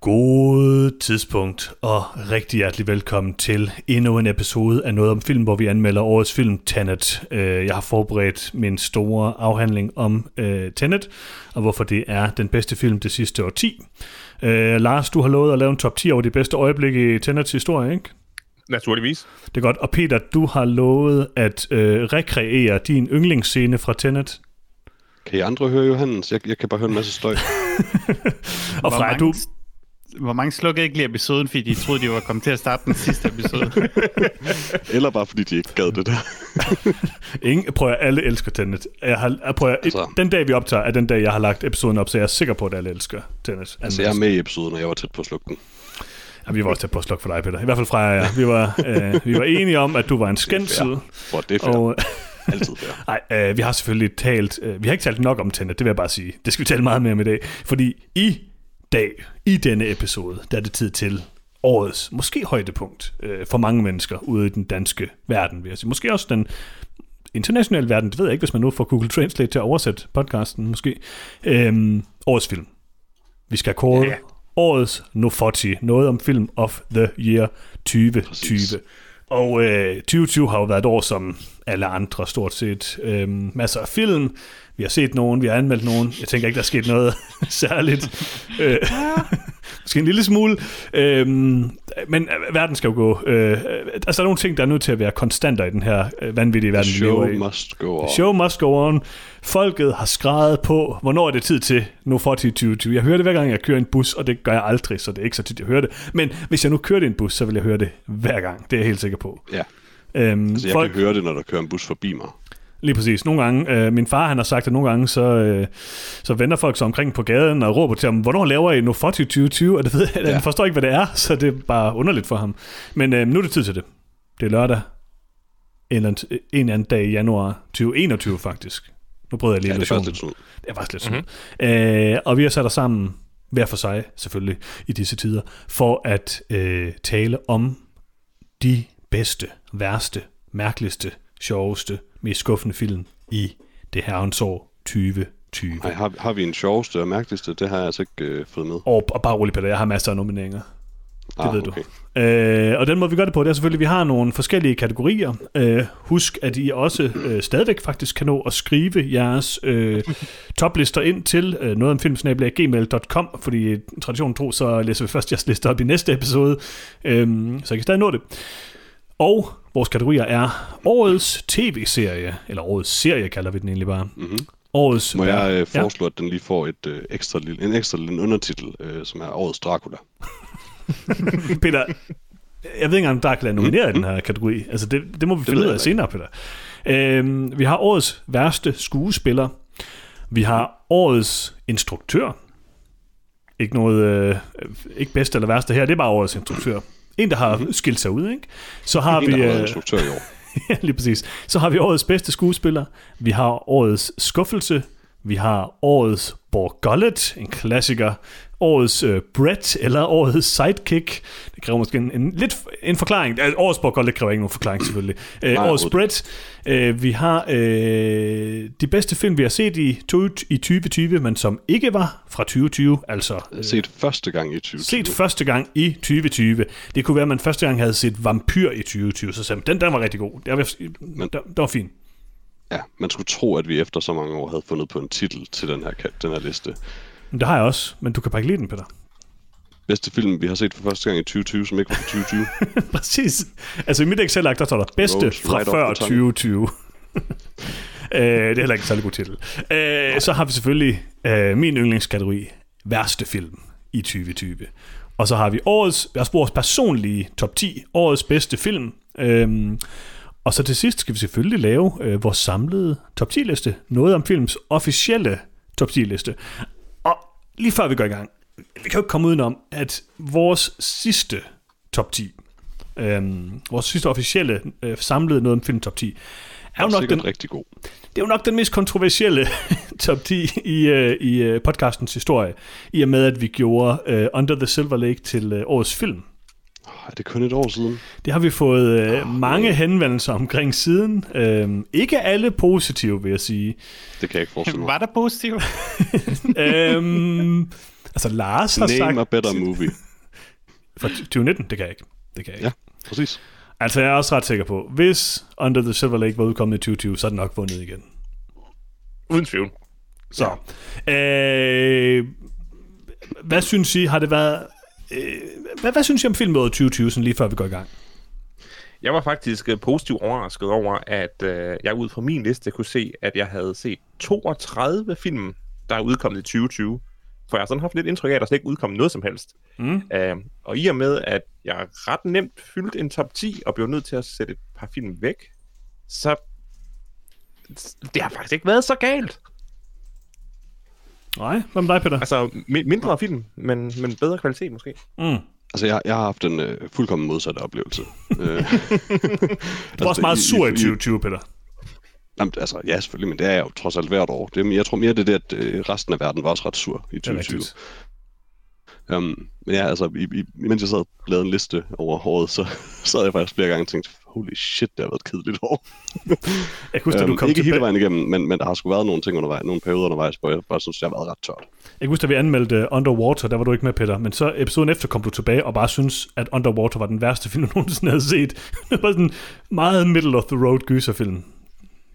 God tidspunkt, og rigtig hjertelig velkommen til endnu en episode af Noget om Film, hvor vi anmelder årets film Tenet. Øh, Jeg har forberedt min store afhandling om øh, Tenet, og hvorfor det er den bedste film det sidste årti. Øh, Lars, du har lovet at lave en top 10 over de bedste øjeblikke i Tenets historie, ikke? Naturligvis. Det er godt. Og Peter, du har lovet at øh, rekreere din yndlingsscene fra Tenet. Kan I andre høre Johannes? Jeg, jeg kan bare høre en masse støj. Og Freja, du, Hvor mange slukkede ikke lige episoden, fordi de troede, de var kommet til at starte den sidste episode? Eller bare fordi de ikke gad det der. Ingen, prøv at høre, alle elsker Tenet. Jeg har, jeg prøver, altså, Altså. den dag, vi optager, er den dag, jeg har lagt episoden op, så jeg er sikker på, at alle elsker Tenet. Altså, jeg er med i episoden, og jeg var tæt på at slukke den. ja, vi var også tæt på at slukke for dig, Peter. I hvert fald fra jeg. Vi var, øh, vi var enige om, at du var en skændsel. For det er fair. Og, Altid fair. Nej, øh, vi har selvfølgelig talt, øh, vi har ikke talt nok om Tenet, det vil jeg bare sige. Det skal vi tale meget mere om i dag, fordi i dag, i denne episode, der er det tid til årets, måske højdepunkt øh, for mange mennesker ude i den danske verden, vil jeg sige. Måske også den internationale verden, det ved jeg ikke, hvis man nu får Google Translate til at oversætte podcasten, måske. Øhm, årets film. Vi skal kåre yeah. årets Nofoti, noget om film of the year 2020. Præcis. Og øh, 2020 har jo været et år som alle andre stort set. Øh, masser af film, vi har set nogen, vi har anmeldt nogen. Jeg tænker ikke, der er sket noget særligt. Øh, måske en lille smule. Øh, men øh, verden skal jo gå. Øh, altså, der er nogle ting, der er nødt til at være konstanter i den her øh, vanvittige verden, vi lever Show i. must go on. The Show must go on. Folket har skrevet på, hvornår er det tid til nu for 2020. Jeg hører det hver gang, jeg kører en bus, og det gør jeg aldrig, så det er ikke så tit, jeg hører det. Men hvis jeg nu kørte en bus, så vil jeg høre det hver gang. Det er jeg helt sikker på. Ja, Øhm, så Altså, jeg folk, kan høre det, når der kører en bus forbi mig. Lige præcis. Nogle gange, øh, min far han har sagt, at nogle gange, så, øh, så vender folk sig omkring på gaden og råber til ham, hvornår laver I nu for 2020? Og det ved, ja. Ja. han forstår ikke, hvad det er, så det er bare underligt for ham. Men øh, nu er det tid til det. Det er lørdag. En eller anden, en eller anden dag i januar 2021 faktisk. Nu prøvede jeg lige Ja, det er illusionen. faktisk lidt sådan. Det var også lidt sådan. Mm-hmm. Øh, og vi har sat os sammen, hver for sig selvfølgelig, i disse tider, for at øh, tale om de bedste, værste, mærkeligste, sjoveste, mest skuffende film i det herrens år 2020. Ej, har, har vi en sjoveste og mærkeligste? Det har jeg altså ikke øh, fået med. Og, og bare rolig, Peter, jeg har masser af nomineringer. Det Ah, ved okay. du. Øh, og den måde, vi gør det på, det er selvfølgelig, at vi har nogle forskellige kategorier. Øh, husk, at I også øh, stadigvæk faktisk kan nå at skrive jeres øh, toplister ind til øh, noget om filmsnabelag.gmail.com, fordi traditionen tro, så læser vi først jeres lister op i næste episode, øh, så I kan stadig nå det. Og vores kategorier er årets tv-serie, eller årets serie kalder vi den egentlig bare. Mm-hmm. Årets Mhm. Må jeg øh, Ja. foreslå, at den lige får et øh, ekstra lille, en ekstra lille undertitel, øh, som er Årets Dracula? Peter, jeg ved ikke engang, om Dracula er nomineret i den her kategori. Altså, det, det må vi finde ved ud af jeg senere, Peter. Øhm, vi har årets værste skuespiller. Vi har årets instruktør. Ikke noget, øh, ikke bedste eller værste her, det er bare årets instruktør. En, der har skilt sig ud, ikke? Så har En, vi... der har været øh, instruktør i år. ja, lige præcis. Så har vi årets bedste skuespiller, vi har årets skuffelse, vi har årets Borgollet, en klassiker, årets øh, Brett eller årets sidekick. Det kræver måske en, en lidt en forklaring. Altså, årets Borgollet kræver ikke nogen forklaring selvfølgelig. Øh, Nej, årets overhovedet. Brett. Øh, vi har øh, de bedste film, vi har set i, to, i 2020, men som ikke var fra 2020, altså Set første gang i 2020. set første gang i 2020. Det kunne være, at man første gang havde set Vampyr i 2020, så sagde man, den der var rigtig god. Der var, der, der var fin. Ja, man skulle tro, at vi efter så mange år havde fundet på en titel til den her, kat- den her liste. Men det har jeg også, men du kan bare ikke lide den, Peter. Bedste film, vi har set for første gang i 2020, som ikke var fra 2020. Præcis. Altså i mit Excel-ark, der står der bedste Rolls fra right off før the tongue. 2020. øh, det er heller ikke en særlig god titel. Øh, så har vi selvfølgelig øh, min yndlingskategori, værste film i 2020. Og så har vi årets, jeg har vores personlige top 10, årets bedste film. Øhm, og så til sidst skal vi selvfølgelig lave øh, vores samlede top 10 liste. Noget om films officielle top 10 liste. Og lige før vi går i gang, vi kan jo ikke komme udenom, at vores sidste top 10, øhm, vores sidste officielle øh, samlede noget om film top 10, er jo nok sikkert den, rigtig god. det er jo nok den mest kontroversielle top 10 i, øh, i øh, podcastens historie, i og med at vi gjorde øh, Under the Silver Lake til øh, årets film. Åh, Er det kun et år siden? Det har vi fået øh, mange henvendelser omkring siden. Øh, ikke alle positive, vil jeg sige. Det kan jeg ikke forestille mig. Var der positivt? øhm, altså Lars har sagt... Name a better movie. For 2019, det kan jeg ikke. Det kan jeg ikke. Ja, præcis. Altså, jeg er også ret sikker på, hvis Under the Silver Lake var udkommet i 2020, så er den nok vundet igen. Uden tvivl. Så. Øh, hvad synes I, har det været... Øh, hvad, hvad synes I om filmåret 2020, sådan lige før vi går i gang? Jeg var faktisk øh, positivt overrasket over, at øh, jeg ud fra min liste kunne se, at jeg havde set 32 film, der er udkommet i 2020. For jeg har sådan haft lidt indtryk af, at der slet ikke udkom noget som helst. Mm. Øh, og i og med, at jeg ret nemt fyldte en top 10 og blev nødt til at sætte et par film væk, så det har faktisk ikke været så galt. Nej, hvad med dig, Peter? Altså, mi- mindre film, men, men bedre kvalitet måske. Mm. Altså, jeg, jeg har haft en øh, fuldkommen modsatte oplevelse. Øh, altså, Du var også meget sur i 2020, Peter. Jamen, altså, ja, selvfølgelig, men det er jeg jo trods alt hvert år. Det, men jeg tror mere, det er det, at øh, resten af verden var også ret sur i Det er 2020. rigtigt. Um, men ja, altså, i, i, mens jeg sad og lavede en liste over året, så sad jeg faktisk flere gange og tænkte, holy shit, det har været et kedeligt år. Jeg kan huske, da du Øhm, kom ikke hele tilbage. vejen igennem, men, men der har sgu været nogle ting undervejs, nogle perioder undervejs, hvor jeg bare synes, det har været ret tørt. Jeg kan huske, da vi anmeldte uh, Underwater, der var du ikke med, Peter, men så episoden efter kom du tilbage og bare synes at Underwater var den værste film, du nogensinde havde set. det var sådan en meget middle of the road gyserfilm.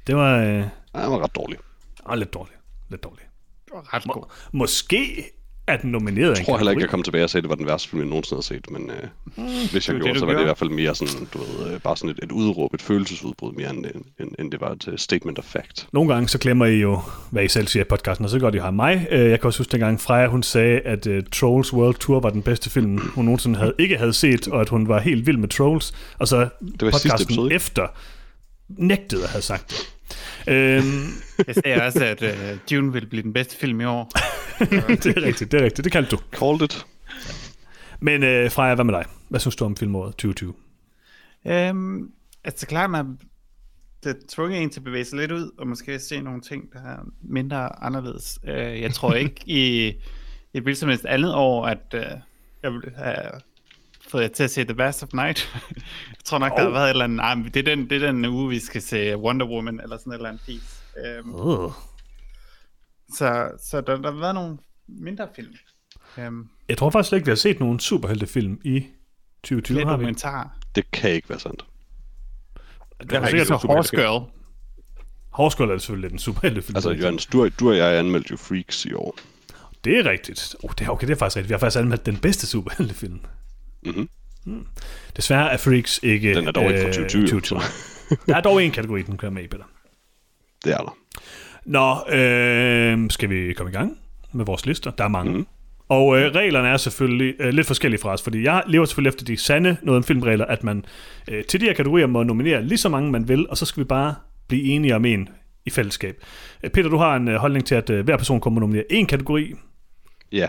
Det var øh, Ja, det var ret dårligt. ah, lidt dårligt. Lidt dårligt. Det var ret god. Måske er den nomineret Jeg tror heller ikke, jeg kom tilbage og sagde, at det var den værste film, jeg nogensinde havde set, men øh, hvis jeg Hmm, det, gjorde, du så var det i gjorde. hvert fald mere sådan, du ved, øh, bare sådan et, et udråb, et følelsesudbrud mere, end, end, end, end det var et øh, statement of fact. Nogle gange så glemmer I jo, hvad I selv siger i podcasten, og så godt I har mig. Øh, Jeg kan også huske dengang Freja, hun sagde, at uh, Trolls World Tour var den bedste film, hun nogensinde havde, ikke havde set, og at hun var helt vild med Trolls. Og så var i sidste podcasten episode, ikke? efter nægtede at have sagt det. Øhm, Jeg sagde også, at øh, Dune ville blive den bedste film i år. det er rigtigt, det er rigtigt. Det kaldte du. Called it. Men øh, Freja, hvad med dig? Hvad synes du om filmåret 2020? Øhm, altså klart, man det tvunget en til at bevæge sig lidt ud, og måske se nogle ting, der er mindre anderledes. Øh, jeg tror ikke i et hvilket som helst andet år, at øh, jeg ville have fået jer til at se The Best of Night. jeg tror nok, oh. der har Oh. været et eller andet, nej, men det er, den, det er den uge, vi skal se Wonder Woman, eller sådan et eller andet piece. Øhm, Oh. så, så der, der har været nogle mindre film. Øhm, Jeg tror faktisk slet ikke, vi har set nogen superheltefilm i 2020, flere har vi? dokumentarer. Det kan ikke være sandt. Jeg har ikke sikkert set så super- Horse Girl. Hårskål er selvfølgelig lidt en superheltefilm. Altså, Jørgens, du, og- du og jeg anmeldte jo Freaks i år. Det er rigtigt. Oh, det er okay, det er faktisk rigtigt. Vi har faktisk anmeldt den bedste superheltefilm. Mhm. Mm. Desværre er Freaks ikke... Den er dog ikke fra øh, 2020, 2020. Der er dog en kategori, den kører med i, Peter. Det er der. Nå, øh, skal vi komme i gang med vores lister? Der er mange. Mm-hmm. Mm. Og øh, reglerne er selvfølgelig øh, lidt forskellige fra os, fordi jeg lever selvfølgelig efter de sande noget om filmregler, at man øh, til de her kategorier må nominere lige så mange, man vil, og så skal vi bare blive enige om en i fællesskab. Øh, Peter, du har en øh, holdning til, at øh, hver person kommer nominere én kategori. Ja.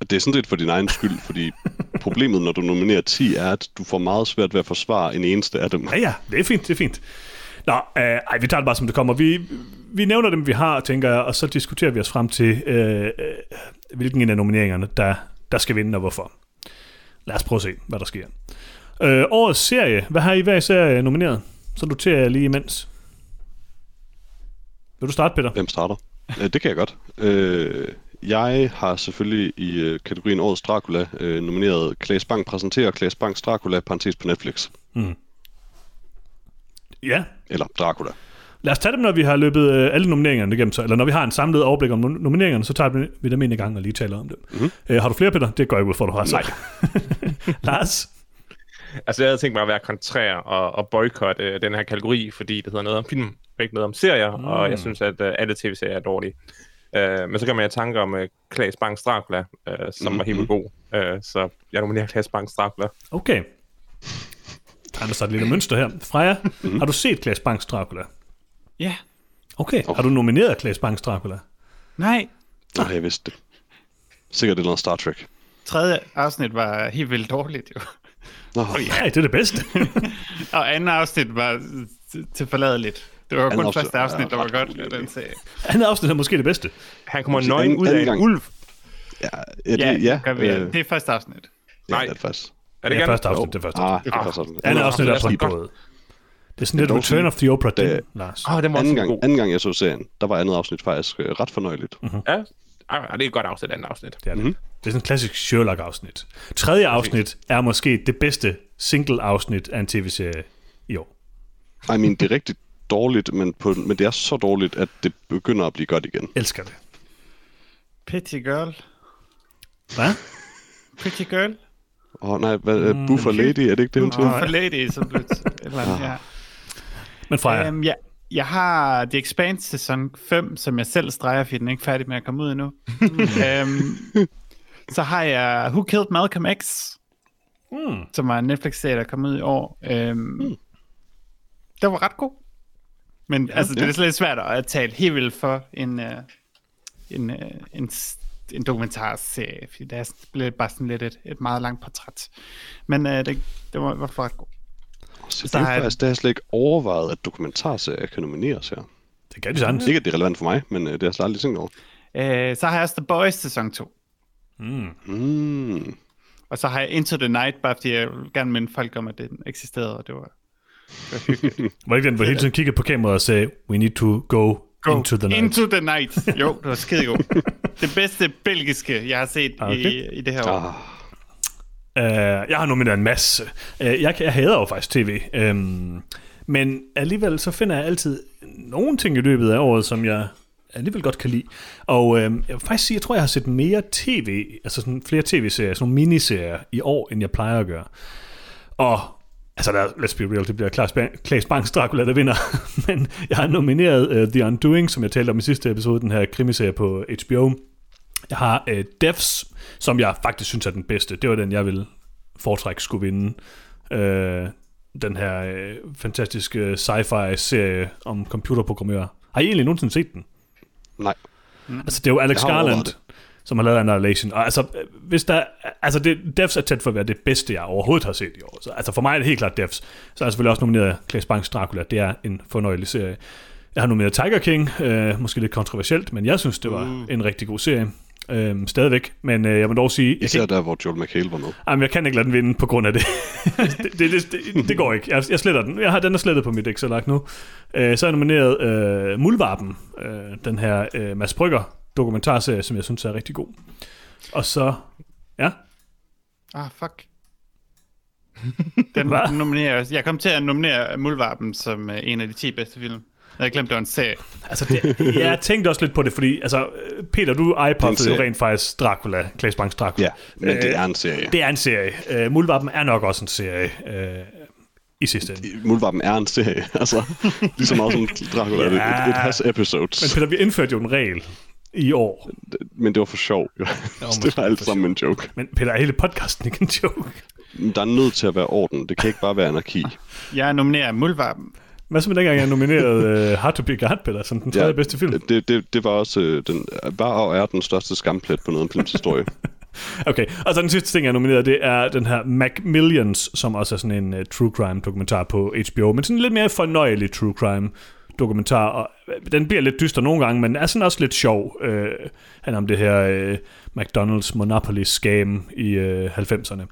Og det er sådan lidt for din egen skyld, fordi problemet, når du nominerer 10, er, at du får meget svært ved at forsvare en eneste af dem. Ja, ja, det er fint, det er fint. Nå, øh, ej, vi tager det bare, som det kommer. Vi, vi nævner dem, vi har, tænker jeg, og så diskuterer vi os frem til, øh, øh, hvilken en af nomineringerne, der, der skal vinde, og hvorfor. Lad os prøve at se, hvad der sker. Øh, årets serie. Hvad har I hver serie nomineret? Så noterer jeg lige imens. Vil du starte, Peter? Hvem starter? Øh, det kan jeg godt. Øh, jeg har selvfølgelig i øh, kategorien Årets Dracula øh, nomineret Klaas Bang præsenterer Klaas Bangs Dracula, parentes på Netflix. Ja. Eller Dracula. Lad os tage dem, når vi har løbet øh, alle nomineringerne igennem, så, eller når vi har en samlet overblik om nom- nomineringerne, så tager vi- vi dem en gang og lige taler om dem. Mm-hmm. Øh, har du flere, Peter? Det går jeg ud for, du har sagt. Lars? Altså, jeg havde tænkt mig at være kontrær og, og boykotte øh, den her kategori, fordi det hedder noget om film, og ikke noget om serier, mm. og jeg synes, at øh, alle tv-serier er dårlige. Øh, men så gør man i tanke om øh, Klaas Bangs Dracula, øh, som mm. var helt Mhm. vildt god. Øh, så jeg nominerer Klaas Bangs Dracula. Okay. Der er så et lille mønster her. Freja, mm-hmm. har du set Klaas Bangs Dracula? Ja. Okay. Har du nomineret Klaas Bangs Dracula? Nej, Nå, jeg vidste det. Sikkert det er noget Star Trek. tredje afsnit var helt vildt dårligt jo. Nå, Nej, det er det bedste. Og andet afsnit var til, til forladeligt. Det var Anden kun afsnit første afsnit, er der var ret godt god af idé. den serie. Andet afsnit er måske det bedste. Han kommer Måske nøgen anden- ud af anden en gang. ulv. Ja, ja, Ja, det, ja, Gør vi, øh, det er første afsnit. ja, nej. det er det faktisk. Er Det det er gerne? første afsnit, det er første afsnit. Ah, det er Ah, faktisk sådan. Andet Nå, afsnit er det er sådan sådan gået. Det er sådan lidt dog Return sige, of the Oprah Dinn, det- Lars. Åh, oh, den var Anden også gang, god. anden gang jeg så serien, der var andet afsnit faktisk øh, ret fornøjeligt. Ja, ah, det er et godt afsnit, andet afsnit. Det er, det. det er sådan et klassisk Sherlock-afsnit. Tredje afsnit er måske det bedste single-afsnit af en tv-serie i år. I mean, det er rigtig dårligt, men, på, men det er så dårligt, at det begynder at blive godt igen. Elsker det. Pretty Girl. Hvad? Pretty Girl. Åh oh, nej, hvad, mm, Buffer Lady, er det ikke det, hun Hun siger? for lady, som blev... Eller, ja. Men Freja, Øhm, ja. Jeg har The Expanse sæson 5, som jeg selv streger, fordi den er ikke færdig med at komme ud endnu. øhm, så har jeg Who Killed Malcolm X, mm. som var en Netflix-serie, der kom ud i år. Øhm, mm. Den var ret god. Men ja, altså, det er ja. slet lidt svært at tale helt vildt for en, øh, en, øh, en, s- en dokumentarserie, fordi det er sådan- det bliver bare sådan lidt et, et meget langt portræt. Men øh, det, det var, var ret god. Så det, der er jo er- faktisk, det har jeg slet ikke overvejet, at dokumentarserier kan nomineres her. det kan de sandt. Ikke, at det er relevant for mig, men øh, det har jeg slet aldrig tænkt over. Øh, så har jeg også The Boys sæson 2. Mm. Og så har jeg Into the Night, bare fordi jeg vil gerne minde folk om, at den eksisterede, og det var... Var det ikke den, hvor hele tiden kiggede på kameraet og sagde, we need to go, go. into the night? Into the Night. Jo, det var skidegod. det bedste belgiske, jeg har set Ah, okay. i, Okay. i det her år. Ah, Uh, jeg har nomineret en masse. Uh, jeg, kan- jeg hader jo faktisk tv. Um, men alligevel så finder jeg altid nogle ting i løbet af året, som jeg alligevel godt kan lide. Og øh, jeg vil faktisk sige, jeg tror, jeg har set mere tv, altså sådan flere tv-serier, sådan nogle miniserier i år, end jeg plejer at gøre. Og altså, der, let's be real, det bliver Klaas, Bang, Klaas Bangs Dracula, der vinder. men jeg har nomineret uh, The Undoing, som jeg talte om i sidste episode, den her krimiserie på HBO. Jeg har uh, Devs, som jeg faktisk synes er den bedste. Det var den, jeg ville foretrække skulle vinde. Uh, den her øh, fantastiske sci-fi-serie om computerprogrammører. Har I egentlig nogensinde set den? nej. Altså, det er jo Alex Jeg har overvejet Garland, som har lavet Annihilation. Og altså, øh, hvis der, altså det, Devs er tæt for at være det bedste, jeg overhovedet har set i år. Så, altså, for mig er det helt klart Devs. Så er jeg selvfølgelig også nomineret Klaas Bangs Dracula. Det er en fornøjelig serie. Jeg har nomineret Tiger King. Øh, måske lidt kontroversielt, men jeg synes, det var mm. en rigtig god serie. Øh, stadigvæk. Men øh, jeg må dog sige... Jeg kan, Især der, hvor Joel McHale var med. jamen, jeg kan ikke lade den vinde på grund af det. det, det, det, det, det går ikke. Jeg, jeg sletter den. Jeg har, den er slettet på mit excel ark nu. Øh, så har jeg nomineret øh, Muldvarpen, øh, den her øh, Mads Brygger dokumentarserie, som jeg synes er rigtig god. Og så... Ja, Ah, fuck. Den Hva? nominerer jeg også. Jeg kom til at nominere Muldvarpen som uh, en af de 10 bedste film. Jeg glemte, det var en serie. altså det, jeg tænkte også lidt på det, fordi altså, øh, Peter, du iPod'ede jo serie. rent faktisk Dracula, Claes Bangs Dracula. Ja, men det Øh, er en serie. Det er en serie. Øh, Muldvarpen er nok også en serie øh, i sidste ende. Muldvarpen er en serie, altså. Lige så meget som Dracula. Ja. Yeah. It, it has Men episodes. Peter, vi indførte jo en regel i år. Men det var for sjov. jo. det måske var alt for sammen en joke. Men Peter, er hele podcasten ikke en joke? Men Der er nødt til at være orden. Det kan ikke bare være anarki. Ah, Jeg nominerer Muldvarpen. Hvad så med dengang, jeg nominerede uh, Hard to Be God, Peter, som den tredje ja, bedste film? Det, det, det var også øh, den, var og er den største skamplet på noget af en films historie. Okay, og så den sidste ting, jeg nominerede, det er den her Macmillions, som også er sådan en uh, true crime dokumentar på HBO, men sådan lidt mere fornøjelig true crime dokumentar, og øh, den bliver lidt dyster nogle gange, men er sådan også lidt sjov. Øh, han om det her øh, McDonald's Monopoly scam i øh, 90'erne.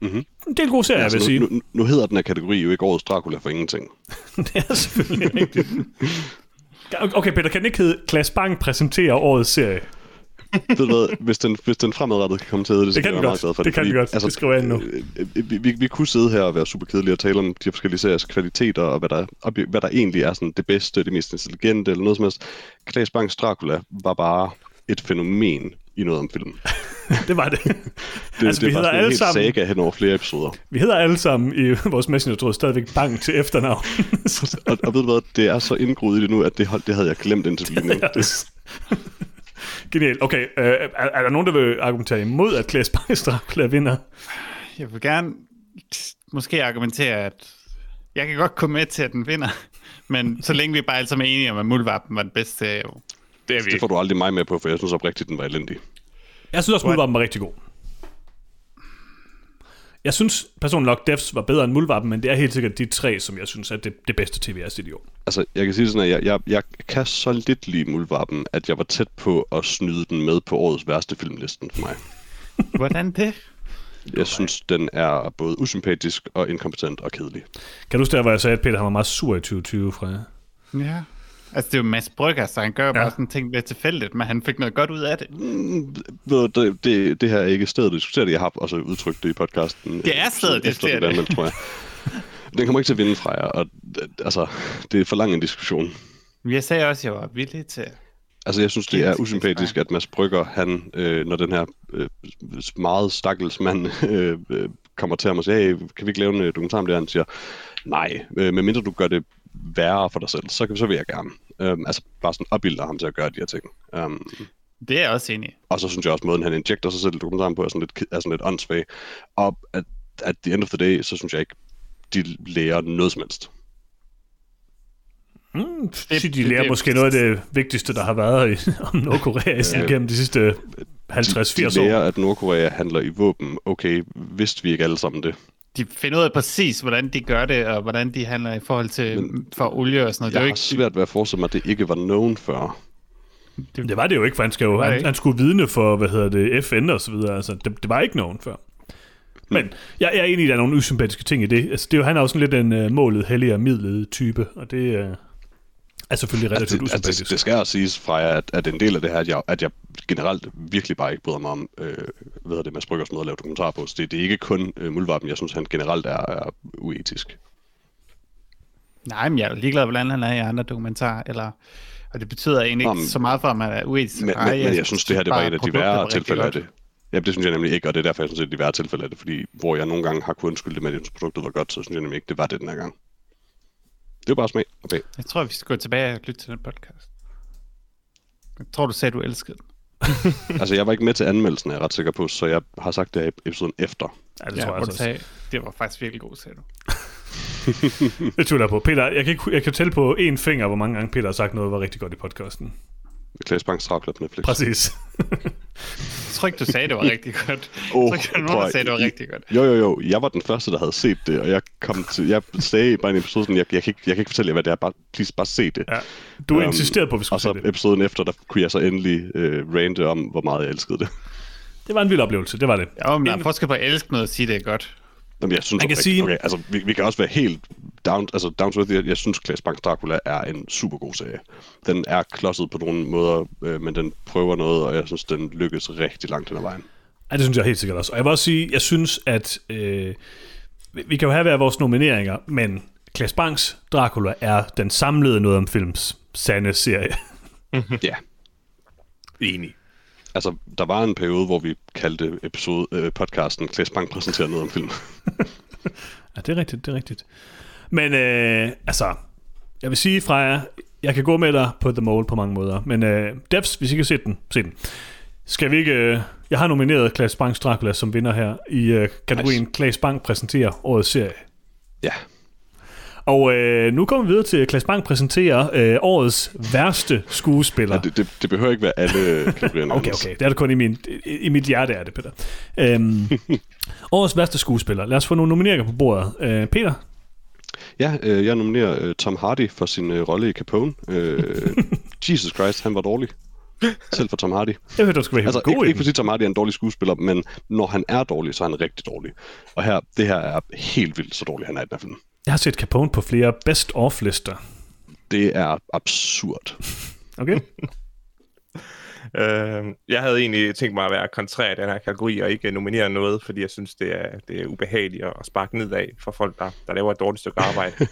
Mm-hmm. Det er en god serie, jeg vil Mhm. Altså, nu, sige. nu, nu hedder den her kategori jo ikke Årets Dracula for ingenting. det er selvfølgelig rigtigt. Okay, Peter, kan den ikke hedde Klaas Bang præsenterer årets serie? Ved du hvad, hvis den, hvis den fremadrettet kan komme til at hedde det, så Det kan den godt. bliver jeg meget glad for Det kan den godt. Det skriver jeg ind nu. øh, øh, Vi, vi, vi kunne sidde her og være super kedelige og tale om de forskellige seriers kvaliteter, og hvad der, og hvad der egentlig er sådan det bedste, det mest intelligente, eller noget som helst. Klaas Bangs Dracula var bare et fænomen i noget om film. Det, Det var det. det Altså, vi hedder er bare sådan en alle hel sammen- saga hen over flere episoder. Vi hedder alle sammen i vores messenger-tråd stadigvæk Bang til efternavn. Så Og, og ved du hvad, det er så indgroet i det nu, at det, hold, det havde jeg glemt indtil du lige nævnte det. Genialt. Okay, øh, er, er der nogen, der vil argumentere imod, at Klaas Bangs Dracula vinder? Jeg vil gerne måske argumentere, at jeg kan godt komme med til, at den vinder. Men så længe vi bare alle sammen er enige om, at Muldvarpen var den bedste serie. jo. Det er vi Det ikke. får du aldrig mig med på, for jeg synes oprigtigt, den var elendig. Jeg synes også, at var rigtig god. Jeg synes personligt nok, Devs var bedre end Muldvarpen, men det er helt sikkert de tre, som jeg synes er det, det bedste tv-afsnit i år. Altså, jeg kan sige sådan, at jeg, jeg, jeg kan så lidt lide Muldvarpen, at jeg var tæt på at snyde den med på årets værste filmlisten for mig. Hvordan det? Jeg synes, den er både usympatisk og inkompetent og kedelig. Kan du huske der, hvor jeg sagde, at Peter han var meget sur i 2020, fra? Ja. Altså, det er jo Mads Brygger, så han gør ja. bare sådan ting ved tilfældigt, men han fik noget godt ud af det. Mm, ved du, det, det, det her er ikke stedet at diskutere det. Jeg har også udtrykt det i podcasten. Det er øh, stedet at efter diskutere den det. anmeldte, tror jeg. Den kommer ikke til at vinde fra jer, og øh, altså, det er for lang en diskussion. Jeg sagde også, at jeg var villig til... Altså, jeg synes, det Kæmpe er succes for usympatisk, at Mads Brygger, han, øh, når den her øh, meget stakkels mand øh, øh, kommer til ham og siger, hey, kan vi ikke lave en øh, dokumentar om det her? Han siger, nej, øh, medmindre du gør det værre for dig selv, så, kan- så vil jeg gerne. Øhm, altså, bare sådan opbilder ham til at gøre de her ting. Øhm, Det er jeg også enig i. og så synes jeg også, måden han injekter sig selv i dokumentaren på, er sådan lidt, ke- er sådan lidt åndssvag. Og at, at the end of the day, så synes jeg ikke, de lærer noget som helst. Mm, det, det- de lærer det- måske noget af det vigtigste, der har været i, om Nordkorea i sådan Ja. gennem de sidste De, 50-80 de år. lærer, at Nordkorea handler i våben. Okay, vidste vi ikke alle sammen det? De finder ud af præcis, hvordan de gør det, og hvordan de handler i forhold til men, for olie og sådan noget. Det Jeg er jo har ikke, svært ved at forestille mig, at det ikke var known før. Det var det jo ikke, for han, skal jo, det han, ikke. han skulle vidne for, hvad hedder det, FN og så videre. Altså, det, det var ikke nogen før. Men jeg, jeg er enig i, at der er nogle usympatiske ting i det. Altså, det er jo, han er jo sådan lidt en uh, målet, helliger, midlet type, og det uh, er selvfølgelig relativt det, altså, det, usympatisk. det skal også siges, Freja, at, at en del af det her, at jeg, at jeg generelt virkelig bare ikke bryder mig om, øh, hvad hedder det, Mads Bryggers måde at lave dokumentar på. Så det, det er ikke kun øh, Muldvarpen, jeg synes, han generelt er, er uetisk. nej, men jeg er jo ligeglad, hvordan han er i andre dokumentarer, eller... Og det betyder egentlig ikke Nå, men- så meget for, at man er uetisk. Men, Ej, men, men jeg synes, det her det var bare, et af de produktet var værre rigtig tilfælde af godt. det. Jamen, det synes jeg nemlig ikke, og det er derfor, jeg synes, det er de værre tilfælde af det. Fordi hvor jeg nogle gange har kunnet undskylde det med, at jeg synes, produktet var godt, så synes jeg nemlig ikke, det var det den her gang. Det var bare smag. Okay. Jeg tror, vi skal gå tilbage og lytte til den podcast. Jeg tror, du sagde, du elskede den. altså, jeg var ikke med til anmeldelsen, er jeg ret sikker på, så jeg har sagt det her i episoden efter. ja, det tror jeg hvor du altså også. sagde, det var faktisk virkelig god, sagde du. Det tvivler jeg på. Peter, jeg kan, ikke, jeg kan tælle på én finger, hvor mange gange Peter har sagt noget, var rigtig godt i podcasten. Klaas Banks Travklub Netflix. Præcis. Jeg tror ikke, du sagde, det var rigtig godt. Åh, Oh, jeg tror ikke, prøv nogen, der at- sagde, det var rigtig godt. Jo, jo, jo. Jeg var den første, der havde set det, og jeg kom til... Jeg sagde bare i en episode sådan, jeg, jeg, kan, ikke, jeg kan ikke fortælle jer, hvad det er. Bare, please, bare se det. Ja. Du Øhm, insisterede på, at vi skulle Og så se det. episoden efter, der kunne jeg så endelig øh, rante om, hvor meget jeg elskede det. Det var en vild oplevelse, det var det. Jo, men der er forskel på at elske noget og sige, det er godt. Jamen, jeg synes, Man kan okay, sige- okay, altså, vi, vi, kan også være helt down, altså, down to earth. Jeg, jeg synes, Klaas Banks Dracula er en super god serie. Den er klodset på nogle måder, øh, men den prøver noget, og jeg synes, den lykkes rigtig langt hen ad vejen. Ja, det synes jeg helt sikkert også. Og jeg vil også sige, jeg synes, at øh, vi- vi kan jo have hver vores nomineringer, men Klaas Bangs Dracula er den samlede noget om films sande serie. Ja. Enig. Altså, der var en periode, hvor vi kaldte episode, øh, podcasten Klaas Bank præsenterer noget om film. Ja, det er rigtigt, det er rigtigt. Men øh, altså, jeg vil sige, Freja, jeg kan gå med dig på The Mole på mange måder, men øh, Devs, hvis I kan se den, se den. Skal vi ikke... Øh, jeg har nomineret Klaas Bangs Dracula som vinder her i øh, kategorien nice. Klaas Bang præsenterer årets serie. ja. Og øh, nu kommer vi videre til, at Klaas Bang præsenterer øh, årets værste skuespiller. Ja, det, det, det behøver ikke være alle kategorierne. Okay, okay. Det er det kun i, min, i, i mit hjerte, er det, Peter. Øhm, årets værste skuespiller. Lad os få nogle nomineringer på bordet. Øh, Peter? Ja, øh, jeg nominerer øh, Tom Hardy for sin øh, rolle i Capone. Øh, Jesus Christ, han var dårlig. Selv for Tom Hardy. Jeg hørte, du skulle være helt Altså, altså, god ikke, i ikke den. fordi Tom Hardy er en dårlig skuespiller, men når han er dårlig, så er han rigtig dårlig. Og her, det her er helt vildt, så dårlig han er i den her film. Jeg har set Capone på flere best-of-lister. Det er absurd. Okay? Mm. Øh, jeg havde egentlig tænkt mig at være kontrær i den her kategori og ikke nominere noget, fordi jeg synes, det er, det er ubehageligt at sparke nedad for folk, der, der laver et dårligt stykke arbejde.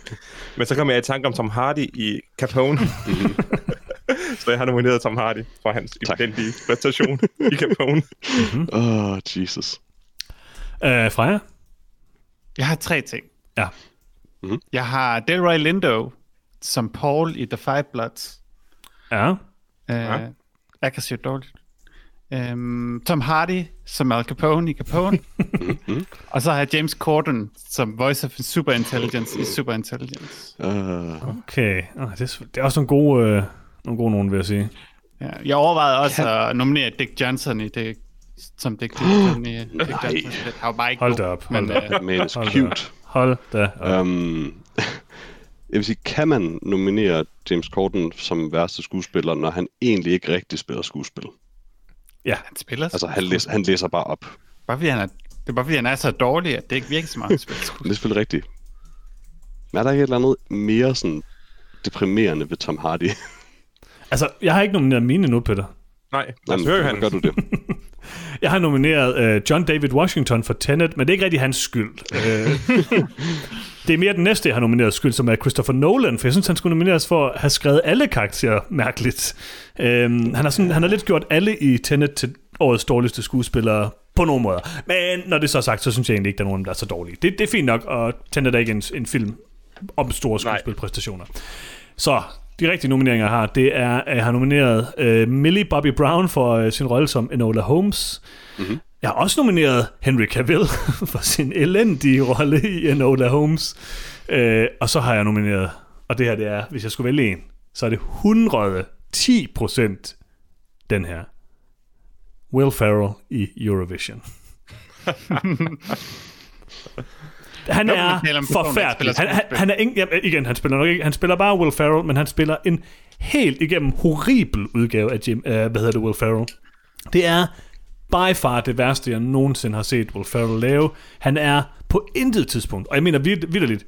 Men så kom jeg i tanke om Tom Hardy i Capone. Mhm. så jeg har nomineret Tom Hardy for hans elendige præstation i Capone. Åh, oh, Jesus. Øh, Freja? Jeg har tre ting. Ja. Jeg har Delroy Lindo som Paul i The Five Bloods. Ja. Øh, aggressivt dårligt. Øhm, Tom Hardy som Al Capone i Capone. Mhm. og så har jeg James Corden som Voice of Superintelligence i Superintelligence. Uh, Okay. Oh, det, er, sv- det er også nogle gode, øh, nogle gode nogen, vil jeg sige. Ja, jeg overvejede også at nominere Dick Johnson i det som Dick Johnson i Dick Johnson har jo bare ikke Hold da nogen, op, hold men, da øh, Man is Hold da cute. Hold da op. Um, jeg vil sige, kan man nominere James Corden som værste skuespiller, når han egentlig ikke rigtig spiller skuespil? Ja, øh, han spiller Altså, han, læs, han læser bare op. bare fordi han er, det er bare fordi, han er så dårlig, at det ikke virker så meget. at spille Det skuespil. er selvfølgelig rigtigt. Men er der ikke et eller andet mere sådan deprimerende ved Tom Hardy? altså, jeg har ikke nomineret mine nu, Peter. Nej, Lars Altså, Jamen, Høgh, gør du det? Jeg har nomineret uh, John David Washington for Tenet, men det er ikke rigtig hans skyld. Uh, det er mere den næste, jeg har nomineret skyld, som er Christopher Nolan, for jeg synes, han skulle nomineres for at have skrevet alle karakterer mærkeligt. Uh, han, har sådan, han har lidt gjort alle i Tenet til årets dårligste skuespillere på nogle måder. Men når det så er sagt, så synes jeg egentlig ikke, der er nogen, der er så dårlige. Det, det er fint nok, og Tenet er ikke en, en film om store Nej. skuespilpræstationer. Så de rigtige nomineringer, jeg har, det er, at jeg har nomineret øh, Millie Bobby Brown for øh, sin rolle som Enola Holmes. Mm-hmm. Jeg har også nomineret Henry Cavill for sin elendige rolle i Enola Holmes. Øh, og så har jeg nomineret, og det her det er, hvis jeg skulle vælge en, så er det 110 procent den her. Will Ferrell i Eurovision. han Når man er taler om personer, der ikke spiller forfærdelig. Han, han, skuespil. han er ingen, ja, igen, han spiller nok ikke. Han spiller bare Will Ferrell, men han spiller en helt igennem horribel udgave af Jim, øh, hvad hedder det, Will Ferrell. Det er by far det værste, jeg nogensinde har set Will Ferrell lave. Han er på intet tidspunkt, og jeg mener vid- vidderligt,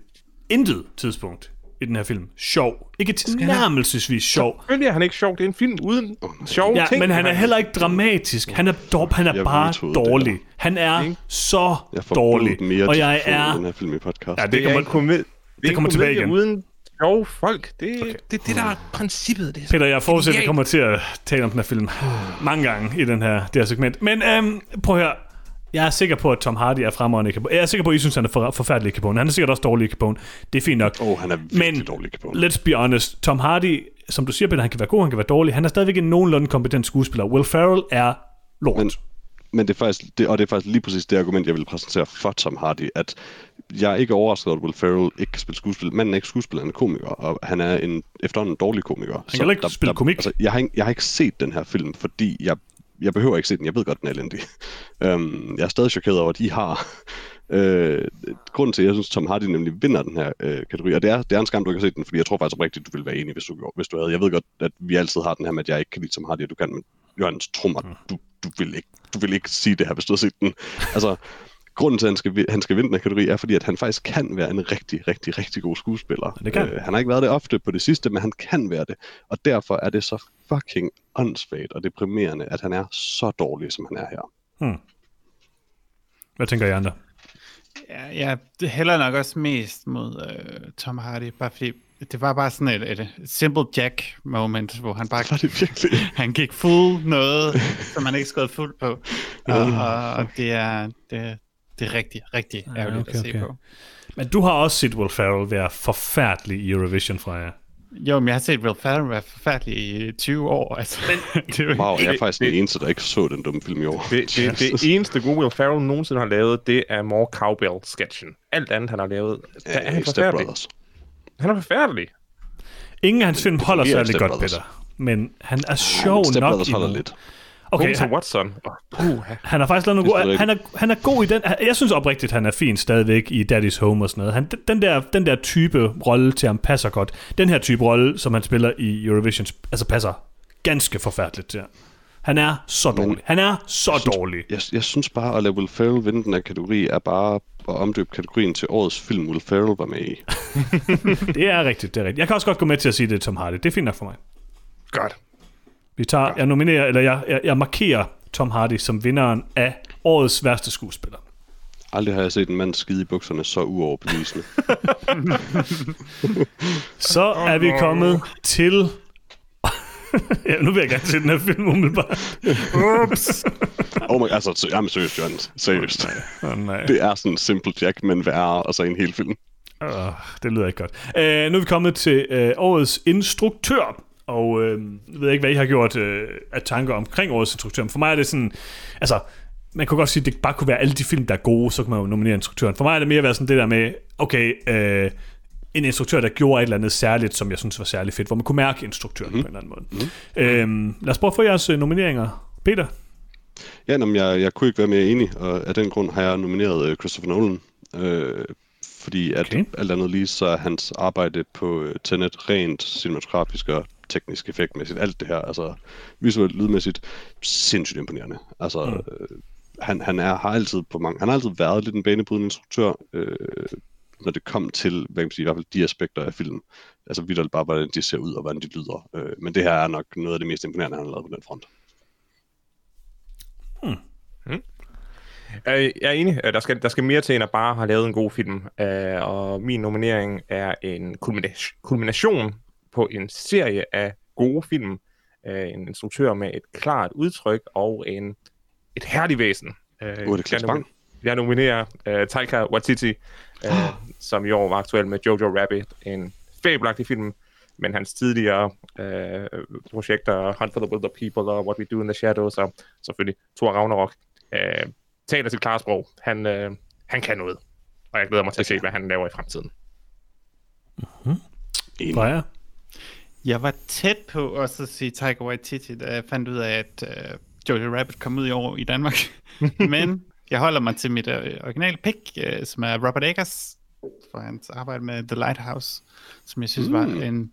intet tidspunkt i den her film. Sjov. Ikke tilnærmelsesvis sjov. Selvfølgelig er han ikke sjov. Det er en film uden sjove Ja, ting. men han er heller ikke dramatisk. Han er, dår, han er Jeg bare vetoede det dårlig. der. Han er så Jeg får dårlig. blodet mere Og jeg diskussion i den er... her film i podcast. Ja, Ja, det Det, er kommer, en komedie. Det, er en kommer tilbage komedie igen. Uden sjove folk. Det, okay. det er det, der er princippet. Det. er- Peter, jeg forudser, at vi Genialt. kommer til at tale om den her film mange gange i den her, det her segment. Men øhm, prøv at høre. Jeg er sikker på, at Tom Hardy er fremragende i Capone. Jeg er sikker på, at I synes, han er for, forfærdelig i Capone. Han er sikkert også dårlig i Capone. Det er fint nok. Åh, han er virkelig Men dårlig i Capone. let's be honest. Tom Hardy, som du siger, Peter, han kan være god, han kan være dårlig. Han er stadigvæk en nogenlunde kompetent skuespiller. Will Ferrell er lort. Men, men det er faktisk, det, og det er faktisk lige præcis det argument, jeg vil præsentere for Tom Hardy, at jeg er ikke overrasket over, at Will Ferrell ikke kan spille skuespil. Manden er ikke skuespiller, han er komiker, og han er en efterhånden dårlig komiker. Han heller ikke spille komik. Altså, jeg, har ikke, jeg har ikke set den her film, fordi jeg, jeg behøver ikke se den. Jeg ved godt, den er elendig. øhm, jeg er stadig chokeret over, at I har... Øh, grunden til, at jeg synes, Tom Hardy nemlig vinder den her øh, kategori, og det er, det er en skam, du ikke har set den, fordi jeg tror faktisk oprigtigt, du ville være enig, hvis du, gjorde- hvis du havde. Jeg ved godt, at vi altid har den her med, at jeg ikke kan lide Tom Hardy, og du kan, men Jørgens Trummer, Mm. du, du, vil ikke, du vil ikke sige det her, hvis du har set den. Altså, grunden til, at han skal, vi- han skal vinde den her kategori, er fordi, at han faktisk kan være en rigtig, rigtig, rigtig god skuespiller. Øh, Det kan han. han har ikke været det ofte på det sidste, men han kan være det. Og derfor er det så fucking åndssvagt og deprimerende, at han er så dårlig, som han er her. Hvad tænker I andre? Ja, jeg hælder nok også mest mod øh, Tom Hardy, bare fordi det var bare sådan et, et simple jack moment, hvor han bare Var det virkelig? han gik fuld noget, som han ikke skød fuld på. Og, og, og det er det, det er rigtig, rigtig ærgerligt okay, at se okay. på. Men du har også set Will Ferrell være forfærdelig i Eurovision fra jer. Jo, men jeg har set Will Ferrell være forfærdelig i 20 år. Altså. Men, det er jo ikke... Wow, jeg er faktisk den eneste, der ikke så den dumme film i år. Det, det, Jesus. det eneste gode, Will Ferrell nogensinde har lavet, det er More Cowbell-sketchen. Alt andet, han har lavet, der er Øh, han Step forfærdelig. Brothers. Han er forfærdelig. Ingen af hans film holder fungerer særlig ikke, godt, Step Brothers. Peter. Men han er sjov Step nok Brothers i holder nogle- lidt. Okay, Holmes og han, Watson. Uh, han har faktisk lavet nogle Det gode... er Han er, han er god i den... Jeg synes oprigtigt, han er fin stadigvæk i Daddy's Home og sådan noget. Han, den- den, der, den der type rolle til ham passer godt. Den her type rolle, som han spiller i Eurovision, sp- altså passer ganske forfærdeligt til ham. Han er så dårlig. Han er så dårlig. Jeg, jeg synes bare, at lade Will Ferrell vinde den her kategori, er bare at omdøbe kategorien til årets film, Will Ferrell var med i. Det er rigtigt, det er rigtigt. Jeg kan også godt gå med til at sige det, Tom Hardy. Det er fint nok for mig. godt. Vi tager, jeg nominerer, eller jeg, jeg, jeg markerer Tom Hardy som vinderen af årets værste skuespiller. Aldrig har jeg set en mand skide i bukserne så uoverbevisende. Så er vi kommet til... ja, nu vil jeg gerne se den her film umiddelbart. Ups! oh my, altså, se- jamen seriøst, Jørgen. Seriøst. Åh, nej. Det er sådan Simple Jack, men værre, og så en hel film. Oh, det lyder ikke godt. Uh, nu er vi kommet til uh, årets instruktør. Og uh, jeg ved ikke, hvad I har gjort uh, af tanker omkring årets instruktør. Men for mig er det sådan... Altså, man kunne godt sige, at det bare kunne være alle de film, der er gode, så kan man jo nominere instruktøren. For mig er det mere været sådan det der med, okay, uh, en instruktør, der gjorde et eller andet særligt, som jeg synes var særlig fedt, hvor Mhm. Øhm, man kunne mærke instruktøren mm. på en eller anden måde. Mm. Uh, lad os prøve at få jeres øh, nomineringer. Peter? Ja, jamen, jeg, jeg kunne ikke være mere enig, og af den grund har jeg nomineret øh, Christopher Nolan. Øh, fordi at Okay. okay. alt andet lige, så er hans arbejde på øh, Tenet rent cinematografisk og teknisk effektmæssigt, alt det her, altså visuelt, lydmæssigt, sindssygt imponerende. Altså, mm. øh, han, han er, har altid på mange, han har altid været lidt en banebrydende instruktør, øh, når det kom til, hvad kan man sige, i hvert fald de aspekter af filmen. Altså vidt bare, hvordan de ser ud og hvordan de lyder. Øh, men det her er nok noget af det mest imponerende, han har lavet på den front. Øh, Jeg er enig. Øh, Der skal, der skal mere til, end at bare have lavet en god film. Øh, Og min nominering er en kulmina- kulmination på en serie af gode film. Øh, En instruktør med et klart udtryk og en, et herligt væsen. Uh, Uh, det er Claes Bang. Jeg nominerer uh, Taika Waititi, uh, som i år var aktuel med Jojo Rabbit. En fabelagtig film, men hans tidligere uh, projekter, Hunt for the Wilder People og What We Do in the Shadows, og selvfølgelig Thor Ragnarok, uh, taler sit klare sprog. Han, uh, han kan noget, og jeg glæder mig til at se, hvad han laver i fremtiden. Freja? Jeg var tæt på også at sige Tiger Waititi, da jeg fandt ud af, at øh, Jojo Rabbit kom ud i år i Danmark. Men jeg holder mig til mit øh, originale pick, øh, som er Robert Eggers, for hans arbejde med The Lighthouse, som jeg synes mm. var en...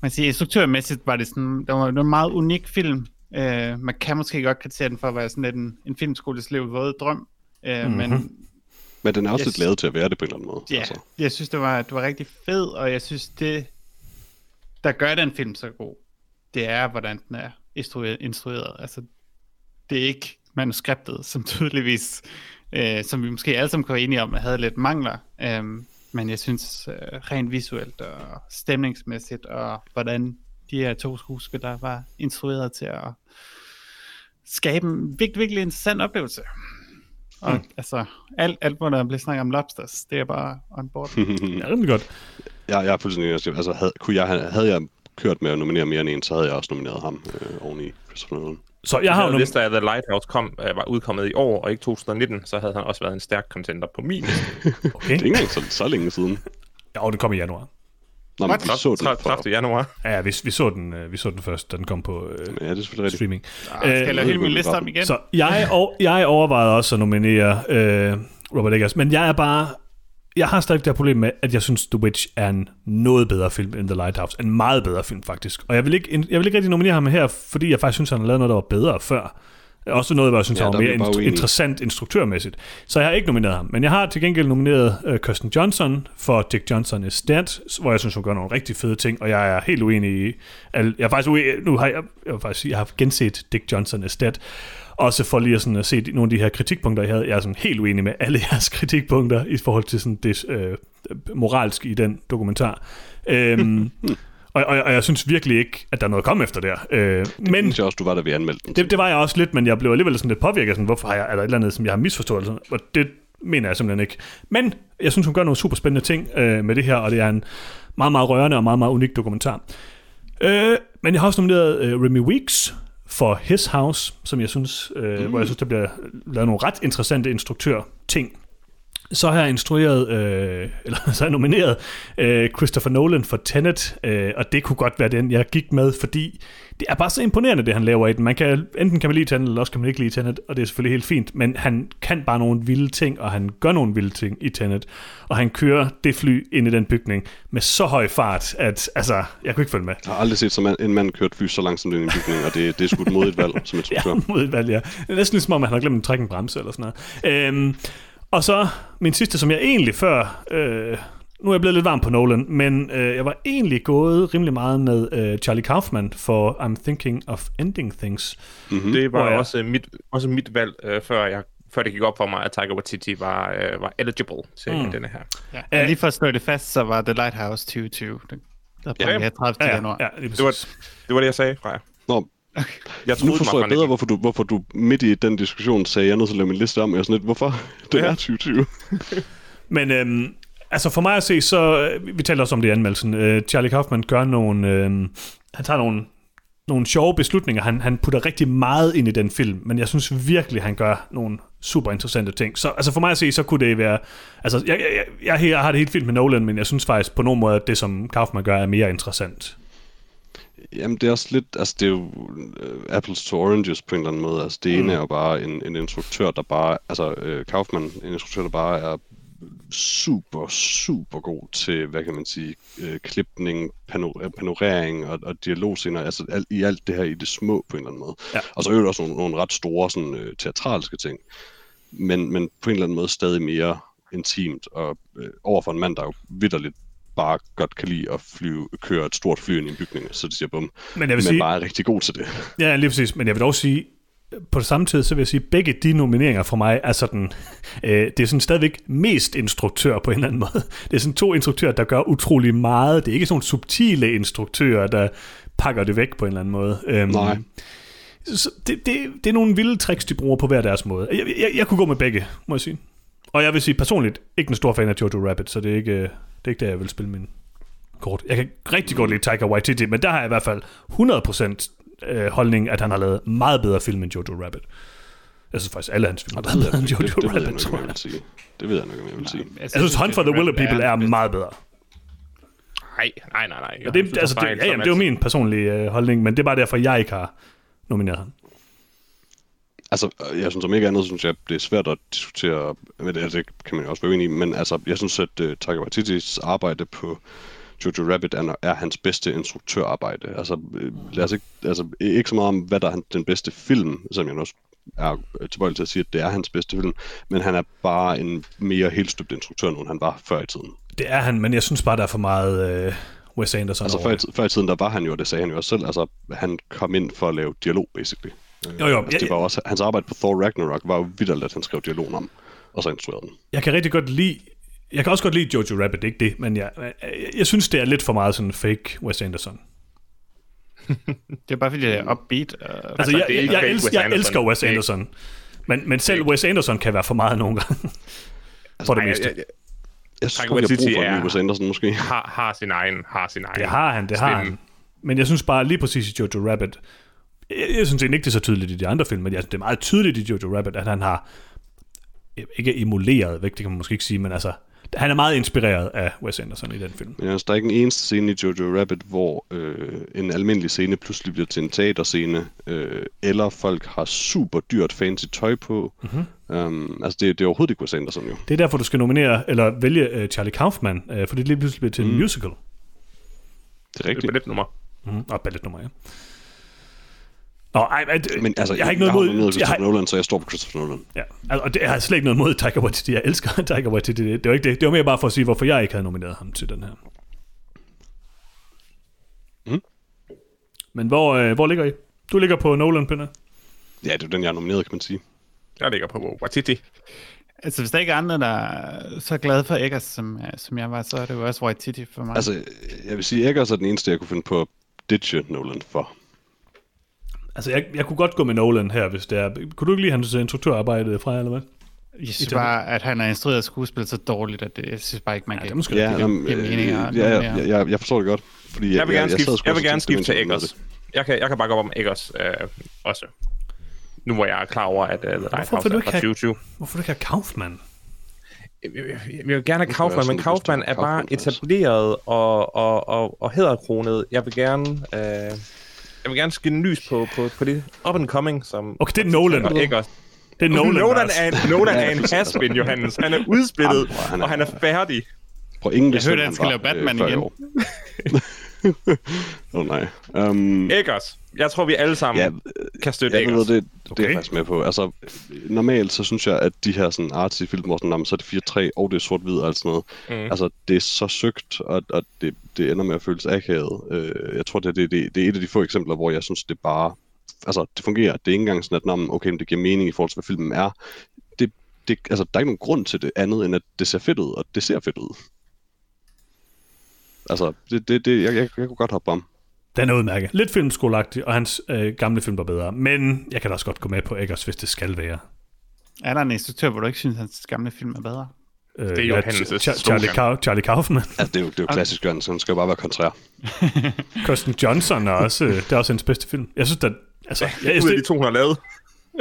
Man siger, instruktørmæssigt var det sådan, det var, det var en meget unik film. Øh, man kan måske godt kritisere den for at være sådan lidt en, en filmskoles liv våde drøm, øh, mm-hmm. men Men den er også Yes. yes. lidt lavet til at være det på en eller anden måde. Ja, Altså. altså. jeg synes, det var, det var rigtig fed, og jeg synes, det, der gør den film så god, det er, hvordan den er instrueret. instrueret. Altså, det er ikke manuskriptet, som tydeligvis, øh, som vi måske alle sammen kan være enige om, havde lidt mangler. Øhm, men jeg synes, øh, rent visuelt og stemningsmæssigt, og hvordan de her to skuespillere var instrueret til at skabe en virkelig, virkelig interessant oplevelse. Og mm. altså, alt, alt, hvor der bliver snakket om lobsters, det er bare on board. Mhm. Ja, rimelig godt. Jeg, jeg er fuldstændig enig. Altså, havde, kunne jeg, have- havde jeg kørt med at nominere mere end en, så havde jeg også nomineret ham øh, oveni Christopher Nolan. Så jeg har jo Havde nom- Lister af The Lighthouse kom, øh, var udkommet i år, og ikke 2019, så havde han også været en stærk contender på min. okay. Det er ikke engang så, så længe siden. Jo, det kom i januar. Nå, men vi så den Tre- for... 30. januar. Ja, ja, vi, vi, så den, øh, vi så den først, da den kom på øh, Ja, det er selvfølgelig rigtigt. streaming. Ah, Skal jeg lave hele min liste om igen? Øh, Så jeg, og, jeg overvejede også at nominere øh, Robert Eggers, men jeg er bare... Jeg har stadig det her problem med, at jeg synes, The Witch er en noget bedre film end The Lighthouse. En meget bedre film, faktisk. Og jeg vil ikke, jeg vil ikke rigtig nominere ham her, fordi jeg faktisk synes, han har lavet noget, der var bedre før. Også noget, hvor jeg synes, Ja, ja, han var der er mere vi bare inst- uenige. interessant instruktørmæssigt. Så jeg har ikke nomineret ham. Men jeg har til gengæld nomineret øh, Kirsten Johnson for Dick Johnson is Dead, hvor jeg synes, hun gør nogle rigtig fede ting, og jeg er helt uenig i... Al, jeg er faktisk uenig, nu har jeg, jeg vil faktisk sige, jeg har genset Dick Johnson is Dead, også for lige at, sådan, at se de- nogle af de her kritikpunkter, jeg havde. Jeg er sådan helt uenig med alle jeres kritikpunkter i forhold til sådan det øh, moralsk i den dokumentar. Øhm, og, og, og jeg synes virkelig ikke, at der er noget at komme efter der. Øh, Men... men Jeg synes også, du var der ved anmeldte den. det, det var jeg også lidt, men jeg blev alligevel sådan lidt påvirket. af Sådan, hvorfor har jeg, er der et eller andet, som jeg har misforstået? eller sådan noget? Og det mener jeg simpelthen ikke. Men jeg synes, hun gør nogle super spændende ting øh, med det her, og det er en meget, meget rørende og meget, meget unik dokumentar. Øh, men jeg har også nomineret øh, Remy Weeks for His House, som jeg synes, øh, mm. hvor jeg synes, der bliver lavet nogle ret interessante instruktør-ting så har jeg instrueret, øh, eller så har jeg nomineret øh, Christopher Nolan for Tenet, øh, og det kunne godt være den, jeg gik med, fordi det er bare så imponerende, det han laver i den. Man kan, enten kan man lide Tenet, eller også kan man ikke lide Tenet, og det er selvfølgelig helt fint, men han kan bare nogle vilde ting, og han gør nogle vilde ting i Tenet, og han kører det fly ind i den bygning med så høj fart, at altså, jeg kunne ikke følge med. Jeg har aldrig set som en mand kørt fly så langsomt ind i en bygning, og det, det er sgu et modigt valg som instruktør. Ja, mod et valg, ja. Det er næsten ligesom om, at han har glemt at trække en bremse eller sådan noget. Øhm, og så min sidste, som jeg egentlig før... Øh, nu er jeg blevet lidt varm på Nolan, men øh, jeg var egentlig gået rimelig meget med øh, Charlie Kaufman for I'm Thinking of Ending Things. Mhm. Mm-hmm. Det var Hvor jeg- også, mit, også mit valg, øh, før, jeg, før det gik op for mig, at Taika Waititi var, øh, var eligible til mm. denne her. Ja. øh, og Lige for at slå det fast, så var The Lighthouse 2020. Den, der ja, jamen. jeg 30. Ja, januar. ja, lige Det var, præcis. det var det, jeg sagde, Freja. Nå, Jeg Altså, nu troede, den forstår var jeg fra bedre, hvorfor du, hvorfor du midt i den diskussion sagde, jeg er nødt til at lave min liste om. Jeg er sådan lidt, hvorfor? Det er 2020. Men øhm, altså for mig at se, så... øh, Vi talte også om det i anmeldelsen. Øh, Charlie Kaufman gør nogle... øhm, han tager nogle nogle sjove beslutninger. Han, han putter rigtig meget ind i den film, men jeg synes virkelig, han gør nogle super interessante ting. Så altså for mig at se, så kunne det være... Altså, jeg, jeg, jeg, jeg har det helt fint med Nolan, men jeg synes faktisk på nogen måde, at det, som Kaufman gør, er mere interessant. Jamen, det er også lidt, altså det er jo øh, apples to oranges på en eller anden måde. Altså det mm. ene er jo bare en, en instruktør, der bare, altså øh, Kaufmann, en instruktør, der bare er super, super god til, hvad kan man sige, øh, klipning, pano- øh, panorering og, og dialogscener, altså al, i alt det her i det små på en eller anden måde. Ja. Og så øvrigt også nogle, nogle ret store sådan, øh, teatralske ting, men, men på en eller anden måde stadig mere intimt, og øh, over for en mand, der jo vidderligt bare godt kan lide at flyve, køre et stort fly ind i en bygning, så det siger bum. Men jeg vil men sige- bare er rigtig god til det. Ja, lige præcis. Men jeg vil dog sige, på samme tid, så vil jeg sige, at begge de nomineringer for mig er sådan, øh, det er sådan stadigvæk mest instruktør på en eller anden måde. Det er sådan to instruktører, der gør utrolig meget. Det er ikke sådan nogle subtile instruktører, der pakker det væk på en eller anden måde. Øhm, Nej. Så det, det, det er nogle vilde tricks, de bruger på hver deres måde. Jeg, jeg, jeg kunne gå med begge, må jeg sige. Og jeg vil sige personligt, ikke en stor fan af Jojo Rabbit, så det er ikke, øh, det er ikke der, jeg vil spille min kort. Jeg kan rigtig godt lide Taika Waititi, men der har jeg i hvert fald 100% øh, holdning, at han har lavet meget bedre film end Jojo Rabbit. Jeg synes faktisk, alle hans film er meget bedre end Det, det, Jojo ved jeg Rabbit, nok, ikke, tror om jeg jeg. vil sige. Det ved jeg nok, om jeg vil sige. Jeg synes, Hunt for the Willow People er meget bedre. Nej, nej, nej, nej. Og det, altså, det, ja, jamen, det er jo min personlige øh, holdning, men det er bare derfor, jeg ikke har nomineret ham. Altså, øh, jeg synes om ikke andet, synes jeg, det er svært at diskutere, men det, altså, det kan man jo også være uenig i, men altså, jeg synes, at uh, Taika Waititis arbejde på Jojo Rabbit er, er hans bedste instruktørarbejde. Altså, øh, lad os ikke, altså, ikke så meget om, hvad der er han- den bedste film, som jeg også er øh, tilbøjelig til at sige, at det er hans bedste film, men han er bare en mere helstøbt instruktør, end han var før i tiden. Det er han, men jeg synes bare, der er for meget øh, Wes Anderson Altså, over før i, det. ti- før i tiden, der var han jo, og det sagde han jo også selv, altså, han kom ind for at lave dialog, basically. Jo, jo, Altså, jeg, det var jo også, hans arbejde på Thor Ragnarok var jo vidderligt, at han skrev dialogen om, og så instruerede den. jeg kan rigtig godt lide... Jeg kan også godt lide Jojo Rabbit, ikke det, men jeg, jeg, jeg synes, det er lidt for meget sådan fake Wes Anderson. Altså, Det er bare fordi, det er upbeat. Og... Altså, jeg, det er jeg, ikke jeg, fake elsker, Wes jeg Anderson. elsker Wes Det er ikke- Anderson, men, men selv Wes Anderson kan være for meget nogle gange. Altså, For det meste. Jeg synes, Taika vi har brug Waititi for en er- ny Wes Anderson, måske. Har, har sin egen, har sin egen. Det har han, det har han. Men jeg synes bare lige præcis i Jojo Rabbit, jeg, jeg synes egentlig ikke, det er så tydeligt i de andre film, men jeg synes, det er meget tydeligt i Jojo Rabbit, at han har ikke emuleret, væk, det kan man måske ikke sige, men altså, han er meget inspireret af Wes Anderson i den film. Ja, altså, der er ikke en eneste scene i Jojo Rabbit, hvor øh, en almindelig scene pludselig bliver til en teaterscene, øh, eller folk har super dyrt fancy tøj på. Mhm. Mm-hmm. Um, altså, det, det er overhovedet ikke Wes Anderson, jo. Det er derfor, du skal nominere, eller vælge uh, Charlie Kaufman, uh, for det lige pludselig bliver til mm. en musical. Det er Det er rigtigt. lidt nummer. Mm. Og balletnummer, ja. Nå, ej, ej, Men altså, jeg har ikke noget jeg har mod... Jeg Christopher har, Nolan, så jeg står på Christopher Nolan. ja, altså, og det, jeg har slet ikke noget mod Taika Waititi. Jeg elsker Taika Waititi. Det, det var ikke det. Det var mere bare for at sige, hvorfor jeg ikke havde nomineret ham til den her. Mhm. Men hvor, øh, hvor ligger I? Du ligger på Nolan, Pinder. Ja, det er jo den, jeg har nomineret, kan man sige. Jeg ligger på Watiti. Altså, hvis der ikke er andre, der er så glade for Eggers, som, øh, som jeg var, så er det jo også Waititi for mig. Altså, jeg vil sige, Eggers er den eneste, jeg kunne finde på at ditche Nolan for. Altså, jeg, jeg kunne godt gå med Nolan her, hvis det er... Kunne du ikke lide hans øh, instruktørarbejde fra, eller hvad? jeg i synes Danmark. bare, at han har instrueret skuespil så dårligt, at det, jeg synes bare ikke, man Ja, det er kan... måske Ja, rigtigt. jamen, giver øh, mening, og ja, noget ja, mere. ja, jeg forstår det godt. Fordi Jeg vil gerne sad skifte, sgu jeg vil også gerne og tænkte, skifte til det var en Eggers. ting, Jeg kan, jeg kan bakke op om Eggers øh, også. Nu hvor jeg er klar over, at uh, The Lighthouse vil du er ikke fra have- 2020. Hvorfor du ikke have Kaufman? Jeg, jeg, jeg vil gerne have jeg Kaufmann, sådan, men hvis Kaufmann det er er bare Kaufmann også. etableret og, og, og, og hedderkronet. Jeg vil gerne... Øh, jeg vil gerne skinne lys på, på, på det up and coming, som... Okay, det er Nolan. Og Eggers. Det er Nolan, Nolan, Nolan, Mads. er, en- Nolan Ja, er en præcis. has-been, Johannes. Han er udspillet, Jamen, bror, han er- og han er færdig. altså. Prøv ingen, hvis hørte, hvem han skal var, øh, lave Batman før i igen. år. Åh oh, nej. Um, Eggers. Jeg tror, vi alle sammen ja, ja, kan støtte jeg ved, Eggers. det, det okay. Okay. er jeg faktisk med på. Altså, normalt så synes jeg, at de her sådan artsy film, hvor sådan, "Nå, men så er det 4-3, og det er sort-hvid og alt sådan noget. Mm. Altså, det er så søgt, og, og det, det ender med at føles akavet. Øh, jeg tror, det, det, det, det er et af de få eksempler, hvor jeg synes, det bare... Altså, det fungerer. Det er ikke engang sådan, at "Nå, men okay, men det giver mening i forhold til, hvad filmen er. Det, det, altså, der er ikke nogen grund til det andet, end at det ser fedt ud, og det ser fedt ud. Altså, det, det, det, jeg, jeg, jeg kunne godt hoppe om. Den er udmærket. Lidt filmskoleagtig, og hans øh, gamle film var bedre. Men jeg kan da også godt gå med på Eggers, hvis det skal være. Er der en instruktør, hvor du ikke synes, hans gamle film er bedre? Øh, er ja, Johannes' Ch- Charlie, Ka- Charlie Kaufman. Altså, det er jo, det er jo klassisk, Jørgen, så han skal jo bare være kontrær. Kirsten Johnson er også, øh, det er også hendes bedste film. Jeg synes, der, altså, jeg, jeg, Ud af de synes, to, hun har lavet.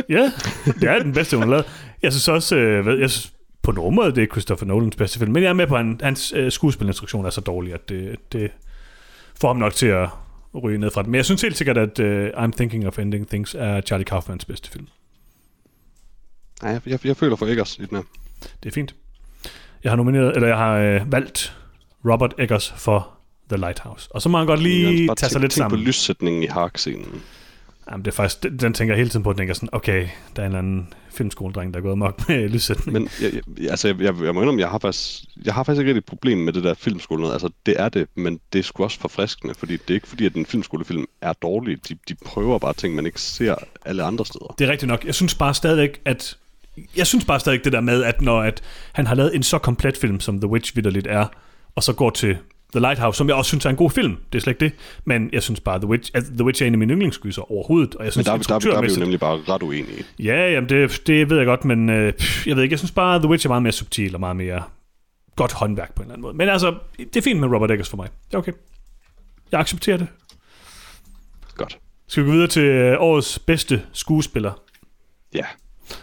ja, det er den bedste, hun har lavet. Jeg synes også, øh, hvad- jeg synes, på nogle måder, det er Christopher Nolans bedste film, men jeg er med på, at han, hans øh, skuespilinstruktion er så dårlig, at det, det får ham nok til at ryge ned fra den. Men jeg synes helt sikkert, at uh, I'm Thinking of Ending Things er Charlie Kaufmans bedste film. Nej, jeg, jeg, jeg føler for Eggers i den her. Det er fint. Jeg har nomineret, eller jeg har øh, valgt Robert Eggers for The Lighthouse. Og så må han godt lige Bare tage sig tænk- lidt tænk sammen. på lyssætningen i harkscenen. Jamen, det er faktisk, den, den tænker jeg hele tiden på, den tænker sådan, okay, der er en eller anden filmskoledreng, der er gået mok med lyssætning. Men jeg, jeg, altså, jeg, jeg, jeg må indrømme, jeg har faktisk, jeg har faktisk ikke rigtig et problem med det der filmskole. noget. Altså, det er det, men det er sgu også forfriskende, fordi det er ikke fordi, at en filmskolefilm er dårlig. De, de prøver bare ting, man ikke ser alle andre steder. Det er rigtigt nok. Jeg synes bare stadigvæk, at jeg synes bare stadig det der med, at når at han har lavet en så komplet film, som The Witch vidderligt er, og så går til The Lighthouse, som jeg også synes er en god film, det er slet ikke det, men jeg synes bare, The Witch, at The Witch er en af mine yndlingsgyser overhovedet, og jeg Men synes, der, er vi- der, der, der er vi jo instruktørmæssigt- nemlig bare ret uenige. Ja, jamen det, det ved jeg godt, men øh, pff, jeg ved ikke, jeg synes bare, at The Witch er meget mere subtil og meget mere godt håndværk på en eller anden måde. Men altså, det er fint med Robert Eggers for mig. Det er okay. Jeg accepterer det. Godt. Skal vi gå videre til øh, årets bedste skuespiller? Ja,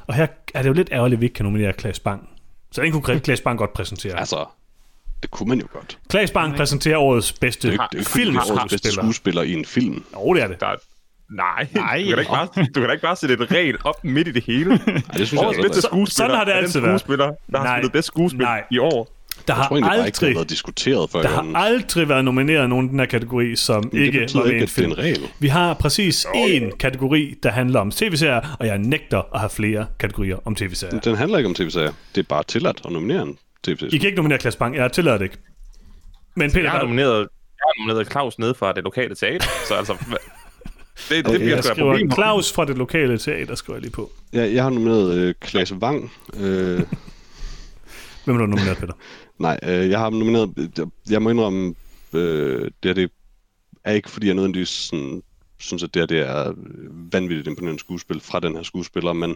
Og her er det jo lidt ærgerligt, at vi ikke kan nominere Klaas Bang. Så den kunne Klaas Bang godt præsentere. Altså, altså, det kunne man jo godt. Klaas Bang præsenterer årets bedste Det er jo ikke, det er jo ikke fordi, det er årets bedste filmskuespiller. skuespiller i en film. Jo, det er det. Der er... Nej, Nej, Nej du, kan da ikke bare, du kan da ikke bare sætte et regel op midt i det hele. Ej, det synes Årets bedste jeg, altså, skuespiller sådan har det er den altid været. skuespiller, der har Nej. spillet bedst skuespil Nej. i år. Der jeg har tror egentlig bare ikke, det har aldrig, været diskuteret før. der har aldrig været nomineret nogen i den her kategori, som Øhm. det ikke betyder var med i ikke, en at det er film. en regel. Vi har præcis én kategori, der handler om tv-serier, og jeg nægter at have flere kategorier om tv-serier. Den handler ikke om tv-serier. Det er bare tilladt at nominere en tv-serie. I kan ikke nominere Klaas Bang, jeg tillader det ikke. Altså, Men Peter, Jeg har der, nomineret, jeg har nomineret Claus nede fra det lokale teater, så altså... hva- Det, det bliver jeg sgu da et problem. skriver Claus fra det lokale teater, skriver jeg lige på. Ja, jeg har nomineret øh, Klaas Wang. Øh, Hvem har du nomineret, Peter? nej, øh, jeg har nomineret... Jeg må indrømme, øh, det her det er ikke, fordi jeg nødvendigvis sådan, synes, at det her det er øh, vanvittigt imponerende skuespil fra den her skuespiller, men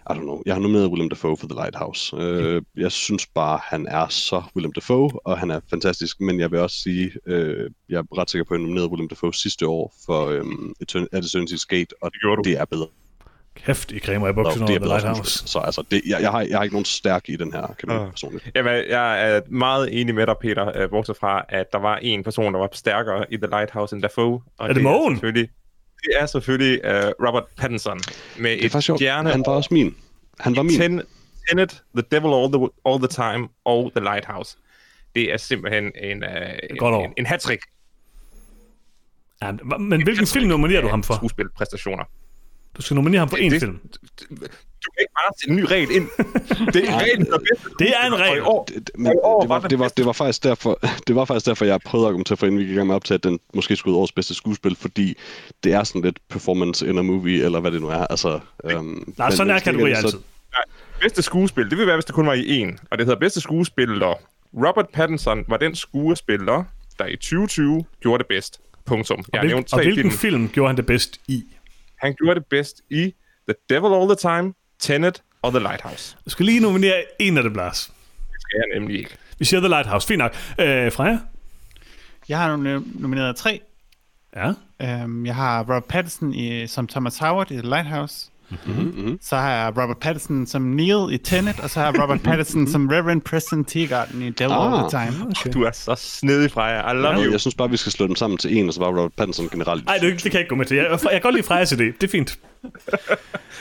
I don't know. Jeg har nomineret Willem Dafoe for The Lighthouse. Øh, jeg synes bare, han er så Willem Dafoe, og han er fantastisk, men jeg vil også sige, øh, jeg er ret sikker på, at jeg nominerede Willem Dafoe sidste år for øh, Etern- At Eternity's Gate, og gjorde du. det er bedre Kæft, I cremer i Nå, bukserne det over er The bedre Lighthouse. skuespil. Så altså, det, jeg, jeg, har, jeg har ikke nogen stærk i den her, kan man Ah. personligt. Jamen, jeg er meget enig med dig, Peter, øh, bortset fra, at der var en person, der var stærkere i The Lighthouse end Dafoe. Og Er det Mogen? selvfølgelig, det er selvfølgelig uh, Robert Pattinson med Det er et faktisk sjovt. stjerne Han var også min. Han var min. Ten, Tenet, The Devil All the, all the Time og The Lighthouse. Det er simpelthen en, uh, Godt en, år. en, en hat-trick Ja, men- men hvilken film nominerer du ham for? skuespilpræstationer. Du skal nominere ham for én det- film. Du kan ikke bare sætte en ny regel ind. Det er en regel, der er bedst. Det er en Og i regel. år- Det, det- og men i det, år var, det, var, bedste det var faktisk derfor, det var faktisk derfor, jeg prøvede at argumentere for, inden vi gik i gang med op til, at den måske skulle ud årets bedste skuespil, fordi det er sådan lidt performance in a movie, eller hvad det nu er. Altså, øhm, Nej, men sådan er hvis det ikke kategori det, så- altid. Nej, bedste skuespil, det ville være, hvis det kun var i en. Og det hedder bedste skuespiller. Robert Pattinson var den skuespiller, der i 2020 gjorde det bedst. Punktum. Jeg har Hvil, nævnt og tre hvilken film. film gjorde han det bedst i? Han gjorde det bedst i The Devil All The Time, Tenet og The Lighthouse. Du skal lige nominere en af det blas. Det skal jeg nemlig ikke. Vi siger The Lighthouse. Fint nok. Øh, Freja? Jeg har nom- nomineret tre. Ja? Øhm, jeg har Robert Pattinson i, som Thomas Howard i The Lighthouse. Mm-hmm. Så har jeg Robert Pattinson som Neil i Tenet, og så har jeg Robert Pattinson som Reverend Preston Teagarden i Devil ah. All The Mm-hmm. Ah. Time. Okay. Du er så snedig, Freja. I love Jeg, you. jeg synes bare, vi skal slå dem sammen til en, og så var Robert Pattinson generelt. Nej, det, det kan jeg ikke gå med til. Jeg, jeg kan godt lide Frejas idé. Det er fint.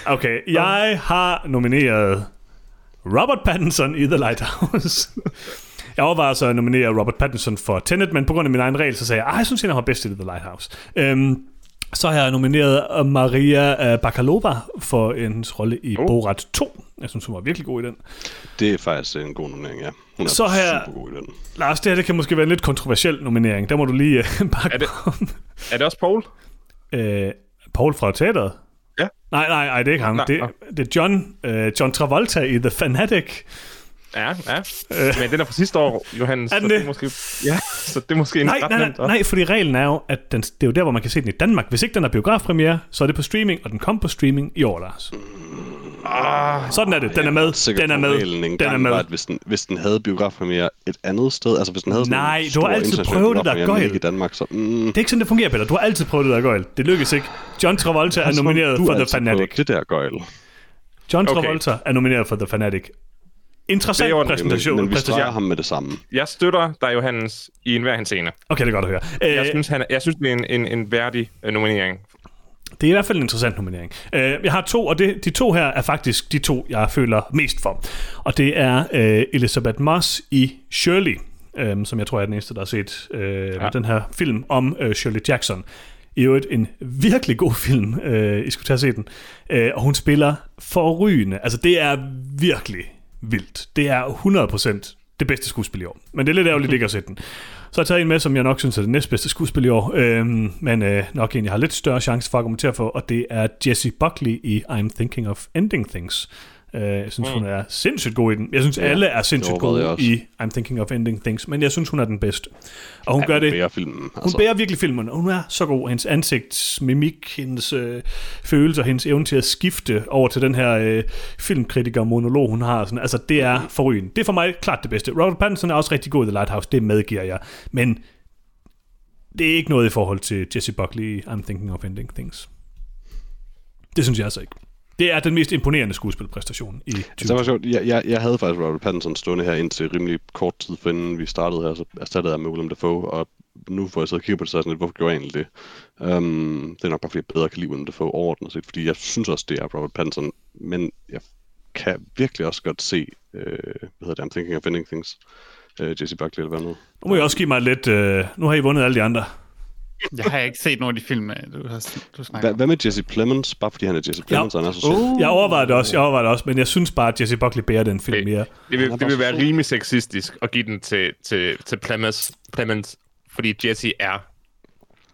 Okay, jeg har nomineret Robert Pattinson i The Lighthouse. Jeg overvejede så at nominere Robert Pattinson for Tenet, men på grund af min egen regel, så sagde jeg, at jeg synes, han var bedst i The Lighthouse. Øhm, så har jeg nomineret øh, Maria øh, Bakalova for hendes rolle i oh. Borat 2. Jeg synes, hun var virkelig god i den. det er faktisk en god nominering, ja. Hun er Så har jeg- super god i den. Lars, det her det kan måske være en lidt kontroversiel nominering. Der må du lige øh, bakke Er det- om. Er det også Paul? Øh, Paul fra teateret? Ja. Nej, nej, nej, det er ikke ham. Nej, det, nå. det er John, øh, John Travolta i The Fanatic. Ja, ja. Men den er fra sidste år, Johannes. Er den så det? er måske... Ja, så det er måske en Nej, ret nej, nej, nemt at- nej, fordi reglen er jo, at den, det er jo der, hvor man kan se den i Danmark. Hvis ikke den er biografpremiere, så er det på streaming, og den kom på streaming i år, Lars. Ah, Sådan er det. Den er med. Sikkert Den er reglen med. engang Den er med. Var, at hvis, den, hvis den havde biografpremiere et andet sted, altså hvis den havde sådan en Nej, du har stor altid international prøvet det der biografpremiere, men gøjl. ikke i Danmark, så mm, Det er ikke sådan, det fungerer, Peter. Du har altid prøvet det der gøjl. Det lykkes ikke. John Travolta er som om nomineret altså, du for The altid prøver Fanatic. Det der gøjl. John Okay. Travolta er nomineret for The Fanatic. Interessant Det er ordentligt, præsentation. men vi præstation. streger ham med det samme. Jeg støtter dig, Johannes, i enhver hans scene. Okay, det er godt at høre. Jeg Øh, synes, han, er- jeg synes, det er en, en, en værdig øh, nominering. Det er i hvert fald en interessant nominering. Øh, jeg har to, og det, de to her er faktisk de to, jeg føler mest for. Og det er øh, Elizabeth Moss i Shirley, øh, som jeg tror jeg er den eneste, der har set øh, ja. den her film om øh, Shirley Jackson. I øvrigt en virkelig god film, øh, I skulle tage og se den. Øh, og hun spiller forrygende. Altså det er virkelig vildt. Det er 100% det bedste skuespil i år. Men det er lidt ærgerligt ikke at se den. Så har jeg taget en med, som jeg nok synes er det næstbedste skuespil i år, øhm, men øh, nok en, jeg har lidt større chance for at kommentere for, og det er Jessie Buckley i I'm Thinking of Ending Things. Øh, jeg synes, mm. hun er sindssygt god i den. Jeg synes, ja, alle er sindssygt overvejede jeg gode også. i I'm Thinking of Ending Things, men jeg synes, hun er den bedste. Og hun ja, gør det Bærer filmen. altså. hun bærer virkelig filmen, og hun er så god. Hendes ansigtsmimik, hendes øh, følelser, hendes evne til at skifte over til den her øh, filmkritiker-monolog, hun har. Sådan, altså, det er forrygende. Det er for mig klart det bedste. Robert Pattinson er også rigtig god i The Lighthouse, det medgiver jeg. Men det er ikke noget i forhold til Jesse Buckley i I'm Thinking of Ending Things. Det synes jeg altså ikke. Det er den mest imponerende skuespilpræstation i 20. Det var sjovt. Jeg, jeg, jeg havde faktisk Robert Pattinson stående her indtil rimelig kort tid, for inden vi startede her, så erstattede jeg med Willem Dafoe, og nu får jeg så kigge på det, så er jeg sådan lidt, hvorfor gjorde jeg egentlig det? Um, det er nok bare, fordi jeg bedre kan lide Willem Dafoe overordnet set, fordi jeg synes også, det er Robert Pattinson, men jeg kan virkelig også godt se, øh, hvad hedder det, I'm Thinking of Ending Things, øh, Jesse Buckley eller hvad nu. Nu må jeg også give mig lidt... Øh, nu har I vundet alle de andre. Jeg har ikke set nogen af de film, øh, du, har, du snakker Hva, om. hvad med Jesse Plemons? Bare fordi han er Jesse Plemons, og han er så sød. Oh. Uh. Jeg overvejede det også, jeg overvejede det også, men jeg synes bare, at Jesse Buckley bærer den film mere. Det vil, det vil være rimelig sexistisk at give den til, til, til Plemons, Plemons, fordi Jesse er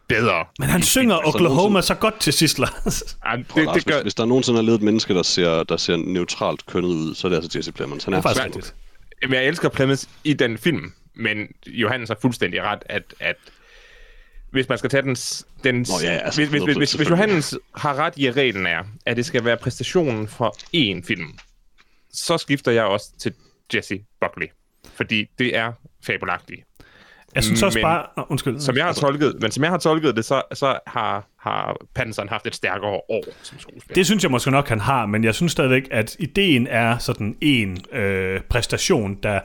bedre. Men han synger Oklahoma så godt til Sisler. Ej, det, Det, det gør, hvis der nogensinde har levet et menneske, der ser, der ser neutralt kønnet ud, så er det altså Jesse Plemons. Han er, faktisk så god. rigtigt. Jamen, jeg elsker Plemons i den film, men Johannes har fuldstændig ret, at, at hvis man skal tage den... s- den Nå, ja, altså, hvis, hvis, hvis, hvis, hvis selvfølgelig. Johannes har ret i, at reglen er, at det skal være præstationen for én film, så skifter jeg også til Jesse Buckley, fordi det er fabelagtigt. Jeg synes også Men- bare... Nå, undskyld. Som Altså- jeg har tolket, men som jeg har tolket det, så, så har, har Pattinson haft et stærkere år som skuespiller. Det synes jeg måske nok, han har, men jeg synes stadigvæk, at ideen er sådan en øh, præstation, der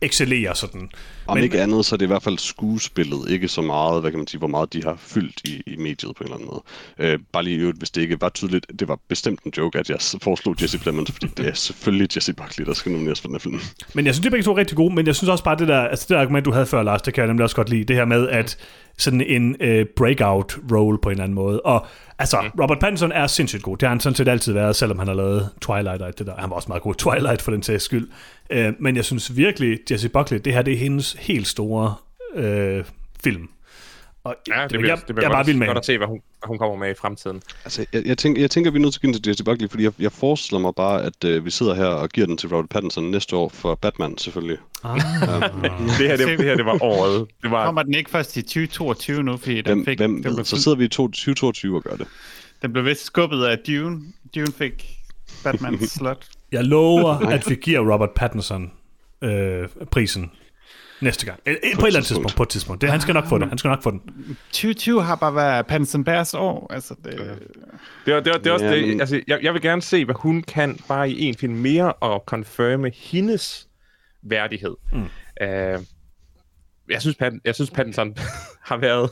excellerer sådan. Om Men- men, ikke andet, så er det i hvert fald skuespillet, ikke så meget, hvad kan man sige, hvor meget de har fyldt i, i mediet på en eller anden måde. Øh, bare lige i øvrigt, hvis det ikke var tydeligt, det var bestemt en joke, at jeg s- foreslog Jesse Plemons, fordi det er selvfølgelig Jesse Buckley, der skal nomineres for den her film. Men jeg synes, de er begge to er rigtig gode, men jeg synes også bare, det der, altså det der argument, du havde før, Lars, det kan jeg nemlig også godt lide. Det her med, at sådan en øh, breakout role på en eller anden måde. Og altså, mm. Robert Pattinson er sindssygt god. Det har han sådan set altid været, selvom han har lavet Twilight og alt det der. Han var også meget god i Twilight for den sags skyld. Øh, men jeg synes virkelig, Jesse Buckley, det her, det er hendes helt store øh, film. Og Ja, det, bliver, jeg, det bliver jeg er bare godt, vild med godt hende. at se, hvad hun, hvad hun kommer med i fremtiden. Altså, jeg, jeg, tænker, jeg tænker, vi er nødt til at give den til Jesse Buckley, fordi jeg, jeg forestiller mig bare, at øh, vi sidder her og giver den til Robert Pattinson næste år for Batman, selvfølgelig. Det her, det, det her, det var året. Det var, Kommer den ikke først i 2022 nu, fordi den, Hvem, fik, hvem, den, blev, så sidder vi i 2022 og gør det. den blev vist skubbet af Dune. Dune fik Mm-hmm. Batmans slot. Jeg lover, at vi giver Robert Pattinson øh, prisen næste gang. Eller, på, på et eller andet tidspunkt. tidspunkt. På et tidspunkt. Det, han skal nok få den. Han skal nok få den. 2020 har bare været Pattinson Bærs år. Altså, det, Det var, det var, det var også Ja, det. men- Altså, jeg, jeg vil gerne se, hvad hun kan bare i en film mere og confirme hendes værdighed. Mm. Uh, jeg synes, Pat, jeg synes Pattinson har været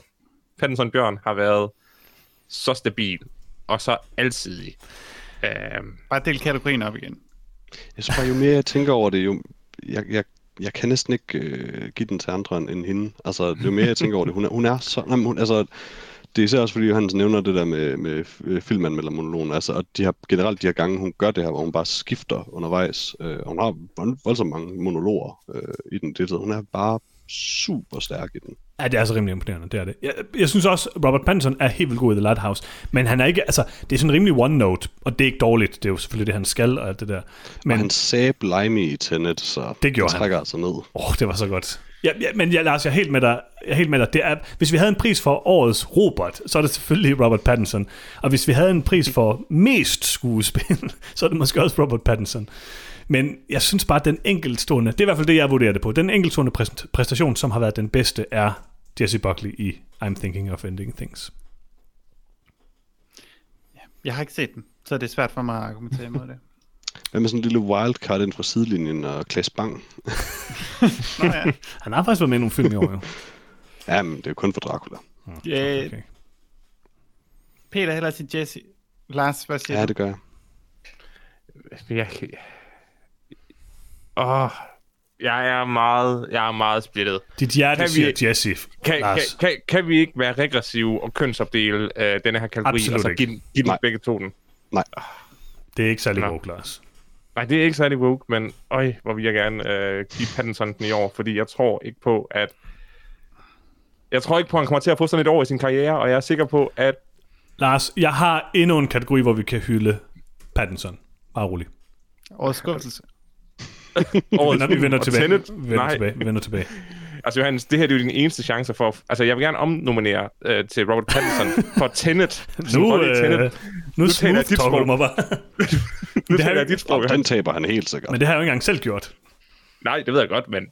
Pattinson Bjørn har været så stabil og så alsidig. Uh, bare del kategorien op igen. Jeg synes bare, jo mere jeg tænker over det, jo... Jeg, jeg, jeg kan næsten ikke øh, give den til andre end, end hende. Altså, jo mere jeg tænker over det, hun er, hun er så... Nej, men hun, altså, det er især også, fordi Johannes nævner det der med, med øh, filmanmeldermonologen. Altså, og de her, generelt de her gange, hun gør det her, hvor hun bare skifter undervejs. Øh, og hun har vold- voldsomt mange monologer øh, i den. Det, så hun er bare super stærk i den. Ja, det er altså rimelig imponerende, det er det. Jeg, jeg synes også, Robert Pattinson er helt vildt god i The Lighthouse, men han er ikke, altså, det er sådan rimelig one note, og det er ikke dårligt, det er jo selvfølgelig det, han skal og alt det der. Men... Men, Og han sagde Blimey i Tenet, så Det gjorde han han. trækker altså ned. åh, oh, det var så godt. Ja, ja, men ja, Lars, jeg er helt med dig. Jeg er helt med dig. Det er, hvis vi havde en pris for årets Robert, så er det selvfølgelig Robert Pattinson. Og hvis vi havde en pris for mest skuespil, så er det måske også Robert Pattinson. Men jeg synes bare, at den enkeltstående, det er i hvert fald det, jeg vurderer det på, den enkeltstående præst- præstation, som har været den bedste, er Jesse Buckley i I'm Thinking of Ending Things. Jeg har ikke set den, så det er svært for mig at kommentere imod det. Hvad med sådan en lille wildcard ind fra sidelinjen og Klaas Bang? Nå, ja. Han har faktisk været med i nogle film i år, jo. Jamen, det er jo kun for Dracula. Øh, Okay. Peter heller til Jesse. Lars, hvad siger Ja, du? det gør jeg. Jeg, kan- Åh, jeg er meget, jeg er meget splittet. Dit hjerte Kan vi... vi- siger Jesse. Kan, kan, Lars. kan, kan vi ikke være regressive og kønsopdele øh, denne her kategori, Absolut og så ikke. give, den- give dem Nej. begge to den? Det er ikke særlig Nå. god, Lars. Nej, det er ikke særlig woke, men øj, hvor vil jeg gerne øh, give Pattinson den i år, fordi jeg tror ikke på, at... Jeg tror ikke på, at han kommer til at få sådan et år i sin karriere, og jeg er sikker på, at... Lars, jeg har endnu en kategori, hvor vi kan hylde Pattinson. Bare rolig. Årets skuffelse. Året Vender, vi vender tilbage. Vender Nej, tilbage. Vender tilbage. altså Johannes, det her det er jo din eneste chance for... at- Altså, jeg vil gerne omnominere øh, til Robert Pattinson for Tenet. Som Nu, rolle i Tenet. øh, nu, nu taler smooth jeg dit talker du sprog. mig bare. nu det har taler jeg- jeg dit sprog, Og den Johannes. taber han helt sikkert. Men det har jeg jo ikke engang selv gjort. Nej, det ved jeg godt, men...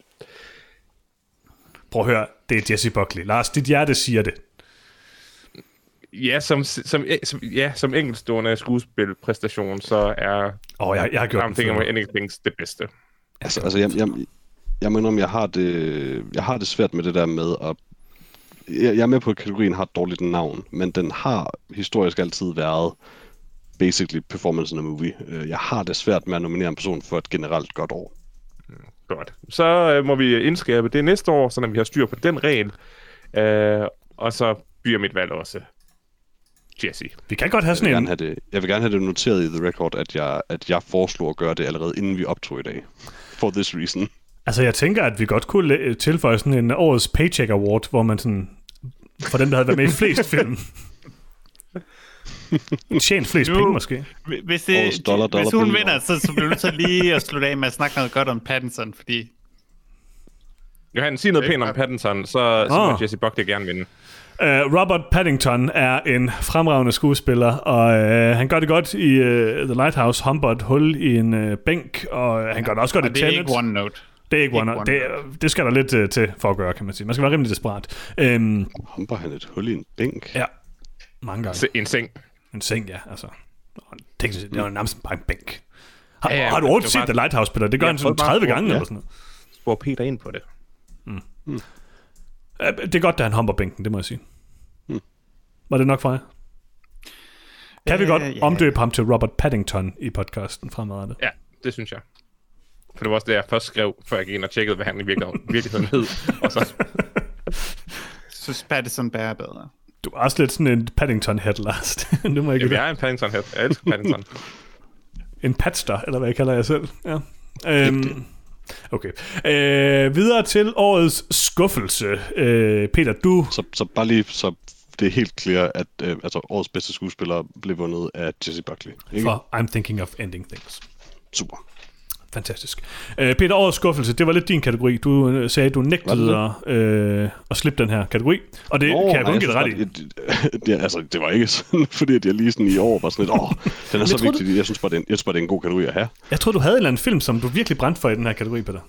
Prøv at høre, det er Jesse Buckley. Lars, dit hjerte siger det. Ja, som, som, som, ja, som enkeltstående skuespilpræstation, så er Åh, oh, jeg, jeg har gjort den Something før. of Anything's det bedste. Altså, altså jeg, jeg, jeg mener, om jeg har, det, jeg har det svært med det der med at... Jeg, jeg er med på, at kategorien har et dårligt navn, men den har historisk altid været basically performance in a movie. Øh, Jeg har det svært med at nominere en person for et generelt godt år. Godt. Så øh, må vi indskærpe det næste år, så vi har styr på den regel. Øh, og så bliver mit valg også Jesse. Vi kan godt have Jeg sådan en... vil, gerne have det, jeg vil gerne have det noteret i The Record, at jeg, at jeg foreslår at gøre det allerede inden vi optog i dag. For this reason. Altså, jeg tænker, at vi godt kunne la- tilføje sådan en årets Paycheck Award, hvor man sådan... For dem, der havde været med i flest film. Tjent flest Nu- penge, måske. Hvis, Årets det, dollar, dollar hvis hun billion. vinder, så, så bliver du så lige at slutte af med at snakke noget godt om Pattinson, fordi Johan, sig noget pænt om Pattinson, så, så må Ah. Jesse Buckley gerne vinde. Uh, Robert Paddington er en fremragende skuespiller, og uh, han gør det godt i uh, The Lighthouse. Han et hul i en uh, bænk, og han gør det også godt og i det er Tenet. ikke One Note. det er ikke ikke one, one. det, er- det skal der lidt uh, til for at gøre, kan man sige. Man skal være rimelig desperat. Um, Humper han et hul i en bænk? ja, mange gange. Se, en seng. En seng, ja, altså. Og en- Teknisk set, det var nærmest bare en bænk. Har, Ja, ja, har du det overhovedet var set bare- The Lighthouse, Peter? Det gør Jeg han sådan prøvede bare at 30 få- gange ja. eller sådan noget. Spor Peter ind på det. Ja, Øh, Det er godt, da han humper bænken, det må jeg sige. Hmm. Var det nok for jer? Kan vi Øh, godt ja. omdøbe ham til Robert Paddington i podcasten fremadrettet? Ja, det synes jeg. For det var også det, jeg først skrev, før jeg gik ind og tjekkede, hvad han i virkeligheden, virkeligheden hed. Og så, Jeg synes, Pattinson bærer bedre. Du er også lidt sådan en Paddington-hat, Lars. det må jeg jamen, ikke jeg er en pattinson hat. Jeg elsker Pattinson. En patster, eller hvad jeg kalder jeg selv. Ja. Øhm, okay. Øh, videre til årets skuffelse. Øh, Peter, du... Så, så bare lige, så det er helt clear, at øh, altså, årets bedste skuespiller blev vundet af Jesse Buckley. Ikke? For I'm thinking of ending things. Super. Fantastisk. Øh, Peter, årets skuffelse, det var lidt din kategori. Du øh, sagde, at du nægtede at, øh, at slippe den her kategori, og det oh, kan jeg kun give dig ret i. i. Det, altså, det var ikke sådan, fordi at jeg lige sådan i år var sådan lidt, åh, den er så tror du- vigtig, jeg synes bare, det er, en- jeg synes bare, det er en god kategori at have. Jeg tror, du havde en eller anden film, som du virkelig brændte for i den her kategori, Peter.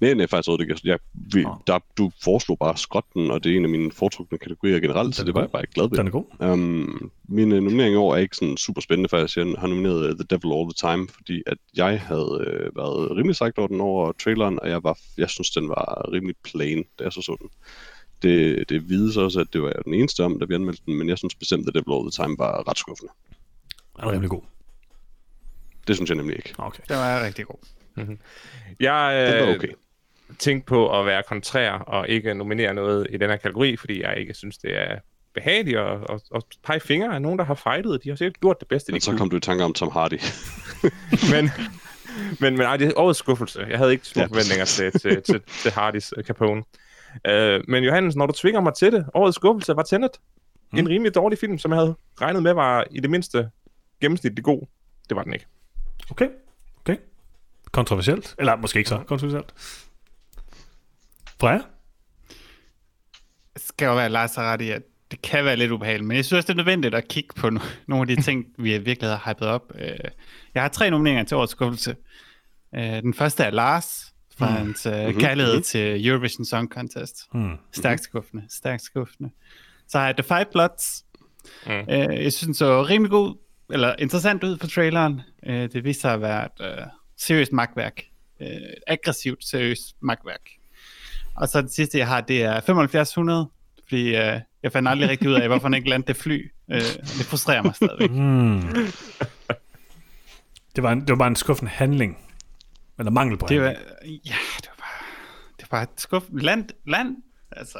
Nej, nej, faktisk overhovedet ikke. Jeg, vi, der, du foreslog bare skrotten, og det er en af mine foretrukne kategorier generelt, så det var jeg bare ikke glad ved. Den er god. Um, min øh, nominering i år er ikke sådan super spændende faktisk. Jeg har nomineret øh, The Devil All The Time, fordi at jeg havde øh, været rimelig sagt over den over traileren, og jeg, var, jeg synes, den var rimelig plain, da jeg så så den. Det, det vides også, at det var jeg den eneste om, da vi anmeldte den, men jeg synes bestemt, at The Devil All The Time var ret skuffende. Den er rimelig god. Det synes jeg nemlig ikke. Okay. Det var rigtig god. Jeg, Det var øh, okay. tænke på at være kontrær og ikke nominere noget i den her kategori, fordi jeg ikke synes, det er behageligt at, at, at pege fingre af nogen, der har fejlet. De har sikkert gjort det bedste, de Men så kunne. kom du i tanke om Tom Hardy. Men, men, men ej, det er årets skuffelse. Jeg havde ikke store Ja, ja, forventninger til, til, til, til Hardys øh, Capone. Øh, men Johannes, når du tvinger mig til det, årets skuffelse var Tenet. Mm. En rimelig dårlig film, som jeg havde regnet med var i det mindste gennemsnitligt god. Det var den ikke. Okay. Okay. Kontroversielt. Eller måske ikke så kontroversielt. Freja? Det skal jo være, at Lars har ret i, at det kan være lidt ubehageligt, men jeg synes også, det er nødvendigt at kigge på no- nogle af de ting, vi virkelig har hypet op. Øh, Jeg har tre nomineringer til årets skuffelse. Øh, Den første er Lars, for mm. hans øh, Mhm. kærlighed til Eurovision Song Contest. Hmm. Stærkt skuffende, stærkt skuffende. Så har jeg The Five Bloods. Mm. Øh, Jeg synes, den så rimelig god eller interessant ud på traileren. Øh, det viste sig at være et øh, seriøst magtværk. Øh, aggressivt, seriøst magtværk. Og så det sidste, jeg har, det er 7500, fordi øh, jeg fandt aldrig rigtig ud af, hvorfor han ikke landede det fly. Øh, det frustrerer mig stadigvæk. Det var, en, det var bare en skuffende handling. Eller mangel på Det handling. var, ja, det var bare, det var bare et skuff. Land, land, altså.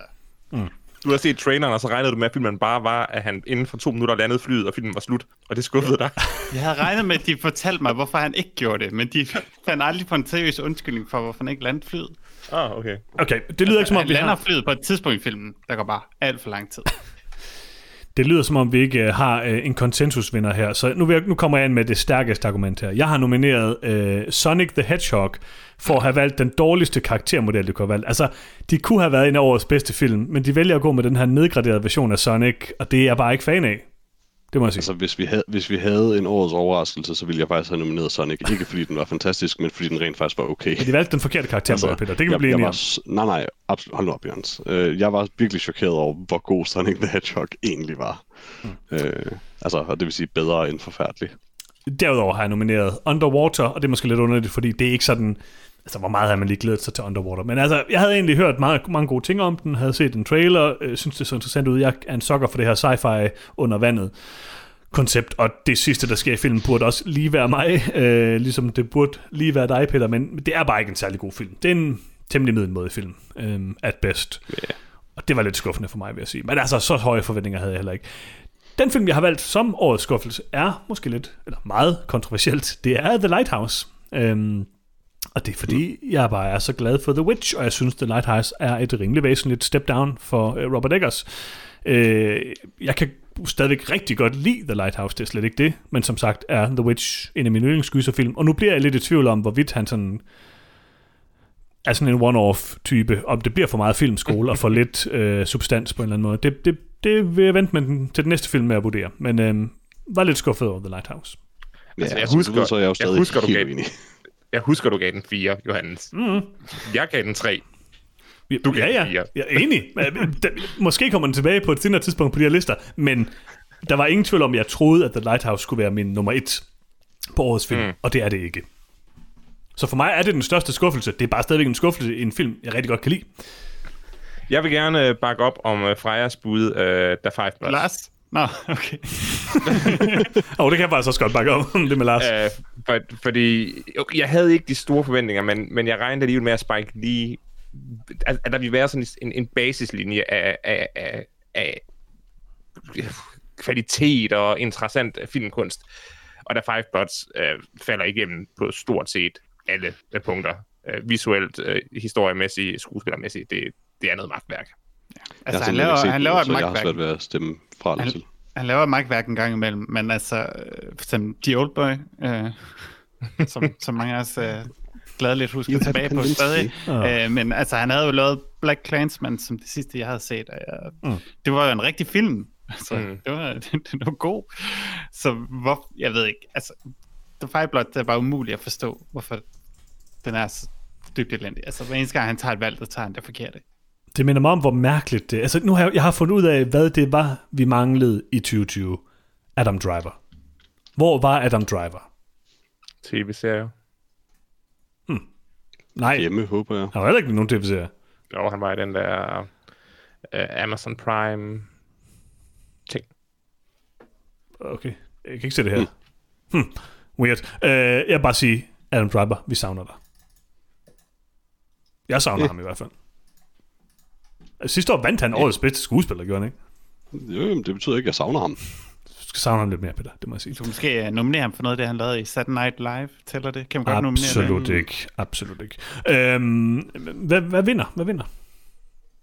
Du har set traileren, og så regnede du med, at filmen bare var, at han inden for to minutter landede flyet, og filmen var slut. Og det skuffede dig. Jeg havde regnet med, at de fortalte mig, hvorfor han ikke gjorde det, men de fandt aldrig på en seriøs undskyldning for, hvorfor han ikke landede flyet. ah, okay. Okay, det lyder ikke som om, Han vi Altså, lander har, flyet på et tidspunkt i filmen, der går bare alt for lang tid. det lyder som om, vi ikke øh, har øh, en konsensusvinder her. Så nu, vil jeg, nu kommer jeg ind med det stærkeste argument her. Jeg har nomineret øh, Sonic the Hedgehog for at have valgt den dårligste karaktermodel, de kunne have valgt. Altså, de kunne have været en af årets bedste film, men de vælger at gå med den her nedgraderede version af Sonic, og det er jeg bare ikke fan af. Det må jeg sige. Altså, hvis vi, havde, hvis vi havde en årets overraskelse, så ville jeg faktisk have nomineret Sonic. Ikke fordi den var fantastisk, men fordi den rent faktisk var okay. Men de valgte den forkerte karakter, altså, Peter. Det kan vi jeg, blive jeg enige var, om. s- Nej, nej, absolut. Hold nu op, Jørgens. Øh, jeg var virkelig chokeret over, hvor god Sonic the Hedgehog egentlig var. Hmm. Mm. Øh, altså, og det vil sige bedre end forfærdelig. Derudover har jeg nomineret Underwater, og det er måske lidt underligt, fordi det er ikke sådan... Altså, hvor meget havde man lige glædet sig til Underwater? Men altså, jeg havde egentlig hørt meget, mange gode ting om den, havde set en trailer, øh, synes det så interessant ud. Jeg er en sokker for det her sci-fi under vandet koncept, og det sidste, der sker i filmen, burde også lige være mig, øh, ligesom det burde lige være dig, Peter, men det er bare ikke en særlig god film. Det er en temmelig middelmåde film, øh, at best. Yeah. Og det var lidt skuffende for mig, vil jeg sige. Men altså, så høje forventninger havde jeg heller ikke. Den film, jeg har valgt som årets skuffelse, er måske lidt, eller meget kontroversielt. Det er The Lighthouse. Øhm, og det er fordi, jeg bare er så glad for The Witch, og jeg synes, The Lighthouse er et rimelig væsentligt step down for øh, Robert Eggers. Øh, jeg kan stadigvæk rigtig godt lide The Lighthouse, det er slet ikke det, men som sagt er The Witch en af mine yndlingsgyserfilm, og nu bliver jeg lidt i tvivl om, hvorvidt han sådan er sådan en one-off type, om det bliver for meget filmskole og for lidt øh, substans på en eller anden måde. Det, det, det vil jeg vente med den, til den næste film med at vurdere, men øh, var lidt skuffet over The Lighthouse. Ja, Altså, jeg som du husker- ved, så er jeg jo jeg stadig husker, du helt gav- enig. Jeg husker, du gav den 4, Johannes. Mm. Jeg gav den 3. Du kan ja, ikke ja. lide Jeg er enig. Men, da- Måske kommer den tilbage på et senere tidspunkt på de her lister, men der var ingen tvivl om, at jeg troede, at The Lighthouse skulle være min nummer et på årets film, mm. og det er det ikke. Så for mig er det den største skuffelse. Det er bare stadigvæk en skuffelse i en film, jeg rigtig godt kan lide. Jeg vil gerne øh, bakke op om øh, Frejas bud, øh, da Five Bloods. Lars? Nå, okay. Altså, Og det kan jeg faktisk også godt bakke om, det med Lars. Øh, for, fordi okay, jeg havde ikke de store forventninger, men, men jeg regnede alligevel med at Spike lige... At, at der ville være sådan en, en basislinje af, af, af, af kvalitet og interessant filmkunst. Og da Five Bloods øh, falder igennem på stort set alle øh, punkter. Øh, visuelt, øh, historiemæssigt, skuespillermæssigt, det, det er noget magtværk. Jeg har Altså, han simpelthen laver, ikke set han den, laver et så Jeg har svært magtværk. ved at stemme fra eller Han- til. Han laver et magtværk en gang imellem, men altså, øh, for eksempel The Old Boy, øh, som, som mange af os øh, gladeligt husker You have tilbage på convinced Ah. stadig. Ja. Øh, men altså, han havde jo lavet Black Clansman, som det sidste, jeg havde set. Og jeg, mm. Det var jo en rigtig film. Altså, mm. Mm. det, var, det, det var god. Så hvor, jeg ved ikke, altså, The Five Blood, det er bare umuligt at forstå, hvorfor den er så dybt elendig. Altså, hver eneste gang, han tager et valg, der tager han det forkerte. Det minder mig om, hvor mærkeligt det er. Altså, nu har jeg, jeg har fundet ud af, hvad det var, vi manglede i 2020. Adam Driver. Hvor var Adam Driver? TV-serier. Nej, Hjemme, håber jeg. han var heller ikke nogen tv-serie. Jo, han var i den der øh, Amazon Prime ting. Okay, jeg kan ikke se det her. Hmm. Weird. Uh, jeg vil bare sige, Adam Driver, vi savner dig. Jeg savner ham i hvert fald. Altså, Sidste år vandt han årets bedste skuespiller, gjorde han ikke? Jo, jamen, det betyder ikke, at jeg savner ham. Du skal savne ham lidt mere, Peter, det må jeg sige. Du kan måske øh, nominere ham for noget af det, han lavede i Saturday Night Live. Tæller det? Kan man godt nominere det? Absolut ikke, absolut ikke. Øhm, hvad, hvad vinder? Hvad vinder?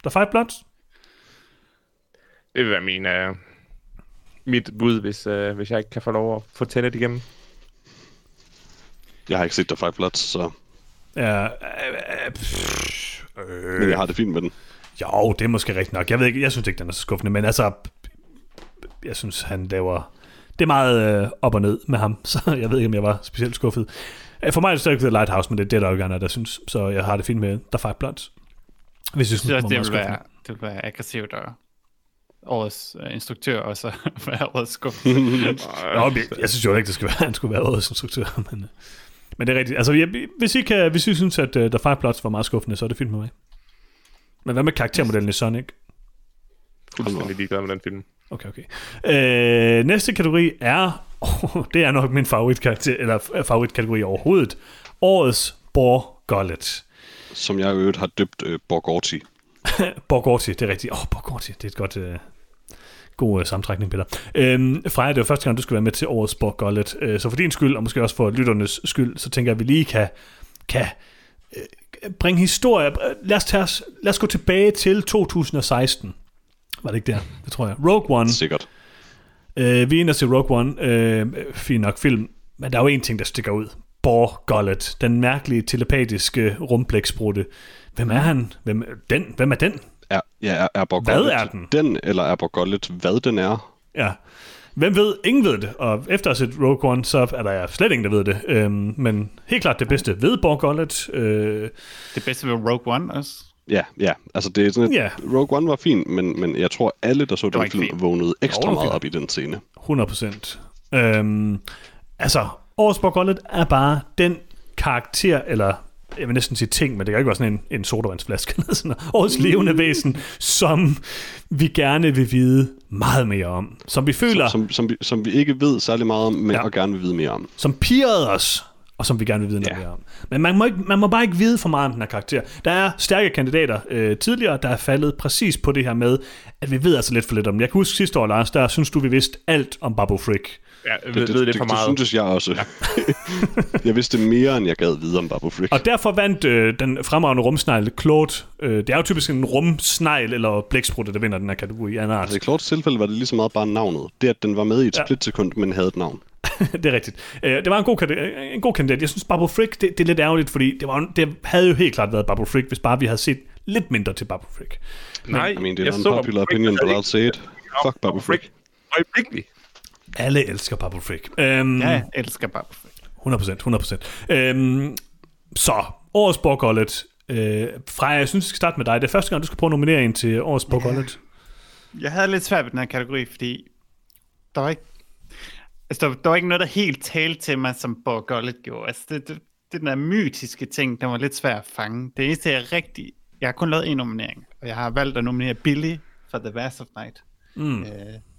Der er Five Bloods? Det vil være min, øh, mit bud, hvis, øh, hvis jeg ikke kan få lov at fortælle det igennem. Jeg har ikke set The Five Bloods, så... Ja, øh, øh, pff, øh. Men jeg har det fint med den. Jo, det er måske rigtigt nok. Jeg ved ikke, jeg synes ikke, den er så skuffende, men altså, jeg synes, han laver... Det er meget øh, op og ned med ham, så jeg ved ikke, om jeg var specielt skuffet. Øh, For mig er det stadig The Lighthouse, men det er det, der er jo gerne er, der synes, så jeg har det fint med The Five Bloods. Hvis jeg Jeg synes synes, også, det vil, være, det vil være aggressivt og årets øh, instruktør, og så være årets skum. Nå, men jeg, jeg synes jo ikke, det skal være, han skulle være årets instruktør, men, øh, men det er rigtigt. Altså, jeg, hvis, I kan, hvis I synes, at uh, The Five Plots var meget skuffende, så er det fint med mig. Men hvad med karaktermodellen i Sonic? Fuldstændig ligeglad med den film. Okay, okay. Øh, næste kategori er, oh, det er nok min favoritkarakter, eller f- favoritkategori overhovedet, årets Borgollet. Som jeg i øvrigt har døbt øh, Borgorti. Borgorti, det er rigtigt. Åh, oh, Borgorti, det er et godt... Øh, god øh, samtrækning, Peter. Øhm, Freja, det var første gang, du skulle være med til årets Borgollet. Øh, så for din skyld, og måske også for lytternes skyld, så tænker jeg, at vi lige kan, kan øh, bringe historie. Lad os, tage os, lad os gå tilbage til 2016. Var det ikke der? Det tror jeg. Rogue One. Sikkert. Øh, vi er inde og se Rogue One. Øh, fint nok film. Men der er jo en ting, der stikker ud. Bor Gullet. Den mærkelige telepatiske rumplæksprutte. Hvem er han? Hvem, den? Hvem er den? Er, ja, er, er Borgollet Hvad er den? den, eller er Borgollet, hvad den er? Ja. Hvem ved? Ingen ved det. Og efter at have set Rogue One, så er der slet ingen, der ved det. Øhm, men helt klart det bedste ved Bor Gullet. Øh, det bedste ved Rogue One også. Ja, ja. Altså, det er sådan et, Ja. Rogue One var fin, men, men jeg tror, alle, der så var den ikke film, fin. vågnede ekstra Jo, meget okay. op i den scene. 100%. Øhm, altså, årets Borgollet er bare den karakter, eller jeg vil næsten sige ting, men det kan ikke være sådan en, en sodavandsflaske, eller sådan noget. Årets levende væsen, som vi gerne vil vide meget mere om. Som vi føler, som, som, Som, som, vi, som vi ikke ved særlig meget om, men Ja. ja. og gerne vil vide mere om. som pirrede os, og som vi gerne vil vide noget Ja. mere om. Men man må, ikke, man må bare ikke vide for meget om den her karakter. Der er stærke kandidater øh, tidligere, der er faldet præcis på det her med, at vi ved altså lidt for lidt om den. Jeg kan huske sidste år, Lars, der synes du, vi vidste alt om Babu Frick. Ja, jeg ved, det, ved lidt for meget. Det syntes jeg også. Ja. jeg vidste mere, end jeg gad vide om Babu Frick. Og derfor vandt øh, den fremragende rumsnegl Claude. Øh, det er jo typisk en rumsnegl eller blæksprutte, der vinder den her kategori af en art. Altså i Claudes tilfælde var det lige så meget bare navnet. Det, at den var med i et Ja. ja. splitsekund, men havde et navn. det er rigtigt. Øh, det var en god, kandid- en god kandidat. Jeg synes, Babu Frick, det, det er lidt ærgerligt, fordi det, var, en- det havde jo helt klart været Babu Frick, hvis bare vi havde set lidt mindre til Babu Frick. Nej, I mean, det er jeg en så popular Babu opinion, Frick, Altså, but jeg I'll say it. havde Fuck ikke- Babu Frick. Øjeblikkeligt. Alle elsker Babu Frick. Øhm, Ja, jeg elsker bare. 100%, 100%. Øhm, så, årets Borgollet. Øh, Freja, jeg synes, vi skal starte med dig. Det er første gang, du skal prøve at nominere en til årets Borgollet. Jeg havde lidt svært ved den her kategori, fordi der var ikke, altså, der, der var ikke noget, der helt talte til mig, som Borg Gullet gjorde. Altså, det, det, det, den der mytiske ting, den var lidt svær at fange. Det eneste, jeg rigtig... Jeg har kun lavet en nominering, og jeg har valgt at nominere Billy fra The Last of Night. Mm. Øh,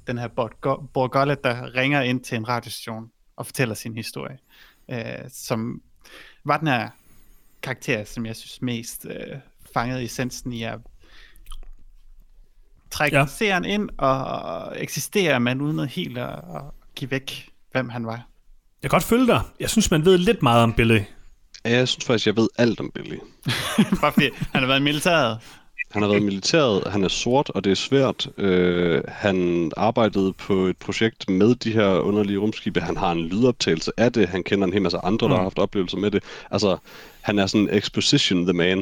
den her Borg Gullet, der ringer ind til en radiostation og fortæller sin historie. Øh, som var den her karakter, som jeg synes mest øh, fangede essensen i at trække Ja. ja. seeren ind og eksistere, men uden noget helt at, at give væk, hvem han var. Jeg kan godt følge dig. Jeg synes, man ved lidt meget om Billy. Ja, jeg synes faktisk, jeg ved alt om Billy. Bare fordi han har været i militæret. Han har været i militæret, han er sort, og det er svært. Øh, han arbejdede på et projekt med de her underlige rumskibe. Han har en lydoptagelse af det. Han kender en hel masse andre, Mm. der har haft oplevelser med det. Altså, han er sådan exposition the man.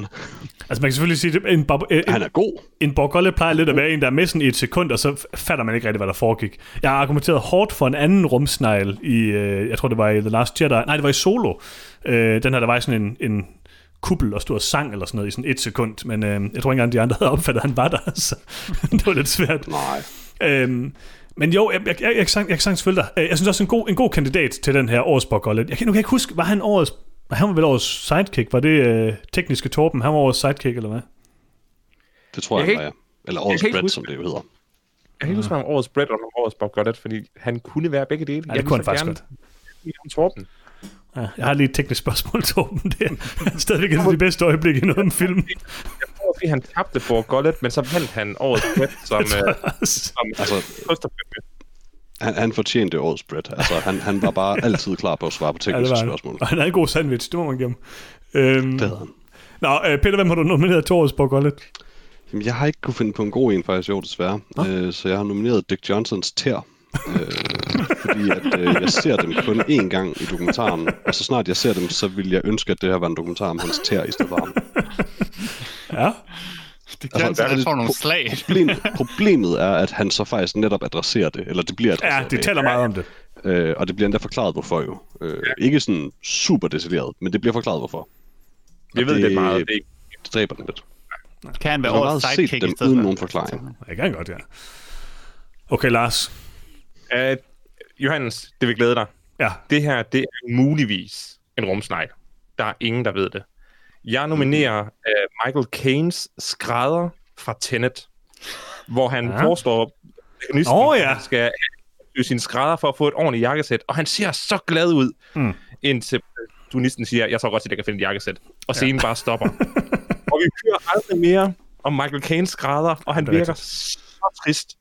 Altså, man kan selvfølgelig sige, at en, Babu- øh, en, Han er god. en Borgolle plejer lidt at være en, der er med sådan i et sekund, og så f- fatter man ikke rigtig, hvad der foregik. Jeg har argumenteret hårdt for en anden rumsnegl i, øh, jeg tror det var i The Last Jedi, nej det var i Solo, øh, den her der var i sådan en, en kuppel og stod og sang eller sådan noget i sådan et sekund, men øh, jeg tror ikke engang de andre havde opfattet, at han var der, så det var lidt svært. Nej. Øhm, men jo, jeg, jeg, jeg, jeg, kan sang- jeg kan sagtens følge dig. Øh, Jeg synes også, en god, en god kandidat til den her årets Borgollet. Jeg kan, nu kan jeg ikke huske, var han årets... Han var vel årets sidekick? Var det øh, tekniske Torben? Han var årets sidekick, eller hvad? Det tror Jeg jeg, kan jeg ikke- ikke... Eller jeg Årets kan ikke Bread, huske- som det jo hedder. Jeg kan ikke huske, om årets Brett og årets Bob Goddard, fordi han kunne være begge dele. Ja, det kunne han faktisk godt. godt. Torben. Ja, jeg har lige et teknisk spørgsmål, Torben. Det er stadigvæk et af de bedste øjeblikke i noget om film. Jeg tror, fordi han tabte for Goddard, men så vandt han årets Brett som... øh, som Altså, altså, han, han fortjente Årets Bread. Altså, han, han var bare altid klar på at svare på Ja, det tekniske var ja, han. spørgsmål. Og han havde en god sandwich, det må man give ham. Øhm, Det havde han. nå, øh, Peter, hvem har du nomineret til årets Borgollet? Jamen, jeg har ikke kunne finde på en god en faktisk i år, desværre. Øh, så jeg har nomineret Dick Johnsons tær. Øh, fordi at, øh, jeg ser dem kun én gang i dokumentaren, og så snart jeg ser dem, så vil jeg ønske, at det her var en dokumentar om hans tær i stedet for ham. Ja, Det Altså, kan der er altså, han lidt får nogle pro- slag. Problemet, problemet er, at han så faktisk netop adresserer det, eller Altså, det bliver adresseret. ja det taler meget om det. øh, og det bliver endda forklaret, hvorfor jo. Øh, ikke sådan super detaljeret, men det bliver forklaret, hvorfor. vi ved det- lidt meget. Det er ikke Det dræber den lidt. Kan han være Jeg har årets meget sidekick set i dem stedet uden for? nogen forklaring. Jeg kan godt, ja. Okay, Lars. Uh, Johannes, det vil glæde dig. Ja, Det her, det er muligvis en rumsnegl. Der er ingen, der ved det. Jeg nominerer Mm. uh, Michael Caines skrædder fra Tenet, hvor han Ja. ja. påstår, at Åh, ja. skal have sine skrædder for at få et ordentligt jakkesæt, og han ser så glad ud, Mm. mm. indtil tunisten siger, jeg tror godt, at jeg kan finde et jakkesæt, og scenen bare stopper. og vi hører aldrig mere om Michael Caines skrædder, og han Det er virker så trist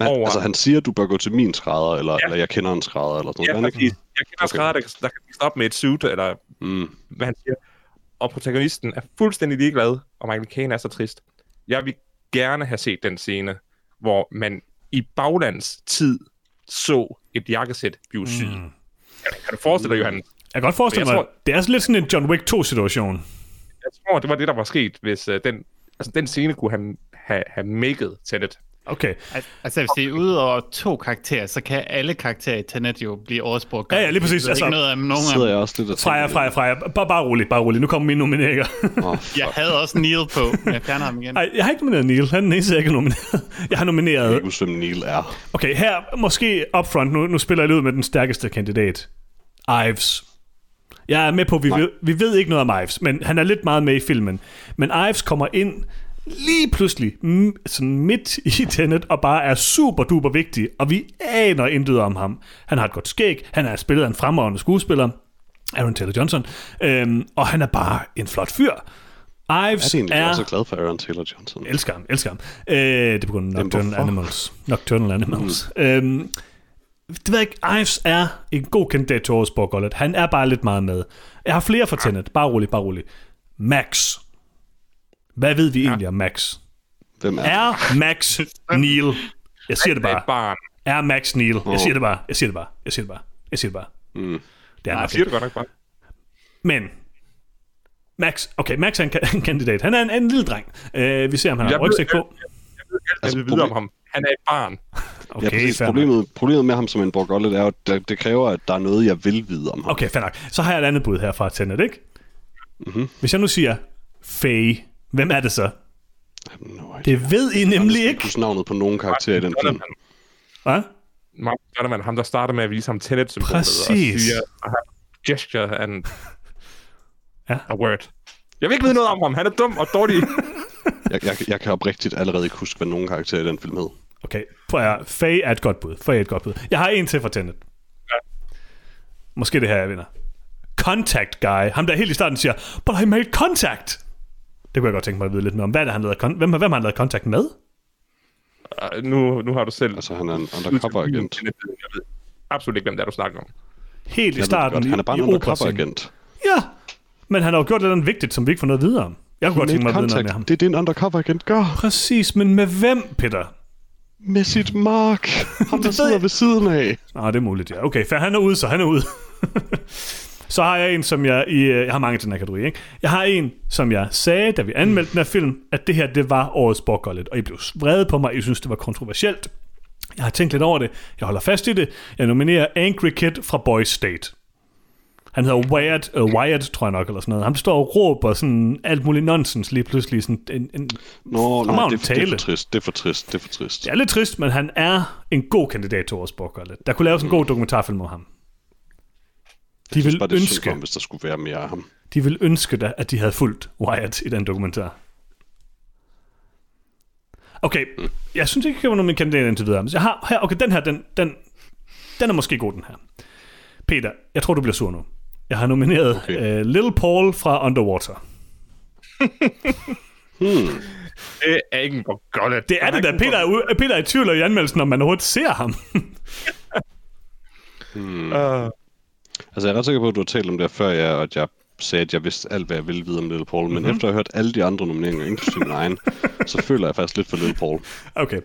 Men, over, altså, han siger, at du bør gå til min skrædder, eller, ja. Ja. eller jeg kender en skrædder, eller sådan Ja, noget. gør han præcis. ikke? Jeg kender okay. skrædder, der, kan- der kan vise op med et suit, eller Mm. hvad han siger. Og protagonisten er fuldstændig ligeglad, og Michael Caine er så trist. Jeg vil gerne have set den scene, hvor man i baglands tid så et jakkesæt blive syet. Mm. Kan, kan du forestille dig, Johan? jeg kan godt forestille mig, Jeg tror... det er sådan lidt sådan en John Wick 2-situation. Jeg tror, det var det, der var sket, hvis uh, den, altså, den scene kunne han have, have maket Tenet. Okay. Al- Altså, jeg vil sige, ud over to karakterer, så kan alle karakterer i Tenet jo blive oversproget. Ja, ja, lige præcis. Jeg ved Altså, ikke noget af dem, nogen af Sidder dem. jeg også lidt og Freja, Freja, Freja. Bare, bare rolig, bare rolig. Nu kommer mine nomineringer. Oh, Jeg havde også Neil på, men jeg fjerner ham igen. Nej, jeg har ikke nomineret Neil. Han er den eneste, jeg ikke har nomineret. Jeg har nomineret... ikke hvem Neil er. Okay, her måske upfront. Nu, nu spiller jeg lige ud med den stærkeste kandidat. Ives. Jeg er med på, at vi, ved, vi ved ikke noget om Ives, men han er lidt meget med i filmen. Men Ives kommer ind lige pludselig, m- sådan midt i Tenet, og bare er super duper vigtig, og vi aner intet om ham. Han har et godt skæg, han er spillet af en fremragende skuespiller, Aaron Taylor Johnson, øhm, og han er bare en flot fyr. Ives Er det altså egentlig, er... jeg er så glad for Aaron Taylor Johnson? Elsker ham, elsker ham. Øh, det er på grund af Nocturnal hvorfor? Animals. Nocturnal Animals. Mm. Øhm, det ved jeg ikke, Ives er en god kandidat til årets Borgollet. Han er bare lidt meget med. Jeg har flere for Tenet. Bare rolig, bare rolig. Max. Hvad ved vi egentlig om Max? Hvem er, er... Er Max Neil? Jeg siger det Bare. bare. Et barn. Er Max Neil? Jeg siger det bare. Jeg siger det bare. Jeg siger det bare. Jeg siger det bare. Det er Jeg nok siger det godt nok bare. Men Max, okay, Max er en ka- en kandidat. Han er en, en lille dreng. Øh, vi ser, om han har Jeg ved- rygsæk på. Jeg ved alt, Altså, jeg vil vide om proble- ham. Han er et barn. Okay, Ja, præcis. fair nok. Problemet, problemet med ham som en borgollet er jo, at det, det kræver, at der er noget, jeg vil vide om ham. Okay, fair nok. Så har jeg et andet bud her fra Tenet, ikke? Mhm. Mm-hmm. Hvis jeg nu siger Faye, hvem er det så? Okay. No, Det ved I nemlig ikke. Du navnet på nogen karakter i den film. Donovan. Hva? Mark Donovan, ham der starter med at vise ham tenet symbolet og Præcis. siger, og han gesture and Ja. ja. a word. Jeg vil ikke vide noget om ham. Han er dum og dårlig. Jeg, jeg, jeg kan oprigtigt allerede ikke huske, hvad nogen karakter i den film hed. Okay, prøv at høre. Faye er et godt bud. Faye er et godt bud. Jeg har en til fra Tenet. Måske det her, jeg vinder. Contact guy. Ham der helt i starten siger, but I made contact. Det kunne jeg godt tænke mig at vide lidt mere om. Hvad er det, han lavede, kon- hvem, hvem har han lavet kontakt med? Og nu, nu har du selv... Altså, han er en undercover-agent. Jeg ved absolut ikke, hvem det er, du snakker om. Helt i Jeg ved det starten godt. Han er bare i, en i operascenen. undercover-agent. Ja, men han har jo gjort noget vigtigt, som vi ikke får noget at vide om. Jeg kunne godt tænke mig at vide noget mere om ham. Contact. Det er det, en undercover-agent gør Præcis, men med hvem, Peter? med sit mark. Ham, der Det ved sidder jeg- ved siden af. Nej, Ah, det er muligt, ja. Okay, for han er ude, så han er ude. så har jeg en, som jeg... I, øh, jeg har mange til den her kategori, ikke? Jeg har en, som jeg sagde, da vi anmeldte den her film, at det her, det var årets borgollet, og I blev vrede på mig, I synes, det var kontroversielt. Jeg har tænkt lidt over det. Jeg holder fast i det. Jeg nominerer Angry Kid fra Boys State. Han hedder Wyatt, øh, Wyatt, tror jeg nok, eller sådan noget. Han står og råber sådan alt muligt nonsens lige pludselig. Sådan en, en, Nå, nej, har det, en det er for tale. trist. Det er for trist. Det er for trist. det er lidt trist, men han er en god kandidat til årets borgollet. Der kunne laves en god dokumentarfilm om ham. De Mm. Jeg synes vil bare, det er synd ønske- for ham, hvis der skulle være mere af ham. De ville ønske da, at de havde fulgt Wyatt i den dokumentar. Okay, jeg synes ikke, jeg var nogen af mine kandidater indtil videre. Men Jeg har her, okay, den her, den, den, den er måske god, den her. Peter, jeg tror, du bliver sur nu. Jeg har nomineret okay. Okay. uh, Little Paul fra Underwater. Det er ikke en borgolle. Det er det da. Peter er, ude- Peter er i tvivl i anmeldelsen, om man overhovedet ser ham. Uh, Altså, jeg er ret sikker på, at du har talt om det her før, ja, og at jeg sagde, at jeg vidste alt, hvad jeg ville vide om Little Paul. Men mm-hmm. efter at have hørt alle de andre nomineringer, inklusive min egen, så føler jeg faktisk lidt for Little Paul. Okay.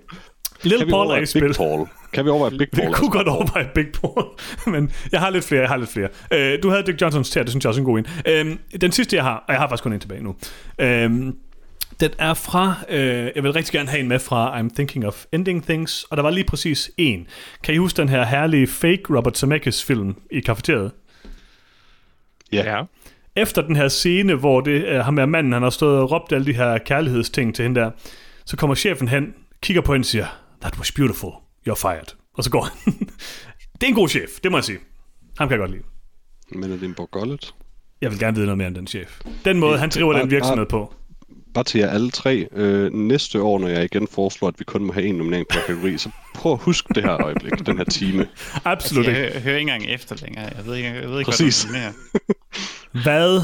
Little Kan vi Paul er overveje i Big spil. Paul? Kan vi overveje Big Vi Paul? kunne godt overveje Big Paul, men jeg har lidt flere, jeg har lidt flere. Øh, du havde Dick Johnsons tæer, det synes jeg også er en god en. Øh, den sidste, jeg har, og jeg har faktisk kun en tilbage nu, øh, den er fra, øh, jeg vil rigtig gerne have en med fra I'm Thinking of Ending Things, og der var lige præcis en. Kan I huske den her herlige fake Robert Zemeckis-film i kafeteriet? Ja. ja. efter den her scene, hvor det øh, ham her manden, han har stået og råbt alle de her kærlighedsting til hende der, så kommer chefen hen, kigger på hende og siger, That was beautiful. you're fired. Og så går han. det er en god chef, det må jeg sige. Ham kan jeg godt lide. Men er det en Borgollet? Jeg vil gerne vide noget mere om den chef. Den måde, han driver den virksomhed på. Bare til jer alle tre. Øh, næste år, når jeg igen foreslår, at vi kun må have en nominering per kategori, så prøv at huske det her øjeblik, den her time. Absolut ikke. Jeg hø- hører ikke engang efter længere. Jeg ved ikke, jeg ved ikke Præcis. hvad der er Hvad?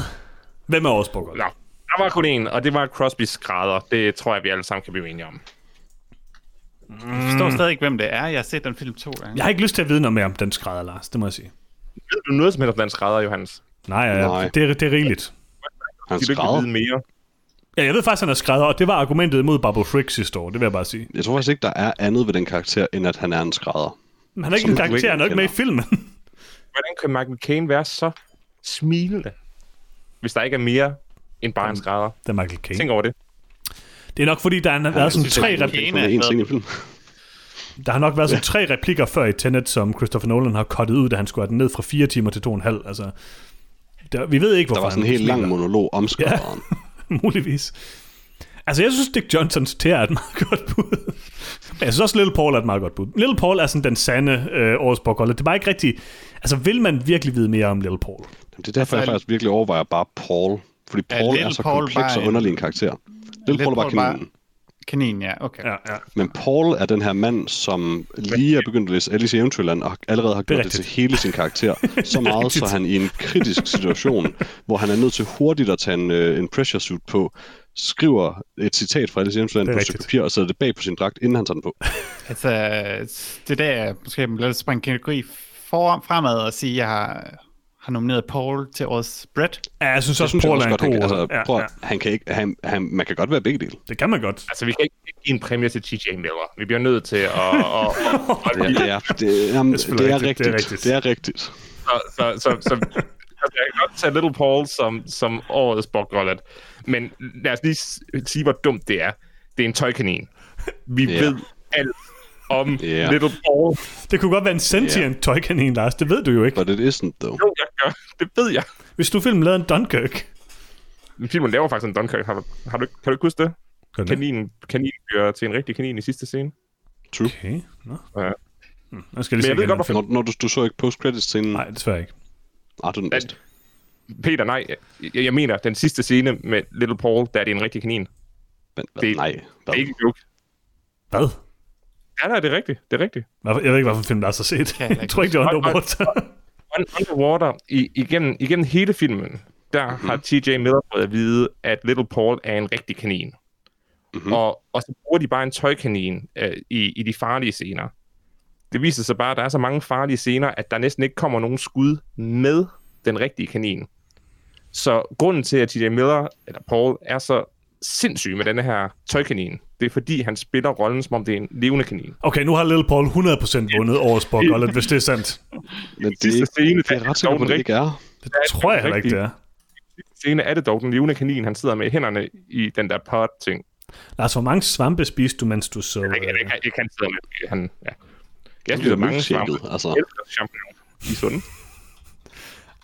Hvem er vores Borgollet? Nå, der var kun en, og det var Crosby's skrædder. Det tror jeg, vi alle sammen kan blive enige om. mere. Jeg Mm. forstår stadig ikke, hvem det er. Jeg har set den film to gange. Jeg har ikke lyst til at vide noget mere om den skrædder, Lars. Det må jeg sige. Ved du noget som helst om den skrædder, Johannes? Nej, ja, Nej. Det, er, det er rigeligt. Han De vil ikke vide skrædder. mere. Ja, jeg ved faktisk, han er skrædder, og det var argumentet mod Babu Frick sidste år. Det vil jeg bare sige. Jeg tror faktisk ikke, der er andet ved den karakter, end at han er en skrædder. Men han er ikke en Som du karakter, ikke han er ikke med i kender. filmen. Hvordan kan Michael Caine være så smilende, hvis der ikke er mere end bare en skrædder? det er Michael Tænk Caine. over det. Det er nok fordi, der har været sådan synes, tre det er repl- Det En er af- en scene i filmen. der har nok været sådan tre replikker før i Tenet, som Christopher Nolan har kottet ud, da han skulle have den ned fra fire timer til to og en halv. Altså, der, vi ved ikke, Der hvorfor var sådan en han helt lang smiler. monolog om skrædderen. Muligvis. Altså, jeg synes, Dick Johnsons tæer er et meget godt bud. Men jeg synes også, Little Paul er et meget godt bud. Little Paul er sådan den sande øh, årets Borgolle. Det er bare ikke rigtigt... Altså, vil man virkelig vide mere om Little Paul? Jamen, Det er derfor, jeg Altså, faktisk virkelig overvejer bare Paul. Fordi Paul er Little så Paul kompleks bare og en- underlig en karakter. Lille Paul er bare kaninen. Kanin, ja. Okay. Ja, ja. Men Paul er den her mand, som lige er begyndt at læse Alice i Eventyrland, og allerede har er gjort det, rigtigt. til hele sin karakter. Så meget, så rigtigt. han i en kritisk situation, hvor han er nødt til hurtigt at tage en, øh, en pressure suit på, skriver et citat fra Alice i Eventyrland Det er på et stykke rigtigt. papir, og sætter det bag på sin dragt, inden han tager den på. Altså, det der er måske lidt at springe kategori for, fremad og sige, at jeg har, har nomineret Paul til årets bread. ja jeg synes Det også, synes jeg Paul også er en godt, han god... kan. Altså, ja, prøv, ja. at- han kan ikke, han, han, man kan godt være begge dele. Det kan man godt. Altså, vi kan ikke give en præmie til TJ Miller. Vi bliver nødt til at... at, at, Ja, at det er, det, jamen, det, er, selvfølgelig rigtigt, rigtigt. det er rigtigt. Det er rigtigt. så, så, så, så, så jeg kan godt tage Little Paul som, som årets Borgrollet. Men lad os lige s- sige, hvor dumt det er. Det er en tøjkanin. Vi Ja. yeah. ved alt om Ja. yeah. Little Paul. Det kunne godt være en sentient yeah. tøjkanin, Lars. Det ved du jo ikke. But it isn't, though. Jo, jeg gør. Det ved jeg. Hvis du filmen lavede en Dunkirk... Filmen laver faktisk en Dunkirk. Har, du- har du, kan du ikke huske det? Kan Kaninen, kaninen bliver til en rigtig kanin i sidste scene. True. Okay, nå. Ja. Hmm, nu skal jeg lige Men jeg se ved igen. godt, hvorfor... Når, når du, du så ikke post-credits-scenen, Nej, desværre ikke. ah, du er den bedste. Peter, nej. Jeg, jeg mener, den sidste scene med Little Paul, der er det en rigtig kanin. Det Men, hvad, Det- nej, hvad? er ikke en joke. Hvad? Ja, nej, det er rigtigt. Det er rigtigt. Hvorfor- Jeg ved ikke, hvorfor film Lars har set. jeg ikke Jeg tror ikke, det var Underwater. Un- Underwater, i, igennem, igennem hele filmen, der mm-hmm. har TJ Miller fået at vide, at Little Paul er en rigtig kanin. Mm-hmm. Og, og så bruger de bare en tøjkanin øh, i, i de farlige scener. Det viser sig bare, at der er så mange farlige scener, at der næsten ikke kommer nogen skud med den rigtige kanin. Så grunden til, at TJ Miller, eller Paul, er så sindssyg med den her tøjkanin, det er fordi, han spiller rollen, som om det er en levende kanin. Okay, nu har Little Paul 100% vundet årets Borgollet, hvis det er sandt. Men det, Sidste er ikke- scene, det der er jeg er ret sikker dog på, den at det ikke er. Det tror jeg heller ikke, det er. scene er det dog den levende kanin, han sidder med hænderne i den der pot-ting. Lars, hvor mange svampe spiste du, mens du så... Jeg, jeg, jeg, Øh, jeg kan sidde med han, ja. Jeg bliver spiser mange svampe. milkshaket, altså. Jeg elsker champignon. De er sunde.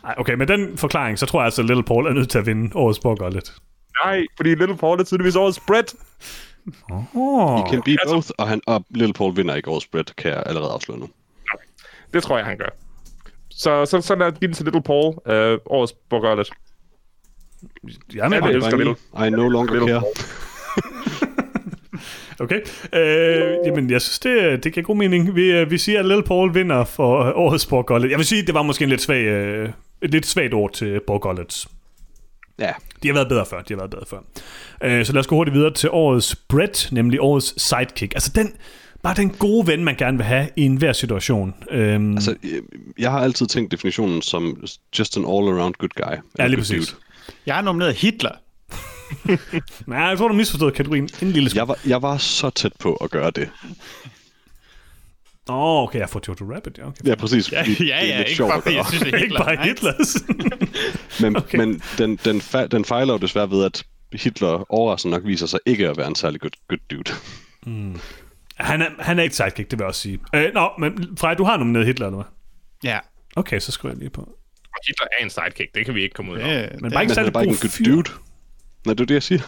ej, okay, med den forklaring, så tror jeg altså, at Little Paul er nødt til at vinde årets Borgollet. Oh. Nej, fordi Little Paul er tydeligvis årets spread. Oh. Can be both, og, han, og Little Paul vinder ikke over spread, kan jeg allerede afsløre nu. Det tror jeg, han gør. Så, så, så lad os give den til Little Paul, øh, årets Borgollet. Jamen, Ja, det ja, elsker Drenge, I no longer Little care. Paul. okay. Øh, jamen, jeg synes, det, det giver god mening. Vi, øh, vi siger, at Little Paul vinder for øh, årets Borgollet. Jeg vil sige, det var måske en lidt svag, øh, et lidt svagt ord til Borgollets. Ja, De har været bedre før, de har været bedre før. Øh, så lad os gå hurtigt videre til årets bread, nemlig årets sidekick. Altså den, bare den gode ven, man gerne vil have i enhver situation. Øhm, altså, altså, øh, jeg har altid tænkt definitionen som just an all-around good guy. ja, Eller lige good præcis. dude. Jeg har nomineret Hitler. Nej, jeg tror, du misforstod kategorien en lille smule. Jeg var, jeg var så tæt på at gøre det. Åh, oh, okay, jeg får Jojo Rabbit, ja, okay. Ja, præcis. Ja, fordi det ja, er ja lidt ikke sjovt bare at fordi jeg gøre. synes, det er Ikke Hitler. bare nej. Hitlers. Men, men den, den, fa- den fejler jo desværre ved, at Hitler overraskende nok viser sig ikke at være en særlig good, good dude. han, er, han er ikke sidekick, det vil jeg også sige. Øh, nå, men Frej, du har nomineret Hitler, eller hvad? Ja. øh, Okay, så skriver jeg lige på. Og Hitler er en sidekick, det kan vi ikke komme ud af. Øh, Men det- bare ikke Men han er særlig bare ikke god en good fyr. dude. Nej, det er det, jeg siger.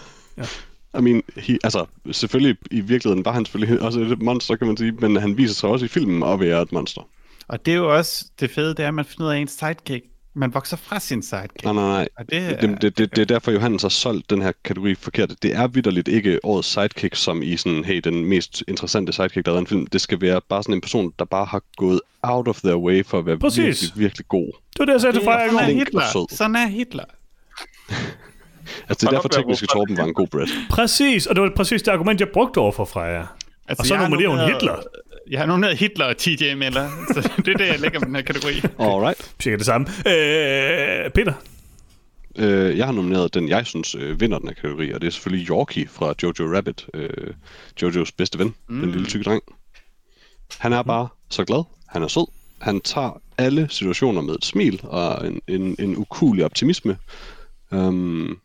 I mean, he, altså, selvfølgelig, i virkeligheden var han selvfølgelig også et monster, kan man sige, men han viser sig også i filmen at være et monster. Og det er jo også det fede, det er, at man finder ud af en sidekick. Man vokser fra sin sidekick. Nej, nej, nej. Og det, er- Det, det, det, det er derfor, Johannes har solgt den her kategori forkert. Det er vidderligt ikke årets sidekick, som i sådan, hey, den mest interessante sidekick, der er i en film. Det skal være bare sådan en person, der bare har gået out of their way for at være Præcis. virkelig, virkelig god. Det var det, jeg sagde til Freja i Sådan går. er Flink og Hitler. sød. Sådan er Hitler. Altså, det Og er derfor opdager, teknisk, at hvorfor- Torben var en god Brad. Præcis, og det var præcis det argument, jeg brugte over for Freja. Altså, Og så jeg har nominerer hun nomineret- Hitler. Jeg har nomineret Hitler og TJ Miller, så det er det, jeg lægger i den her kategori. Alright. Cirka det samme. Øh, Peter, Øh, jeg har nomineret den, jeg synes øh, vinder den her kategori, og det er selvfølgelig Yorkie fra Jojo Rabbit. Øh, Jojos bedste ven, mm. den lille tykke dreng. Han er bare så glad. Han er sød. Han tager alle situationer med et smil og en, en, en ukulig optimisme. Um,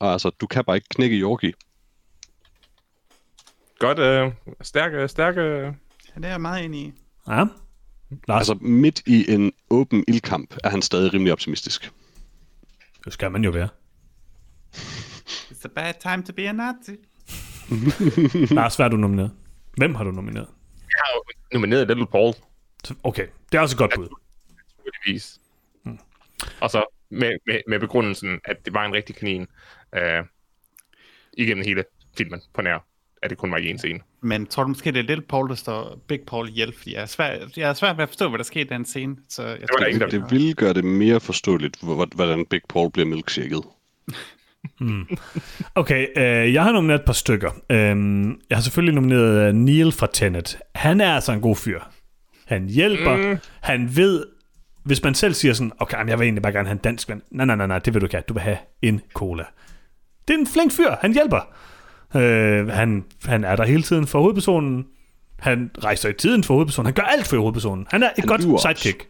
og altså, du kan bare ikke knække Yorkie. Godt, øh, stærke, stærke... Ja, det er jeg meget enig i. Ja. Lars, altså, Altså, midt i en åben ildkamp er han stadig rimelig optimistisk. det skal man jo være. It's a bad time to be a Nazi. Lars, hvad har du nomineret? Hvem har du nomineret? Jeg har jo nomineret Little Paul, Så- Okay, det er også et godt bud. muligvis. Hmm. Og så med, med, med begrundelsen, at det var en rigtig kanin øh, igennem hele filmen på nær, at det kun var i en scene. Men tror du måske, det er Little Paul, der står Big Paul ihjel? Fordi jeg er svært, jeg er svært ved at forstå, hvad der skete i den scene. Så jeg det var der ingen, der- Det vil gøre det mere forståeligt, hvor- hvordan Big Paul bliver milkshaket. Okay, øh, jeg har nomineret et par stykker. Øh, jeg har selvfølgelig nomineret øh, Neil fra Tenet. Han er altså en god fyr. Han hjælper. Mm. Han ved, hvis man selv siger sådan, okay, jamen, jeg vil egentlig bare gerne have en dansk ven. Nej, nej, nej, nej, det vil du ikke have. Du vil have en cola. Det er en flink fyr. Han hjælper. Øh, han, han er der hele tiden for hovedpersonen. Han rejser i tiden for hovedpersonen. Han gør alt for hovedpersonen. Han er et Han han godt lyver også. sidekick.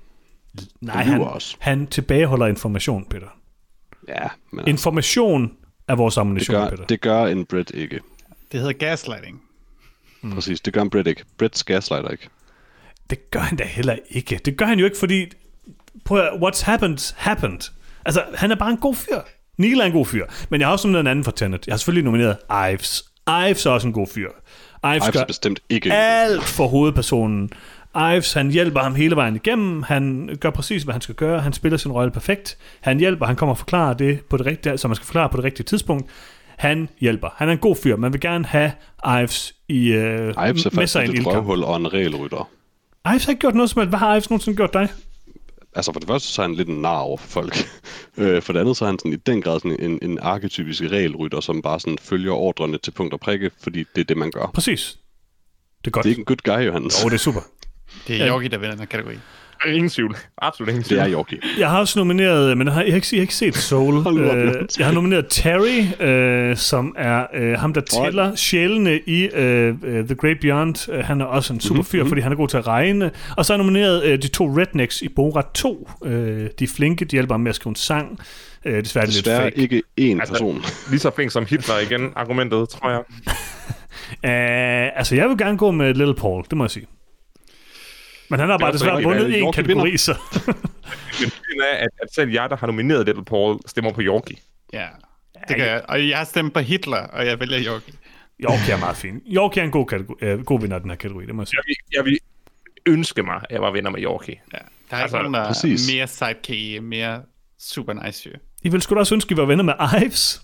Nej, Han han, lyver også. han tilbageholder information, Peter. Ja, men altså, Information er vores det, ammunition, gør, Peter. det gør en Brit ikke. Det hedder gaslighting. Mm. Præcis, det gør en Brit ikke. Brits gaslighter ikke. Det gør han da heller ikke. Det gør han jo ikke, fordi... Prøv at, høre, what's happened, happened. Altså, han er bare en god fyr. Neil er en god fyr. Men jeg har også nomineret en anden for Tenet. Jeg har selvfølgelig nomineret Ives. Ives er også en god fyr. Ives, Ives Ives er gør bestemt ikke. alt for hovedpersonen. Ives, han hjælper ham hele vejen igennem. Han gør præcis, hvad han skal gøre. Han spiller sin rolle perfekt. Han hjælper. Han kommer og forklarer det, på det rigtige, som man skal forklare på det rigtige tidspunkt. Han hjælper. Han er en god fyr. Man vil gerne have Ives i øh, Ives er med faktisk sig i en et ildkamp. røvhul og en regelrytter. Ives har ikke gjort noget som helst. Hvad har Ives nogensinde gjort dig? Altså for det første, så er han lidt en nar over for folk. Øh, for det andet, så er han sådan, i den grad sådan en, en arketypisk regelrytter, som bare sådan følger ordrene til punkt og prikke, fordi det er det, man gør. Præcis. Det er godt. Det er ikke en good guy, Johannes. Åh, oh, det er super. Det er Jorgi, der vinder den her kategori. Ingen tvivl. Absolut ingen Det tvivl. er Jorgi. Jeg har også nomineret, men jeg har, jeg har, ikke, jeg har ikke set Soul. Hold nu op, Øh, Jens. jeg har nomineret Terry, øh, som er øh, ham, der tæller sjælene i øh, øh, The Great Beyond. Øh, han er også en Mhm, super fyr, fordi han er god til at regne. Og så har jeg nomineret øh, de to rednecks i Borat 2. Øh, de er flinke, de hjælper ham med at skrive en sang. Øh, desværre er det lidt Desværre fake. ikke én Altså- person. Lige så flink som Hitler igen, argumentet, tror jeg. Øh, altså, jeg vil gerne gå med Little Paul, det må jeg sige. Men han har bare altså desværre ikke- vundet Yorkie en vinder. kategori, så... Men det er, at, at selv jeg, der har nomineret Little Paul, stemmer på Yorkie. Ja, det gør jeg. Og jeg har stemt på Hitler, og jeg vælger Jorgi. Yorkie er meget fin. Yorkie er en god, kategori, øh, god vinder af den her kategori, det må jeg sige. Jeg vil, jeg vil ønske mig, at jeg var venner med Yorkie. Ja. Der er Altså, altså, ikke nogen, der præcis. er mere sidekick i, mere super nice fyr. I ville sgu da også ønske, at I var venner med Ives.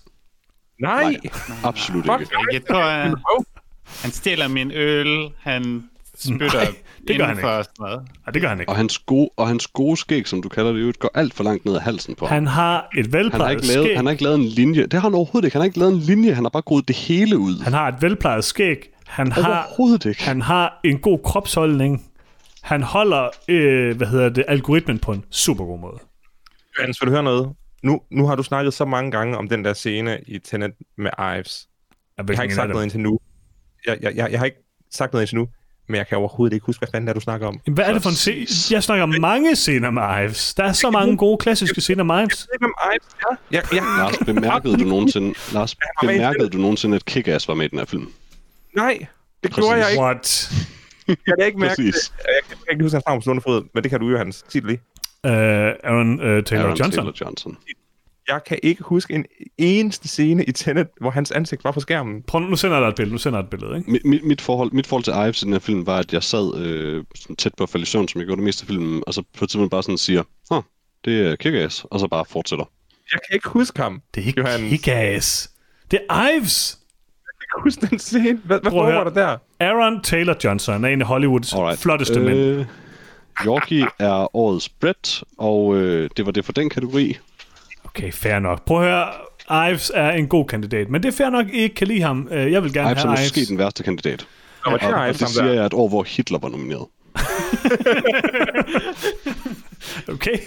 Nej! Nej. Absolut Fuck, ikke. Jeg tror, at Røv. han stjæler min øl, han spytter Nej, det gør han indenfor og sådan noget. Nej, det gør han ikke. Og hans, gode, og hans gode skæg, som du kalder det, jo, går alt for langt ned ad halsen på ham. Han har et Han har, velplejet ikke lavet, skæg. han har ikke lavet en linje. Det har han overhovedet ikke. Han har ikke lavet en linje. Han har bare groet det hele ud. Han har et velplejet skæg. Han har, Overhovedet ikke. han har en god kropsholdning. Han holder, øh, hvad hedder det, algoritmen på en super god måde. Hans, vil du høre noget? Nu, nu har du snakket så mange gange om den der scene i Tenet med Ives. Jeg, Jeg har ikke sagt noget indtil nu. Jeg, jeg, jeg, jeg har ikke sagt noget indtil nu, men jeg kan overhovedet ikke huske, hvad fanden det er, du snakker om. Hvad er det for en scene? Jeg snakker om mange scener med Ives. Der er så mange gode klassiske scener med Ives. Jeg ved ikke, hvem Ives er. Jeg, jeg, Lars, bemærkede du nogensinde, Lars, var med i bemærkede du nogensinde, at Kick-Ass var med i den her film? nej, det gjorde jeg ikke. What? Jeg kan ikke mærke Præcis. det. Jeg kan ikke huske hans navn på stående fod, men det kan du jo, Hans. Sig det lige. Uh, Aaron uh, Taylor Aaron Johnson. Taylor Johnson. Jeg kan ikke huske en eneste scene i Tenet, hvor hans ansigt var på skærmen. Prøv, nu nu sender jeg dig et billede, nu sender jeg dig et billede, ikke? Mit, mit, mit, forhold, mit forhold til Ives i den her film var, at jeg sad øh, sådan tæt på at falde i søvn, som jeg gjorde det meste af filmen, og så på et tidspunkt bare sådan siger, Huh, det er kick og så bare fortsætter. Jeg kan ikke huske ham. Det er ikke Johannes. Kick-Ass. Det er Ives. Jeg kan ikke huske den scene. Hvad, hvad Prøv at foregår der høre. der? Aaron Taylor Johnson er en af Hollywoods Alright. flotteste øh... mænd. Yorkie er årets Brett, og øh, det var det for den kategori. Okay, fair nok. Prøv at høre, Ives er en god kandidat, men det er fair nok, I ikke kan lide ham. Øh, Jeg vil gerne Ives er have Ives. måske den værste kandidat. Nå, men det Og, er og Ives, det ham der. siger jeg et år, hvor Hitler var nomineret. Okay.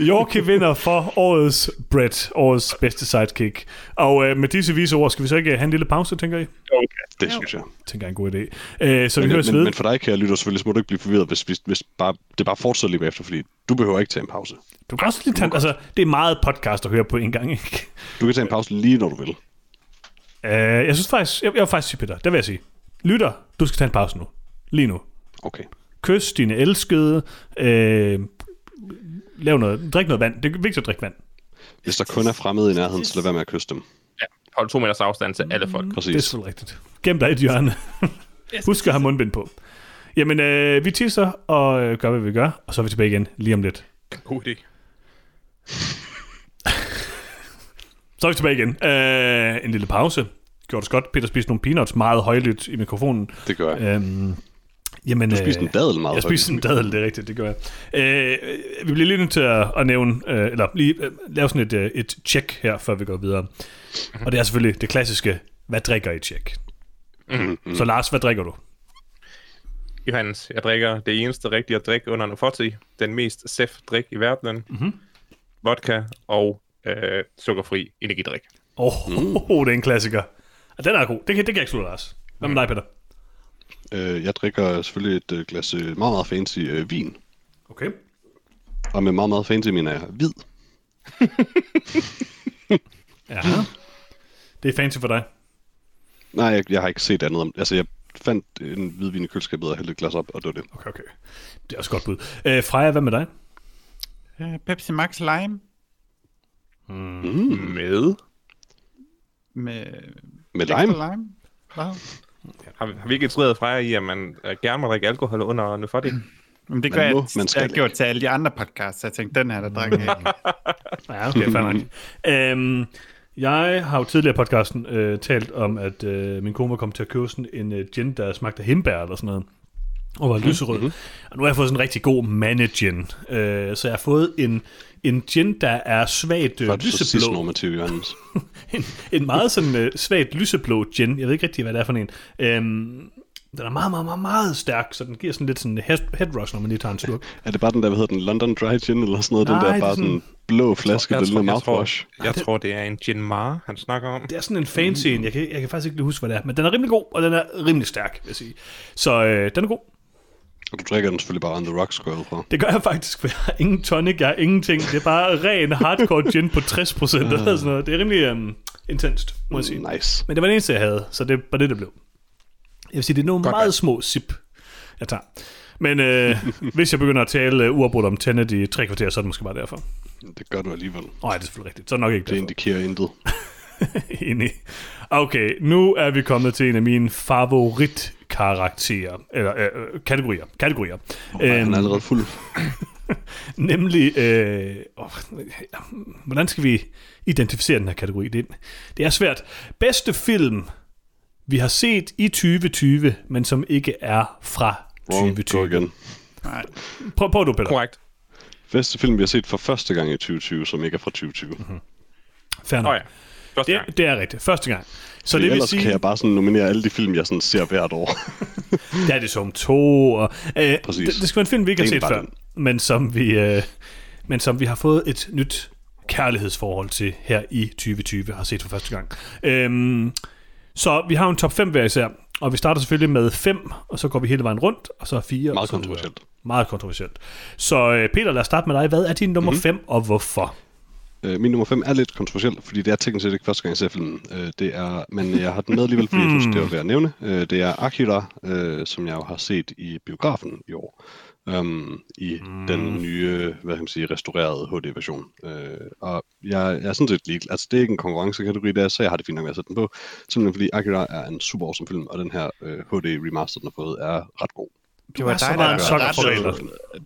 Yorkie vinder for årets Brett, årets bedste sidekick. Og øh, med disse vise ord, skal vi så ikke øh, have en lille pause, tænker I? Okay. Det synes jeg. Tænker jeg er en god idé. Øh, så vi Men, høres men, ved. men for dig, kære lytter, selvfølgelig så må du ikke blive forvirret, hvis, hvis, hvis bare, det bare fortsætter lige bagefter, fordi du behøver ikke tage en pause. Du kan også lige tage, altså, det er meget podcast at høre på en gang, ikke? Du kan tage en pause lige når du vil. Øh, jeg synes faktisk, jeg, jeg vil faktisk sige, Peter, der vil jeg sige, lytter, du skal tage en pause nu. Lige nu. Okay. Kys dine elskede, øh, lav noget, drik noget vand. Det er vigtigt at drikke vand. Hvis der kun er fremmede i nærheden, så lad være med at kysse dem. Ja. Hold to meters afstand til alle folk. Det er Præcis. selvfølgelig rigtigt. Gem dig i et hjørne. Husk at have mundbind på. Jamen, øh, vi tisser og øh, gør, hvad vi gør, og så er vi tilbage igen lige om lidt. God idé. Så er vi tilbage igen. Øh, en lille pause. Gjorde det godt. Peter spiste nogle peanuts meget højlydt i mikrofonen. Det gør jeg. Øhm, jamen, du spiste en dadel meget Jeg spiste en dadel, det er rigtigt, det gør jeg. Øh, vi bliver lige nødt til at, at nævne, øh, eller lige øh, lave sådan et, øh, et check her, før vi går videre. Og det er selvfølgelig det klassiske, hvad drikker I check? Mhm. Mm-hmm. Så Lars, hvad drikker du? Johannes, jeg drikker det eneste rigtige at drikke under en forti. Den mest safe drik i verden. Mhm. Mm-hmm. Vodka og øh, sukkerfri energidrik. Åh, Mhm. oh, mm. oh, det er en klassiker. Og den er god. Det kan, det kan jeg ikke slutte, Lars. Hvad med dig, Peter? Øh, jeg drikker selvfølgelig et øh, glas øh, meget, meget fancy øh, vin. Okay. Og med meget, meget fancy mener jeg hvid. Ja. Det er fancy for dig. Nej, jeg, jeg har ikke set andet om Altså, jeg fandt en hvidvin i køleskabet og hældte et glas op, og det var det. Okay, okay. Det er også godt bud. Øh, Freja, hvad med dig? Øh, Pepsi Max Lime Mm. Med? med Med lime? lime. lime. Hvad? Har vi, har vi ikke instrueret fra jer i, at man øh, gerne må drikke alkohol under en forti? Jamen, det Man gør jeg, må, man man skal skal jeg har gjort til alle de andre podcasts, så jeg tænkte, den her, der drikker jeg ikke. Ja, okay, fair nok. øhm, jeg har jo tidligere i podcasten øh, talt om, at øh, min kone var kommet til at købe sådan en øh, gin, der smagte af hindbær eller sådan noget. Og var lyserød. Mm-hmm. Og nu har jeg fået sådan en rigtig god mandegin. Øh, så jeg har fået en, en gin, der er svagt øh, Var det så lyseblå. normativ, Johannes? en, en meget sådan øh, svagt lyseblå gin. Jeg ved ikke rigtig, hvad det er for en. Øhm, den er meget, meget, meget, meget stærk, så den giver sådan lidt sådan en head, head rush, når man lige tager en slurk. Er det bare den der, hvad hedder den, London Dry Gin eller sådan noget? Nej, den det der er bare sådan- sådan blå flaske, den lille jeg, tror, mouthwash? jeg tror, det er en gin mare, han snakker om. Det er sådan en fancy en. Jeg kan, jeg kan faktisk ikke lige huske, hvad det er. Men den er rimelig god, og den er rimelig stærk, vil jeg sige. Så øh, den er god. Og du drikker den selvfølgelig bare on the rocks, går jeg ud fra. Det gør jeg faktisk, for jeg har ingen tonic, jeg har ingenting. Det er bare ren hardcore gin på 60% eller sådan noget. Det er rimelig øhm, intenst, må jeg sige. Nice. Men det var det eneste, jeg havde, så det var det, det blev. Jeg vil sige, det er nogle Godt meget små sip, jeg tager. Men øh, hvis jeg begynder at tale øh, uafbrudt om Tenet i tre kvarter, så er det måske bare derfor. Nej, Det gør du alligevel. det er selvfølgelig rigtigt. Så er det nok ikke Det derfor. indikerer intet. Enig. Okay, nu er vi kommet til en af mine favoritkarakterer, eller øh, øh, kategorier, kategorier. Øhm. Han Øhm, er allerede fuld. Nemlig, øh, åh, hvordan skal vi identificere den her kategori? Det, det er svært. Bedste film, vi har set i 2020, men som ikke er fra Wrong, go 2020. igen. Nej. Prøv, prøv du, Peter. Korrekt. Bedste film, vi har set for første gang i 2020, som ikke er fra 2020. Mm-hmm. Fair Nå nok. ja. Første gang. Det, det er rigtigt. Første gang. Så det, Det det vil ellers sige... kan sige, jeg bare sådan nominere alle de film, jeg sådan ser hvert år. der er det som to. Og, øh, det, Præcis. det skal være en film, vi ikke har set Egentlig før, bare men som, vi, øh, men som vi har fået et nyt kærlighedsforhold til her i 2020, har set for første gang. Øhm, så vi har jo en top 5 hver især, og vi starter selvfølgelig med 5, og så går vi hele vejen rundt, og så er 4. Meget kontroversielt. Meget kontroversielt. Så øh, Peter, lad os starte med dig. Hvad er din nummer Mhm. 5, mm-hmm. og hvorfor? Øh, min nummer 5 er lidt kontroversiel, fordi det er teknisk set ikke første gang, jeg ser filmen. Øh, det er, men jeg har den med alligevel, fordi jeg synes, det var værd at nævne. Øh, det er Akira, øh, som jeg jo har set i biografen i år. um, i mm. den nye, hvad kan man sige, restaurerede HD-version. Uh, og jeg, jeg er sådan set ligeglad. Altså, det er ikke en konkurrencekategori, der, så jeg har det fint nok med at sætte den på. Simpelthen fordi Akira er en super awesome film, og den her uh, HD-remaster, den har fået, er ret god. Du er så meget en sokker for regler.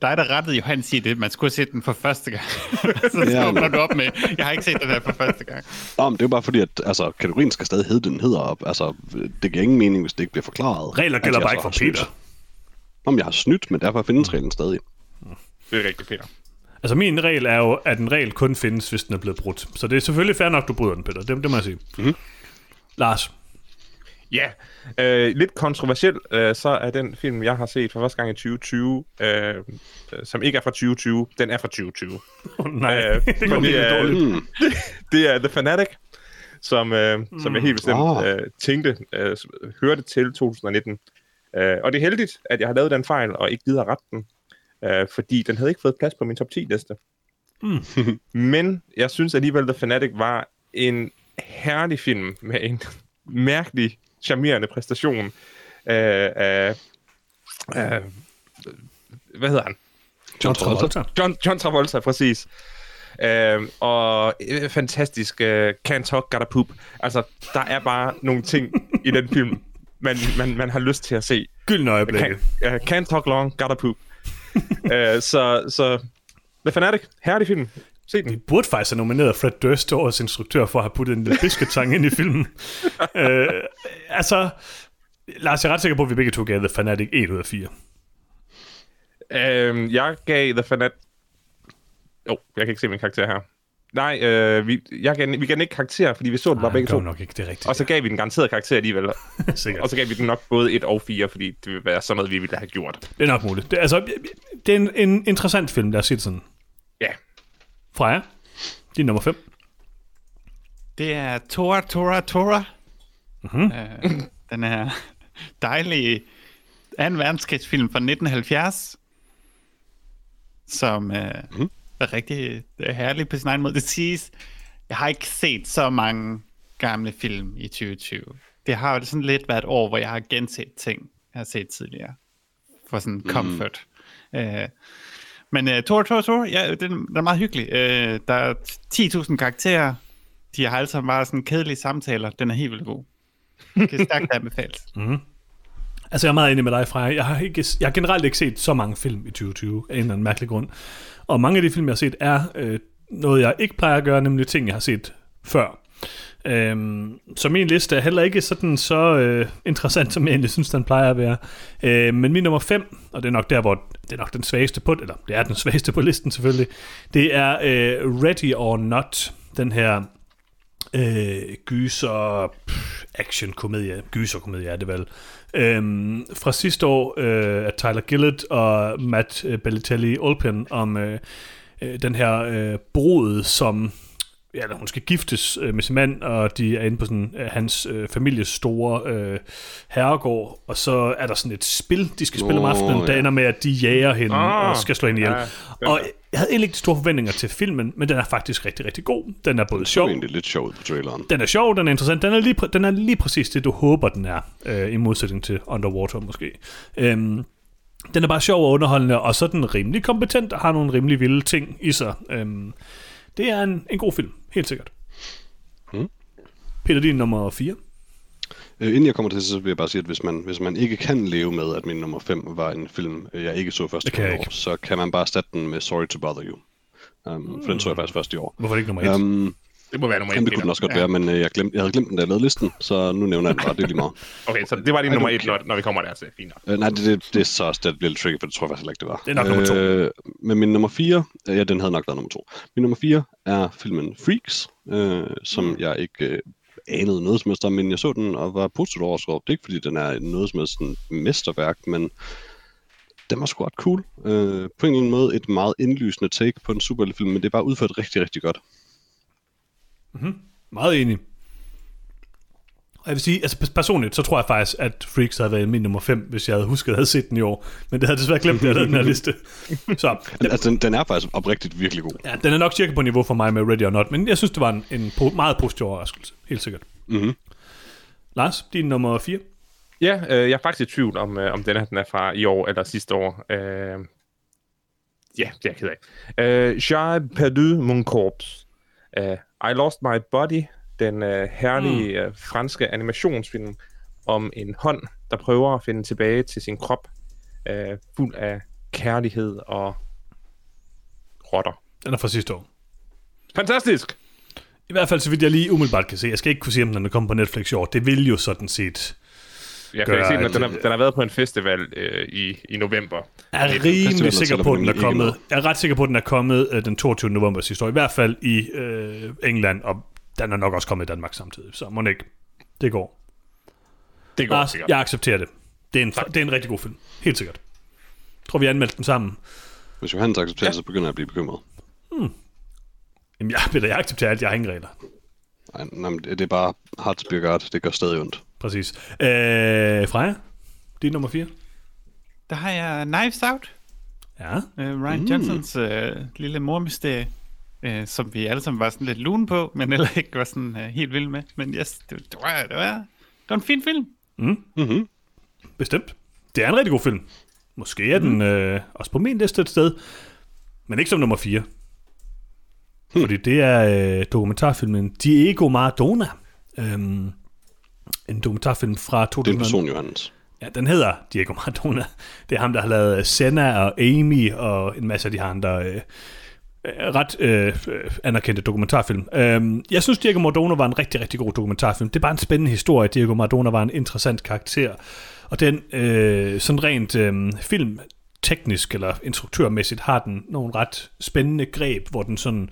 dig, der rettede Johan siger det. Man skulle have set den for første gang. så Ja, stopper men- du op med, jeg har ikke set den her for første gang. Nå, men det er jo bare fordi, at altså, kategorien skal stadig hedde, den hedder op. Altså, det giver ingen mening, hvis det ikke bliver forklaret. Regler at gælder jeg bare så ikke for har snydt. Peter. Nå, men jeg har snydt, men derfor findes reglen stadig. Det er rigtigt, Peter. Altså min regel er jo, at en regel kun findes, hvis den er blevet brudt. Så det er selvfølgelig fair nok, du bryder den, Peter. Det, det må jeg sige. Mm-hmm. Mhm. Lars, Ja, øh, lidt kontroversiel, øh, så er den film, jeg har set for første gang i 2020, øh, øh, som ikke er fra 2020, den er fra 2020. oh, nej, Øh, det går fordi, virkelig øh, dårligt. Hmm. Det er The Fanatic, som, øh, mm. som jeg helt bestemt Åh. øh, tænkte, øh, som- hørte til 2019. Øh, og det er heldigt, at jeg har lavet den fejl og ikke gider at rette den, øh, fordi den havde ikke fået plads på min top 10 liste. Mm. Men jeg synes alligevel, The Fanatic var en herlig film med en mærkelig, charmerende præstation øh, af... Øh, hvad hedder han? John Travolta. John, John Travolta, præcis. Øhm, og øh, fantastisk øh, Can't Talk, Gotta Poop. Altså, der er bare nogle ting i den film, man, man, man har lyst til at se. Gylden øjeblikke. Can, uh, can't Talk Long, Gotta Poop. uh, så, så The Fanatic, herlig film. Se Vi den. burde faktisk have nomineret Fred Durst til årets instruktør for at have puttet en lille biscuitsang ind i filmen. øh, altså, Lars, jeg er ret sikker på, at vi begge to gav The Fanatic 1 ud af 4. Øhm, jeg gav The Fanatic... Jo, oh, jeg kan ikke se min karakter her. Nej, øh, vi, jeg gav, den- vi gav den ikke karakter, fordi vi så den bare begge det var to. Ah, nok ikke det rigtige. Og så gav vi den garanteret karakter alligevel. Sikkert. Og så gav vi den nok både 1 og 4, fordi det ville være sådan noget, vi ville have gjort. Det er nok muligt. Det, altså, det er en, en interessant film, lad os sige det sådan. Ja. Freja, din nummer 5. Det er Tora, Tora, Tora. Mm-hmm. Øh, den her dejlige 2. verdenskrigsfilm fra 1970, som øh, mm. er rigtig øh, herlig på sin egen måde. Det siges, jeg har ikke set så mange gamle film i 2020. Det har jo sådan lidt været et år, hvor jeg har genset ting, jeg har set tidligere. For sådan comfort. Øh, men uh, Tor, Tor, Tor, ja, den, den er meget hyggelig. Uh, der er 10.000 karakterer. De har alle sammen bare sådan kedelige samtaler. Den er helt vildt god. Kan stærkt anbefales. Altså, jeg er meget enig med dig, Freja. Jeg har, ikke, jeg har generelt ikke set så mange film i 2020, af en eller anden mærkelig grund. Og mange af de film, jeg har set, er øh, noget, jeg ikke plejer at gøre, nemlig ting, jeg har set før. Øhm, så min liste er heller ikke sådan så øh, interessant, som jeg egentlig synes, den plejer at være. Øh, men min nummer 5, og det er nok der, hvor det er nok den svageste på, eller det er den svageste på listen selvfølgelig, det er øh, Ready or Not, den her øh, gyser pff, action-komedie, gyser-komedie er det vel, øhm, fra sidste år øh, af Tyler Gillett og Matt øh, Bellitelli Olpen om øh, øh, den her øh, brud, som ja, eller hun skal giftes øh, med sin mand, og de er inde på sådan, øh, hans øh, families store øh, herregård, og så er der sådan et spil, de skal spille om Nå, aftenen, der ja. ender med, at de jager hende Ah. og skal slå hende ihjel. Ja, Ja, og jeg havde egentlig ikke de store forventninger til filmen, men den er faktisk rigtig, rigtig god. Den er både Det er sjov, egentlig lidt sjovt på traileren. den er sjov, den er interessant, den er lige, præ- den er lige præcis det, du håber, den er, øh, i modsætning til Underwater måske. Øhm, den er bare sjov og underholdende, og så er den rimelig kompetent og har nogle rimelig vilde ting i sig. Øhm, det er en, en god film, helt sikkert. Mm. Peter, din nummer 4. Øh, Inden jeg kommer til, så vil jeg bare sige, at hvis man, hvis man ikke kan leve med, at min nummer 5 var en film, øh, jeg ikke så første Det kan gang i jeg år, så kan man bare erstatte den med Sorry to Bother You. Um, mm. For den Hmm. så jeg faktisk først i år. Hvorfor er det ikke nummer 1? Hvorfor um, Det må være nummer 1. Jamen, det kunne den også godt være, men øh, jeg, glemte, jeg havde glemt den, da jeg lavede listen, så nu nævner jeg den bare, det er lige meget. Okay, så det var din Ej, nummer okay. 1, når, når vi kommer der til. Fint nok. Øh, nej, det, det, det er så også det bliver lidt tricky, for det tror jeg faktisk heller ikke, det var. Det er nok nummer to. Øh, men min nummer 4, ja, den havde nok været nummer 2. Min nummer 4 er filmen Freaks, øh, som mm. jeg ikke øh, anede noget som helst om, men jeg så den og var positivt overrasket over. Det er ikke, fordi den er noget som helst sådan mesterværk, men den var sgu ret cool. Øh, på en eller anden måde et meget indlysende take på en superheltefilm, men det er bare udført rigtig, rigtig godt. Meget enig. Og jeg vil sige, altså pers- personligt, så tror jeg faktisk, at Freaks havde været min nummer 5, hvis jeg havde husket, at jeg havde set den i år. Men det havde jeg desværre glemt, at jeg havde den her liste. Så Den, altså, den, den er faktisk oprigtigt virkelig god. Ja, den er nok cirka på niveau for mig med Ready or Not, men jeg synes, det var en, en po- meget positiv overraskelse, helt sikkert. Mm-hmm. Lars, din nummer 4. Ja, øh, jeg er faktisk i tvivl om, øh, om den her den er fra i år eller sidste år. Øh, ja, det er jeg ked af. Uh, J'ai perdu mon corps. Uh, I lost my body, den uh, herlige mm. uh, franske animationsfilm om en hånd, der prøver at finde tilbage til sin krop, uh, fuld af kærlighed og rotter. Den er fra sidste år. Fantastisk! I hvert fald, så vidt jeg lige umiddelbart kan se. Jeg skal ikke kunne sige, om den er kommet på Netflix i år. Det vil jo sådan set Jeg kan Gør ikke se, den, at- den, har, den har været på en festival øh, i, i november. er festivaler rimelig sikker tæller på, at den er nemlig ikke kommet. Jeg er ret sikker på, at den er kommet øh, den 22. november sidste år. I hvert fald i øh, England, og den er nok også kommet i Danmark samtidig. Så må den ikke. Det går. Det går Lars, sikkert. jeg accepterer det. Det er, en, det er en rigtig god film. Helt sikkert. Jeg tror, vi anmeldte den sammen. Hvis Johannes accepterer, ja. så begynder jeg at blive bekymret. Jamen, jeg, Peter, jeg accepterer alt. Jeg har ingen regler. Nej, nej, men det det er bare hard to be God. Det gør stadig ondt. Præcis. Øh, Freja, det er nummer 4. Der har jeg Knives Out, Ja. øh, Ryan mm. Johnsons øh, lille mormysterie, øh, som vi alle sammen var sådan lidt lune på, men heller ikke var sådan øh, helt vilde med. Men yes, det, det, var, det, var, det var en fin film. Bestemt. Det er en rigtig god film. Måske er den øh, også på min liste et sted, men ikke som nummer 4. Fordi det er øh, dokumentarfilmen Diego Maradona. Øhm, en dokumentarfilm fra Det er en 2000. person, Johannes. Ja, den hedder Diego Maradona. Det er ham, der har lavet øh, Senna og Amy og en masse af de her andre øh, øh, ret øh, øh, anerkendte dokumentarfilm. Øhm, jeg synes, Diego Maradona var en rigtig, rigtig god dokumentarfilm. Det er bare en spændende historie. Diego Maradona var en interessant karakter. Og den øh, sådan rent øh, film teknisk eller instruktørmæssigt har den nogle ret spændende greb, hvor den sådan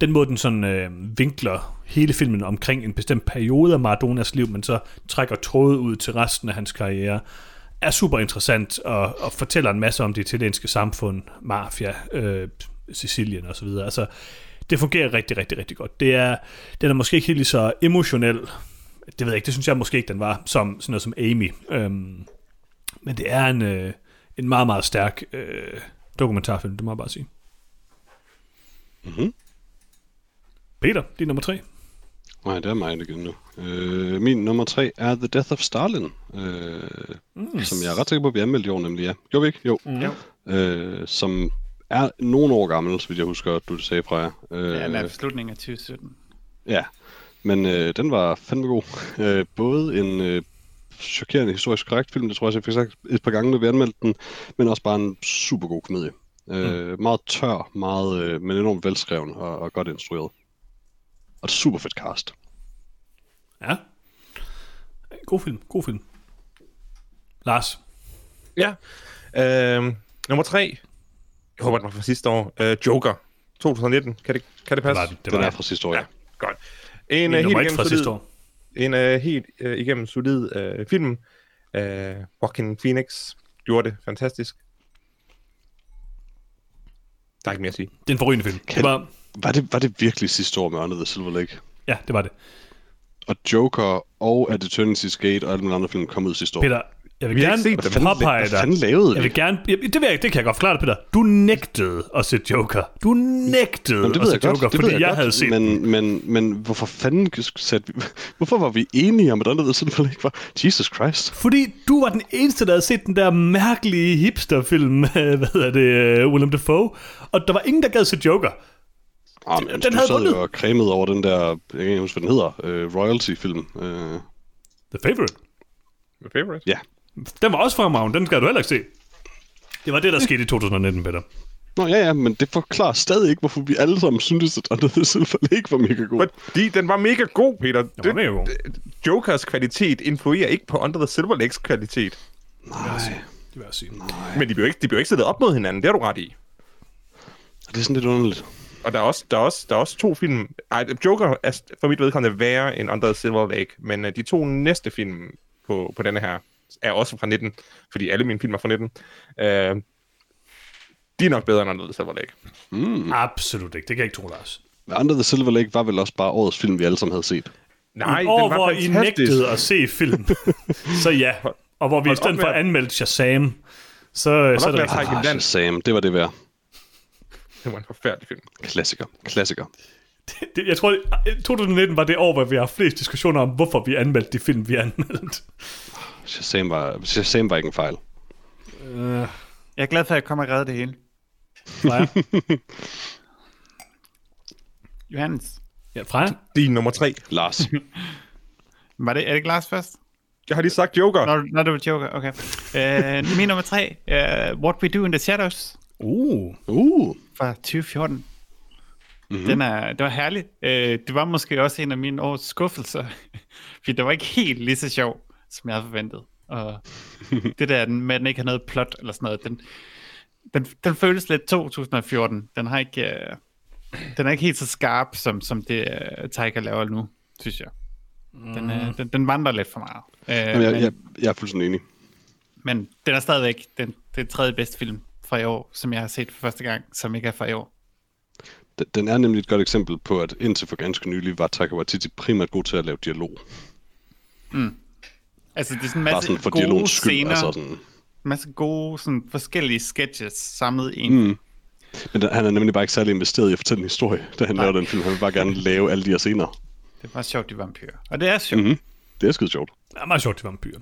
den måde, den sådan øh, vinkler hele filmen omkring en bestemt periode af Maradonas liv, men så trækker tråde ud til resten af hans karriere, er super interessant og, og fortæller en masse om det italienske samfund, mafia, øh, Sicilien osv. Altså, det fungerer rigtig, rigtig, rigtig godt. Det er, den er måske ikke helt lige så emotionel, det ved jeg ikke, det synes jeg måske ikke, den var, som sådan noget som Amy. Øhm, men det er en, øh, en meget, meget stærk øh, dokumentarfilm, det må jeg bare sige. Peter, det er nummer tre. Nej, det er mig igen nu. Øh, min nummer tre er The Death of Stalin, øh, mm. som jeg er ret sikker på, at vi anmeldte i år nemlig, ja. Gjorde vi ikke? Jo. Mm. Jo. Øh, som er nogle år gammel, så vidt jeg husker, at du sagde fra jer. Øh, Ja, den er slutningen af 2017. Ja, men øh, den var fandme god. Øh, både en øh, chokerende historisk korrekt film, det tror jeg, også, jeg fik sagt et par gange, når vi anmeldte den, men også bare en super god komedie. Øh, Meget tør, meget, øh, men enormt velskreven og, og godt instrueret. Og et super fedt cast. Ja. God film, god film. Lars. Ja. Øhm, nummer tre. Jeg håber, den var fra sidste år. Øh, Joker. 2019. Kan det, kan det passe? det den er fra sidste år, ja. Ja, godt. En, min øh, helt nummer et igennem fra solid, sidste år. en øh, helt øh, igennem solid øh, film. Øh, Joaquin Phoenix gjorde det fantastisk. Der er ikke mere at sige. Det er en forrygende film. Det var, Var det, var det virkelig sidste år med Under the Silver Lake? ja, det var det. Og Joker og At Eternity's Gate og alle mulige andre film kom ud sidste år. Peter, jeg vil Vi har gerne ikke set hvad set fanden, påpege hvad fanden dig. lavede Jeg vi? vil gerne, jeg, det, ved jeg, ikke, det kan jeg godt forklare dig, Peter. Du nægtede at se Joker. Du nægtede Jamen, det at ved se jeg godt, Joker, det fordi ved jeg, godt, havde set men, men, men hvorfor fanden satte vi... Hvorfor var vi enige om, at Under the Silver Lake var... Jesus Christ. Fordi du var den eneste, der havde set den der mærkelige hipsterfilm, øh, hvad hedder det, øh, Willem Dafoe, og der var ingen, der gad se Joker. Ah, men, den den havde du sad vundet. jo og cremede over den der... Jeg kan ikke huske, hvad den hedder. Øh, Royalty-film. Øh, The Favorite. My favorite. ja. Den var også fremragende, den skal du heller ikke se. Det var det, der skete i 2019, Peter. Nå ja, ja, men det forklarer stadig ikke, hvorfor vi alle sammen syntes, at Under the Silver Lake var mega god. Fordi den var mega god, Peter. Den var mega god. Jokers kvalitet influerer ikke på Under the Silver Lakes kvalitet. Nej. Det vil jeg sige. Men de bliver ikke, de bliver ikke stillet op mod hinanden, det har du ret i. Det er sådan lidt underligt. Og der er også, der er også, der er også to film. Ej, Joker er st- for mit vedkommende værre end Under the Silver Lake, men uh, de to næste film på, på denne her er også fra 19, fordi alle mine film er fra 19. Uh, de er nok bedre end Under the Silver Lake. Absolut ikke. Det kan jeg ikke tro, Lars. Men Under the Silver Lake var vel også bare årets film, vi alle sammen havde set. Nej, Et år, den var hvor I fantastisk. nægtede at se film. så ja. Og hvor vi i Hold stedet op for med at- anmeldte Shazam, så, så er ligesom- det op med at rigtigt. trække- Ikke Ah, den. Sam, det var det værd. Det var en forfærdelig film. Klassiker. Klassiker. Det, jeg tror, det- 2019 var det år, hvor vi har flest diskussioner om, hvorfor vi anmeldte de film, vi anmeldte. Shazam var, Shazam var ikke en fejl. Øh, Jeg er glad for, at jeg kommer og redder det hele. Freja. Johannes. Ja, Freja. Din nummer tre. Lars. Var det, er det ikke Lars først? Jeg har lige sagt Joker. Når, når du var joker, okay. Øh, min nummer tre, uh, What We Do in the Shadows Uh. Uh. fra 2014. Mhm. Mm-hmm. Den er, det var herlig. Øh, det var måske også en af mine års skuffelser, fordi det var ikke helt lige så sjov, som jeg havde forventet. Og det der den- med, at den ikke har noget plot eller sådan noget, den, den, den føles lidt 2014. Den har ikke, øh, den er ikke helt så skarp, som, som det øh, Tiger laver nu, synes jeg. Den, øh, den, den vandrer lidt for meget. Øh, Mhm. Jamen, jeg, men- jeg, jeg er fuldstændig enig. men den er stadigvæk den, den tredje bedste film fra i år, som jeg har set for første gang, som ikke er fra i år. Den- Den er nemlig et godt eksempel på, at indtil for ganske nylig var Taika Waititi primært god til at lave dialog. Altså, det er sådan en Bare masse sådan for gode dialogens skyld. scener, Altså sådan. en masse gode sådan, forskellige sketches samlet i en. Mm. Men den- han er nemlig bare ikke særlig investeret i at fortælle en historie, da han Nej. lavede den film. Han vil bare gerne lave alle de her scener. Det er bare sjovt, de vampyrer. Og det er sjovt. Mm. Mm. Det er skide sjovt. Det er meget sjovt til vampyrer.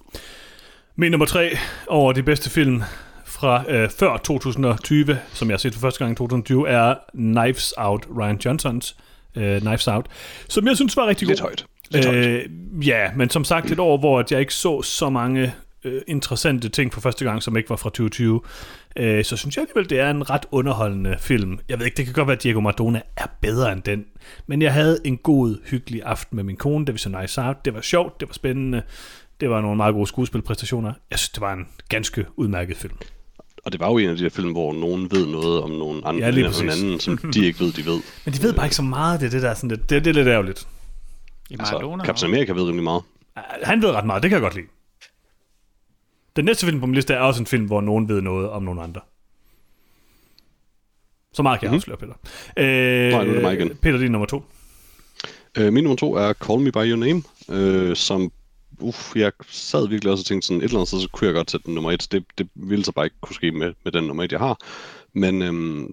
Min nummer tre over de bedste film fra øh, før 2020, som jeg har set for første gang i 2020, er Knives Out, Ryan Johnsons øh, Knives Out, som jeg synes var rigtig Lidt god. højt. Lidt højt. Øh, ja, men som sagt et år, hvor at jeg ikke så så mange øh, interessante ting for første gang, som ikke var fra 2020, øh, så synes jeg alligevel, det er en ret underholdende film. Jeg ved ikke, det kan godt være, at Diego Maradona er bedre end den, men jeg havde en god, hyggelig aften med min kone, da vi så nice out. Det var sjovt, det var spændende, det var nogle meget gode skuespilpræstationer. Jeg synes, det var en ganske udmærket film. Og det var jo en af de her film, hvor nogen ved noget om nogen andre Ja, lige end om præcis. hinanden, som de ikke ved, de ved. Men de ved bare ikke så meget, det er det der sådan lidt, det, det er lidt ærgerligt. I Altså, Maradona. Captain Altså, America ved rimelig meget. Han ved ret meget, det kan jeg godt lide. Den næste film på min liste er også en film, hvor nogen ved noget om nogen andre. Så meget kan jeg afsløre, Peter. Øh, Mhm. Nej, nu er det mig igen. Peter, din nummer to. Øh, min nummer to er Call Me By Your Name, øh, som uff, jeg sad virkelig også og tænkte sådan, et eller andet sted, så kunne jeg godt sætte den nummer et. Det, det ville så bare ikke kunne ske med, med den nummer et, jeg har. Men øhm,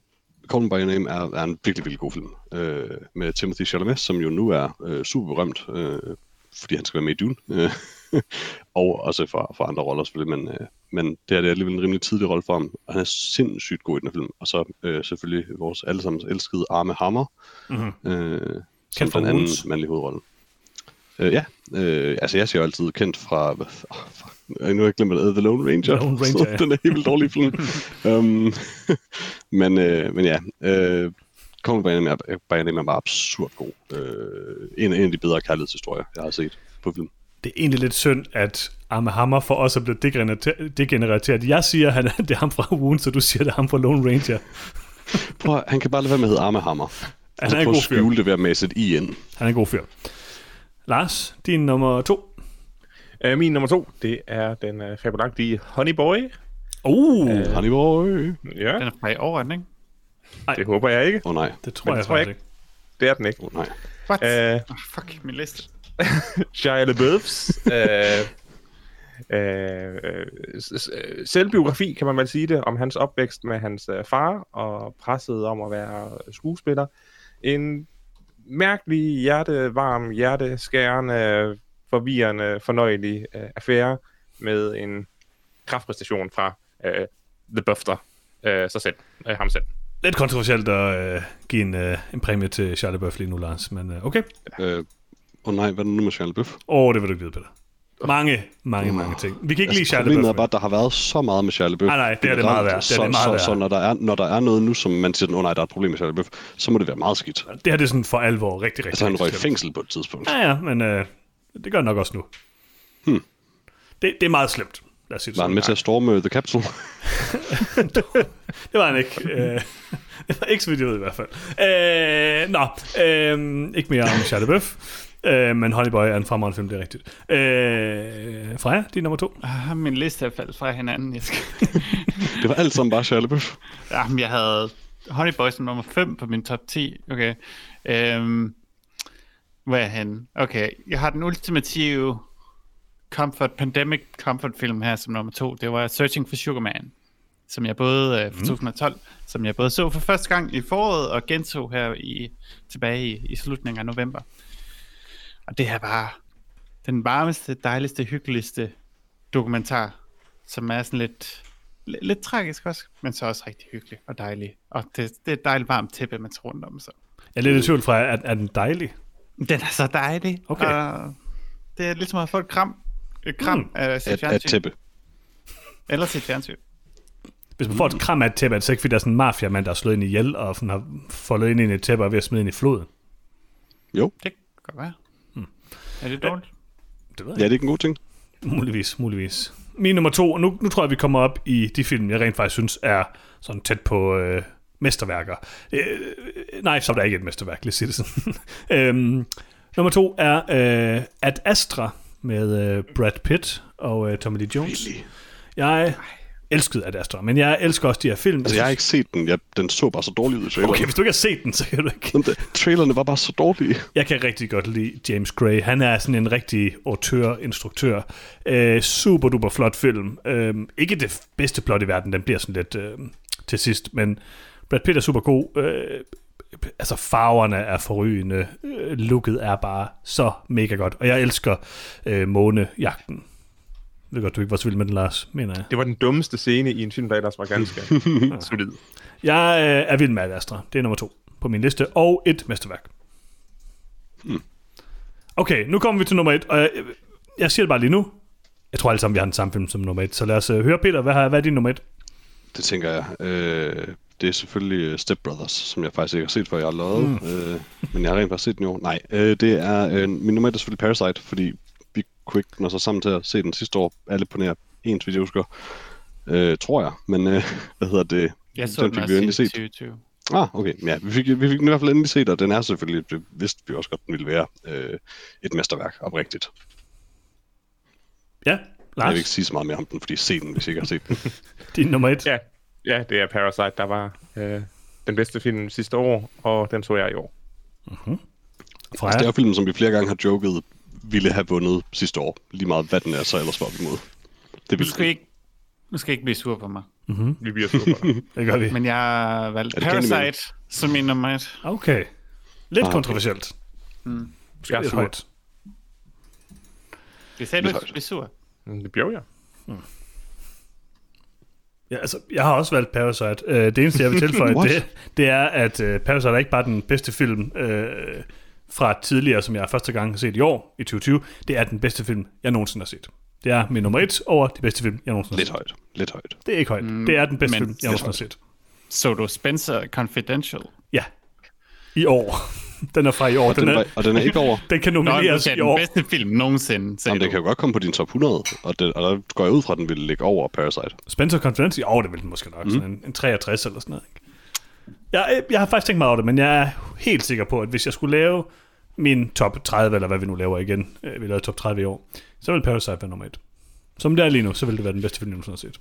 Call Me By Your Name er, er en virkelig, virkelig god film. Øh, med Timothy Chalamet, som jo nu er øh, super berømt, øh, fordi han skal være med i Dune. Øh, og også for, for andre roller selvfølgelig, men, øh, men det her det er alligevel en rimelig tidlig rolle for ham. Og han er sindssygt god i den her film. Og så øh, selvfølgelig vores allesammens elskede Arme Hammer. Mm-hmm. Øh, som fra den anden Wolves. mandlige hovedrolle. Øh, ja, øh, altså jeg siger jo altid kendt fra... hvad f- åh, fuck, øh, nu har jeg glemt det. The Lone Ranger. The Lone Ranger, ja. den er helt vildt dårlig film. um, men, øh, men ja, øh, Kongen by Your Name er- by Your Name er bare absurd god. Øh, en, en af de bedre kærlighedshistorier, jeg har set på film. Det er egentlig lidt synd, at Arme Hammer for os er blevet degenerate- degenerateret. Jeg siger, at det er ham fra Wound, så du siger, at det er ham fra Lone Ranger. Prøv, at- han kan bare lade være med at hedde Arme Hammer. er Han en er prøv god at fyr. skjule det ved at mase et i ind. Han er en god fyr. Lars, din nummer to. Øh, min nummer to, det er den øh, fabelagtige Honey Boy. Uh, øh, Honey boy. Ja, den er fra i år, er den, ikke? det håber jeg ikke. Åh oh, nej. det tror men jeg, det tror jeg faktisk ikke. Det er den ikke. Åh oh, nej. What? Uh, Øh, oh, fuck, min liste. Shia LaBeouf's øh, øh, øh, s- s- øh, selvbiografi, kan man vel sige det, om hans opvækst med hans øh, far og presset om at være skuespiller. En mærkelig, hjertevarm, hjerteskærende, forvirrende, fornøjelig øh, affære med en kraftpræstation fra øh, The Buffer øh, sig selv, øh, ham selv. Lidt kontroversielt at øh, give en, øh, en præmie til Charlie Buff lige nu, Lars. Men øh, okay. Åh øh, oh, nej, hvad er det nu med Charlie Bøf? Åh, oh, det vil du ikke vide, Peter. Mange, mange, mange ting. Vi kan ikke lide Charlie Altså, Problemet er Buff. bare, at der har været så meget med Charlie Bøf. Nej, nej, det er det meget værd. Det er så, det meget så, værd. Så, når, der er, når der er noget nu, som man siger, at oh, nej, der er et problem med Charlie Bøf, så må det være meget skidt. Det her det er sådan for alvor rigtig, rigtig Altså, han rigtig røg i slemt. fængsel på et tidspunkt. Ja, ja, men øh, det gør han nok også nu. Hmm. Det, det er meget slemt. Lad os sige det Var han sådan. med til at storme The Capitol? Det var han ikke. Øh, det var ikke så vidt, jeg ved i hvert fald. Øh, nå, øh, ikke mere om Charlie Buff. Øh, men Honey Boy er en fremragende film, det er rigtigt. Øh, Freja, din nummer to. Ah, min liste er faldet fra hinanden. Jeg, skal... Det var alt sammen bare Charlie Bøf. ah, jeg havde Honey Boys som nummer 5 på min top 10. Okay. Øhm, hvor er jeg henne? Okay, jeg har den ultimative comfort, pandemic comfort film her som nummer to. Det var Searching for Sugar Man, som jeg både øh, fra 2012, som jeg både så for første gang i foråret og genså her i tilbage i, i slutningen af november. Og det her var den varmeste, dejligste, hyggeligste dokumentar, som er sådan lidt L- lidt tragisk også, men så også rigtig hyggelig og dejlig. Og det, det er et dejligt varmt tæppe, man tager rundt om. Så. Jeg er lidt i tvivl fra, er, er den dejlig? Den er så dejlig. Okay. Og det er ligesom at få et kram, et kram Mm. mm. af sit At, at fjernsyn. tæppe. Eller sit fjernsyn. Hvis man får et kram af et tæppe, er det så ikke, fordi der er sådan en mafiamand, der har slået ind ihjel, og sådan har foldet ind i et tæppe og er ved at smide ind i floden. Jo, Det kan godt være. Mm. Er det dårligt? Det ved ja, jeg det er ikke en god ting. ikke. Muligvis, muligvis. Min nummer to, og nu, nu tror jeg, vi kommer op i de film, jeg rent faktisk synes er sådan tæt på øh, mesterværker. Øh, nej, så er der ikke et mesterværk, lad os sige det sådan. øhm, nummer to er øh, Ad Astra med øh, Brad Pitt og øh, Tommy Lee Jones. Jeg elskede Ad Astra, men jeg elsker også de her film. Altså, jeg har ikke set den. Jeg, den så bare så dårlig ud i traileren. Okay, hvis du ikke har set den, så kan du ikke. Jamen, det, trailerne var bare så dårlige. Jeg kan rigtig godt lide James Gray. Han er sådan en rigtig autør, instruktør. Øh, super duper flot film. Øh, ikke det f- bedste plot i verden, den bliver sådan lidt øh, til sidst, men Brad Pitt er super god. Øh, altså farverne er forrygende. Øh, looket er bare så mega godt. Og jeg elsker øh, månejagten. Jeg ved godt, du ikke var så vild med den, Lars, mener jeg. Det var den dummeste scene i en film, der ellers var ganske solid. Jeg øh, er vild med Ad Astra. Det er nummer to på min liste. Og et mesterværk. Hmm. Okay, nu kommer vi til nummer et. Og jeg, jeg siger det bare lige nu. Jeg tror alle sammen, vi har den samme film som nummer et. Så lad os øh, høre, Peter. Hvad, har, hvad er din nummer et? Det tænker jeg. Øh, det er selvfølgelig øh, Step Brothers, som jeg faktisk ikke har set før, jeg har lavet. Mm. Øh, men jeg har rent faktisk set den jo. Nej, øh, det er... Øh, min nummer et er selvfølgelig Parasite, fordi vi kunne ikke nå så sammen til at se den sidste år. Alle på nær ens, hvis jeg husker. Øh, tror jeg. Men øh, hvad hedder det? Jeg så Den den, fik vi også jo i endelig set. 2020. Ah, okay. Ja, vi fik, vi fik den i hvert fald endelig set, og den er selvfølgelig, det vidste vi også godt, den ville være øh, et mesterværk, oprigtigt. Ja, Jeg vil ikke Lars. sige så meget mere om den, fordi se den, hvis I ikke har set den. Din nummer et. Ja, ja det er Parasite, der var øh, den bedste film sidste år, og den så jeg i år. Freja. Altså, det er jo filmen, som vi flere gange har joket, ville have vundet sidste år. Lige meget hvad den er, så ellers var vi imod. Det Du ville skal den. ikke, du skal ikke blive sur på mig. Vi bliver super. Det gør vi. Men jeg har valgt Er det Candyman? Parasite som min nummer et. Okay. Lidt Ah, kontroversielt. Hmm. jeg er Lidt sur. højt. Det sagde du Lidt ikke, højt. blive sur. Mm, Det blev jeg. Ja, altså, jeg har også valgt Parasite. Øh, det eneste, jeg vil tilføje, What? det, det er, at øh, Parasite er ikke bare den bedste film øh, fra tidligere, som jeg første gang har set i år, i 2020. Det er den bedste film, jeg nogensinde har set. Det er min nummer et over de bedste film, jeg nogensinde har Lidt set. højt. Lidt højt. Det er ikke højt. det er den bedste men film, jeg nogensinde har set. Så du Spencer Confidential? Ja. I år. Den er fra i år. Og den, Den, er, var, og den er ikke over. den kan Nå, nu nomineres sagde i den år. bedste film nogensinde, sagde Jamen, det du. kan jo godt komme på din top 100, og, det, og der går jeg ud fra, at den ville ligge over Parasite. Spencer Confidence? Jo, det vil den måske nok. Mm. Sådan en, en 63 eller sådan noget. Ikke? Jeg, øh, jeg har faktisk tænkt meget over det, men jeg er helt sikker på, at hvis jeg skulle lave min top 30, eller hvad vi nu laver igen, øh, vi lavede top 30 i år, så ville Parasite være nummer et. Som det er lige nu, så ville det være den bedste film, jeg nogensinde har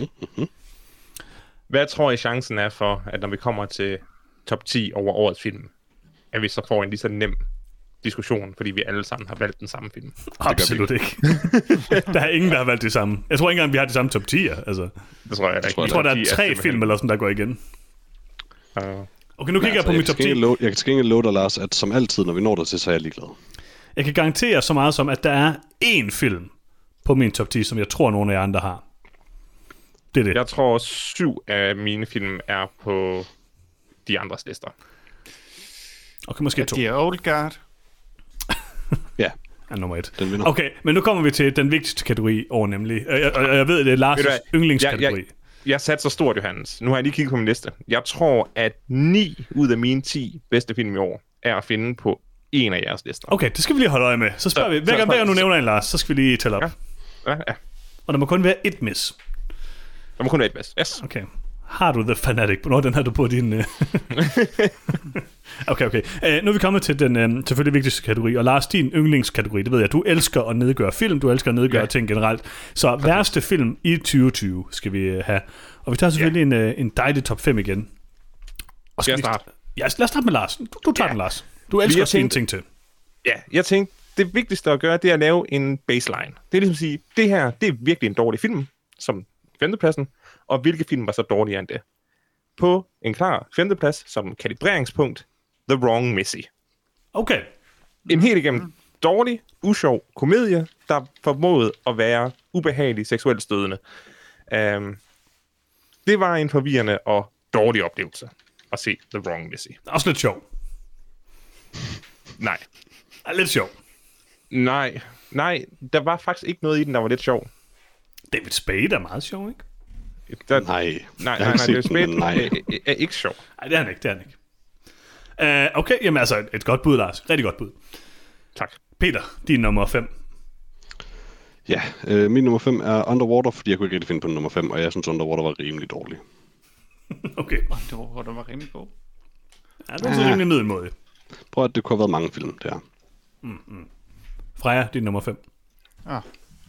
set. Hvad tror I chancen er for, at når vi kommer til top 10 over årets film, at vi så får en lige så nem diskussion, fordi vi alle sammen har valgt den samme film? Absolut ikke. der er ingen, der har valgt det samme. Jeg tror ikke engang, vi har de samme top 10'er. Altså, Det tror jeg da ikke. tror, jeg tror, der er tre film eller sådan, der går igen. Uh, Okay, nu kigger jeg på jeg, min kan top til 10. gengæld love, jeg kan til gengæld love dig, Lars, at som altid, når vi når dertil, så er jeg ligeglad. Jeg kan garantere så meget som, at der er én film på min top 10, som jeg tror, nogen af jer andre har. Det er det. jeg tror, syv af mine film er på de andres lister. Okay, måske to. De er Old Guard. Ja, er nummer et. Den vinder. Okay, men nu kommer vi til den vigtigste kategori over nemlig. Og jeg, og jeg ved, det er Lars' Ved du hvad? yndlingskategori. Jeg, jeg, jeg satte så stort, Johannes. Nu har jeg lige kigget på min liste. Jeg tror, at 9 ud af mine 10 bedste film i år er at finde på en af jeres lister. Okay, det skal vi lige holde øje med. Så spørger Så- vi, hver så- gang, hver gang du så- nævner en Lars, så skal vi lige tælle op. Ja. Ja, ja. Og der må kun være et mis. Der må kun være et bedst. Yes. Okay. Har du The Fanatic? Nå, den har du på din... øh. okay, okay. Uh, nu er vi kommet til den uh, selvfølgelig vigtigste kategori, og Lars, din yndlingskategori, det ved jeg, du elsker at nedgøre film, du elsker at nedgøre ja. Ja. ting generelt. Så værste film i 2020 skal vi uh, have. Og vi tager selvfølgelig ja. en, uh, en dejlig top 5 igen. Og Skal jeg vi- starte? Ja, lad os starte med Lars. Du, du tager Ja. den, Lars. Du elsker at sige en tænkte- ting til. Ja, jeg tænkte, det vigtigste at gøre, det er at lave en baseline. Det er ligesom at sige, det her, det er virkelig en dårlig film, som femtepladsen, og hvilke film var så dårligere end det? På en klar femteplads, som kalibreringspunkt, The Wrong Missy. Okay. En helt igennem dårlig, usjov komedie, der formåede at være ubehagelig seksuelt stødende. Um, det var en forvirrende og dårlig oplevelse at se The Wrong Missy. Også lidt sjov. Nej. Ja, lidt sjov. Nej. Nej, der var faktisk ikke noget i den, der var lidt sjov. David Spade er meget sjov, ikke? Der, Nej. Nej, Jeg nej, har nej, det ikke er set den, spændt. men Nej. Er, er ikke sjov. Nej, det er han ikke, det er han ikke. Uh, okay, jamen altså, et, et godt bud, Lars. Rigtig godt bud. Tak. Peter, din nummer 5. Ja, øh, min nummer 5 er Underwater, fordi jeg kunne ikke rigtig finde på nummer 5, og jeg synes Underwater var rimelig dårlig. Okay. Åh, det var, hvor den var rimelig god. Ja, det er sådan rimelig middelmåde. Prøv at det kunne have været mange film, der. Freja, din nummer 5. Ah,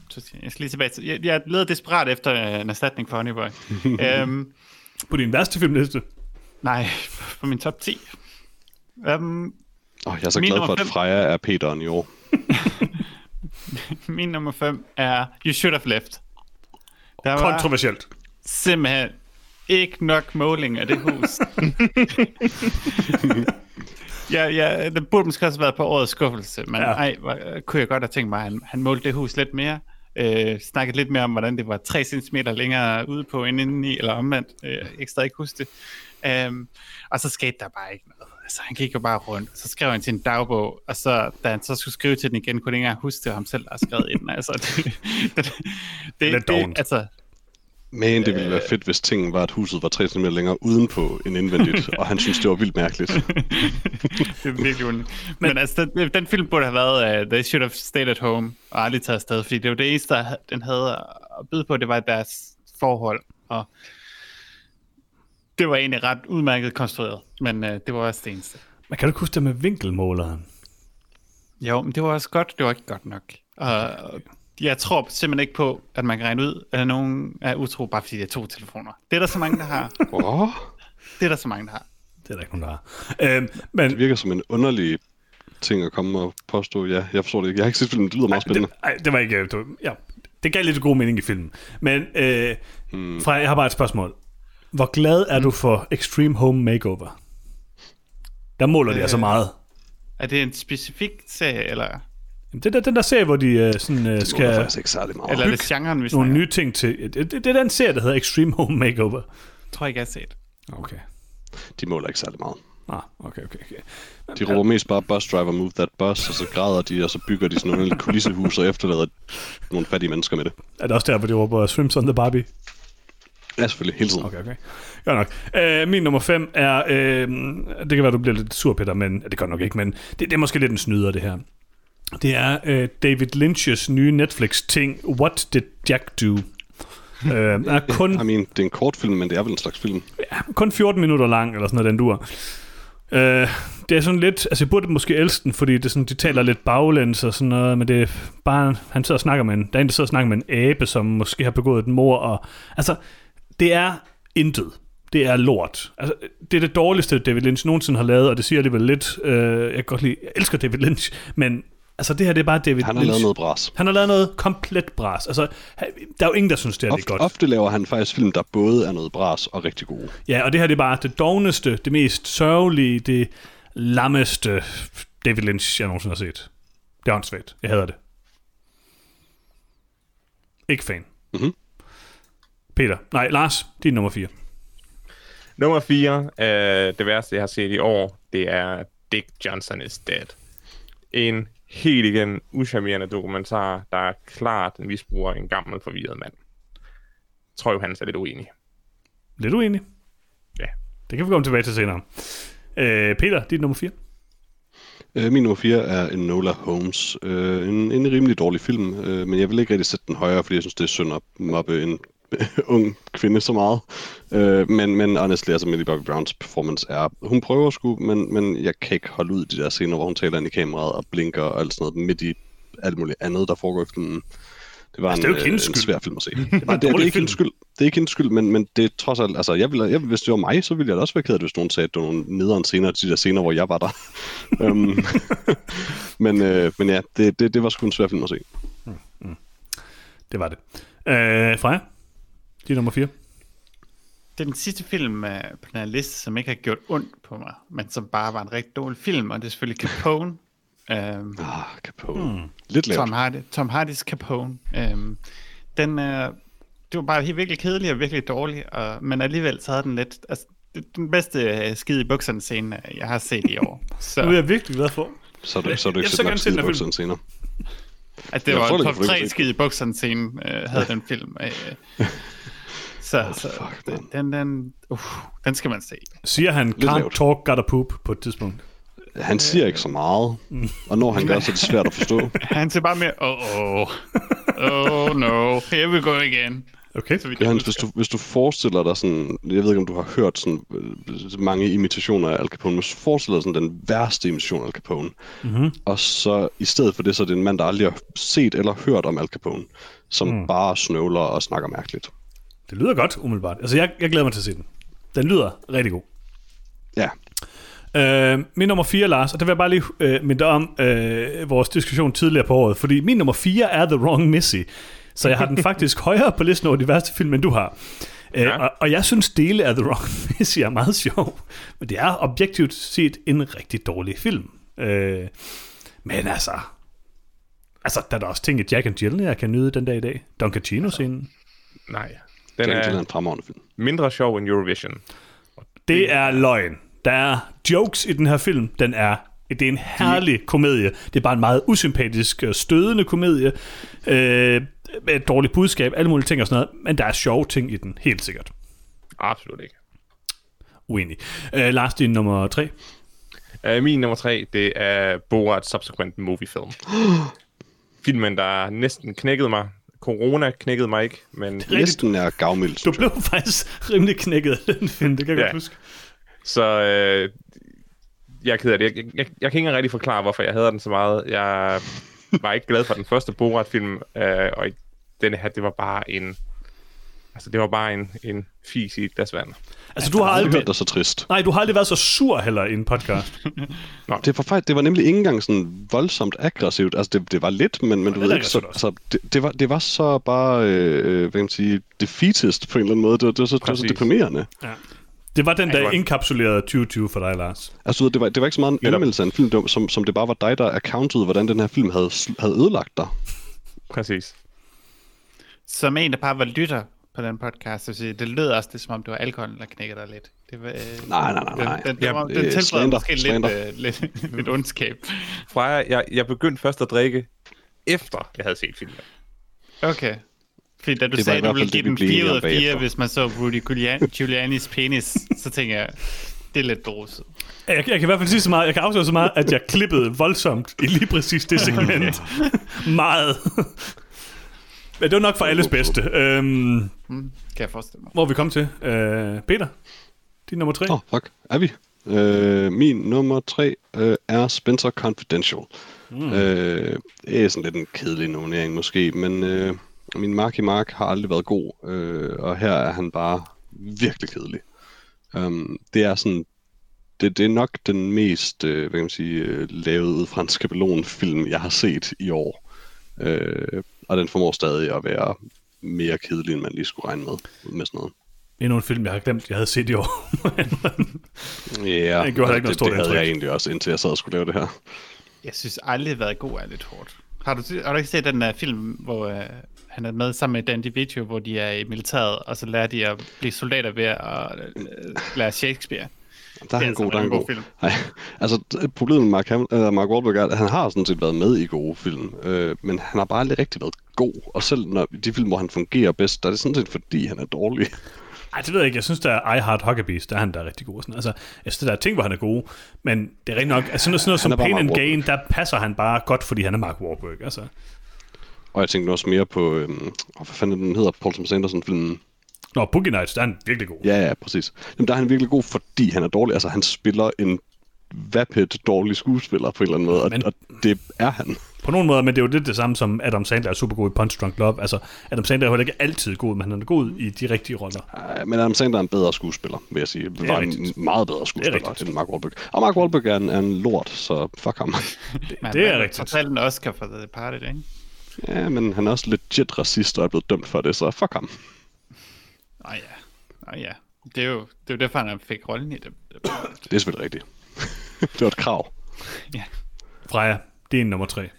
så skal- jeg skal lige tilbage til... Jeg, jeg leder desperat efter øh, en erstatning for Honeyboy. øhm, På din værste filmliste. nej, på min top 10. Øhm, Og jeg er så Min glad nummer for, at fem. Freja er Peteren i år. min nummer 5 er You Should Have Left. Der var Kontroversielt. simpelthen ikke nok måling af det hus. ja, ja, det burde måske også have været på årets skuffelse, men Ja. ja. ej, hvor, øh, kunne jeg godt have tænkt mig, at han, han målte det hus lidt mere. Øh, snakket lidt mere om, hvordan det var 3 cm længere ude på end indeni, eller omvendt. Øh, jeg kan stadig ikke huske det. Øhm, og så skete der bare ikke noget. Altså, han gik jo bare rundt, og så skrev han sin dagbog, og så, da han så skulle skrive til den igen, kunne han ikke engang huske, det var ham selv, der havde skrevet i den. Altså, det, det, det, Lidt det, dovent. altså, Men det ville være fedt, hvis tingen var, at huset var 3 cm længere udenpå end indvendigt, og han synes, det var vildt mærkeligt. det er virkelig ondt. Men, Men altså, den, den film burde have været, uh, they should have stayed at home, og aldrig taget afsted, fordi det var det eneste, der ha- den havde at byde på, det var deres forhold, og det var egentlig ret udmærket konstrueret, men uh, det var også det eneste. Man kan du ikke huske det med vinkelmåleren? Jo, men det var også godt, det var ikke godt nok. Og jeg tror simpelthen ikke på, at man kan regne ud, at nogen er utro, bare fordi det er to telefoner. Det er der så mange, der har. Åh, Det er der så mange, der har. Det er der ikke nogen, der har. Øhm, men det virker som en underlig ting at komme og påstå. Ja, jeg forstår det ikke. Jeg har ikke set filmen, det lyder meget det, spændende. ej, det var ikke... øh, du- Ja, det gav lidt god mening i filmen. Men øh, Hmm. Freja, jeg har bare et spørgsmål. Hvor glad er du for Extreme Home Makeover? Der måler det altså Øh. meget. Er det en specifik serie, eller, Jamen, Det er den der serie, hvor de øh, sådan, øh, Det er skal faktisk ikke særlig meget. eller er det genren, vi snakker? nogle nye ting til. Det, det, det er den serie, der hedder Extreme Home Makeover. Jeg tror ikke, jeg har set. Okay. De måler ikke særlig meget. Ah, okay, okay, okay. De råber mest bare, bus driver, move that bus, og så græder de, og så bygger de sådan nogle kulissehus og efterlader nogle fattige mennesker med det. Er det også der, hvor de råber Swims on the Barbie? Ja, selvfølgelig, hele tiden. Okay. Okay, okay. Godt nok. Øh, min nummer 5 er, øh, det kan være, du bliver lidt sur, Peter, men det gør nok ikke, men det, det er måske lidt en snyder, det her. Det er øh, David Lynch's nye Netflix-ting, What Did Jack Do? øh, er kun I mean, det er en kort film, men det er vel en slags film. kun 14 minutter lang, eller sådan noget, den dur. Øh, det er sådan lidt, altså jeg burde måske elske den, fordi det er sådan, de taler lidt baglæns og sådan noget, men det er bare, han sidder og snakker med en, der er en, der sidder og snakker med en abe, som måske har begået et mor, og altså, det er intet. Det er lort. Altså, det er det dårligste, David Lynch nogensinde har lavet, og det siger alligevel lidt. Øh, jeg kan godt lide, jeg elsker David Lynch, men altså det her, det er bare David Han har Lynch. lavet noget bras. Han har lavet noget komplet bras. Altså, han- der er jo ingen, der synes, det her, det er Ofte, godt. ofte laver han faktisk film, der både er noget bras og rigtig gode. Ja, og det her det er bare det dogneste, det mest sørgelige, det lammeste David Lynch, jeg nogensinde har set. Det er åndssvagt. Jeg hader det. Ikke fan. Mm-hmm. Peter. Nej, Lars, din nummer 4. Nummer 4, øh, det værste, jeg har set i år, det er Dick Johnson is Dead. En helt igen ucharmerende dokumentar, der klart misbruger en gammel forvirret mand. Jeg tror jo, han er lidt uenig. Lidt uenig? Ja. Det kan vi komme tilbage til senere. Øh, Peter, dit nummer 4. Øh, min nummer 4 er en Nola Holmes. Øh, en, en rimelig dårlig film, øh, men jeg vil ikke rigtig sætte den højere, fordi jeg synes, det er synd at mobbe en ung kvinde så meget. Øh, men, men honestly, altså Millie Bobby Browns performance er... Hun prøver sgu, men, men jeg kan ikke holde ud i de der scener, hvor hun taler ind i kameraet og blinker og alt sådan noget midt i alt muligt andet, der foregår i filmen. Det var Altså, det er jo en, ikke øh, hendes en skyld. svær film at se. det, Nej, det, er- det er dårlig ikke film. hendes skyld. Det er ikke hendes skyld, men, men det er trods alt... Altså, jeg ville, jeg, hvis det var mig, så ville jeg da også være ked af det, hvis nogen sagde, at det var nogle nederen scener, de der scener, hvor jeg var der. øhm, men, øh, men ja, det, det, det var sgu en svær film at se. Det var det. Øh, Freja, dit nummer 4. Det er den sidste film øh, på den her liste, som ikke har gjort ondt på mig, men som bare var en rigtig dårlig film, og det er selvfølgelig Capone. øhm, Ah, Hmm. Capone. Mm. Lidt lavt. Tom, Hardy, Tom Hardys Capone. Øhm, den er det var bare helt virkelig kedelig og virkelig dårlig, og, men alligevel så havde den lidt... Altså, det er den bedste øh, skid i bukserne scene, øh, jeg har set i år. Så Nu er jeg virkelig glad for. Så er du, så er du Jeg ikke så så gerne nok se den skide her på film. sådan senere. at det Jeg var tror, en det top kan flyve 3 sig. skid i bukserne scene, øh, havde den film. Øh, så så fuck, den, mand. den, den, uh, den skal man se. Siger han, can't lavt. talk, gotta poop på et tidspunkt. Han siger ikke så meget, Hmm. og når han gør, så er det svært at forstå. Han ser bare mere, oh, oh, oh no, here we go again. Okay. Så vidt jeg Johannes, husker. hvis du, hvis du forestiller dig sådan, jeg ved ikke om du har hørt sådan øh, mange imitationer af Al Capone, men hvis du forestiller dig sådan den værste imitation af Al Capone, mm-hmm. og så i stedet for det, så er det en mand, der aldrig har set eller hørt om Al Capone, som mm. bare snøvler og snakker mærkeligt. Det lyder godt, umiddelbart. Altså, jeg, jeg glæder mig til at se den. Den lyder rigtig god. Ja, Øh, min nummer 4, Lars, og det vil jeg bare lige øh, minde dig om øh, vores diskussion tidligere på året, fordi min nummer 4 er The Wrong Missy, så jeg har den faktisk højere på listen over de værste film, end du har. Øh, Ja. og, og jeg synes, dele af The Wrong Missy er meget sjov, men det er objektivt set en rigtig dårlig film. Øh, men altså, altså, der er da også ting i Jack and Jill, jeg kan nyde den dag i dag. Don Casino-scenen. Nej. Den det er er en fremragende film. mindre sjov end Eurovision. Det er løgn. Der er jokes i den her film. Den er det er en herlig komedie. Det er bare en meget usympatisk, øh, stødende komedie. Øh, med et dårligt budskab, alle mulige ting og sådan noget. Men der er sjove ting i den, helt sikkert. Absolut ikke. Uenig. Øh, Lars, din nummer tre. Uh, min nummer tre, det er Borat Subsequent Movie Film. Filmen, der næsten knækkede mig. Corona knækkede mig ikke, men Næsten er gavmild, Du synes jeg. blev faktisk rimelig knækket af den film, det kan jeg Ja. godt huske. Så øh, jeg er ked af det. Jeg, jeg, jeg kan ikke engang rigtig forklare, hvorfor jeg hader den så meget. Jeg var ikke glad for den første Borat-film, øh, og i- den her, det var bare en... Altså, det var bare en, en fis i et glas vand. Altså, du har Jeg har aldrig... hørt dig så trist. Nej, du har aldrig været så sur heller i en podcast. Det var faktisk, det var nemlig ikke engang sådan voldsomt aggressivt. Altså, det, det var lidt, men, men du Det ved er ikke, så, aggressivt så det, det, var, det var så bare, øh, øh, hvad kan man sige, defeatist på en eller anden måde. Det var, det var, så, det var så Præcis. deprimerende. Det var den, det der var- indkapsulerede 2020 for dig, Lars. Altså, du ved, det var, det var ikke så meget en Netop. anmeldelse af en film, det var, som, som det bare var dig, der accountede, hvordan den her film havde, sl- havde ødelagt dig. Præcis. Som en, der bare var lytter på den podcast, så vil sige, det lød også det, som om det var alkoholen, der knækkede dig lidt. Det var, øh, Nej, nej, nej, nej. Den, den, Jamen, den, den, øh, den tilføjede slander, måske lidt, slander. øh, lidt, lidt ondskab. Freja, jeg, jeg begyndte først at drikke, efter jeg havde set filmen. Okay. Fordi da du var sagde, i at du hvert fald det, ville give vi den blev 4 enige ud om af 4, bagefter. hvis man så Rudy Giulian- Giulianis penis, så tænker jeg, det er lidt bruset. Jeg, jeg kan i hvert fald sige så meget, jeg kan afsløre så meget, at jeg klippede voldsomt i lige præcis det segment. meget. Men det var nok for alles bedste. Øhm, Hmm, kan jeg forestille mig. hvor er vi kom til? Øh, Peter, din nummer tre. Åh, oh, fuck. Er vi? Øh, min nummer tre øh, er Spencer Confidential. Mm. Øh, det er sådan lidt en kedelig nominering måske, men øh, min Mark i Mark har aldrig været god, øh, og her er han bare virkelig kedelig. Um, det er sådan, det, det er nok den mest, øh, hvad kan man sige, øh, lavet ud fra en skabelonfilm, jeg har set i år. Øh, og den formår stadig at være mere kedelig, end man lige skulle regne med, med sådan noget. Endnu en film, jeg har glemt, jeg havde set i år. Ja, Det gjorde altså, heller ikke noget det, stort det havde indtryk. jeg egentlig også, indtil jeg sad og skulle lave det her. Jeg synes aldrig, været god er lidt hårdt. Har du, har du ikke set den der film, hvor øh, han er med sammen med Dan DeVito, hvor de er i militæret, og så lærer de at blive soldater ved at øh, lære Shakespeare? Der er Det er en god, der er altså en en god god. film. Ej, altså, det- problemet med Mark, Ham, eller Mark Wahlberg er, at han har sådan set været med i gode film, øh, men han har bare aldrig rigtig været god. Og selv når de film, hvor han fungerer bedst, der er det sådan set, fordi han er dårlig. Ej, det ved jeg ikke. Jeg synes, der er I Heart Huckabees, der er han, der er rigtig god. og Sådan. Altså, jeg synes, der er ting, hvor han er god, men det er rigtig nok, altså sådan noget, sådan Han er noget som bare Pain Mark and Gain, der passer han bare godt, fordi han er Mark Wahlberg. Altså. Og jeg tænkte nu også mere på, øh, hvad fanden er den den hedder, Paul Thomas Anderson-filmen. Nå, Boogie Nights, der er han virkelig god. Ja, ja, præcis. Jamen, der er han virkelig god, fordi han er dårlig. Altså, han spiller en vapid dårlig skuespiller på en eller anden måde, og, Men- men... og det er han. På nogle måder, men det er jo lidt det samme som Adam Sandler er super god i Punch Drunk Love. Altså, Adam Sandler er jo heller ikke altid god, men han er god i de rigtige roller. Ej, men Adam Sandler er en bedre skuespiller, vil jeg sige. Det var en rigtigt. meget bedre skuespiller rigtigt. end Mark Wahlberg. Og Mark Wahlberg er en, er en lort, så fuck ham. Man, Det er man, rigtigt. Fortalte en Oscar for The Departed, ikke? ja, men han er også legit racist og er blevet dømt for det, så fuck ham. Nå ja, Nå ja. Det er jo, det er jo derfor, han fik rollen i det. Det er selvfølgelig rigtigt. det var et krav. ja. Freja, det er en nummer tre.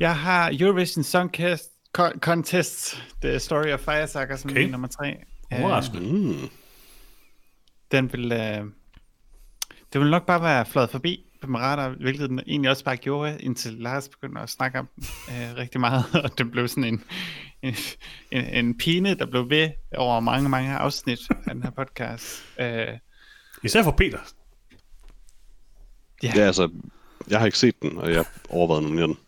Jeg har Eurovision Song Contest, Co- Contest, The Story of Fire Saga, som Okay. okay. er min nummer tre. Øh, Overraskende. Mm. den vil... Øh, det vil nok bare være fløjet forbi på min radar, hvilket den egentlig også bare gjorde, indtil Lars begyndte at snakke om den, øh, rigtig meget, og den blev sådan en, en, en, en pine, der blev ved over mange, mange afsnit af den her podcast. Øh, Især for Peter. Ja, altså, jeg har ikke set den, og jeg overvejede at nominere den.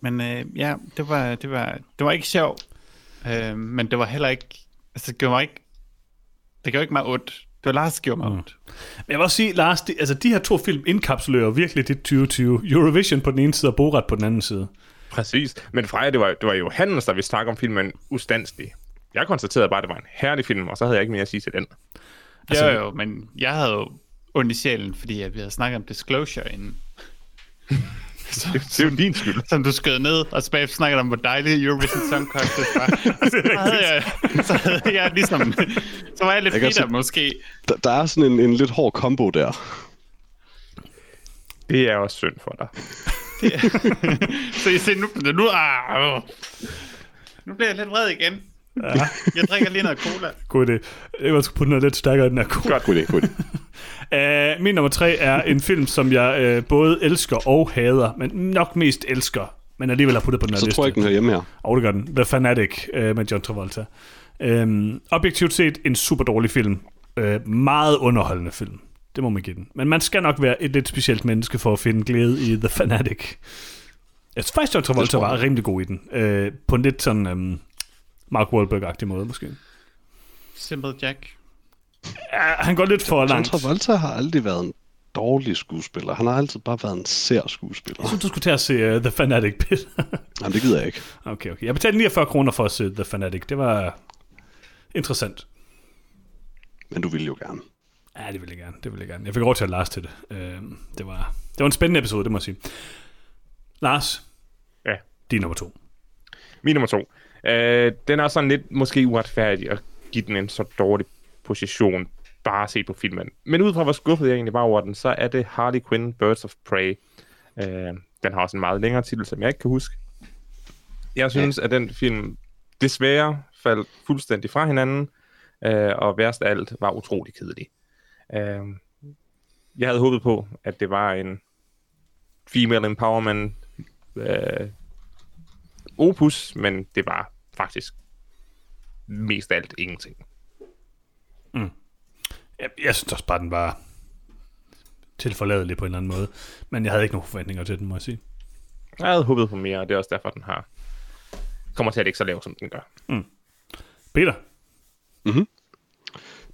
men øh, ja, det var, det, var, det var ikke sjovt, øh, men det var heller ikke... Altså, det gjorde mig ikke... Det gjorde ikke mig ondt. Det var Lars, der gjorde mig ondt. Men jeg vil også sige, Lars, de, altså de her to film indkapslerer virkelig dit 2020. Eurovision på den ene side, og Borat på den anden side. Præcis. Men Freja, det var, det var jo Hans, der vi snakke om filmen Ustandslig. Jeg konstaterede bare, at det var en herlig film, og så havde jeg ikke mere at sige til den. Altså, jo, jo, men jeg havde jo ondt i sjælen, fordi at vi havde snakket om disclosure inden. Det, det er jo din skyld. Som du skød ned, og så bagefter snakkede om, hvor dejlig Eurovision Song Contest var. Og så, havde jeg, så havde jeg ligesom... Så var jeg lidt Jeg kan bitter, se- måske. Der, der er sådan en, en lidt hård kombo der. Det er også synd for dig. Så I ser, nu, nu, ah, åh. nu bliver jeg lidt vred igen. Ja, Jeg drikker lige noget cola. god idé. Jeg var sgu på noget lidt stærkere, end den er god. God idé, god idé. Uh, min nummer tre er en film, som jeg uh, både elsker og hader, men nok mest elsker, men alligevel har puttet på den her Så liste. tror jeg ikke, den hører hjemme her. Og det gør den. The Fanatic øh, med John Travolta. Øhm, objektivt set en super dårlig film. Øh, meget underholdende film. Det må man give den. Men man skal nok være et lidt specielt menneske for at finde glæde i The Fanatic. Jeg synes faktisk, John Det Travolta tror jeg. var rimelig god i den. Øh, på en lidt sådan øhm, Mark Wahlberg-agtig måde måske. Simple Jack. Ja, han går lidt for John langt. Travolta har aldrig været en dårlig skuespiller. Han har altid bare været en sær skuespiller. Jeg synes, du skulle til at se uh, The Fanatic, Peter. Jamen, det gider jeg ikke. okay, okay. Jeg betalte 49 kroner for at se The Fanatic. Det var interessant. Men du ville jo gerne. Ja, det ville jeg gerne. Det ville jeg gerne. Jeg fik råd til at Lars til det. Øh, det, var, det var en spændende episode, det må jeg sige. Lars, Ja. din nummer to. Min nummer to. Øh, den er sådan lidt måske uretfærdig at give den en så dårlig position, bare set på filmen. Men ud fra hvor skuffet jeg egentlig var over den, så er det Harley Quinn Birds of Prey. Øh, den har også en meget længere titel, som jeg ikke kan huske. Jeg synes, at den film desværre faldt fuldstændig fra hinanden, øh, og værst af alt var utrolig kedelig. Øh, jeg havde håbet på, at det var en female empowerment øh, opus, men det var faktisk mest af alt ingenting. Jeg, jeg synes også bare, den var tilforladelig på en eller anden måde. Men jeg havde ikke nogen forventninger til den, må jeg sige. Jeg havde håbet på mere, og det er også derfor, den har kommer til at ikke så lav, som den gør. Peter,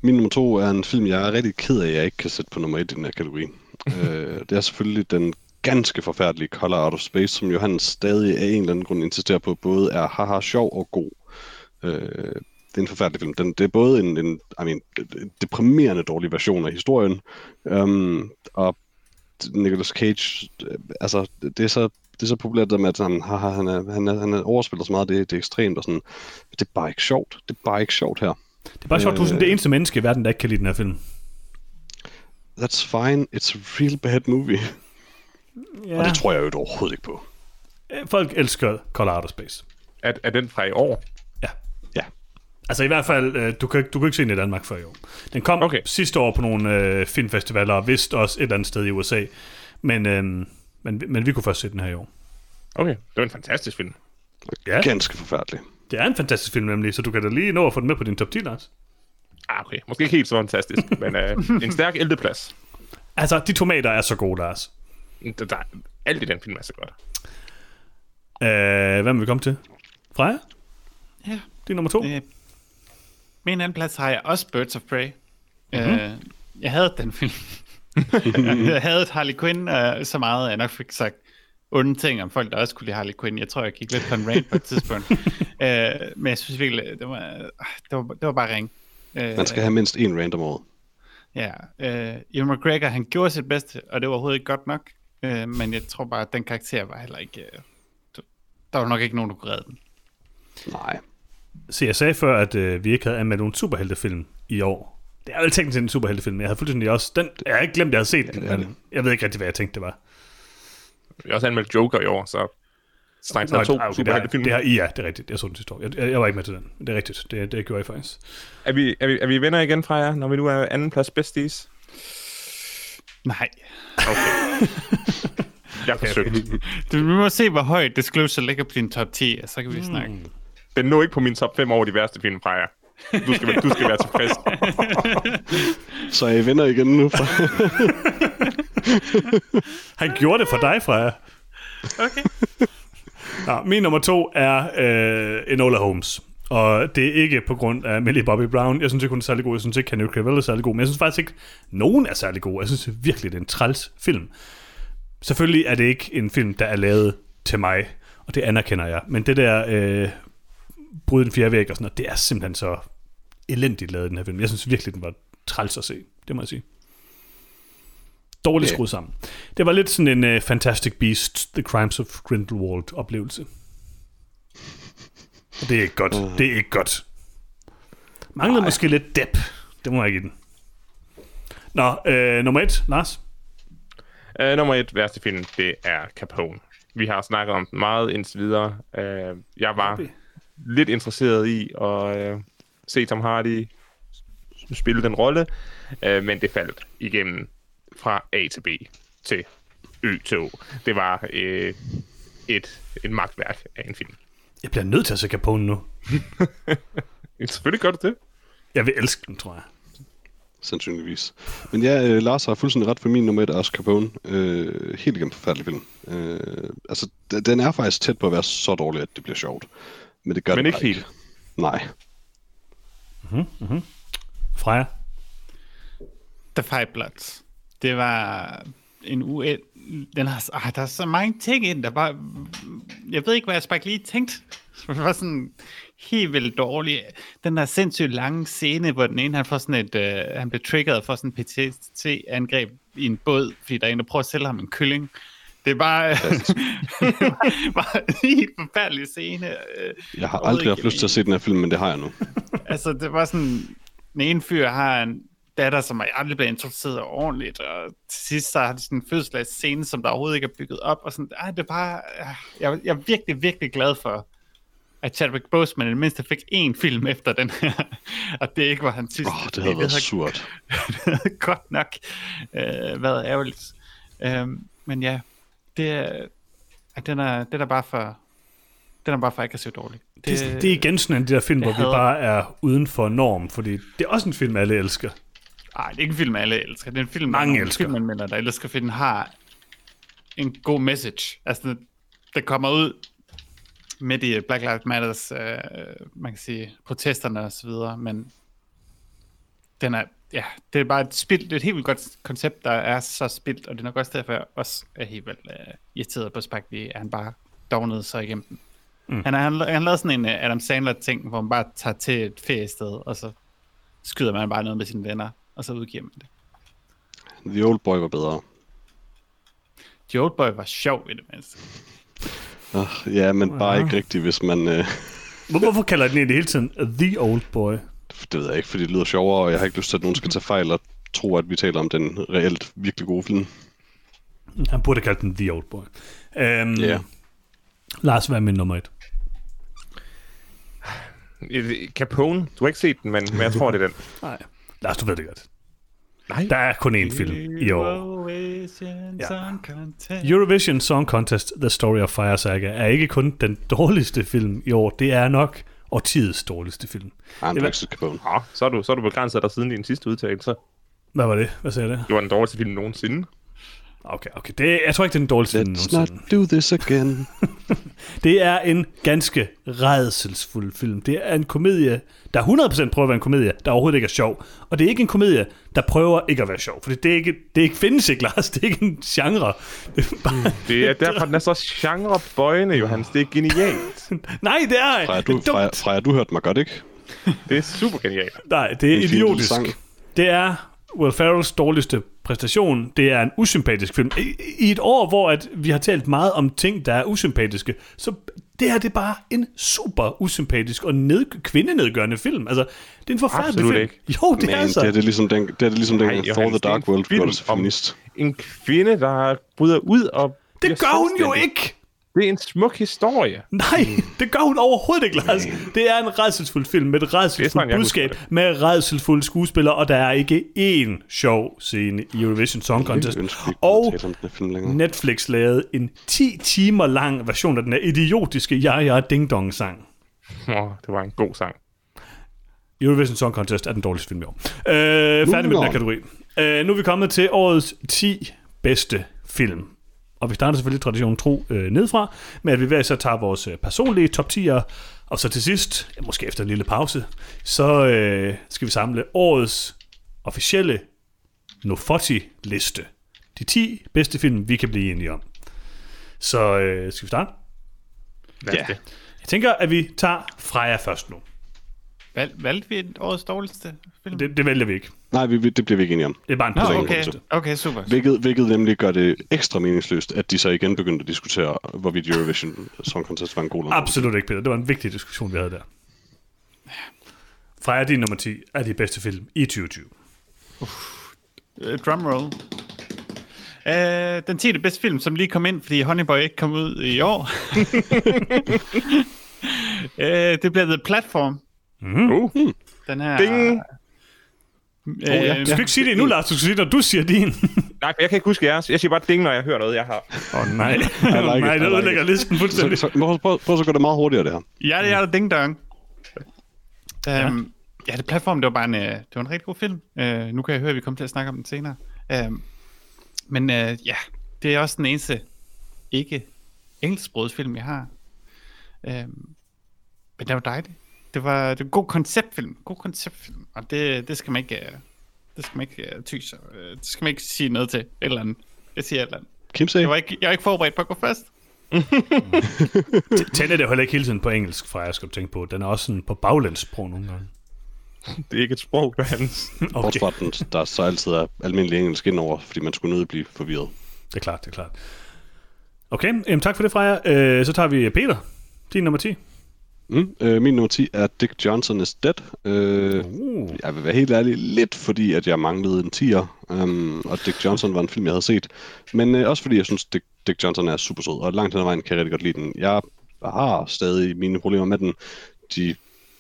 Min nummer to er en film, jeg er rigtig ked af, at jeg ikke kan sætte på nummer et i den her kategori. øh, det er selvfølgelig den ganske forfærdelige Color Out of Space, som Johannes stadig af en eller anden grund insisterer på, både er haha sjov og god. Øh, det er en forfærdelig film. Den, det er både en, en I mean, deprimerende dårlig version af historien, øhm, og Nicolas Cage, øh, altså, det det er så, det er så populært det der med, at sådan, haha, han, er, han, er, han er overspiller så meget, det, det er ekstremt, og sådan, det er bare ikke sjovt. Det er bare ikke sjovt her. det er bare sjovt, du er sådan det eneste menneske i verden, der ikke kan lide den her film. That's fine, it's a real bad movie. Ja. Og Ja. det tror jeg jo overhovedet ikke på. Øh, Folk elsker Color Outer Space. Er, er den fra i år? Ja. Ja. Altså i hvert fald, øh, du kan, ikke- du kan ikke se den i Danmark før i år. Den kom okay. Okay. sidste år på nogle øh, filmfestivaler, og vist også et eller andet sted i USA. Men, øh, men, men vi kunne først se den her i år. Okay, det var en fantastisk film. Ja. Ganske forfærdelig. Det er en fantastisk film nemlig, så du kan da lige nå at få den med på din top 10, Lars. Ah, okay. Måske ikke helt så fantastisk, men øh, en stærk ældreplads. Altså, de tomater er så gode, Lars. Der, der, alt i den film er så godt. Øh, hvad vil vi komme til? Freja, Ja. det er nummer to. Øh, min anden plads har jeg også Birds of Prey. Mm-hmm. Øh, jeg havde den film. jeg havde Harley Quinn øh, så meget, at jeg nok fik sagt onde ting om folk, der også kunne lide Harley Quinn. Jeg tror, jeg gik lidt på en rant på et tidspunkt. øh, men jeg synes virkelig, det var, det var, det var bare ring. Øh, Man skal have mindst én rand om året. Ja, øh, Ewan McGregor, han gjorde sit bedste, og det var overhovedet ikke godt nok. Øh, men jeg tror bare, at den karakter var heller ikke... Øh, der var nok ikke nogen, der kunne redde den. Nej. Se, jeg sagde før, at øh, vi ikke havde anmeldt nogen superheltefilm i år. Det er jo teknisk set en superheltefilm, men jeg havde fuldstændig også... Den, jeg har ikke glemt, at jeg havde set den, det er men jeg ved ikke rigtig, hvad jeg tænkte, det var. Vi har også anmeldt Joker i år, så Snyder Nå, ah, okay, 2 det, har, superheltefilm. det har I, ja, det er rigtigt. Jeg så den sidste år. Jeg, jeg, jeg var ikke med til den. men Det er rigtigt. Det, det gjorde jeg faktisk. Er vi, er, vi, er vi venner igen fra jer, når vi nu er anden plads besties? Nej. Jeg forsøgte. Du, vi må se, hvor højt Disclosure ligger på din top 10, og så kan vi mm. snakke. Den lå ikke på min top 5 over de værste film fra jer. Du skal, være- du skal være tilfreds. Så er I venner igen nu. Han gjorde det for dig, Freja. Okay. Nå, min nummer to er øh, Enola Holmes. Og det er ikke på grund af Millie Bobby Brown. Jeg synes ikke, hun er særlig god. Jeg synes ikke, Henry Cavill er særlig god. Men jeg synes faktisk ikke, nogen er særlig god. Jeg synes virkelig, det er en træls film. Selvfølgelig er det ikke en film, der er lavet til mig. Og det anerkender jeg. Men det der øh, Bryd den fjerde væg og sådan noget, det er simpelthen så elendigt lavet, den her film. Jeg synes virkelig, den var træls at se. Det må jeg sige. Dårligt Ja. skruet sammen. Det var lidt sådan en uh, Fantastic Beast, The Crimes of Grindelwald oplevelse. Og det er ikke godt. Uh. Det er ikke godt. Manglede måske lidt dep. Det må jeg give den. Nå, øh, nummer et, Lars. Uh, nummer et værste film, det er Capone. Vi har snakket om den meget indtil videre. Uh, jeg var lidt interesseret i at uh, se Tom Hardy spille den rolle, uh, men det faldt igennem fra A til B til Ø til O. Det var uh, et, et magtværk af en film. Jeg bliver nødt til at se Capone nu. Selvfølgelig gør du det. Jeg vil elske den, tror jeg. Sandsynligvis. Men ja, øh, Lars har fuldstændig ret for min nummer 1 er Oscar Capone. Øh, helt igennem forfærdelig film. Øh, altså, d- den er faktisk tæt på at være så dårlig, at det bliver sjovt. Men det gør Men den ikke bare helt. Nej. Freja. The Five Bloods. Det var en uel... Den har... Ah, der er så mange ting ind, der bare... Jeg ved ikke, hvad jeg Spike lige tænkte. Det var sådan helt vildt dårlig. Den der sindssygt lange scene, hvor den ene, han får sådan et... Øh, han bliver triggeret for sådan et PTSD-angreb i en båd, fordi der er en, der prøver at sælge ham en kylling. Det er bare, bare en helt forfærdelig scene. Øh, Jeg har ved aldrig ikke, haft lyst til jeg- at se den her film, men det har jeg nu. Altså, det var sådan, den ene fyr har en datter, som er aldrig blevet introduceret ordentligt, og til sidst så har de sådan en fødselsdagsscene, som der overhovedet ikke er bygget op, og sådan, ej, det er bare, ah, jeg, jeg er virkelig, virkelig glad for, at Chadwick Boseman i det mindste fik én film efter den her, og det ikke var hans sidste. Åh, oh, det fordi havde været havde- surt. det havde godt nok øh, været ærgerligt. Øhm, men ja, det er, at den er, den er bare for, den er bare for aggressivt dårlig. Det, det er igen sådan en af de der film, hvor vi hader- bare er uden for norm, fordi det er også en film, alle elsker. Nej, det er ikke en film, alle elsker. Det er en film, Mange nogle elsker. filmanmeldere, der elsker, fordi den har en god message. Altså, den- den kommer ud midt i Black Lives Matters, øh, man kan sige, protesterne og så videre, men den er, ja, det er bare et spild, det er et helt vildt godt koncept, der er så spildt, og det er nok også derfor, jeg også er helt vildt øh, irriteret på Spike Lee, at han bare dognede sig igennem den. Mm. Han, han, han lavede sådan en øh, Adam Sandler-ting, hvor man bare tager til et feriested, og så skyder man bare noget med sine venner, og så udgiver man det. The Old Boy var bedre. The Old Boy var sjov i det mindste. Uh, ja, men bare ikke rigtigt, hvis man... Øh, Hvor, hvorfor kalder den egentlig hele tiden uh, The Old Boy? det ved jeg ikke, fordi det lyder sjovere, og jeg har ikke lyst til, at nogen skal tage fejl og tro, at vi taler om den reelt virkelig gode film. Han burde kalde den The Old Boy. Øhm, Ja. Yeah. Lars, hvad er min nummer et? Øh, Capone, du har ikke set den, men, men jeg tror, det er den. Nej. Lars, du ved det godt. Nej. Der er kun én film i år. Ja. Eurovision Song Contest The Story of Fire Saga er ikke kun den dårligste film i år. Det er nok årtiets dårligste film. Andre Exit Capone. Nå, så er du, så er du begrænset dig siden din sidste udtalelse. Hvad var det? Hvad sagde jeg det? Det var den dårligste film nogensinde. Okay, okay. Det, jeg tror ikke, det er den dårligste film Let's nogensinde. not do this again. Det er en ganske redselsfuld film. Det er en komedie, der 100% prøver at være en komedie, der overhovedet ikke er sjov. Og det er ikke en komedie, der prøver ikke at være sjov. For det, er ikke, det er ikke findes ikke, Lars. Det er ikke en genre. Hmm. Det er bare, Det er derfor, den er så genrebøjende, Johannes. Det er genialt. nej, det er, Freja, det er du, Freja, Freja, du hørte mig godt, ikke? Det er super genialt. Nej, det er En fin lille idiotisk. sang. Det er Will Ferrells dårligste præstation. Det er en usympatisk film. I, i et år, hvor at vi har talt meget om ting, der er usympatiske, så det her det er bare en super usympatisk og ned, kvindenedgørende film. Altså, det er en forfærdelig Absolut film. ikke. Jo, det Man, er altså. det er det ligesom den, det er det ligesom den Nej, gang Johannes, Thor The det er en Dark World film gjorde dig til om- feminist. En kvinde, der bryder ud og... bliver Det gør hun jo selvstændig. ikke! Det er en smuk historie. Nej, det gør hun overhovedet ikke, Lars. Det er en redselsfuld film med et Det er sådan, redselsfuldt jeg budskab, husker med redselsfulde skuespillere, og der er ikke én sjov scene i Eurovision Song Contest. Jeg ønsker, vi ikke kunne Og tale om den her film længere. Netflix lavede en 10 timer lang version af den her idiotiske Ja Ja Ding Dong sang. Åh, det var en god sang. Eurovision Song Contest er den dårligste film i år. Øh, færdig med den her Nå. kategori. Øh, nu er vi kommet til årets 10 bedste film. Og vi starter selvfølgelig traditionen tro øh, nedfra, med at vi hver så tager vores øh, personlige top 10'er, og så til sidst, ja, måske efter en lille pause, så øh, skal vi samle årets officielle Nofoti-liste. De 10 bedste film, vi kan blive enige om. Så øh, skal vi starte? Lad os Ja. det. Jeg tænker, at vi tager Freja først nu. Valg, valgte vi et årets dårligste film? Det, det vælger vi ikke. Nej, vi, vi, det bliver vi ikke enige om. Det er bare en Nå, personlig okay. liste. Okay, super. Hvilket, hvilket nemlig gør det ekstra meningsløst, at de så igen begyndte at diskutere, hvorvidt Eurovision Song Contest var en god lån. Absolut ikke, Peter. Det var en vigtig diskussion, vi havde der. Freja, din nummer 10 er de bedste film i 2020. Øh, Drumroll. Øh, den 10. bedste film, som lige kom ind, fordi Honeyboy ikke kom ud i år. øh, det bliver The Platform. Mm. Uh, Den her... Ding! Oh, Øh, ja. Du skal ikke sige det endnu, Lars. Du skal sige det, når du siger din. Nej, for jeg kan ikke huske jeres. Jeg siger bare ding, når jeg hører noget, jeg har. Åh oh, nej. it, I nej, like det it. ødelægger listen Så, fuldstændig. så, prøv, prøv, prøv så at gøre det meget hurtigere, det her. Ja, det er der Ding Dong. Øhm, ja. ja, det platform, det var bare en, øh, det var en rigtig god film. Øh, nu kan jeg høre, at vi kommer til at snakke om den senere. Øhm, men øh, ja, det er også den eneste ikke engelsksproget film, jeg har. Øhm, men det var dejligt. Det var, det var en god konceptfilm. God konceptfilm. Og det, det skal man ikke... Øh, det skal man ikke øh, tyse. Øh, det skal man ikke sige noget til. Et eller andet. Jeg siger et eller andet. Kim sagde, Jeg var ikke, jeg var ikke forberedt på at gå først. Tenet er jo heller ikke hele tiden på engelsk, Freja, skal du tænke på. Den er også sådan på baglandssprog nogle gange. Det er ikke et sprog, det er hans. Okay, bortset fra den, der så altid er almindelig engelsk indover, fordi man skulle nødt blive forvirret. det er klart, det er klart. Okay, jamen, tak for det, Freja. Øh, så tager vi Peter, din nummer 10. Mm. Øh, min nummer 10 er Dick Johnson is Dead. Øh, Uh. Jeg vil være helt ærlig, lidt fordi, at jeg manglede en 10'er, um, og Dick Johnson var en film, jeg havde set. Men øh, også fordi, jeg synes, Dick, Dick Johnson er super sød, og langt hen ad vejen kan jeg rigtig godt lide den. Jeg har stadig mine problemer med den. De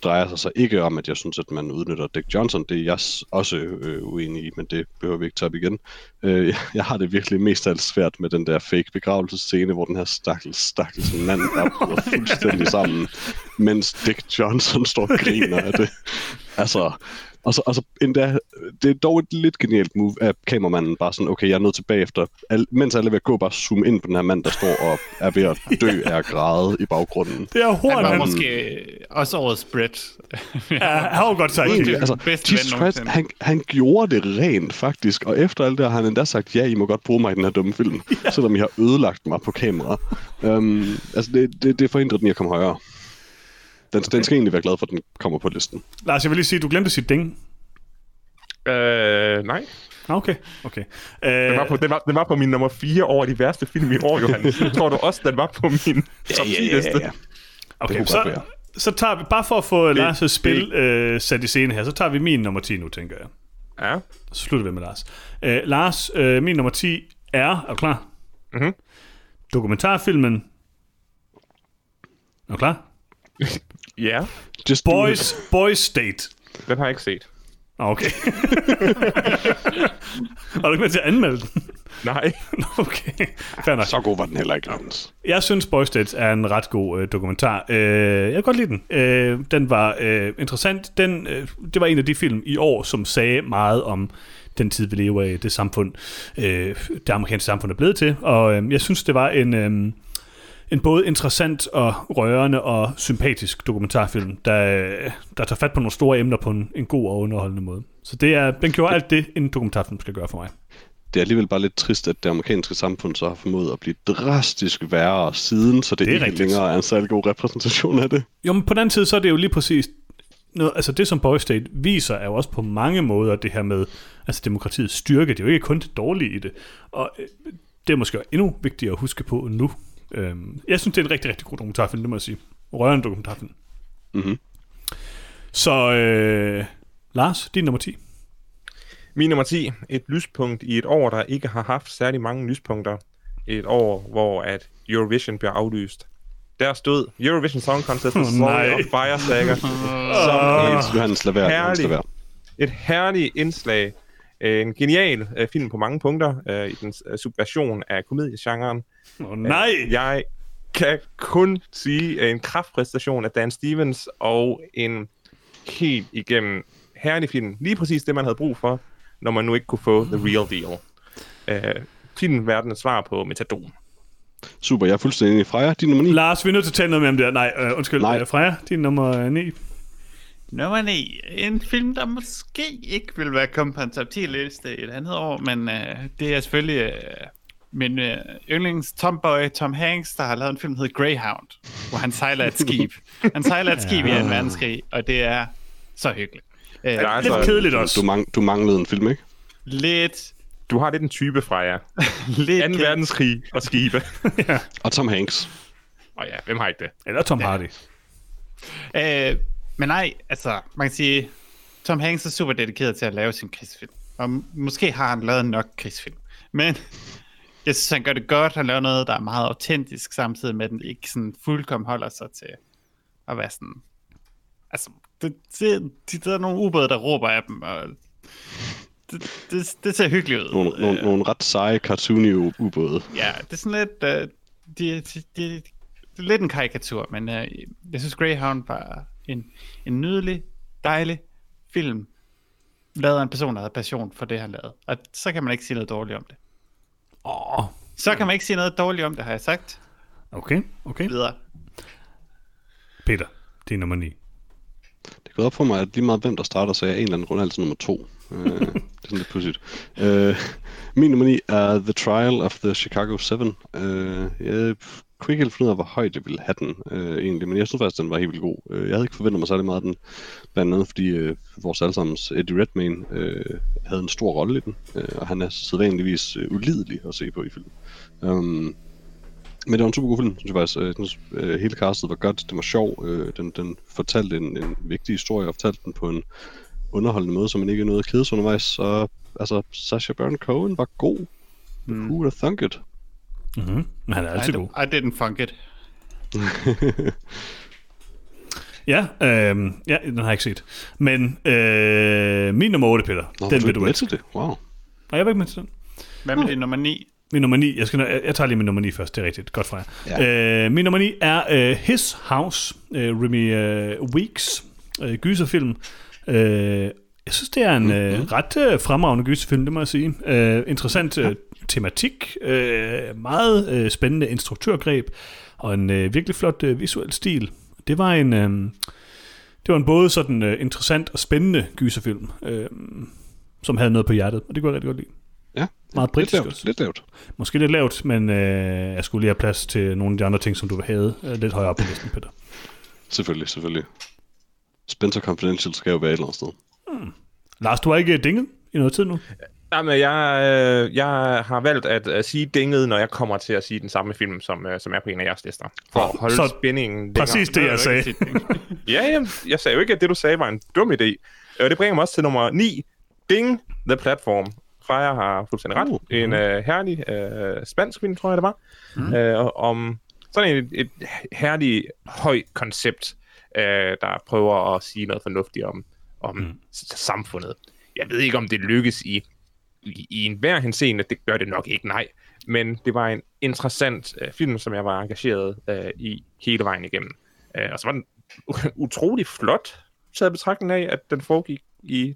drejer sig så ikke om, at jeg synes, at man udnytter Dick Johnson. Det er jeg s- også øh, uenig i, men det behøver vi ikke tage op igen. Øh, jeg, jeg har det virkelig mest af alt svært med den der fake begravelsescene, hvor den her stakkels, stakkels mand der bryder fuldstændig sammen, mens Dick Johnson står og griner af det. Altså, og så, og så endda, det er dog et lidt genialt move af kameramanden, bare sådan, okay, jeg er nødt tilbage efter, al, mens alle er ved at gå, bare zoome ind på den her mand, der står og er ved at dø af at græde i baggrunden. Det er Han horn, var han, måske øh, også årets Brett. er, har jo godt sagt. Egentlig, det. er altså, den bedste Jesus ven Christ, nogensinde. han, han gjorde det rent, faktisk. Og efter alt det har han endda sagt, ja, I må godt bruge mig i den her dumme film, ja. selvom I har ødelagt mig på kamera. Um, altså, det, det, det forhindrer den i at komme højere. Den, okay. den skal egentlig være glad for, at den kommer på listen. Lars, jeg vil lige sige, at du glemte at sige ding. Øh, nej. Ah, Okay, okay. Øh, Den var, på, den, var, den var på min nummer 4 over de værste film i år, Johan. Tror du også, den var på min top 10 liste? Okay, kunne godt så, være. så tager vi, bare for at få det, Lars' spil det- øh, sat i scene her, så tager vi min nummer 10 nu, tænker jeg. Ja. Så slutter vi med Lars. Øh, Lars, øh, min nummer 10 er, er du klar? Mhm. Dokumentarfilmen. Er du klar? Ja, Just do it. Boys, Boys State. den har jeg ikke set. Ah, Okay. Var du ikke med til at anmelde den? Nej. Nå, okay, fair nok. Så god var den heller ikke, Anders. Jeg synes, Boys State er en ret god øh, dokumentar. Øh, jeg kan godt lide den. Øh, den var øh, interessant. Den, øh, det var en af de film i år, som sagde meget om den tid, vi lever i, det samfund, øh, det amerikanske samfund er blevet til. Og øh, jeg synes, det var en, øh, en både interessant og rørende og sympatisk dokumentarfilm, der, øh, der tager fat på nogle store emner på en, en god og underholdende måde. Så det er, den gjorde alt det, en dokumentarfilm skal gøre for mig. det er alligevel bare lidt trist, at det amerikanske samfund så har formået at blive drastisk værre siden, så det, Det det er ikke rigtigt. længere er en særlig god repræsentation af det. Jo, men på den anden side, så er det jo lige præcis noget, altså det, som Boys State viser, er jo også på mange måder det her med altså demokratiets styrke. Det er jo ikke kun det dårlige i det. Og øh, det er måske endnu vigtigere at huske på nu. Øhm, jeg synes, det er en rigtig, rigtig god dokumentarfilm, det må jeg sige. Rørende dokumentarfilm. Mhm. Så øh, Lars, din nummer 10. Min nummer 10. Et lyspunkt i et år, der ikke har haft særlig mange lyspunkter. et år, hvor at Eurovision bliver aflyst. Der stod Eurovision Song Contest Åh, oh, Song nej. of Fire Saga, Åh. som et Hans Johannes Lavær. Hans herlig. Lavær. et herligt indslag. Øh, En genial øh, film på mange punkter øh, i dens øh, subversion af komediegenren. Oh, nej! Jeg kan kun sige øh, en kraftpræstation af Dan Stevens og en helt igennem herlig film. Lige præcis det, man havde brug for, når man nu ikke kunne få The Real Deal. Øh, filmen verdens svar på Metadon. Super, jeg er fuldstændig enig. Freja, din nummer 9. Lars, vi er nødt til at tale noget mere om det her. Nej, øh, undskyld. Nej. Nej. Freja, din nummer øh, 9. Nummer 9. En film, der måske ikke vil være kommet på en top 10 liste et andet år, men øh, det er selvfølgelig øh, min øh, yndlings tomboy Tom Hanks, der har lavet en film, der hedder Greyhound, hvor han sejler et skib. Han sejler et skib i en verdenskrig, og det er så hyggeligt. Øh, Ja, altså, Lidt kedeligt Du, også. mang- du manglede en film, ikke? lidt, Du har lidt en type fra jer. lidt... 2. verdenskrig og skibe. Og Tom Hanks. Og ja, hvem har ikke det? Eller Tom Hardy. Øh, men nej, altså, man kan sige, Tom Hanks er super dedikeret til at lave sin krigsfilm. Og m- måske har han lavet nok krigsfilm. Men jeg synes, han gør det godt. Han laver noget, der er meget autentisk, samtidig med, at den ikke sådan fuldkommen holder sig til at være sådan... Altså, det, det, det, der er nogle ubåde, der råber af dem, og det, det, det ser hyggeligt ud. Nogle, nogle, nogle ret seje cartoony u- ubåde. Ja, det er sådan lidt... Øh, de, de, de, det er lidt en karikatur, men øh, jeg synes Greyhound var en, en nydelig, dejlig film, lavet af en person, der havde passion for det, han lavede. Og så kan man ikke sige noget dårligt om det. Åh, Så kan man ikke sige noget dårligt om det, har jeg sagt. okay, okay. Videre. Peter, din nummer 9. Det er gået op for mig, at lige meget hvem der starter, så er jeg en eller anden grund altid nummer to. Øh, det er sådan lidt pudsigt. Øh, min nummer 9 er The Trial of the Chicago 7. Øh, jeg kunne ikke helt finde ud af, hvor højt jeg ville have den øh, egentlig, men jeg synes faktisk, den var helt vildt god. Øh, jeg havde ikke forventet mig særlig meget af den, blandt andet fordi øh, vores allesammens Eddie Redmayne øh, havde en stor rolle i den, øh, og han er sædvanligvis øh, ulidelig at se på i filmen. Um, men det var en super god film, synes jeg faktisk. Øh, Jeg synes, øh, hele castet var godt, den var sjov, øh, den, den fortalte en, en vigtig historie, og fortalte den på en underholdende måde, så man ikke nåede at kede sig undervejs. Og, altså, Sasha Baron Cohen var god. Mm. Hmm. Who would have thunk it? Mm-hmm. Men han er altid god. I didn't funk it. Ja, øh, ja, den har jeg ikke set. Men øh, min nummer 8, Peter, Nå, den var vil ikke du med ikke. til det? Wow. Nej, jeg var ikke med til den. Hvad Hm. med det nummer 9? Min nummer 9, jeg, skal, jeg, jeg tager lige min nummer 9 først, det er rigtigt. Godt fra jer. Ja. Øh, min nummer 9 er øh, His House, øh, Remy øh, Weeks øh, gyserfilm. Øh, jeg synes, det er en øh, ret øh, fremragende gyserfilm, det må jeg sige. Øh, interessant øh, tematik, øh, meget øh, spændende instruktørgreb, og en øh, virkelig flot øh, visuel stil. Det var en... Øh, det var en både sådan øh, interessant og spændende gyserfilm, øh, som havde noget på hjertet, og det kunne jeg rigtig godt lide. Ja. Meget Lidt britisk lavt, også. lidt lavt. Måske lidt lavt, men øh, jeg skulle lige have plads til nogle af de andre ting, som du havde øh, lidt højere op på listen, Peter. Selvfølgelig, selvfølgelig. Spencer Confidential skal jo være et eller andet sted. Lars, du har ikke øh, dinget i noget tid nu? Jamen, jeg, øh, jeg har valgt at, at sige dinget, når jeg kommer til at sige den samme film, som, øh, som er på en af jeres lister. For at holde så- så spændingen længere. Præcis det, jeg sagde. Ja, jamen, jeg sagde jo ikke, at det, du sagde, var en dum idé. Og det bringer mig også til nummer 9. Ding! The Platform. Freja har fuldstændig ret. Uh, En øh, herlig øh, spansk film, tror jeg, det var. Mm. Øh, og- om sådan et, et herligt, højt koncept, øh, der prøver at sige noget fornuftigt om, om mm. samfundet. Jeg ved ikke, om det lykkes i i, i enhver henseende, det gør det nok ikke, nej. Men det var en interessant øh, film, som jeg var engageret øh, i hele vejen igennem. Øh, og så var den u- utrolig flot, taget i betragtning af, at den foregik i,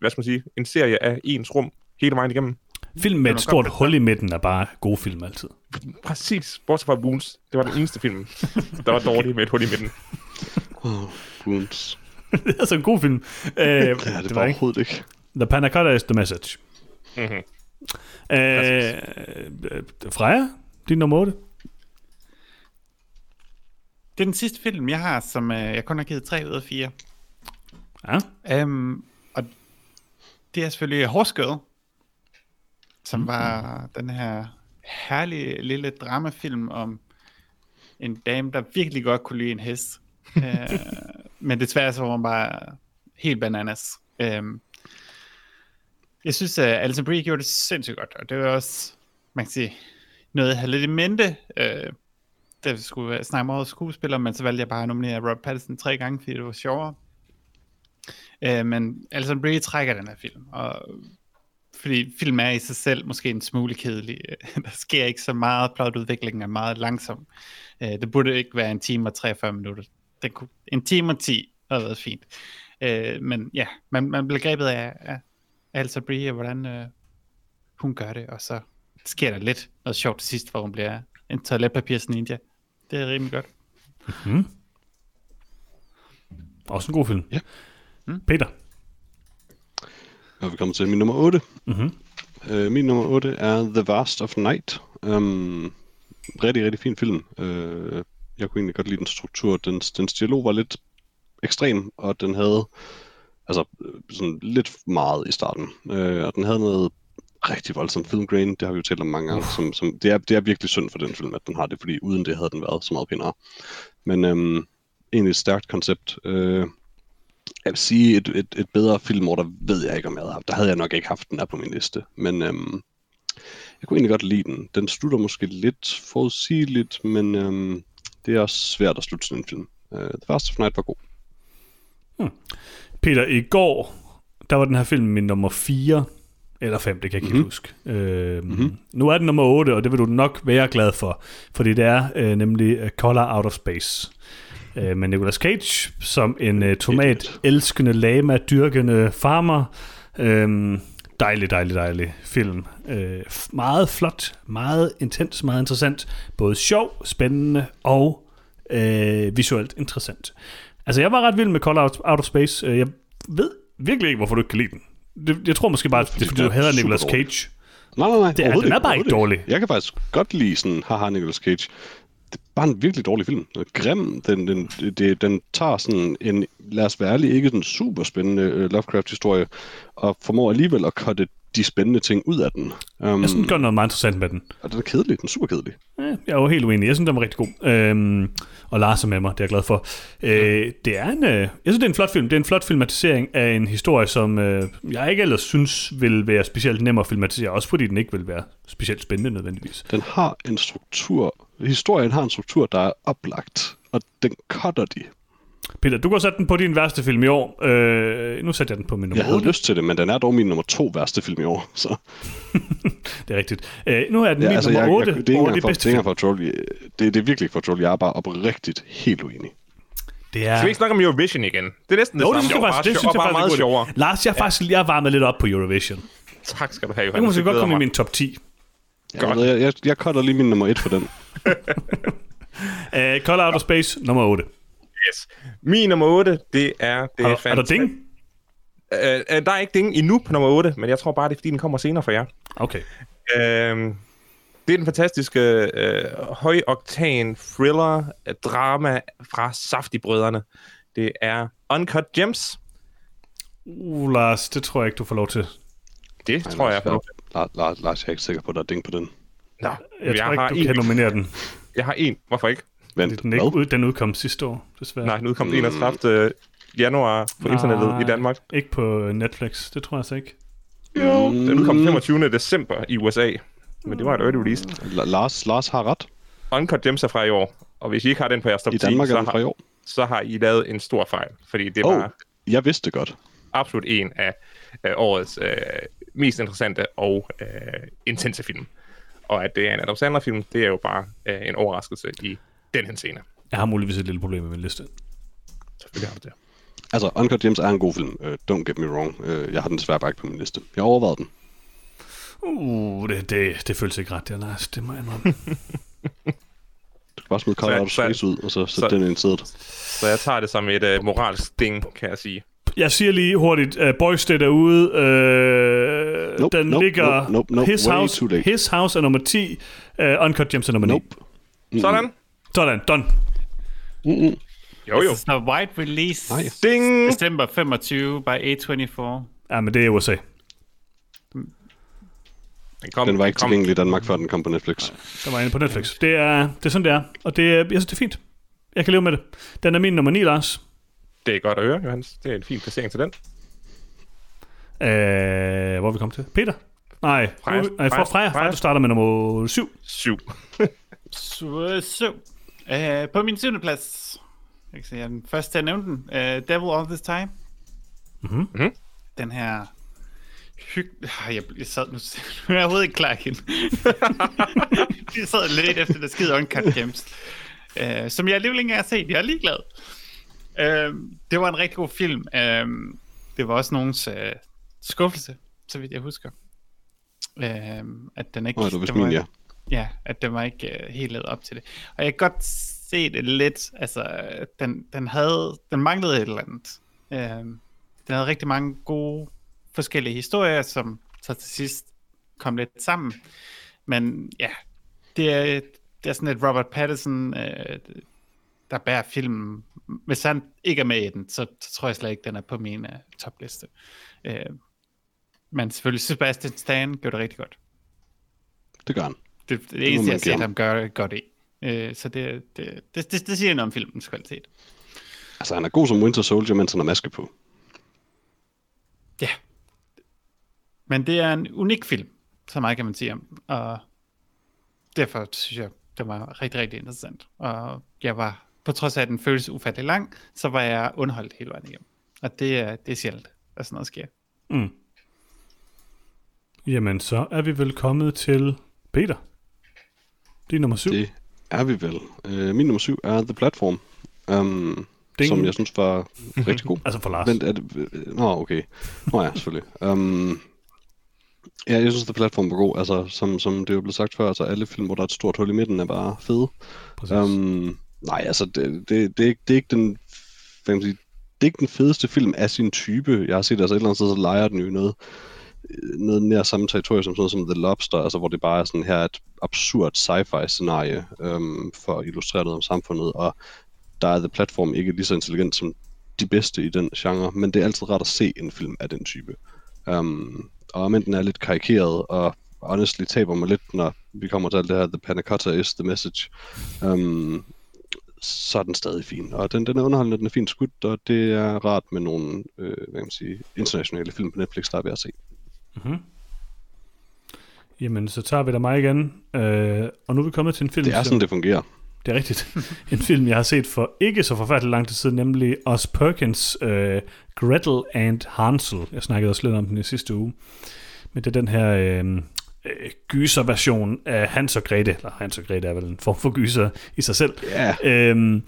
hvad skal man sige, en serie af ens rum hele vejen igennem. Film med nok et stort godt hul i midten er bare gode film altid. Præcis, bortset fra Wounds. Det var den eneste film, der var dårlig med et hul i midten. Oh, wounds. det er altså en god film. Øh, ja, Ja, det, det var overhovedet ikke. The Panna Cotta is the message. Mhm. Øh, øh, Freja, din nummer 8? Det er den sidste film, jeg har, som øh, jeg kun har givet 3 ud af 4. Ja. Um, og det er selvfølgelig Hårskød, som var den her herlige lille dramafilm om en dame, der virkelig godt kunne lide en hest. uh, men desværre så var hun bare helt bananas. Um, jeg synes, at Alison Brie gjorde det sindssygt godt, og det var også, man kan sige, noget, jeg havde lidt i mente, øh, da vi skulle øh, snakke om årets skuespiller, men så valgte jeg bare at nominere Rob Pattinson tre gange, fordi det var sjovere. Øh, men Alison Brie trækker den her film, og fordi filmen er i sig selv måske en smule kedelig. Der sker ikke så meget, plotudviklingen er meget langsom. Øh, Det burde ikke være en time og 43 minutter. Den kunne, en time og 10 havde været fint. Øh, Men ja, man, man bliver grebet af, af Alsa Brie, og hvordan øh, hun gør det, og så sker der lidt noget sjovt til sidst, hvor hun bliver en toiletpapirsninja. Det er rimelig godt. Også en god film. Ja. Mm. Peter. Og vi kommer til min nummer 8. Mhm. Mm-hmm. Øh, min nummer 8 er The Vast of Night. Um, rigtig, rigtig fin film. Øh, jeg kunne egentlig godt lide den struktur. Dens, dens dialog var lidt ekstrem, og den havde altså øh, sådan lidt meget i starten. Øh, og den havde noget rigtig voldsomt filmgrain, det har vi jo talt om mange gange. Som, som, det, er, det er virkelig synd for den film, at den har det, fordi uden det havde den været så meget pænere. Men øhm, egentlig et stærkt koncept. Øh, jeg vil sige, et, et, et bedre filmår, der ved jeg ikke, om jeg havde haft. Der havde jeg nok ikke haft den her på min liste. Men øhm, jeg kunne egentlig godt lide den. Den slutter måske lidt forudsigeligt, men øhm, det er også svært at slutte sådan en film. Øh, The Fast of Night var god. Peter, i går, der var den her film min nummer 4 eller 5, det kan jeg ikke mm-hmm. huske. Øhm, mm-hmm. Nu er den nummer 8, og det vil du nok være glad for, fordi det er øh, nemlig øh, Color Out of Space. Øh, med Nicolas Cage som en øh, tomat-elskende, lama-dyrkende farmer. Øhm, dejlig, dejlig, dejlig film. Øh, f- meget flot, meget intens, meget interessant. Både sjov, spændende og øh, visuelt interessant. Altså, jeg var ret vild med Call Out, Out of Space. Øh, Jeg ved virkelig ikke, hvorfor du ikke kan lide den. Det, jeg tror måske bare, det er, fordi den du er hader super Nicolas dårlig. Cage. Nej, nej, nej. den er overhovedet bare ikke overhovedet dårlig. Jeg kan faktisk godt lide sådan, haha, Nicolas Cage. Det er bare en virkelig dårlig film. Den er Grim. Den, den, det, den tager sådan en, lad os være ærlige, ikke den super spændende øh, Lovecraft-historie, og formår alligevel at cutte de spændende ting ud af den. Um, Jeg synes, den gør noget meget interessant med den. Og den er kedelig. Den er super kedelig. Øh, Jeg er jo helt uenig. Jeg synes, den var rigtig god. Øhm, og Lars er med mig, det er jeg glad for. Øh, det er en, øh, jeg synes, det er en flot film. Det er en flot filmatisering af en historie, som øh, jeg ikke ellers synes vil være specielt nem at filmatisere. Også fordi den ikke vil være specielt spændende nødvendigvis. Den har en struktur. Historien har en struktur, der er oplagt, og den cutter de. Peter, du kan sætte den på din værste film i år. Øh, nu sætter jeg den på min nummer Jeg havde 8. lyst til det, men den er dog min nummer to værste film i år. Så. Det er rigtigt. Øh, nu er den ja, Ja, min altså, nummer jeg, 8 jeg, det er ikke over engang de for, det bedste er film. ikke engang for at trolle. Det, det er virkelig ikke for at trolle. Jeg er bare oprigtigt helt Det uenig. Skal vi er... ikke snakke om Eurovision igen? Det er næsten det Jo, det samme. synes jeg var faktisk, det synes jeg bare sjov- og bare meget faktisk er sjovere. godt. Lars, jeg, er faktisk, jeg har varmet lidt op på Eurovision. Det Tak skal du have, Johan. kunne måske godt komme i min top 10. Jeg, Godt. ved, jeg, jeg, jeg cutter lige min nummer et for den. Øh, Call Out of Space, nummer 8. Yes. Min nummer 8, det er... Er, Det er er, der fantastisk. ding? Øh, øh, der er ikke ding endnu på nummer 8, men jeg tror bare, det er, fordi den kommer senere for jer. Okay. Øh, det er den fantastiske øh, højoktan thriller øh, drama fra Safti-brødrene. Det er Uncut Gems. Uh, Lars, det tror jeg ikke, du får lov til. Det tror jeg. Lars, Lars, Lars, Lars, jeg er ikke sikker på, at der er ding på den. Nå, Jeg, jeg, tror ikke, har du en, kan nominere den. jeg har en. Hvorfor ikke? Vent, Den, er ikke, ud- den udkom sidste år, desværre. Nej, den udkom den Mm. 31. januar på internettet i Danmark. Ikke på øh, Netflix, det tror jeg altså ikke. Jo. Den udkom Mm. 25. december i USA. Men det var et early release. La- Lars, Lars har ret. Uncut Gems er fra i år. Og hvis I ikke har den på jeres top Mm. I 10, Danmark er så, den fra i har, år. så har I lavet en stor fejl. Fordi det Åh, var oh, jeg vidste det godt. absolut en af øh, årets øh, mest interessante og øh, intense film. Og at det er en Adam Sandler-film, det er jo bare øh, en overraskelse i den her scene. Jeg har muligvis et lille problem med min liste. Selvfølgelig har du det. Altså, Uncut Gems er en god film. Uh, don't get me wrong. Uh, jeg har den desværre bare ikke på min liste. Jeg overvejede den. Uh, det, det, det føles ikke ret, det er Lars. Det må jeg indrømme. Du kan bare smide Color Så- Out of så- Space ud, og så så- sætte den ind i sædet. Så jeg tager det som et øh, moralsk ding, kan jeg sige. Mm-hmm. Jeg siger lige hurtigt, uh, Boys Day derude, uh, Nope, den nope, ligger... nope, nope, nope, his, way house, too late. his House er nummer 10, uh, Uncut Gems er nummer 9. Nope. Sådan. Sådan, done. Jo, jo. Så White Release, Nej. Ding! december 25 by A24. Ja, men det er USA. Den, kom, Den var ikke kom. tilgængelig i Danmark, før den kom på Netflix. Der var inde på Netflix. Det er, det er sådan, det er. Og det, er- jeg synes, det er fint. Jeg kan leve med det. Den er min nummer 9, Lars. Det er godt at høre, Johannes. Det er en fin placering til den. Øh, hvor er vi kom til? Peter? Nej, Freja, Freja- nej Freja, Freja- Freja, Freja, Freja. du starter med nummer 7. Syv. Så, så. Øh, på min syvende plads, jeg kan se, jeg er den første til at nævne den, øh, Devil All This Time. Mhm. Mhm. Den her hyg... Ah, Jeg, jeg sad nu... nu er jeg overhovedet ikke klar igen. jeg sad lidt efter det skide Uncut Gems. Øh, som jeg alligevel ikke engang har set. Jeg er ligeglad. Øh, det var en rigtig god film. Øh, det var også nogens øh, skuffelse, så vidt jeg husker. Øh, at den ikke... Nå, det var vist den min, ja. Ja, at den var ikke øh, helt levet op til det. Og jeg kan godt se det lidt, altså, øh, den, den havde, den manglede et eller andet. Øhm, den havde rigtig mange gode forskellige historier, som så til sidst kom lidt sammen. Men ja, det er, det er sådan et Robert Pattinson, øh, der bærer filmen. Hvis han ikke er med i den, så, så tror jeg slet ikke, den er på min øh, topliste. Øh, men selvfølgelig, Sebastian Stan gjorde det rigtig godt. Det gør han. Det, det, det må eneste, man jeg har set gerne. ham gøre godt i. Øh, så det, det, det, det, det siger noget om filmens kvalitet. Altså, han er god som Winter Soldier, mens han har maske på. Ja. Men det er en unik film, så meget kan man sige om den, Og derfor synes jeg, det var rigtig, rigtig interessant. Og jeg var, på trods af, at den føles ufattelig lang, så var jeg underholdt hele vejen igennem. Og det, er- det er sjældent, at sådan noget sker. Mm. Jamen, så er vi vel kommet til Peter. Det er nummer 7. Det, Det er vi vel. Øh, min nummer syv er The Platform, um, Ding. som jeg synes var rigtig god. altså for Lars. Men, Vent, er det... øh, Nå, okay. Nå ja, selvfølgelig. Um, ja, jeg synes, The Platform var god. Altså, som, som det jo blev sagt før, altså alle film, hvor der er et stort hul i midten, er bare fede. Præcis. Um, nej, altså, det, det, det, er ikke, det er ikke den... Hvad kan man sige, det er ikke den fedeste film af sin type. Jeg har set, altså et eller andet sted, så leger den jo noget, øh, noget nær samme territorium som sådan noget som The Lobster, altså hvor det bare er sådan her et absurd sci-fi scenarie øhm, for at illustrere noget om samfundet, og der er The Platform ikke lige så intelligent som de bedste i den genre, men det er altid rart at se en film af den type. Um, og men den er lidt karikeret, og honestly taber mig lidt, når vi kommer til alt det her, the panna cotta is the message, um, så er den stadig fin. Og den, den er underholdende, den er fint skudt, og det er rart med nogle øh, hvad kan man sige, internationale film på Netflix, der er ved at se. Jamen, så tager vi da mig igen. Øh, og nu er vi kommet til en film. Det er som- sådan, det fungerer. Det er rigtigt. En film, jeg har set for ikke så forfærdelig lang tid siden, nemlig Os Perkins, øh, Gretel and Hansel. Jeg snakkede også lidt om den i sidste uge. Men det er den her øh, øh, gyser-version af Hans og Grete. Eller Hans og Grete er vel en form for gyser i sig selv. Ja. Øhm,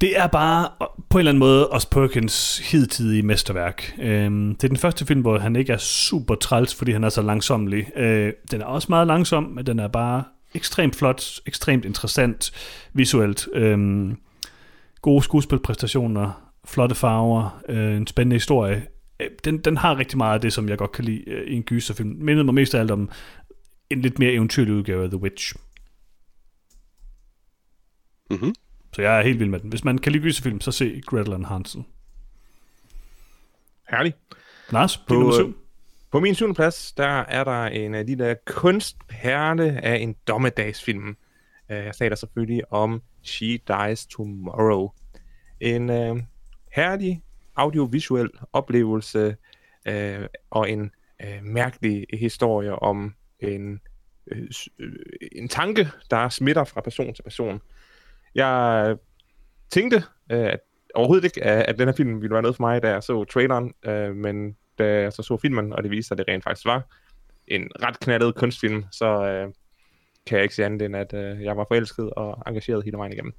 det er bare på en eller anden måde Os Perkins hidtidige mesterværk. Øhm, det er den første film, hvor han ikke er super træls, fordi han er så langsomlig. Øh, den er også meget langsom, men den er bare ekstremt flot, ekstremt interessant visuelt. Øhm, gode skuespilpræstationer, flotte farver, øh, en spændende historie. Øh, Den, den har rigtig meget af det, som jeg godt kan lide øh, i en gyserfilm. Mindede mig mest af alt om en lidt mere eventyrlig udgave af The Witch. Mm-hmm. Så jeg er helt vild med den. Hvis man kan lide gyserfilm, så se Gretel and Hansel. Herlig. Lars, det På, er nummer øh, syv. På min syvende plads, der er der en af de der kunstperle af en dommedagsfilm. Øh, Jeg taler selvfølgelig om She Dies Tomorrow. En øh, herlig audiovisuel oplevelse øh, og en øh, mærkelig historie om en, øh, s- øh, en tanke, der smitter fra person til person. Jeg tænkte øh, at overhovedet ikke, at at den her film ville være noget for mig, da jeg så traileren, øh, men da jeg så så filmen, og det viste sig, at det rent faktisk var en ret knaldet kunstfilm, så øh, kan jeg ikke sige andet end, at øh, jeg var forelsket og engageret hele vejen igennem.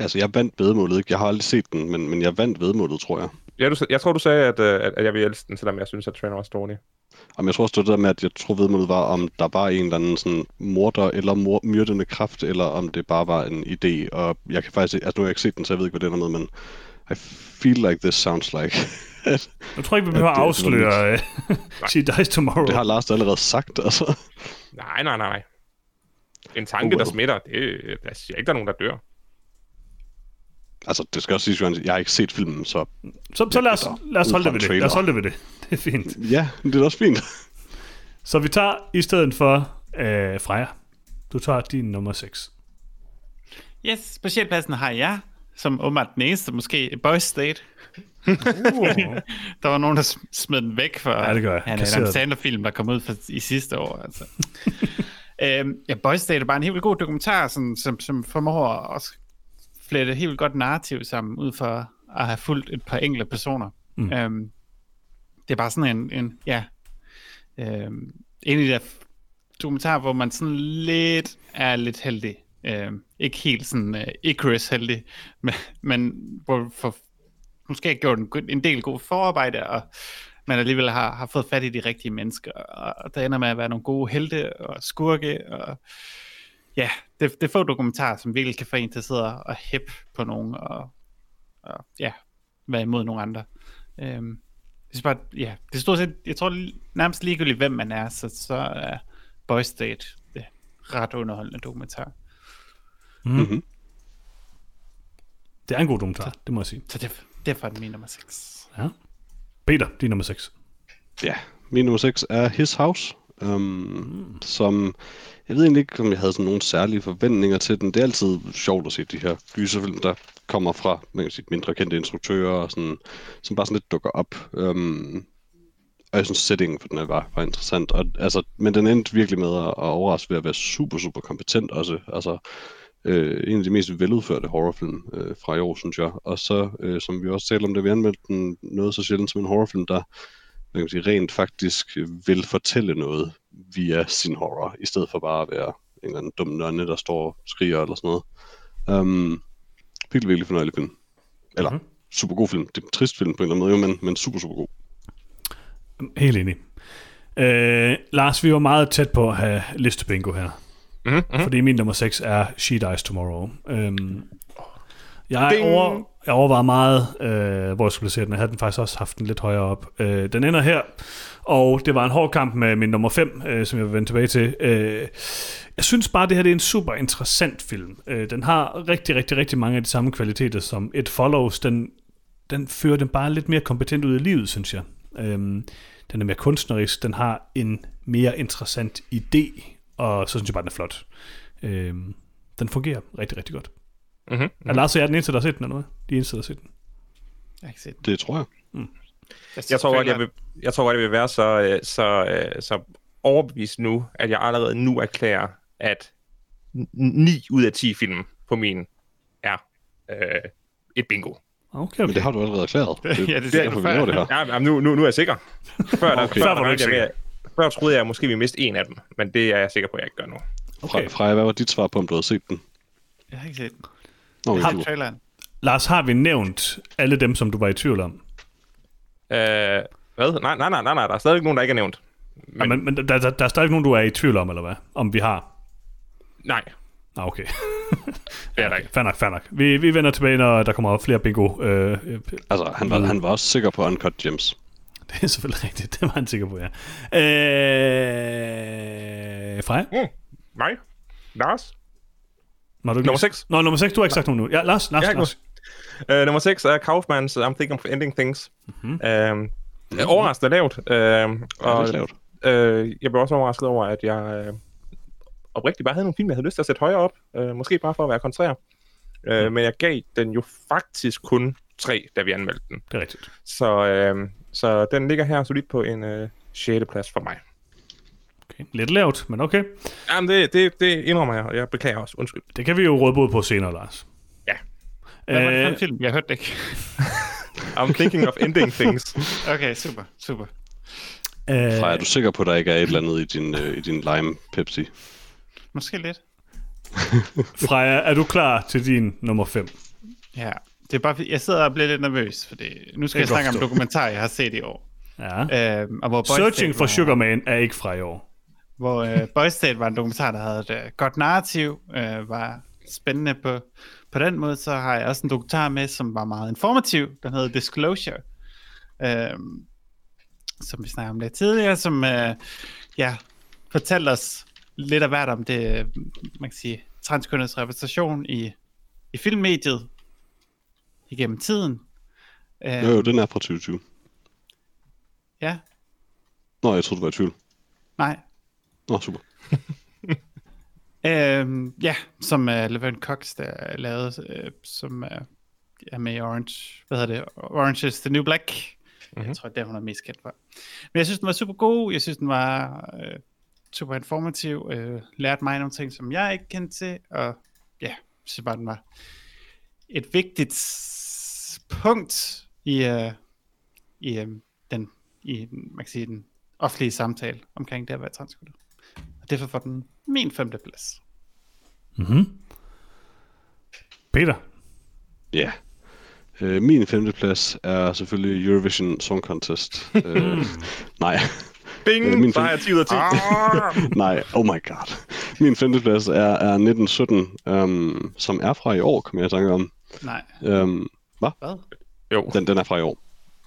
Altså, jeg vandt vedmålet, ikke? Jeg har aldrig set den, men, men jeg vandt vedmålet, tror jeg. Ja, du, sa- jeg tror, du sagde, at, øh, at, at jeg ville elske den, selvom jeg synes, at traileren var dårlig. Om jeg tror også, det var det der med, at jeg tror vedmålet var, om der var en eller anden sådan morder eller mor- myrdende kraft, eller om det bare var en idé. Og jeg kan faktisk... Altså, nu har jeg ikke set den, så jeg ved ikke, hvad den er med, men... I feel like this sounds like... Jeg tror ikke, vi behøver at det- det var afsløre øh, She Dies Tomorrow. det har Lars da allerede sagt, altså. Nej, nej, nej. En tanke, Uh, der wow. smitter, det jeg siger ikke, der er nogen, der dør. Altså, det skal også siges, Jørgen, jeg har ikke set filmen, så Så, så lad, os, lad os holde det ved det. Lad os Trailer. holde det ved det. Det er fint. ja, det er da også fint. Så vi tager i stedet for øh, Freja. Du tager din nummer 6. Yes, på sjetpladsen har jeg som åbenbart den eneste, måske Boys State. Uh. Der var nogen, der sm- smed den væk for Ja, det gør jeg. han, Kasseret Adam den. Sandler-film, der kom ud for, i sidste år. Altså. øhm, ja, Boys State er bare en helt vildt god dokumentar, sådan, som, som formår at også flette et helt vildt godt narrativ sammen, ud for at have fulgt et par enkelte personer. Mm. Mm. Øhm, det er bare sådan en, en ja, øhm, en af de der dokumentarer, hvor man sådan lidt er lidt heldig. Øhm, ikke helt sådan uh, Icarus heldig, men, men hvor for, måske har gjort en, god- en del god forarbejde, og man alligevel har, har fået fat i de rigtige mennesker, og og der ender med at være nogle gode helte og skurke, og ja, det, det er få dokumentarer, som virkelig kan få en til at sidde og hæppe på nogen, og, og ja, være imod nogle andre. Øhm, jeg synes bare, ja, det er stort set, jeg tror li- nærmest ligegyldigt, hvem man er, så, så er Boy State det ret underholdende dokumentar. Mm-hmm. Det er en god dokumentar, det må jeg sige. Så det, derfor er den min nummer 6. Ja. Peter, din nummer 6. Ja, min nummer 6 er His House, øhm, mm. som jeg ved egentlig ikke, om jeg havde sådan nogle særlige forventninger til den. Det er altid sjovt at se de her gyserfilm, der kommer fra man kan sige, mindre kendte instruktører, og sådan, som bare sådan lidt dukker op. Øhm, og jeg synes, settingen for den her var, var interessant. Og, altså, men den endte virkelig med at, at overraske ved at være super, super kompetent også. Altså, øh, en af de mest veludførte horrorfilm øh, fra i år, synes jeg. Og så, øh, som vi også talte om, da vi anmeldte den noget så sjældent som en horrorfilm, der man kan sige, rent faktisk vil fortælle noget via sin horror, i stedet for bare at være en eller anden dum nonne, der står og skriger eller sådan noget. Um, virkelig, virkelig fornøjelig film. Eller, mm-hmm. super god film. Det er en trist film på en eller anden måde, jo, men, men super, super god. Helt enig. Øh, Lars, vi var meget tæt på at have liste bingo her. Mhm, Mm-hmm. Fordi min nummer 6 er She Dies Tomorrow. Øhm, jeg, over, jeg overvejede meget, øh, hvor jeg skulle placere den. Jeg havde den faktisk også haft den lidt højere op. Øh, den ender her, og det var en hård kamp med min nummer 5, øh, som jeg vil vende tilbage til. Øh, jeg synes bare, det her det er en super interessant film. Øh, den har rigtig, rigtig, rigtig mange af de samme kvaliteter som It Follows. Den, den fører den bare lidt mere kompetent ud i livet, synes jeg. Øhm, den er mere kunstnerisk, den har en mere interessant idé, og så synes jeg bare, den er flot. Øhm, den fungerer rigtig, rigtig godt. Mm-hmm. Er Lars og jeg den eneste, der har set den, eller hvad? De eneste, der har set den. Jeg har ikke set den. Det tror jeg. Jeg tror godt, jeg føler- vil, jeg tror godt, jeg vil være så, øh, så, øh, så overbevist nu, at jeg allerede nu erklærer, at 9 ud af 10 film på min er øh, et bingo. Ah, Okay, Men okay. det har du allerede erklæret. Det, Ja, det det sagde er derfor, du vi før. når det her. Ja, jamen, nu, nu, nu er jeg sikker. Før, der, okay. Før før, var du før, ikke jeg, jeg, før troede jeg, at måske vi miste en af dem, men det er jeg sikker på, at jeg ikke gør nu. Okay. Fra, Freja, hvad var dit svar på, om du havde set den? Jeg har ikke set den. Nå, Jeg men har du, set traileren. Lars, har vi nævnt alle dem, som du var i tvivl om? Øh, hvad? Nej, nej, nej, nej, nej, der er stadigvæk nogen, der ikke er nævnt. Men, men, men der, der, der er stadig nogen, du er i tvivl om, eller hvad? Om vi har? Nej, Nå, okay. det er der ikke. Fair nok, fair nok. Vi, vi vender tilbage, når der kommer flere bingo. Øh, øh, altså, han var, han var også sikker på Uncut Gems. det er selvfølgelig rigtigt, det var han sikker på, ja. Øh, Freja? Mig? Lars? Nå, du ikke Nummer lige- seks. Nå, nummer 6, du har ikke sagt nogen nu. Ja, Lars, Lars, Jeg har ja, ikke Lars. Øh, nummer 6 er Kaufmans I'm Thinking of Ending Things. Mm-hmm. Øhm, øh, overraskende lavt. Øhm, og, lidt lavt. Øh, jeg blev også overrasket over, at jeg øh, oprigtigt bare havde nogle film, jeg havde lyst til at sætte højere op. Øh, måske bare for at være kontrær. Øh, Men jeg gav den jo faktisk kun tre, da vi anmeldte den. Det er rigtigt. Så, øh, så den ligger her solidt på en øh, 6. plads for mig. Okay. Lidt lavt, men okay. Jamen, det, det, det indrømmer jeg, og jeg beklager også. Undskyld. Det kan vi jo råde bod på senere, Lars. Ja. Hvad var det for Øh, en film? Jeg hørte det ikke. I'm thinking of ending things. Okay, super, super. Freja, er øh, du sikker på, at der ikke er et eller andet i din, øh, i din lime Pepsi? Måske lidt. Freja, er du klar til din nummer 5? Ja, det er bare, fordi- jeg sidder og bliver lidt nervøs, fordi nu skal godt jeg snakke om forstå. dokumentarer, jeg har set i år. Ja. Øh, Øhm, og hvor Boys Searching State for var- Sugar Man er ikke fra i år. hvor øh, Boys State var en dokumentar, der havde et øh, godt narrativ, øh, var spændende på, på den måde, så har jeg også en dokumentar med, som var meget informativ, den hedder Disclosure, øh, som vi snakkede om lidt tidligere, som øh, ja, fortalte os lidt af hvert om det, øh, man kan sige, transkønnedes repræsentation i, i filmmediet igennem tiden. Øh, Jo, jo, den er fra 2020. ja, Nå, jeg troede, du var i tvivl. nej, Nå, super. Øhm, ja, som uh, Leverne Cox der lavede, øh, som uh, er med i Orange. Hvad hedder det? Orange is the New Black. Mm-hmm. Jeg tror, det er hun er mest kendt for. Men jeg synes, den var super god. Jeg synes, den var øh, super informativ. Øh, lærte mig nogle ting, som jeg ikke kendte til. Og ja, jeg synes bare, den var et vigtigt s- punkt i, øh, i, øh, den, i den- man kan sige, den offentlige samtale omkring det at være transkønnet. Og derfor får den min femteplads. Peter, Ja. Øh, min femteplads er selvfølgelig Eurovision Song Contest. øh, nej. Bing, Øh, min så har jeg 10 ud af 10. Ah! nej, oh my god. Min femteplads er, er 1917, øhm, som er fra i år, kommer jeg i tanke om. Nej, Øhm, hvad? hvad? Jo, Den, den er fra i år.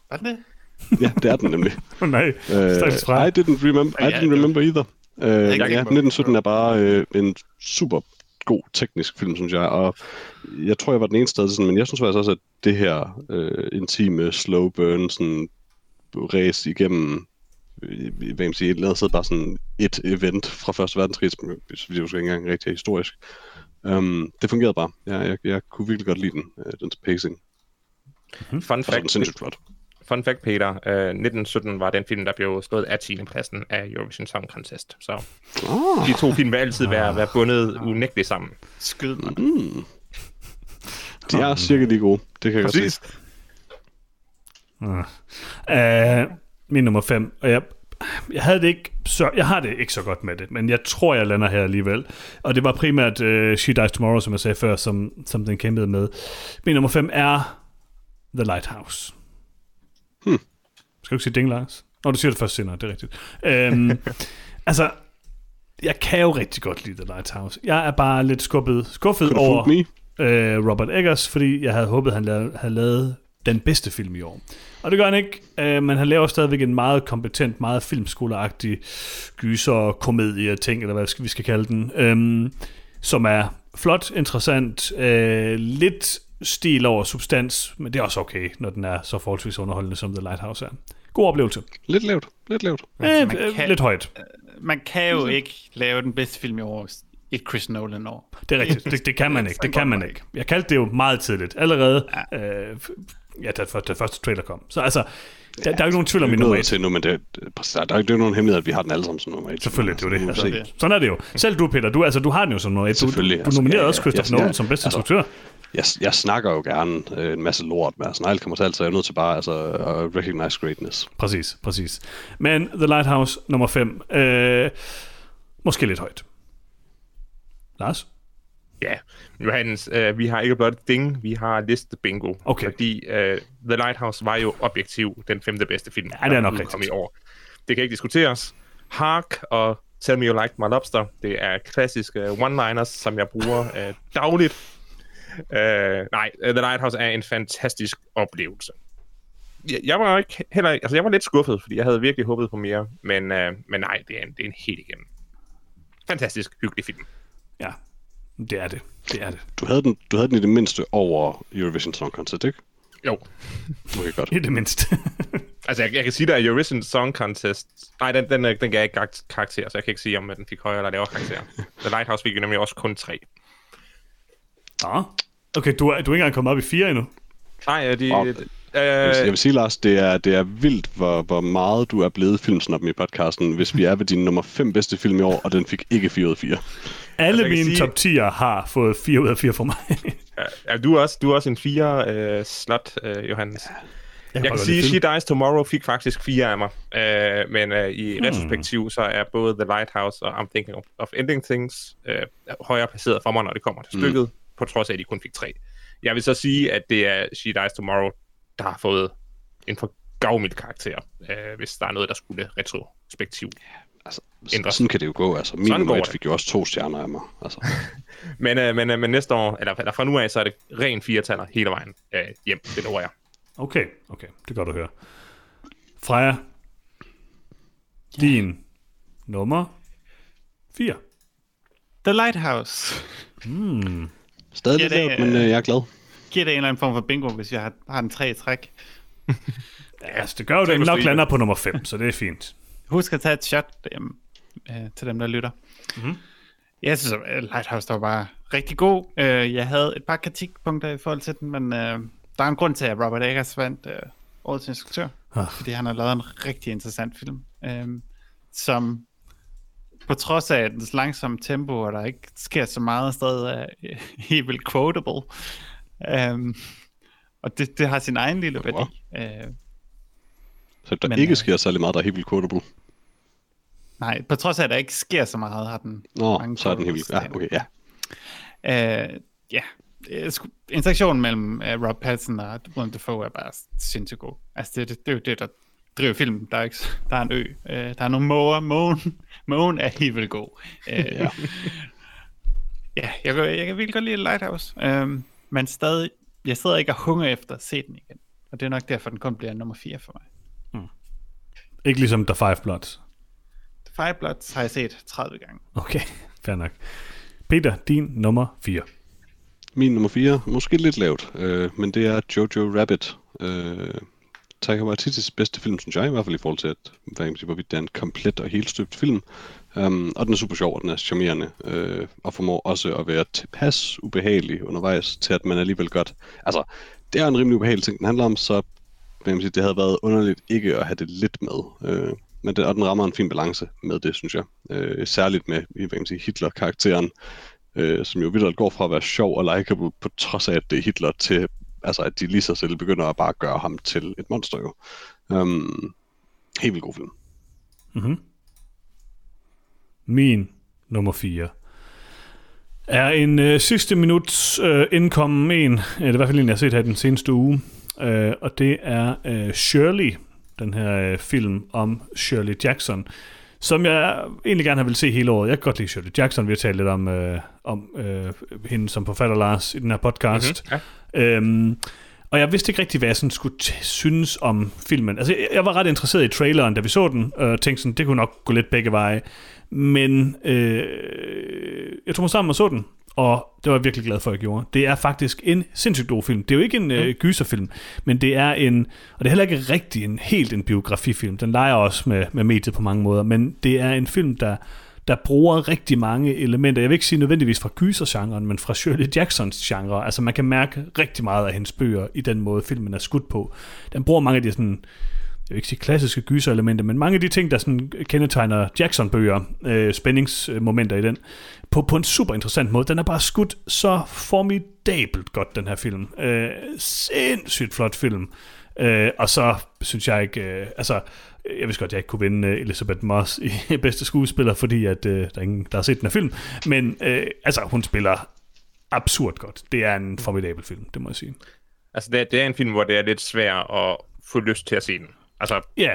Var den det? Ja, det er den nemlig. oh, nej, Øh, stakkels fra. I didn't remember, I Ja, didn't det- remember either. Uh, ja, ikke rigtig 1917 er bare øh, en super god teknisk film, synes jeg, og jeg tror, jeg var den eneste, der havde det sådan, men jeg synes faktisk også, at det her øh, intime slow burn, sådan race igennem øh, hvad kan man sige, et eller andet sted, bare sådan et event fra Første Verdenskrig, som jo- som jo måske ikke engang rigtig er historisk. Um, det fungerede bare. Jeg, jeg, jeg kunne virkelig godt lide den, øh, dens pacing. fun Og så er den fact, sindssygt flot. fun fact Peter. Øh, 1917 var den film, der blev slået af 10. pladsen af Eurovision Song Contest. Så Ah, de to film vil altid være, være bundet unægteligt sammen. Skyd mig. Mm. de er cirka lige gode. Det kan jeg godt se. Uh, min nummer 5, og jeg, jeg havde det ikke så, jeg har det ikke så godt med det, men jeg tror, jeg lander her alligevel. Og det var primært uh, She Dies Tomorrow, som jeg sagde før, som, som den kæmpede med. Min nummer 5 er The Lighthouse. Hmm. Skal du ikke sige ding, Lars? Nå, du siger det først senere, det er rigtigt. Um, altså, jeg kan jo rigtig godt lide The Lighthouse. Jeg er bare lidt skuffet, skuffet Could have over fooled me. øh, Robert Eggers, fordi jeg havde håbet, han lavede, havde lavet den bedste film i år. Og det gør han ikke, øh, men han laver stadigvæk en meget kompetent, meget filmskoleagtig gyser, komedie ting, eller hvad skal- vi skal kalde den, øh, som er flot, interessant, øh, lidt stil over substans, men det er også okay, når den er så forholdsvis underholdende, som The Lighthouse er. God oplevelse. Lidt lavt. Lidt lavt. Øh, Altså, man øh, kan- lidt højt. Øh, Man kan jo ikke lave den bedste film i år, et Chris Nolan år. Det er rigtigt. Det, det kan man ikke. Det kan man ikke. Jeg kaldte det jo meget tidligt. Allerede, øh, ja, da, da, da første trailer kom. Så altså, der, der er jo ikke nogen tvivl om min Vi nummer nåede et. til nu, men det, der, der er jo ikke nogen hemmelighed, at vi har den alle sammen som nummer et. Selvfølgelig, det er jo det. Altså, nu må vi Altså, sådan er det jo. Selv du, Peter, du, altså, du har den jo som nummer et. Du, Selvfølgelig, du altså, nominerede ja, ja, også Christopher ja, ja. Nolan som bedste Altså, instruktør. se. Jeg, jeg snakker jo gerne øh, en masse lort, men altså, når alt kommer til alt, så er jeg nødt til bare altså, at recognize greatness. Præcis, præcis. Men The Lighthouse nummer 5. Øh, måske lidt højt. Lars? Ja, Johannes, øh, vi har ikke blot et ding, vi har listet bingo. Okay. Fordi øh, The Lighthouse var jo objektiv den femte bedste film, Ja, det er der nok udkom rigtigt. i år. Det kan ikke diskuteres. Hark og Tell Me You Like My Lobster, det er klassiske one-liners, som jeg bruger øh, dagligt. Øh, nej, The Lighthouse er en fantastisk oplevelse. Jeg, jeg var ikke heller, altså jeg var lidt skuffet, fordi jeg havde virkelig håbet på mere, men, øh, men nej, det er en, det er en helt igennem. Fantastisk hyggelig film. Ja, det er det. Det er det. Du havde, den, du havde den i det mindste over Eurovision Song Contest, ikke? Jo, Okay, godt. I det mindste. Altså, jeg, jeg kan sige, der er Eurovision Song Contest. Nej, den, den, øh, den gav ikke kar- karakter, så jeg kan ikke sige, om den fik højere eller lavere karakter. The Lighthouse fik jo nemlig også kun tre. Nå. Okay, du er, du er ikke engang kommet op i fire endnu. Nej, øh, de... Wow. Øh, Jeg vil sige, Lars, det er, det er vildt, hvor, hvor meget du er blevet filmsnappen i podcasten, hvis vi er ved din nummer 5 bedste film i år, og den fik ikke 4 ud af 4. Alle jeg altså, kan mine sige- top 10'er har fået 4 ud af 4 for mig. øh, ja, du, er også, du er også en fire-slot, øh, Johannes. Jeg kan godt sige, lide She Dies Tomorrow fik faktisk fire af mig. Øh, men øh, i hmm. retrospektiv, så er både The Lighthouse og I'm Thinking of, of Ending Things øh, højere placeret for mig, når det kommer til stykket, på trods af, at de kun fik tre. Jeg vil så sige, at det er She Dies Tomorrow, der har fået en for gavmild karakter, øh, hvis der er noget, der skulle retrospektivt. Altså, Ændre. sådan kan det jo gå. Altså, min Sådan nummer går 1 det. fik jo også to stjerner af mig. Altså, Men, øh, men, øh, men næste år, eller, eller fra nu af, så er det ren firetaller hele vejen øh, hjem. Det lover jeg. Okay, okay. Det er godt at høre. Freja, ja. din nummer 4. The Lighthouse. stadig Ja, lidt det lavt, er- men øh, jeg er glad. Giver det en eller anden form for bingo, hvis jeg har, har den tre i træk. Ja, altså, det gør jo, så det kan du nok stryge lander på nummer 5, så det er fint. Husk at tage et shot øhm, øh, til dem, der lytter. Mm-hmm. Jeg synes, at øh, Lighthouse der var bare rigtig god. Øh, jeg havde et par kritikpunkter i forhold til den, men øh, der er en grund til, at Robert Eggers vandt øh, årets instruktør, Ah. ah. fordi han har lavet en rigtig interessant film, øh, som på trods af dens langsomme tempo, og der ikke sker så meget, stadig er øh, helt quotable. Øh, og det, det har sin egen lille Wow. værdi. Øh, Så der Men, Men, ikke øh, sker særlig meget, der er helt vildt quotable. nej, på trods af, at der ikke sker så meget, har den Nå, så er den helt vildt. Ja, quotables. okay, ja. Øh, ja, Øh, sku- interaktionen mellem uh, Rob Pattinson og Willem Dafoe er bare sindssygt god. Altså, det, det, det er jo det, der driver filmen. Der er, ikke, s- der er en ø. Uh, der er nogle måger. Mågen, mågen er helt vildt god. Uh, ja. ja, jeg, kan- jeg kan virkelig godt lide Lighthouse. Uh, men stadig, jeg sidder ikke og hunger efter at se den igen. Og det er nok derfor, den kun bliver nummer 4 for mig. Ikke ligesom The Five Bloods. The Five Bloods har jeg set 30 gange. Okay, fair nok. Peter, din nummer 4. Min nummer 4, måske lidt lavt, øh, men det er Jojo Rabbit. Øh, Taika Waititis bedste film, synes jeg, i hvert fald i forhold til, at, hvad kan man sige, hvorvidt det er en komplet og helt støbt film. Um, og den er super sjov, og den er charmerende, øh, og formår også at være tilpas ubehagelig undervejs, til at man alligevel godt... Altså, det er en rimelig ubehagelig ting, den handler om, så hvad kan man sige, det havde været underligt ikke at have det lidt med. Øh, men den, og den rammer en fin balance med det, synes jeg. Øh, særligt med hvad kan man sige, Hitler-karakteren, øh, som jo videre går fra at være sjov og likeable, på trods af, at det er Hitler, til altså, at de lige sig selv begynder at bare gøre ham til et monster jo. Um, helt vildt god film. Min nummer 4 er en øh, sidste minuts øh, indkommen en, eller i hvert fald en, jeg har set her den seneste uge, øh, og det er øh, Shirley, den her øh, film om Shirley Jackson, som jeg egentlig gerne har ville se hele året. Jeg kan godt lide Shirley Jackson, vi har talt lidt om, øh, om øh, hende som forfatter Lars i den her podcast. Mhm, Mm-hmm. Øhm, og jeg vidste ikke rigtig, hvad jeg sådan skulle t- synes om filmen. Altså, jeg, jeg var ret interesseret i traileren, da vi så den, og tænkte sådan, det kunne nok gå lidt begge veje. Men øh, jeg tog mig sammen og så den, og det var jeg virkelig glad for, at jeg gjorde. Det er faktisk en sindssygt god film. Det er jo ikke en øh, gyserfilm, men det er en, og det er heller ikke rigtig en helt en biografifilm. Den leger også med, med mediet på mange måder, men det er en film, der der bruger rigtig mange elementer. Jeg vil ikke sige nødvendigvis fra gysergenren, men fra Shirley Jacksons genre. Altså man kan mærke rigtig meget af hendes bøger i den måde, filmen er skudt på. Den bruger mange af de sådan jeg vil ikke sige klassiske gyserelementer, men mange af de ting, der sådan kendetegner Jackson-bøger, øh, spændingsmomenter i den, på, på en super interessant måde. Den er bare skudt så formidabelt godt, den her film. Øh, sindssygt flot film. Øh, og så synes jeg ikke, øh, altså, jeg vidste godt, at jeg ikke kunne vinde øh, Elizabeth Moss i bedste skuespiller, fordi at, øh, der er ingen, der har set den her film, men øh, altså, hun spiller absurd godt. Det er en formidabel film, det må jeg sige. Altså, det er, det er en film, hvor det er lidt svært at få lyst til at se den. Altså, det Ja,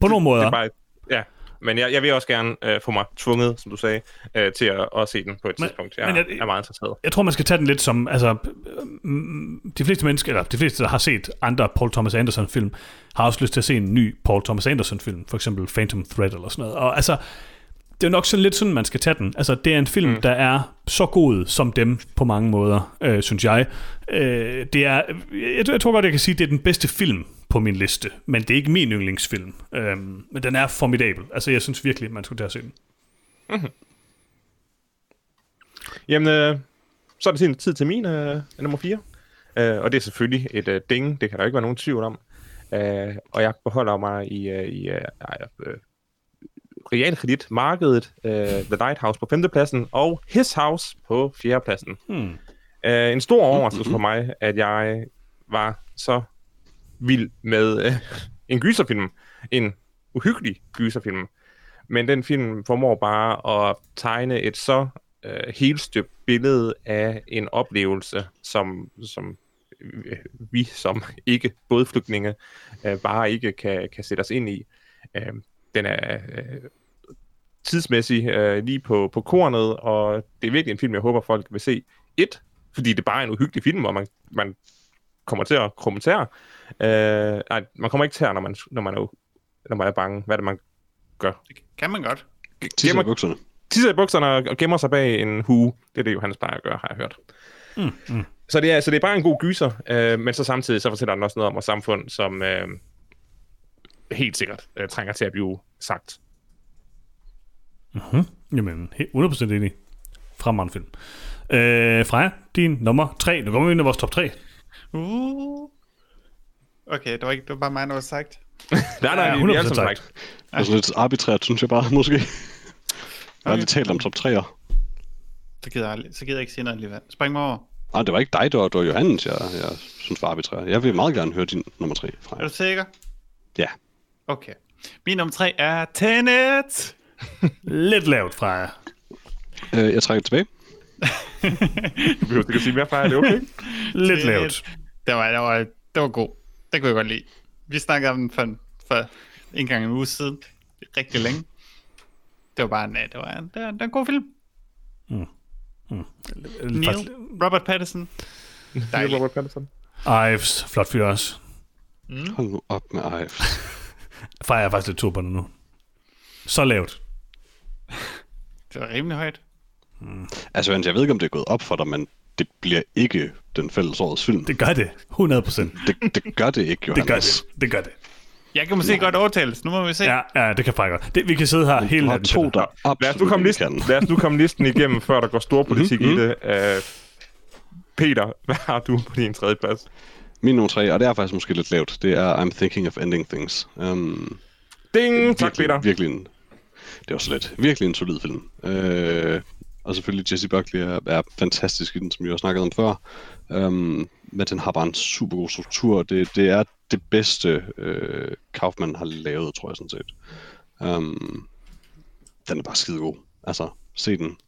på nogle måder. er bare... Ja, men jeg, jeg vil også gerne øh, få mig tvunget, som du sagde, øh, til at, at se den på et Men- tidspunkt. Jeg, men men er er, det- er meget interesseret. jeg tror, man skal tage den lidt som, altså, mm, de fleste mennesker, eller de fleste, der har set andre Paul Thomas Anderson-film, har også lyst til at se en ny Paul Thomas Anderson-film, for eksempel Phantom Thread eller sådan noget. Og altså, det er jo nok sådan lidt sådan, man skal tage den. Altså, det er en film, mm. der er så god som dem på mange måder, øh, synes jeg. Øh, det er, jeg, jeg tror godt, jeg kan sige, at det er den bedste film på min liste, men det er ikke min yndlingsfilm. Øh, men den er formidabel. Altså, jeg synes virkelig, man skulle tage og se den. Jamen, øh, så er det tid- tid til min øh, nummer 4. Øh, og det er selvfølgelig et øh, ding, det kan der jo ikke være nogen tvivl om. Øh, og jeg beholder mig i, øh, i øh, ej, øh, realkreditmarkedet, øh, The Lighthouse på femtepladsen, og His House på fjerdepladsen. Hmm. Øh, en stor overraskelse for mig, at jeg var så vild med øh, en gyserfilm. En uhyggelig gyserfilm. Men den film formår bare at tegne et så øh, helstøbt billede af en oplevelse, som, som øh, vi som ikke bådflygtninge øh, bare ikke kan, kan sætte os ind i. Øh, den er øh, tidsmæssigt øh, lige på, på kornet, og det er virkelig en film, jeg håber, folk vil se. Et, fordi det bare er en uhyggelig film, og man, man kommer til at krumme tær. Øh, nej, man kommer ikke tær, når man, når, man er, u- når man er bange. Hvad er det, man gør? Det kan man godt. Tisser Gemmer- i bukserne. tisser i bukserne og og gemmer sig bag en hue. Det er det, Johannes plejer at gøre, har jeg hørt. Mm, mm. Så, det er, så det er bare en god gyser, øh, men så samtidig så fortæller den også noget om vores samfund, som øh, helt sikkert øh, trænger til at blive sagt. Jamen, he- 100% enig. Fremragende film. Øh, Freja, din nummer 3. Nu kommer vi ind i vores top 3. Uh. Okay, det var, ikke, det var bare mig, der var sagt. Nej, nej, Ja, vi- vi er 100% alle sammen sagt. sagt. Det er sådan Altså, lidt arbitrært, synes jeg bare, måske. Jeg har lige talt om top 3'er. Så gider jeg, aldrig- så gider jeg ikke sige noget alligevel. Spring mig over. Nej, det var ikke dig, det var, det var Johannes, jeg, jeg synes var arbitrær. Jeg vil meget gerne høre din nummer 3 fra. Er du sikker? Ja. Okay. Min nummer tre er Tenet. Lidt lavt fra jer. Øh, jeg trækker tilbage. Du behøver ikke at sige mere fra, er det okay? Lidt Tenet. lavt. Det var, det var, det var god. Det kunne jeg godt lide. Vi snakkede om den for, for en gang en uge siden. Rigtig længe. Det var bare en, det var en, det var en, det var en god film. Neil, Robert Pattinson. Det er Dejlig. Robert Pattinson. Ives, flot fyr også. Hold nu op med Ives. Fejrer jeg faktisk lidt tur på det nu. Så lavt. Det var rimelig højt. Altså, Jens, jeg ved ikke, om det er gået op for dig, men det bliver ikke den fælles årets film. Det, Det gør det. 100 procent. det, det gør det ikke, Det Johannes. gør det. Det gør det. Jeg kan måske godt overtales. Nu må vi se. Ja, ja det kan faktisk godt. Det, vi kan sidde her hele Du har natten. to, der absolut Lad os, nu komme ikke kan. listen, lad os nu komme listen igennem, før der går stor politik i det. Øh, Peter, hvad har du på din tredje plads? Min nummer tre, og det er faktisk måske lidt lavt, det er I'm Thinking of Ending Things. Um, Ding! Mm, Tak, virkelig, Peter. virkelig en, det var så let. Virkelig en solid film. Uh, og selvfølgelig Jesse Buckley er, er fantastisk i den, som vi også snakkede om før. Um, men den har bare en super god struktur. Det, det er det bedste, uh, Kaufman har lavet, tror jeg sådan set. Um, den er bare skidegod. Altså, se den.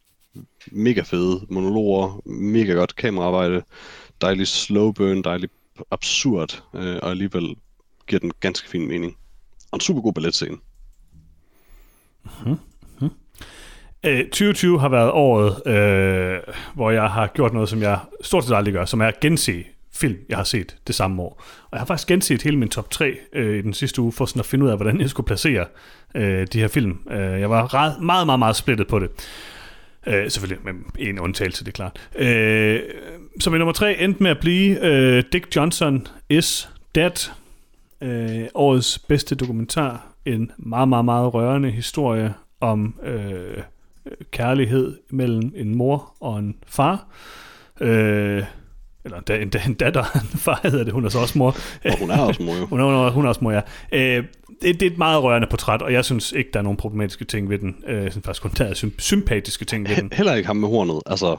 Mega fede monologer, mega godt kameraarbejde, dejlig slow burn, dejlig absurd, øh, og alligevel giver den ganske fin mening. Og en super god balletscene. Øh, 2020 har været året, øh, hvor jeg har gjort noget, som jeg stort set aldrig gør, som er at gense film, jeg har set det samme år. Og jeg har faktisk genset hele min top 3 øh, i den sidste uge, for sådan at finde ud af, hvordan jeg skulle placere øh, de her film. Øh, jeg var ret, meget, meget, meget splittet på det. Øh, selvfølgelig med en undtagelse, det er klart. Øh, så min nummer 3 endte med at blive øh, Dick Johnson is Dead. øh, årets bedste dokumentar. En meget, meget, meget rørende historie om øh, kærlighed mellem en mor og en far. Øh, eller en, da, en, da- en datter og en far hedder det. Hun er så også mor. Og hun er også mor jo. Hun er, hun er, hun er også mor, ja. Øh, det, det er et meget rørende portræt, og jeg synes ikke, der er nogen problematiske ting ved den. Øh, Jeg synes faktisk kun, der er sym- sympatiske ting ved den. He- heller ikke ham med hornet. Altså,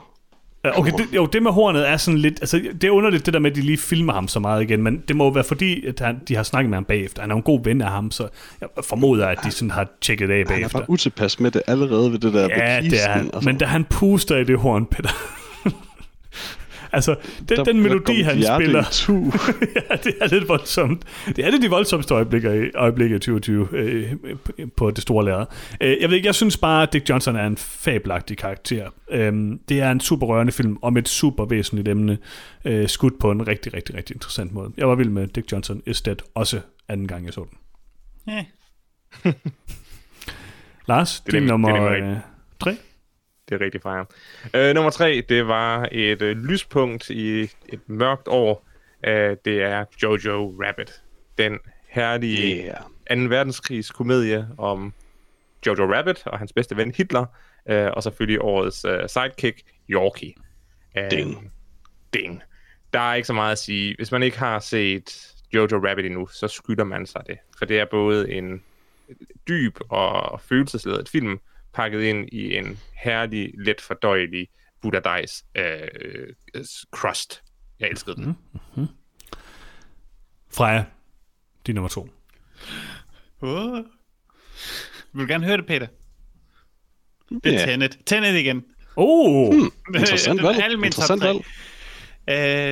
Øh, Okay, det, jo, det med hornet er sådan lidt... Altså, det er underligt, det der med, at de lige filmer ham så meget igen, men det må jo være fordi, at han, de har snakket med ham bagefter. Han er jo en god ven af ham, så jeg formoder, at de sådan har tjekket det af han er bagefter. bare utilpas med det allerede ved det der Ja, ved kisten. det er han. Altså, Men da han puster i det horn, Peter... altså, den, der- den der melodi, kom han mit hjerte spiller... i tu. ja, det er lidt voldsomt. Det er det de voldsomste øjeblikker i, øjeblikke i 2020 øh, på det store lærred. Øh, jeg ved ikke, jeg synes bare, at Dick Johnson er en fabelagtig karakter. Øh, det er en super rørende film om et super væsentligt emne, øh, skudt på en rigtig, rigtig, rigtig interessant måde. Jeg var vild med Dick Johnson is dead, også anden gang jeg så den. Yeah. Lars, er det er din nemlig- det er nummer nemlig øh, tre? Det er rigtig fejret. Øh, nummer tre, det var et øh, lyspunkt i et mørkt år. Øh, det er Jojo Rabbit. Den herlige yeah. 2. Yeah. verdenskrigs komedie om Jojo Rabbit og hans bedste ven Hitler. Øh, og selvfølgelig årets øh, sidekick, Yorkie. Øh, Ding. Ding. Der er ikke så meget at sige. Hvis man ikke har set Jojo Rabbit endnu, så skylder man sig det. For det er både en dyb og følelsesladet film, pakket ind i en herlig, let fordøjelig Buddha Dice øh, øh, crust. Jeg elskede den. Freja, din nummer to. Uh. Vil du gerne høre det, Peter? Det er Ja. Tenet. Tenet igen. Oh, hmm. Interessant Det er valg. alle mine top Interessant tre. valg.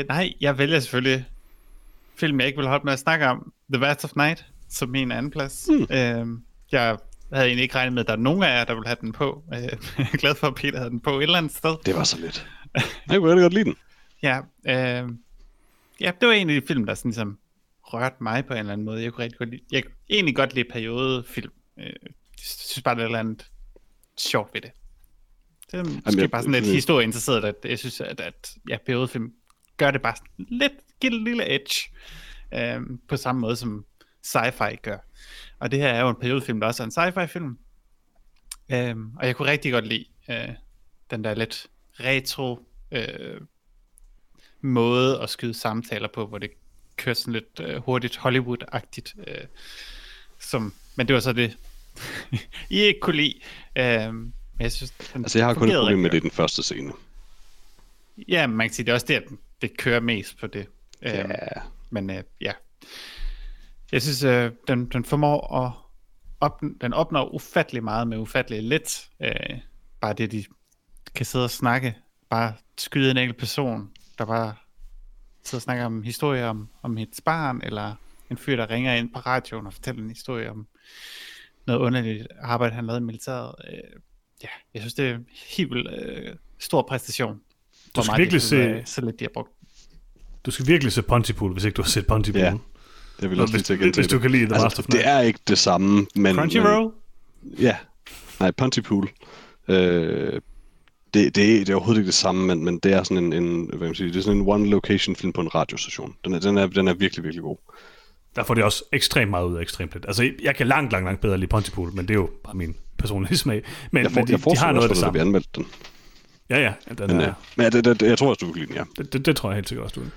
Øh, nej, jeg vælger selvfølgelig film, jeg ikke vil holde med at snakke om. The Last of Night, som min anden plads. Hmm. Mm. Øh, jeg havde egentlig ikke regnet med, at der er nogen af jer, der ville have den på. Øh, jeg er glad for, at Peter havde den på et eller andet sted. Det var så lidt. Jeg kunne rigtig godt lide den. Ja, øh, ja det var egentlig en film, der sådan ligesom rørte mig på en eller anden måde. Jeg kunne rigtig godt lide, jeg kunne egentlig godt lide periodefilm. Øh, jeg synes bare, der er et eller andet sjovt ved det. Det er måske Jamen, jeg- bare sådan lidt øh, historieinteresseret, at jeg synes, at, at ja, periodefilm gør det bare sådan lidt, giver det en lille edge, øh, på samme måde som sci-fi gør. Og det her er jo en periodefilm, der også er en sci-fi film. Øh, og jeg kunne rigtig godt lide øh, den der lidt retro øh, måde at skyde samtaler på, hvor det kører sådan lidt øh, hurtigt Hollywood-agtigt. Øh, som, men det var så det, I ikke kunne lide. Øh, men jeg synes, den Altså, jeg har kun et fungerede problem rigtig med det i den første scene. godt. Ja, man kan sige, det er også der, den- det kører mest på det. Øh, ja. Men øh, ja, jeg synes, øh, den, den formår at op, den opnår ufattelig meget med ufattelig lidt. Øh, bare det, de kan sidde og snakke. Bare skyde en enkelt person, der bare sidder og snakker om historier om, om et barn, eller en fyr, der ringer ind på radioen og fortæller en historie om noget underligt arbejde, han lavede i militæret. Øh, ja, jeg synes, det er en helt vildt, øh, stor præstation. Hvor skal meget virkelig de sådan, se- øh, Så lidt de har brugt. Du skal virkelig se Pontypool, hvis ikke du har set Pontypool. Ja, Ja, det vil jeg også lige hvis, til at hvis, gentage hvis du det. kan lide The altså, Last Altså, of det Night. er ikke det samme, men... Crunchyroll? Men, ja. Nej, Pontypool. Øh, det, det, er- det er overhovedet ikke det samme, men, men det er sådan en, en hvad kan man sige, det er sådan en one location film på en radiostation. Den er, den er, den er virkelig, virkelig god. Der får det også ekstremt meget ud af ekstremt lidt. Altså, jeg kan langt, langt, langt bedre lide Pontypool, men det er jo bare min personlige smag. Men, Jeg, for, men de, jeg de har forestiller noget af det også, at vi samme. anmeldte den. Ja, ja. Den Men, er, ja. men ja, det, det, det, jeg tror også, du kan lide den, ja. det, det, det, tror jeg helt sikkert også, du vil.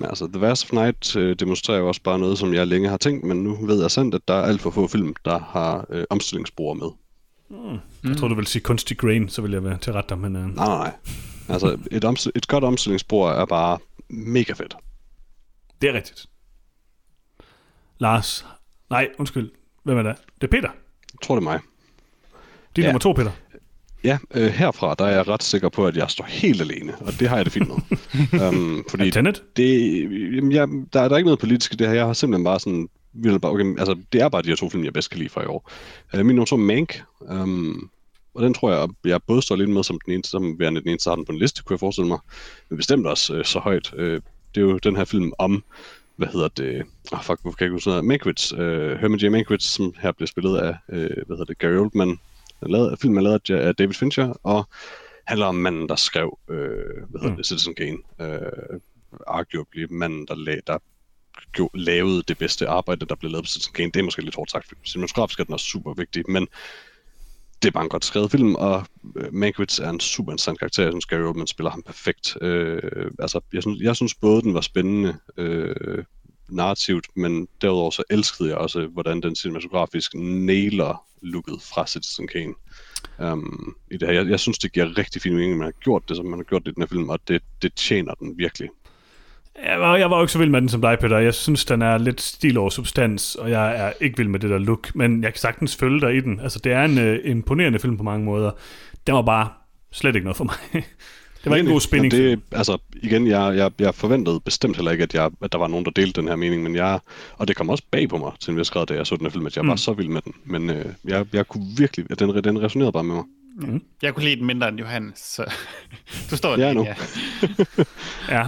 Men altså, The Last of Night øh, demonstrerer jo også bare noget, som jeg længe har tænkt, men nu ved jeg sandt, at der er alt for få film, der har øh, omstillingsspor med. Jeg tror, du vil sige kunstig grain, så vil jeg være til at rette dig. Men, øh, Nej, nej, nej. Altså, et, omst- et godt omstillingsspor er bare mega fedt. det er rigtigt. Lars. Nej, undskyld. Hvem er det? Det er Peter. Jeg tror, det er mig. Det er Ja. nummer to, Peter. Ja, øh, herfra der er jeg ret sikker på, at jeg står helt alene, og det har jeg det fint med. um, fordi Er Tenet? det, jamen, jeg, der, er- der er ikke noget politisk i det her. Jeg har simpelthen bare sådan... Vil bare, okay, men, altså, det er bare de her to film, jeg bedst kan lide fra i år. Øh, min nummer to er Mank, um, og den tror jeg, jeg både står lidt med som den eneste, som værende den eneste, der har den på en liste, kunne jeg forestille mig. Men bestemt også øh, så højt. Øh, det er jo den her film om, hvad hedder det? Ah, oh, fuck, hvorfor kan jeg ikke huske noget? Mankiewicz, øh, Herman J. Mankiewicz, som her bliver spillet af, øh, hvad hedder det, Gary Oldman. Den lavede, filmen er lavet af Ja- af David Fincher, og handler om manden, der skrev, øh, hvad hedder Mm. mm. det, Citizen Kane. Øh, arguably manden, der, lag, der gjo- lavede det bedste arbejde, der blev lavet på Citizen Kane. Det er måske lidt hårdt sagt, for cinematografisk er den også super vigtig, men det er bare en godt skrevet film, og øh, Mankiewicz er en super interessant karakter. Jeg synes, Gary Oldman spiller ham perfekt. Øh, altså, jeg synes, jeg synes både, den var spændende øh, narrativt, men derudover så elskede jeg også, hvordan den cinematografisk nailer looket fra Citizen Kane. Um, i det her. Jeg, jeg synes, det giver rigtig fin mening, at man har gjort det, som man har gjort det i den her film, og det, det tjener den virkelig. Jeg var, jeg var jo ikke så vild med den som dig, Peter. Jeg synes, den er lidt stil over substans, og jeg er ikke vild med det der look. Men jeg kan sagtens følge dig i den. Altså, det er en øh, imponerende film på mange måder. Den var bare slet ikke noget for mig. det var ikke en god spænding. Men det, altså, igen, jeg, jeg, jeg forventede bestemt heller ikke, at, jeg, at der var nogen, der delte den her mening, men jeg, og det kom også bag på mig til en vis grad, da jeg så den her film, at jeg mm. var så vild med den. Men øh, jeg, jeg kunne virkelig, at den, den resonerede bare med mig. Jeg kunne lide den mindre end Johannes, så du står Ja, alene, nu. Ja.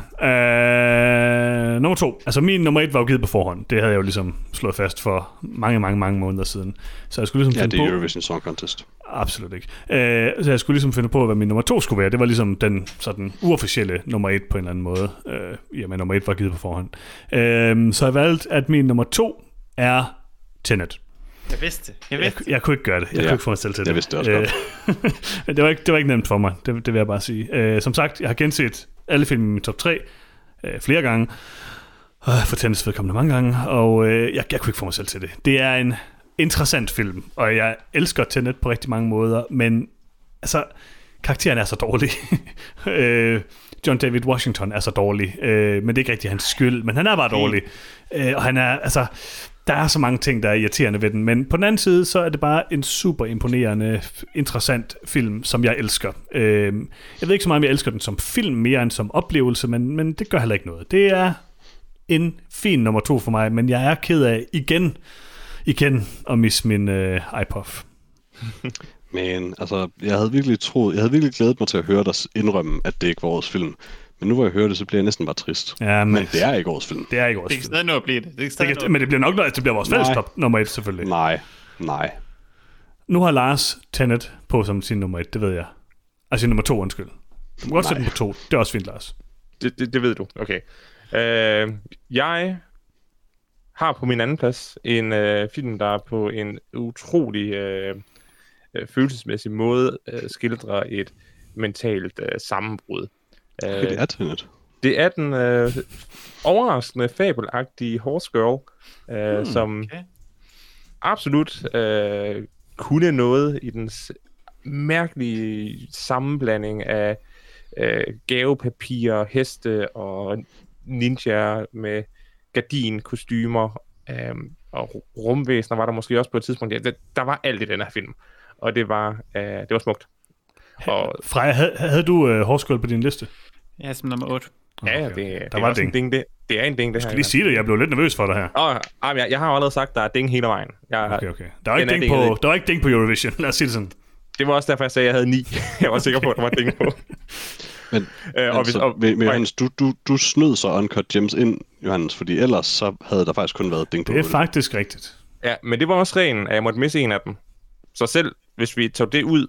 Øh, nummer to. Altså, min nummer et var jo givet på forhånd. Det havde jeg jo ligesom slået fast for mange, mange, mange måneder siden. Så jeg skulle ligesom Ja, finde det er på... Eurovision Song Contest. Absolut ikke. Øh, så jeg skulle ligesom finde på, hvad min nummer to skulle være. Det var ligesom den sådan uofficielle nummer et på en eller anden måde. Øh, jamen, nummer et var givet på forhånd. Øh, så jeg valgte, at min nummer to er Tenet. Jeg vidste det. Jeg Jeg, vidste det. jeg kunne ikke gøre det. Jeg ja. Ja. kunne ikke få mig selv til det. Jeg vidste det også godt. Men det var, ikke, det var ikke nemt for mig, det, det vil jeg bare sige. Øh, som sagt, jeg har genset alle film i min top 3 øh, flere gange. Øh, for tennis vedkommende mange gange. Og øh, jeg, jeg kunne ikke få mig selv til det. Det er en interessant film, og jeg elsker Tenet på rigtig mange måder, men altså, karakteren er så dårlig. øh, John David Washington er så dårlig, øh, men det er ikke rigtig hans skyld, men han er bare dårlig. Øh, og han er, altså, der er så mange ting, der er irriterende ved den, men på den anden side, så er det bare en super imponerende, interessant film, som jeg elsker. Øh, jeg ved ikke så meget, om jeg elsker den som film mere end som oplevelse, men, men det gør heller ikke noget. Det er en fin nummer to for mig, men jeg er ked af igen, igen at misse min øh, iPod. Men altså, jeg havde virkelig troet, jeg havde virkelig glædet mig til at høre dig indrømme, at det ikke var årets film. Men nu hvor jeg hører det, så bliver jeg næsten bare trist. Ja, men- men det er ikke årets film. Det er ikke vores Det kan film. stadig nå at blive det. Det kan stadig Det nå kan, men det bliver nok noget, det bliver vores fælles Nej. top nummer et selvfølgelig. Nej, nej. Nu har Lars Tenet på som sin nummer et, det ved jeg. Altså sin nummer to, undskyld. Du må godt sætte den på to. Det er også fint, Lars. Det, det, det ved du. Okay. Øh, jeg har på min anden plads en øh, film, der på en utrolig øh, øh, følelsesmæssig måde øh, skildrer et mentalt øh, sammenbrud. Det er tændet. Det er den øh, overraskende fabelagtige Horse Girl, øh, Hmm, mm, som okay. absolut øh, kunne noget i dens mærkelige sammenblanding af øh, gavepapir, heste og ninjaer med gardinkostymer øh, og rumvæsener var der måske også på et tidspunkt. Ja, der, der var alt i den her film, og det var, øh, det var smukt. Og Freja, havde, havde du øh, hårskål på din liste? Ja, som nummer 8. ja, okay. det, det, Der er var også en ding. ding. Det, det er en ding, det her. Lige sige det, jeg blev lidt nervøs for det her. Åh, ah, men jeg, jeg har jo allerede sagt, der er ding hele vejen. Jeg, Okay, okay. Der var Den ikke, er ding dinget på, ikke. der var ikke ding på Eurovision, lad os sige det sådan. Det var også derfor, jeg sagde, at jeg havde ni. jeg var sikker på, at der var ding på. Men, Øh, og hvis, altså, og, men, men og- Johannes, du, du, du snød så Uncut Gems ind, Johannes, fordi ellers så havde der faktisk kun været ding på Det er otte. faktisk rigtigt. Ja, men det var også reglen, at jeg måtte misse en af dem. Så selv hvis vi tog det ud,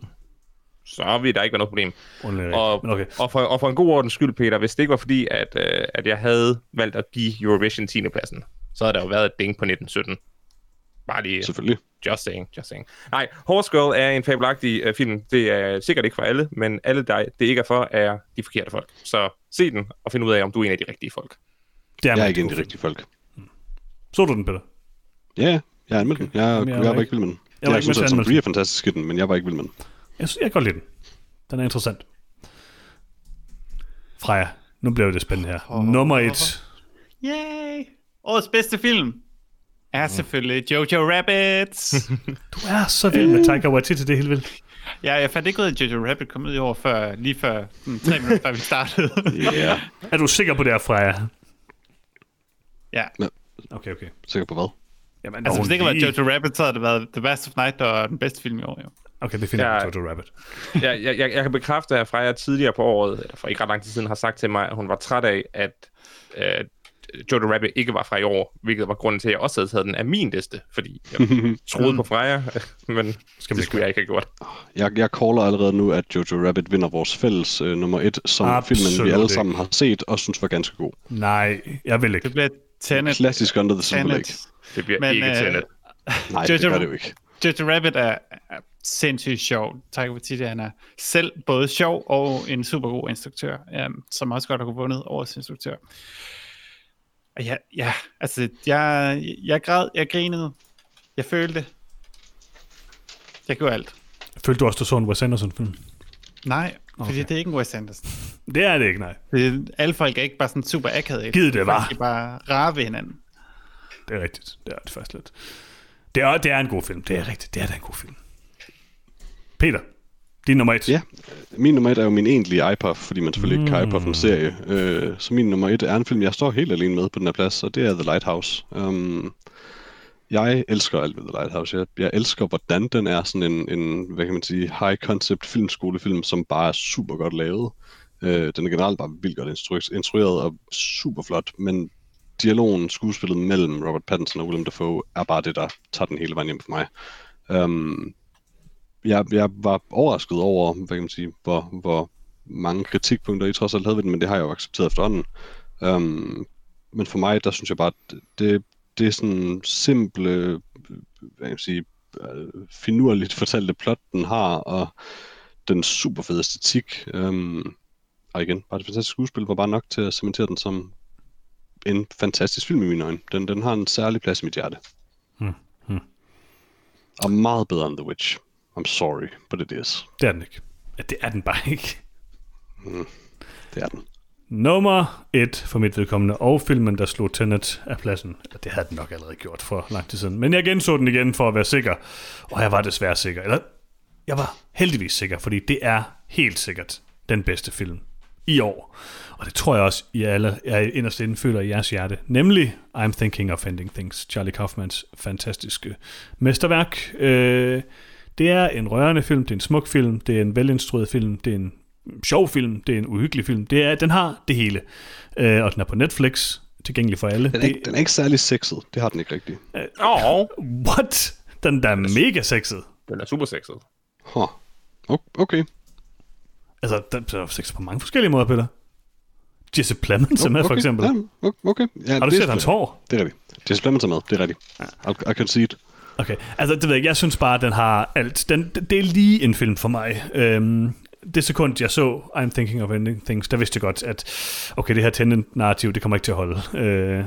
så ville der ikke være noget problem. Underligt. Og, Men okay. og, for, og for en god ordens skyld, Peter, hvis det ikke var fordi, at, øh, at jeg havde valgt at give Eurovision 10. pladsen, så havde der jo været et ding på 1917. Bare lige, Selvfølgelig. just saying, just saying. Nej, Horse Girl er en fabelagtig øh, film. Det er sikkert ikke for alle, men alle dig, det ikke er for, er de forkerte folk. Så se den, og find ud af, om du er en af de rigtige folk. Det er Jeg er meget ikke god en af de film. rigtige folk. Så du den, Peter? Ja, ja, jeg er anmeldt den. Jeg, Jamen, jeg, jeg var ikke vild med den. Jeg, var jeg ikke synes, med til at Tom anmeldelsen. Brie er fantastisk i den, men jeg var ikke vild med den. Jeg, synes, jeg kan godt lide den. Den er interessant. Freja, nu bliver det spændende her. Nummer et. Yay! Årets bedste film er Mm. selvfølgelig Jojo Rabbit. Du er så vild med Taika Waititi, det er helt vildt. ja, jeg fandt ikke ud af, at Jojo Rabbit kom ud i år før, lige før, sådan, tre minutter før vi startede. Ja. Er du sikker på det her, Freja? ja, Okay, okay. Sikker på hvad? Jamen, altså dog hvis det ikke var lige. Jojo Rabbit, så havde det været The Best of Night og den bedste film i år, jo. Okay, det finder jeg Ja. på Jojo Rabbit. jeg, jeg, jeg, jeg kan bekræfte, at Freja tidligere på året, eller for ikke ret lang tid siden, har sagt til mig, at hun var træt af, at øh, Jojo Rabbit ikke var fra i år, hvilket var grunden til, at jeg også havde taget den af min liste, fordi jeg troede på Freja, men Mm. Skal det ikke skulle jeg ikke have gjort. Jeg, jeg caller allerede nu, at Jojo Rabbit vinder vores fælles øh, nummer et, som Absolut filmen, vi alle ikke. sammen har set og synes var ganske god. Nej, jeg vil ikke. Det bliver Tenet. Klassisk Under the Silver Lake. Tenet. Det bliver Men, Men, ikke øh, øh... Tenet. Nej, Jojo- det gør det jo ikke. Jojo Rabbit er, er sindssygt sjov. Taika Waititi, han er selv både sjov og en super god instruktør, um, som også godt har kunne vundet årets instruktør. Og ja, ja altså, jeg, jeg græd, jeg grinede, jeg følte, jeg gjorde alt. Følte du også, du så en Wes Anderson-film? Nej, okay. fordi det er ikke en Wes Anderson. Det er det ikke, nej. Det, alle folk er ikke bare sådan super akavede. Gid det var. Folk er bare rare ved hinanden. Det er rigtigt. Det er det faktisk lidt. Det er, det er en god film. Det er rigtigt. Det er da en god film. Peter, din nummer et. Ja, min nummer et er jo min egentlige iPod, fordi man selvfølgelig ikke kan iPod en serie. Øh, så min nummer et er en film, jeg står helt alene med på den her plads, og det er The Lighthouse. Um, jeg elsker alt ved The Lighthouse. Jeg, jeg elsker, hvordan den er sådan en, en, hvad kan man sige, high concept filmskolefilm, som bare er super godt lavet. Øh, den er generelt bare vildt godt instru- instrueret og super flot, men dialogen, skuespillet mellem Robert Pattinson og Willem Dafoe, er bare det, der tager den hele vejen hjem for mig. Um, jeg, jeg var overrasket over, hvad kan man sige, hvor, hvor mange kritikpunkter I trods alt havde ved den, men det har jeg jo accepteret efterhånden. Um, men for mig, der synes jeg bare, at det, det er sådan simple, øh, hvad kan man sige, øh, finurligt fortalte plot, den har, og den super fede æstetik. Um, og igen, bare det fantastiske skuespil var bare nok til at cementere den som en fantastisk film i mine øjne. Den, den har en særlig plads i mit hjerte. Og meget bedre end The Witch. I'm sorry, but it is. Det er den ikke. Ja, det er den bare ikke. Det er den. Nummer et for mit vedkommende, og filmen, der slog Tenet af pladsen. Og Det havde den nok allerede gjort for lang tid siden. Men jeg genså den igen for at være sikker. Og jeg var desværre sikker. Eller, jeg var heldigvis sikker, fordi det er helt sikkert den bedste film i år. Og det tror jeg også, I alle er inderst inden føler i jeres hjerte. Nemlig I'm Thinking of Ending Things, Charlie Kaufmans fantastiske mesterværk. Øh, det er en rørende film, det er en smuk film, det er en velinstrueret film, det er en sjov film, det er en uhyggelig film. Det er, den har det hele. Øh, og den er på Netflix, tilgængelig for alle. Den er, ikke, den er ikke særlig sexet. Det har den ikke rigtigt. Åh, What? Den der er Altså- mega sexet. den er super sexet. Huh. O- Okay. Altså, den er sex på mange forskellige måder, Peter. Jesse Plemons er med, okay. for eksempel. Ja, o- okay. Ja, Har du det er set hans selvfølgelig- hår? Det er rigtigt. Det er spændende med. Det er rigtigt. I, I can see it. Okay, altså det ved jeg, ikke. jeg synes bare, at den har alt. Den, det det er lige en film for mig. Øhm, det sekund, jeg så I'm Thinking of Ending Things, der vidste jeg godt, at okay, det her Tennant-narrativ, det kommer ikke til at holde. Øh,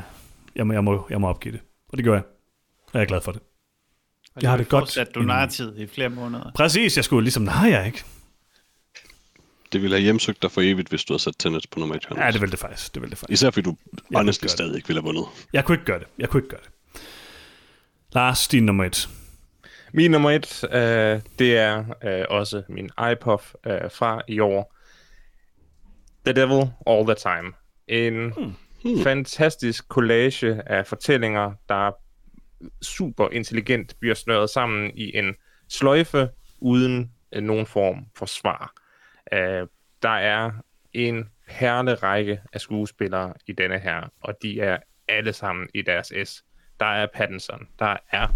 jeg, må, jeg, må, jeg må opgive det. Og det gør jeg. Og jeg er glad for det. Og Jeg har det godt At du inden- narrativ i flere måneder. Præcis, jeg skulle ligesom, nej, jeg ikke. Det ville have hjemsøgt dig for evigt, hvis du havde sat Tenet på nummer 1. Ja, det ville det faktisk. Det ville det faktisk. Især fordi du Jeg honestly gør det. stadig ikke ville have vundet. Jeg kunne ikke gøre det. Jeg kunne ikke gøre det. Lars, din nummer et. Min nummer et, øh, det er øh, også min iPod øh, fra i år. The Devil All The Time. En hmm. fantastisk collage af fortællinger, der er super intelligent bliver snøret sammen i en sløjfe uden øh, nogen form for svar. Øh, der er en perlerække af skuespillere i denne her, og de er alle sammen i deres S. Der er Pattinson, der er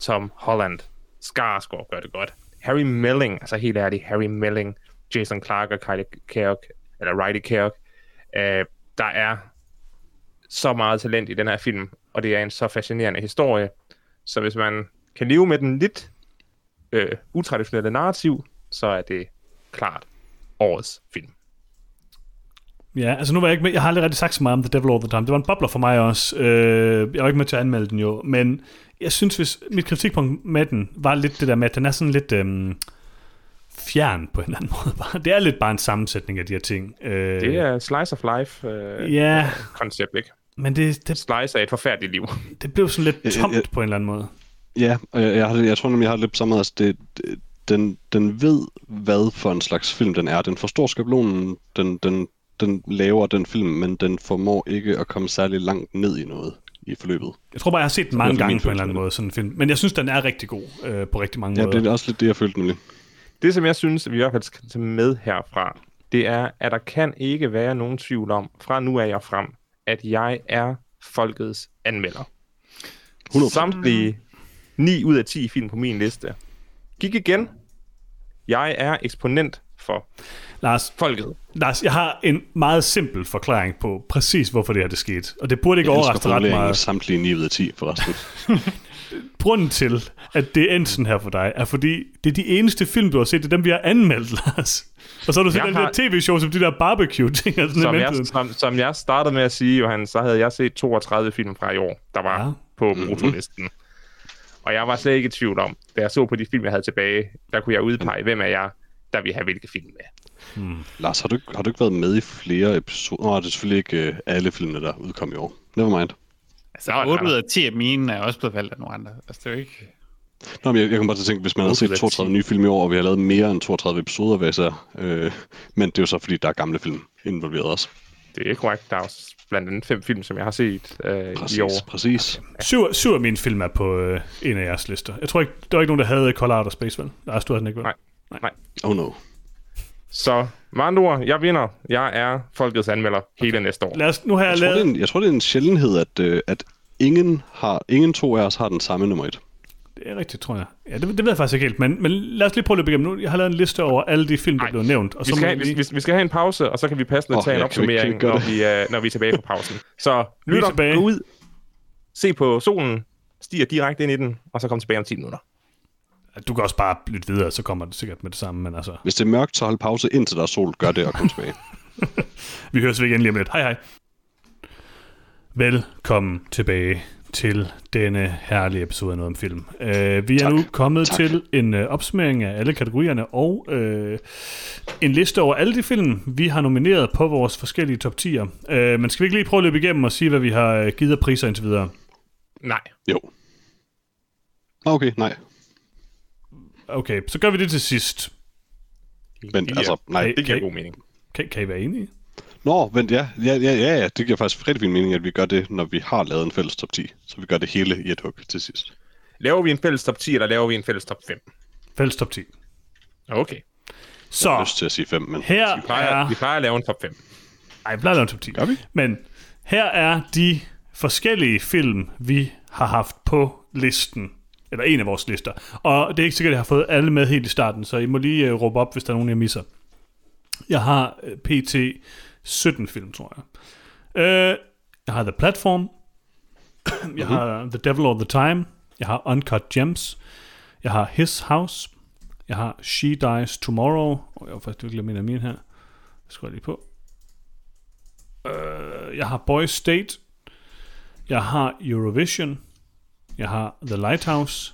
Tom Holland, Skarsgård gør det godt, Harry Melling, altså helt ærligt, Harry Melling, Jason Clarke og Kylie Keogh, eller Riley Keogh, øh, der er så meget talent i den her film, og det er en så fascinerende historie, så hvis man kan leve med den lidt øh, utraditionelle narrativ, så er det klart årets film. Ja, altså nu var jeg ikke med. Jeg har aldrig rigtig sagt så meget om The Devil All The Time. Det var en bobler for mig også. Øh, jeg var ikke med til at anmelde den jo. Men jeg synes, hvis mit kritikpunkt med den var lidt det der med, at den er sådan lidt øhm, fjern på en eller anden måde. bare. Det er lidt bare en sammensætning af de her ting. Øh, Det er slice of life øh, Ja, koncept, ikke? men det, det, Slice af et forfærdeligt liv. det blev sådan lidt Jeg- jeg- tomt på en eller anden måde. Ja, og jeg, jeg, har, det- jeg tror nemlig, jeg har det lidt på samme måde. Altså, det, det- den, den ved, hvad for en slags film den er. Den forstår skabelonen, den, den, den laver den film, men den formår ikke at komme særlig langt ned i noget i forløbet. Jeg tror bare, jeg har set den i hvert mange fald gange min på en eller anden følelse. måde, sådan en film. Men jeg synes, den er rigtig god øh, på rigtig mange Ja, måder. det er også lidt det, jeg følte nemlig. Det, som jeg synes, vi i hvert fald skal tage med herfra, det er, at der kan ikke være nogen tvivl om, fra nu af og frem, at jeg er folkets anmelder. 100%. Samtlige 9 ud af 10 film på min liste. Gik igen. Jeg er eksponent for Lars, folket. Lars, jeg har en meget simpel forklaring på præcis, hvorfor det her det skete. Og det burde ikke Jeg overraske elsker ret formuleringen meget. samtlige 9 ud af 10, forresten. Grunden til, at det er endte sådan her for dig, er fordi, det er de eneste film, du har set. Det er dem, vi har anmeldt, Lars. Og så har du set Jeg den har- der tv-show, som de der barbecue-ting. og sådan i Som jeg, mellemtiden. som, som jeg startede med at sige, Johan, så havde jeg set 32 film fra i år, der var Ja. ja. på bruttolisten. Og jeg var slet ikke i tvivl om, da jeg så på de film, jeg havde tilbage, der kunne jeg udpege, hvem er jeg, der vil have hvilke film med. Lars, har du, ikke- har du ikke været med i flere episoder? Nå, det er selvfølgelig ikke øh, alle filmene, der udkom i år. Nevermind. Altså, Nå, 8 nej. ud af 10 af mine er også blevet valgt af nogle andre. Altså, det er jo ikke... Nå, men jeg, jeg kommer bare til at tænke, hvis man havde Otte ud af set 32 ti. nye film i år, og vi har lavet mere end 32 episoder, hvad så? Øh, men det er jo så, fordi der er gamle film involveret også. Det er korrekt. Der er også blandt andet fem film, som jeg har set øh, Præcis, i år. præcis. Syv, syv af mine film er på øh, en af jeres lister. Jeg tror ikke, der var ikke nogen, der havde Call Out of Space, vel? Lars, du havde den ikke, vel? Nej. Oh no. Så med andre ord, jeg vinder. Jeg er folkets anmelder hele næste år. Lad os, nu har jeg, Jeg tror, det lavet... er en, jeg tror, det er en sjældenhed, at, øh, at ingen, har, ingen to af os har den samme nummer et. Det er rigtigt, tror jeg. Ja, det, det ved jeg faktisk ikke helt, men, men lad os lige prøve at løbe igennem nu. Jeg har lavet en liste over alle de film, der Nej, blev nævnt. Og Vi må skal, have, vi vi, vi, vi skal have en pause, og så kan vi passende Åh, oh, tage en ja, kan vi- kan vi opsummering, gøre når det? vi, øh, når vi er tilbage fra pausen. Så lytter, tilbage. gå ud, se på solen, stiger direkte ind i den, og så kom tilbage om 10 minutter. Du kan også bare lytte videre, så kommer det sikkert med det samme, men altså... Hvis det er mørkt, så hold pause indtil der er sol. Gør det og kom tilbage. Vi høres ved igen lige om lidt. Hej hej. Velkommen tilbage til denne herlige episode af Noget om Film. Uh, vi er Tak. nu kommet Tak. til en uh, opsummering af alle kategorierne og uh, en liste over alle de film, vi har nomineret på vores forskellige top 10'er. Uh, men skal vi ikke lige prøve at løbe igennem og sige, hvad vi har øh, givet af priser indtil videre? Nej. Jo. Nå, Okay, nej. Okay, så gør vi det til sidst. Vent, Ja, altså, nej. Det giver Okay. god mening. Kan, kan I være enige? Nå, vent, ja. Ja, ja, ja, ja. Det giver faktisk rigtig fin mening, at vi gør det, når vi har lavet en fælles top 10. Så vi gør det hele i et hug til sidst. Laver vi en fælles top 10, eller laver vi en fælles top 5? Fælles top 10. Okay. Så Jeg har lyst til at sige 5, men... her Vi plejer, er... vi plejer at lave en top 5. Ej, vi plejer at lave en top 10. Gør vi? Men her er de forskellige film, vi har haft på listen. Eller en af vores lister. Og det er ikke sikkert, at jeg har fået alle med helt i starten, så I må lige uh, råbe op, hvis der er nogen, jeg misser. Jeg har øh, pt. 17 film, tror jeg. Øh, jeg har The Platform. jeg har The Devil All The Time. Jeg har Uncut Gems. Jeg har His House. Jeg har She Dies Tomorrow. Og jeg har faktisk glemt en af mine her. Jeg skriver lige på. Øh, jeg har Boys State. Jeg har Eurovision. Jeg har The Lighthouse.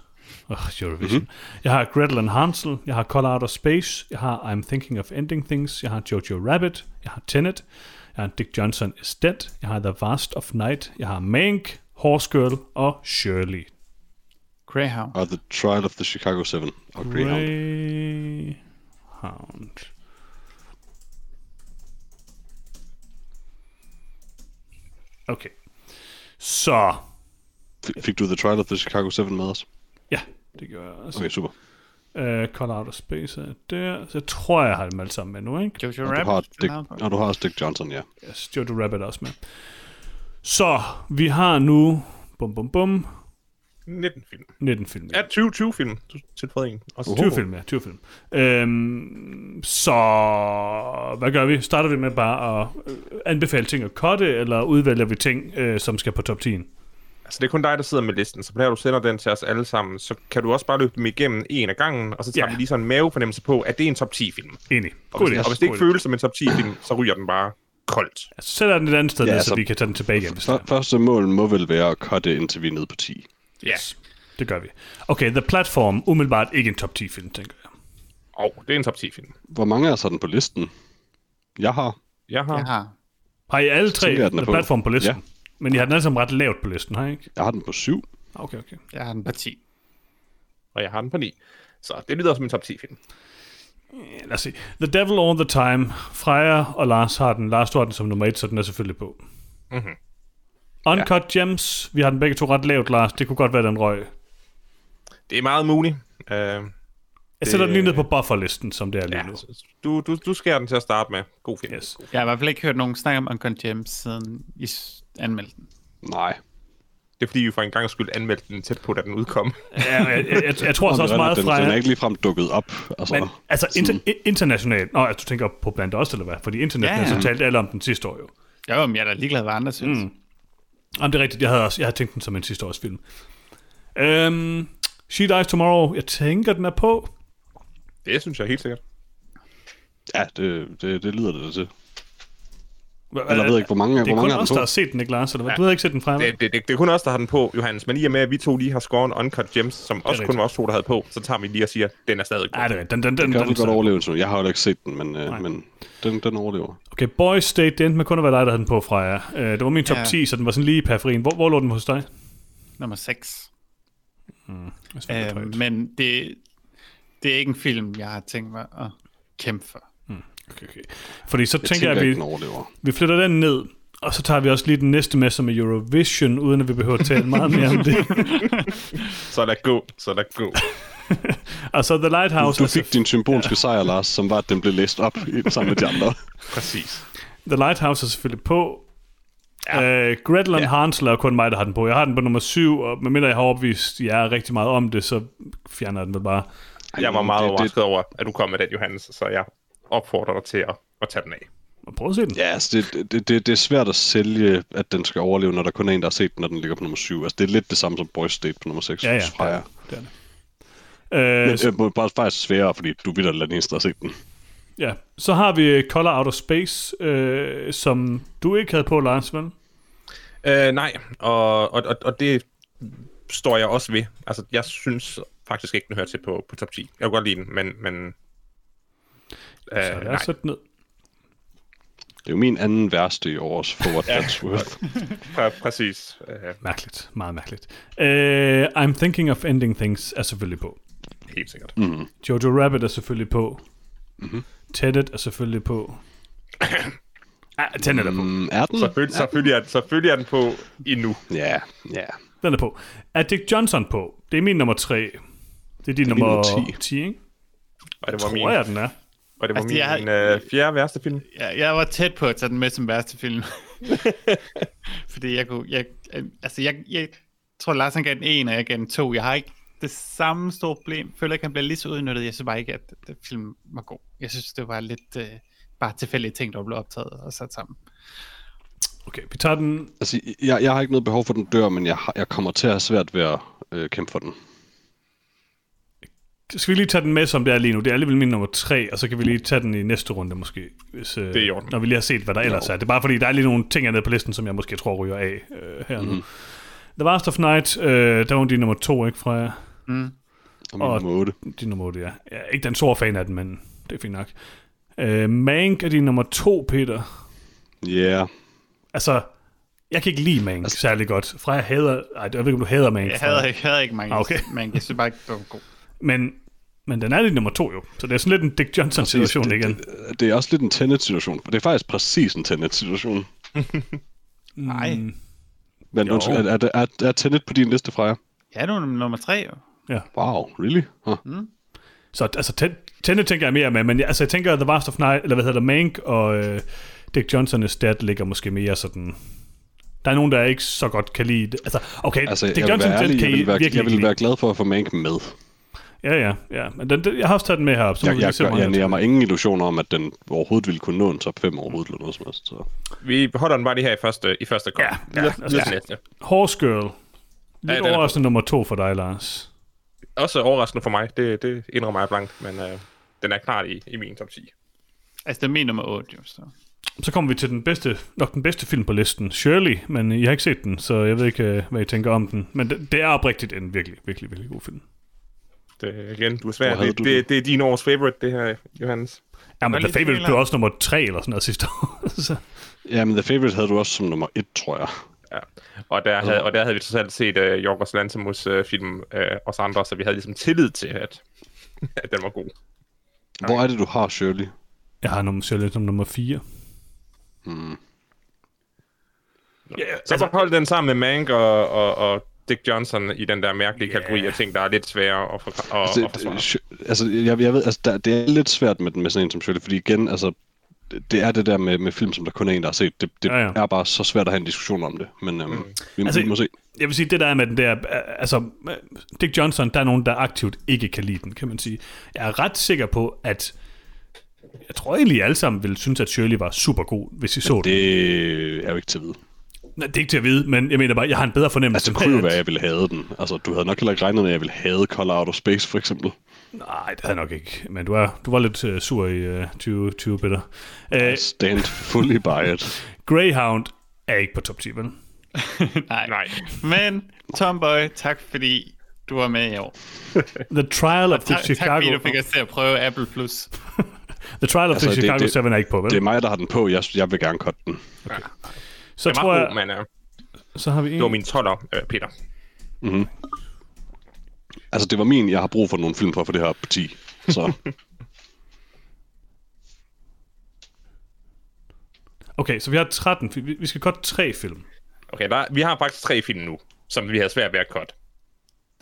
Oh, Eurovision. Mm-hmm. Jeg har Gretel and Hansel. Jeg har Call Out of Space. Jeg har I'm Thinking of Ending Things. Jeg har Jojo Rabbit. Jeg har Tenet. Jeg har Dick Johnson is Dead. Jeg har The Vast of Night. Jeg har Mank, Horse Girl og Shirley. Greyhound. Og Ah, The Trial of the Chicago 7 og Greyhound. Greyhound. Okay. Så, F- Fik du The Trial of the Chicago 7 med os? ja, det gør jeg også. Okay, super. Okay. Uh, Call Out of Space er der. Så jeg tror, jeg har dem alle sammen med nu, ikke? Jojo Og Rabbit. du, har den Dick, har jeg på. og du har også Dick Johnson, ja. Yes, Jojo Rabbit er også med. Så, vi har nu, bum bum bum, 19 film. 19 film. Ja, 20, 20 film. Du tilføjede en. Og så 20 film, ja, 20 film. Øhm, så hvad gør vi? Starter vi med bare at øh, anbefale ting at cutte, eller udvælger vi ting, øh, som skal på top 10? Altså, det er kun dig, der sidder med listen, så når du sender den til os alle sammen, så kan du også bare løbe dem igennem en af gangen, og så tager Ja. vi lige sådan en mavefornemmelse på, at det er en top 10-film. Enig. Og, God hvis, idé. og hvis det ikke God idé. føles som en top 10-film, så ryger den bare koldt. Så sætter jeg den et andet sted, Ja, ja, så altså- vi kan tage den tilbage igen. Hvis det F- første mål må vel være at cutte, indtil vi er nede på 10. er. Yes. Det gør vi. Okay, The Platform. Umiddelbart ikke en top 10-film, tænker jeg. Og det er en top 10-film. Hvor mange er sådan på listen? Jeg har. Jeg har... Jeg har. Har I alle tre tænker jeg, den er The på. Platform på listen? Ja. Men I har den alle sammen ret lavt på listen, har I ikke? Jeg har den på 7. Ah, Okay, okay. Jeg har den parti. og jeg har den på 9. Så det lyder som en top 10-film. Ja, Lad os se. The Devil All The Time. Freja og Lars har den. Lars du har den som nummer et, så den er selvfølgelig på. Mm-hmm. Uncut ja. Gems. Vi har den begge to ret lavt, Lars. Det kunne godt være, den røg. Det er meget muligt. Øh, Jeg sætter den lige ned på bufferlisten, som det er lige ja, ja. nu. så- du, du, du skærer den til at starte med. God film. Yes. Jeg har i hvert fald ikke hørt nogen snakke om Uncut Gems, siden I s- anmeldte den. Nej. Det er fordi, vi for en gang skyld anmeldte den tæt på, da den udkom. Ja, jeg, jeg, jeg, jeg tror altså også meget den, den er Freja. ikke ligefrem dukket op. Altså, Men altså inter, i- internationalt. Nå, altså, du tænker på blandt os, eller hvad? Fordi internationalt, Ja, ja, ja. så talte alle om den sidste år jo. Jo, jo, men jeg er da ligeglad, hvad andre synes. Mm. Jamen, det er rigtigt. Jeg havde, også, jeg havde tænkt den som en sidste års film. Øhm, She Dies Tomorrow. Jeg tænker, den er på. Det synes jeg helt sikkert. ja, det, det, det lyder det til. Hva- Eller jeg ved ikke, hvor mange, Øh, Det er hvor kun mange er os, den der på? har set den, ikke Lars? Eller hvad? Du havde ikke set den frem? Det, det, det, det er kun os, der har den på, Johannes. Men i og med, at vi to lige har scoret en Uncut Gems, som også kun rigtigt. var os to, der havde på, så tager vi lige og siger, at den er stadig på. Ja, det er rigtigt. Den, den, den, Kan den, den godt den overleve nu? Jeg har jo ikke set den, men, øh, men den, den overlever. okay, Boys State, det endte med kun at være dig, der havde den på, Freja. Uh, det var min top Ja. 10, så den var sådan lige i periferien. Hvor, hvor lå den hos dig? Nummer 6. Jeg synes, det var Øhm. Øh, højt. men det, det er ikke en film, jeg har tænkt mig at kæmpe for. Okay, okay. Fordi så Jeg tænker jeg, at ikke, vi, den overlever. vi flytter den ned, og så tager vi også lige den næste med, som er Eurovision, uden at vi behøver at tale meget mere om det. Så lad gå, så lad gå. Og så The Lighthouse. Du altså- fik din symbolske sejr, Lars, som var, at den blev læst op i- sammen med de andre. Præcis. The Lighthouse er selvfølgelig på. Ja. Øh, Gretel and ja. Hansel er jo kun mig, der har den på. Jeg har den på nummer 7, og medmindre jeg har opvist jer rigtig meget om det, så fjerner jeg den vel bare. Jeg var meget det, det- det- overrasket over, at du kom med den, Johannes, så jeg opfordrer dig til at, at tage den af. Og prøv at se den. Ja, altså det, det, det, det er svært at sælge, at den skal overleve, når der kun er en, der har set den, når den ligger på nummer 7. Altså det er lidt det samme som Boys State på nummer 6. Ja, ja. Fra jer. Det er det. Øh, Men, øh, bare faktisk sværere, fordi du vidt eller den eneste, der har set den. ja. Så har vi øh, Color Out of Space, øh, som du ikke havde på, Lars, vel? Øh, nej, og, og, og, og det står jeg også ved. Altså, jeg synes faktisk ikke, den hører til på, på top 10. Jeg kunne godt lide den, men... men øh, Så lad nej. os sætte den ned. Det er jo min anden værste i års, for what that's worth. Præ- præcis. Øh, Mærkeligt. Meget mærkeligt. Øh, I'm Thinking of Ending Things er selvfølgelig på. helt sikkert. Jojo Rabbit er selvfølgelig på. Mm-hmm. Tenet er selvfølgelig på. ah, Tenet er på. Mm, er den? Selvfølgelig, selvfølgelig, er, den- selvfølgelig er den på endnu. Ja, ja. Den er på. Er Dick Johnson på? Det er min nummer 3. Det er din nummer, nummer 10. 10, ikke? Og det var Tror min, jeg, den er. og det var Altså, min jeg har- øh, fjerde værste film. Jeg, jeg var tæt på at tage den med som værste film. Fordi jeg kunne... Jeg, altså, jeg, jeg tror, Lars han gav den en, og jeg gav den to. Jeg har ikke det samme store problem. Føler ikke, han bliver lige så udnyttet. Jeg synes bare ikke, at den film var god. Jeg synes, det var lidt... Øh, bare tilfældige ting, der blev optaget og sat sammen. Okay, vi tager den. Altså, jeg, jeg har ikke noget behov for, at den dør, men jeg, har, jeg kommer til at have svært ved at øh, kæmpe for den. Skal vi lige tage den med, som det er lige nu? Det er alligevel min nummer tre, og så kan vi lige tage den i næste runde måske. Hvis, øh, Det er i orden. Når vi lige har set, hvad der ellers er. Det er bare fordi, der er lige nogle ting hernede på listen, som jeg måske tror ryger af øh, her Mhm. nu. The Last of Night, øh, der var din nummer to, ikke fra jer? Og min Og- nummer 8. Din nummer 8, ja. Jeg er ikke den store fan af den, men det er fint nok. Øh, Mank er din nummer to, Peter. Ja, Altså, jeg kan ikke lide Mank altså, særlig godt. Freja hader... Ej, jeg ved ikke, om du hader Mank. Jeg Freja. havde, ikke- jeg havde ikke mange, Ah, okay. men jeg synes bare ikke, det var god. Men, men den er din nummer to jo. Så det er sådan lidt en Dick Johnson-situation igen. yeah. det er også lidt en Tenet-situation. Det er faktisk præcis en Tenet-situation. Mm. Nej, Men Jo. undskyld, er, er, er, er Tenet på din liste, Freja? jeg er nu nummer tre, jo. Wow, really? Huh. Mm. Så altså, Ten- Tenet tænker jeg mere med, men jeg, altså, jeg tænker, at The Last of Night, eller hvad hedder det, Mank og øh, Dick Johnson stat ligger måske mere sådan... Der er nogen, der ikke så godt kan lide det. Altså, okay, altså, Altså, jeg Dick vil Johnson være ærlig, stat kan jeg I vil være, virkelig jeg ikke vil lide. være glad for at få Mank med. Ja, ja, ja. Men den, den, jeg har også taget den med heroppe. Så må Jeg, vi lige jeg, se, hvor jeg, meget jeg den er. nærer mig ingen illusioner om, at den overhovedet ville kunne nå en top 5 overhovedet eller noget som helst. Så. Vi holder den bare lige her i første, i første kop. Ja, ja, Videre- lad os videre gøre til næste. Horse Girl. Ja, Lidt den er ja, overraskende nummer to for dig, Lars. Også overraskende for mig. Det, det indrømmer jeg blankt, men øh, den er klart i, i min top 10. Altså, det er min nummer 8, jo. Så. Så kommer vi til den bedste, nok den bedste film på listen, Shirley, men I har ikke set den, så jeg ved ikke, øh, hvad I tænker om den. Men det, det er oprigtigt en virkelig, virkelig, virkelig god film. Det, igen, du er svær. Hvor havde Det, du det, det, det er din års favorite, det her, Johannes. Ja, Nå, men The lige Favourite det, blev også nummer tre eller sådan noget sidste år. så, Ja, men The Favorite havde du også som nummer 1, tror jeg. Ja. Og, der havde, og der havde vi trods alt set uh, Jorgos Lanthimos uh, film, uh, os andre, så vi havde ligesom tillid til, at, at den var god. Hvor er det, du har Shirley? jeg har nummer, Shirley som nummer fire. Yeah, så altså, hold den sammen med Mank og, og, og Dick Johnson i den der mærkelige yeah. kategori af ting, der er lidt svære at, for, at, Altså, at forsvare. Sh- altså jeg, jeg ved, altså, der, det er lidt svært med, den- med sådan en som Shirley, fordi igen, altså, det- det er det der med, med film, som der kun er en, der har set. Det, det Ja, ja, ja. ja. er bare så svært at have en diskussion om det, men øhm, mm. vi, Altså, altså, vi må se. Jeg vil sige, det der er med den der, øh, altså øh, Dick Johnson, der er nogen, der aktivt ikke kan lide den, kan man sige. Jeg er ret sikker på, at jeg tror egentlig, I alle sammen ville synes, at Shirley var super god, hvis I så den. Det er jo ikke til at vide. Nej, det er ikke til at vide, men jeg mener bare, jeg har en bedre fornemmelse. Altså, det kunne jo af, være, at- at jeg ville have den. Altså, du havde nok heller ikke regnet med, at jeg ville have Call Out of Space, for eksempel. Nej, det havde jeg nok ikke. Men du, er, du var lidt uh, sur i uh, 2020, Peter. Uh, Stand fully by it. Greyhound er ikke på top 10, vel? Nej. Nej. Men, Tomboy, tak fordi du var med i år. The Trial of the Tak, tak fordi Chicago... du fik os til at prøve Apple+. Plus. The Trial of the Altså, det- Chicago det- 7 er ikke på, Det vel? er mig, der har den på. Jeg, jeg vil gerne cutte den. Så Den var tror god, jeg... men uh, Så har vi det var en... min 12'er, øh, Peter. Altså, det var min, jeg har brug for nogle film for, for det her på 10. Så Okay, så vi har 13. film. Vi vi skal godt tre film. Okay, der, vi har faktisk tre film nu, som vi havde svært ved at cut.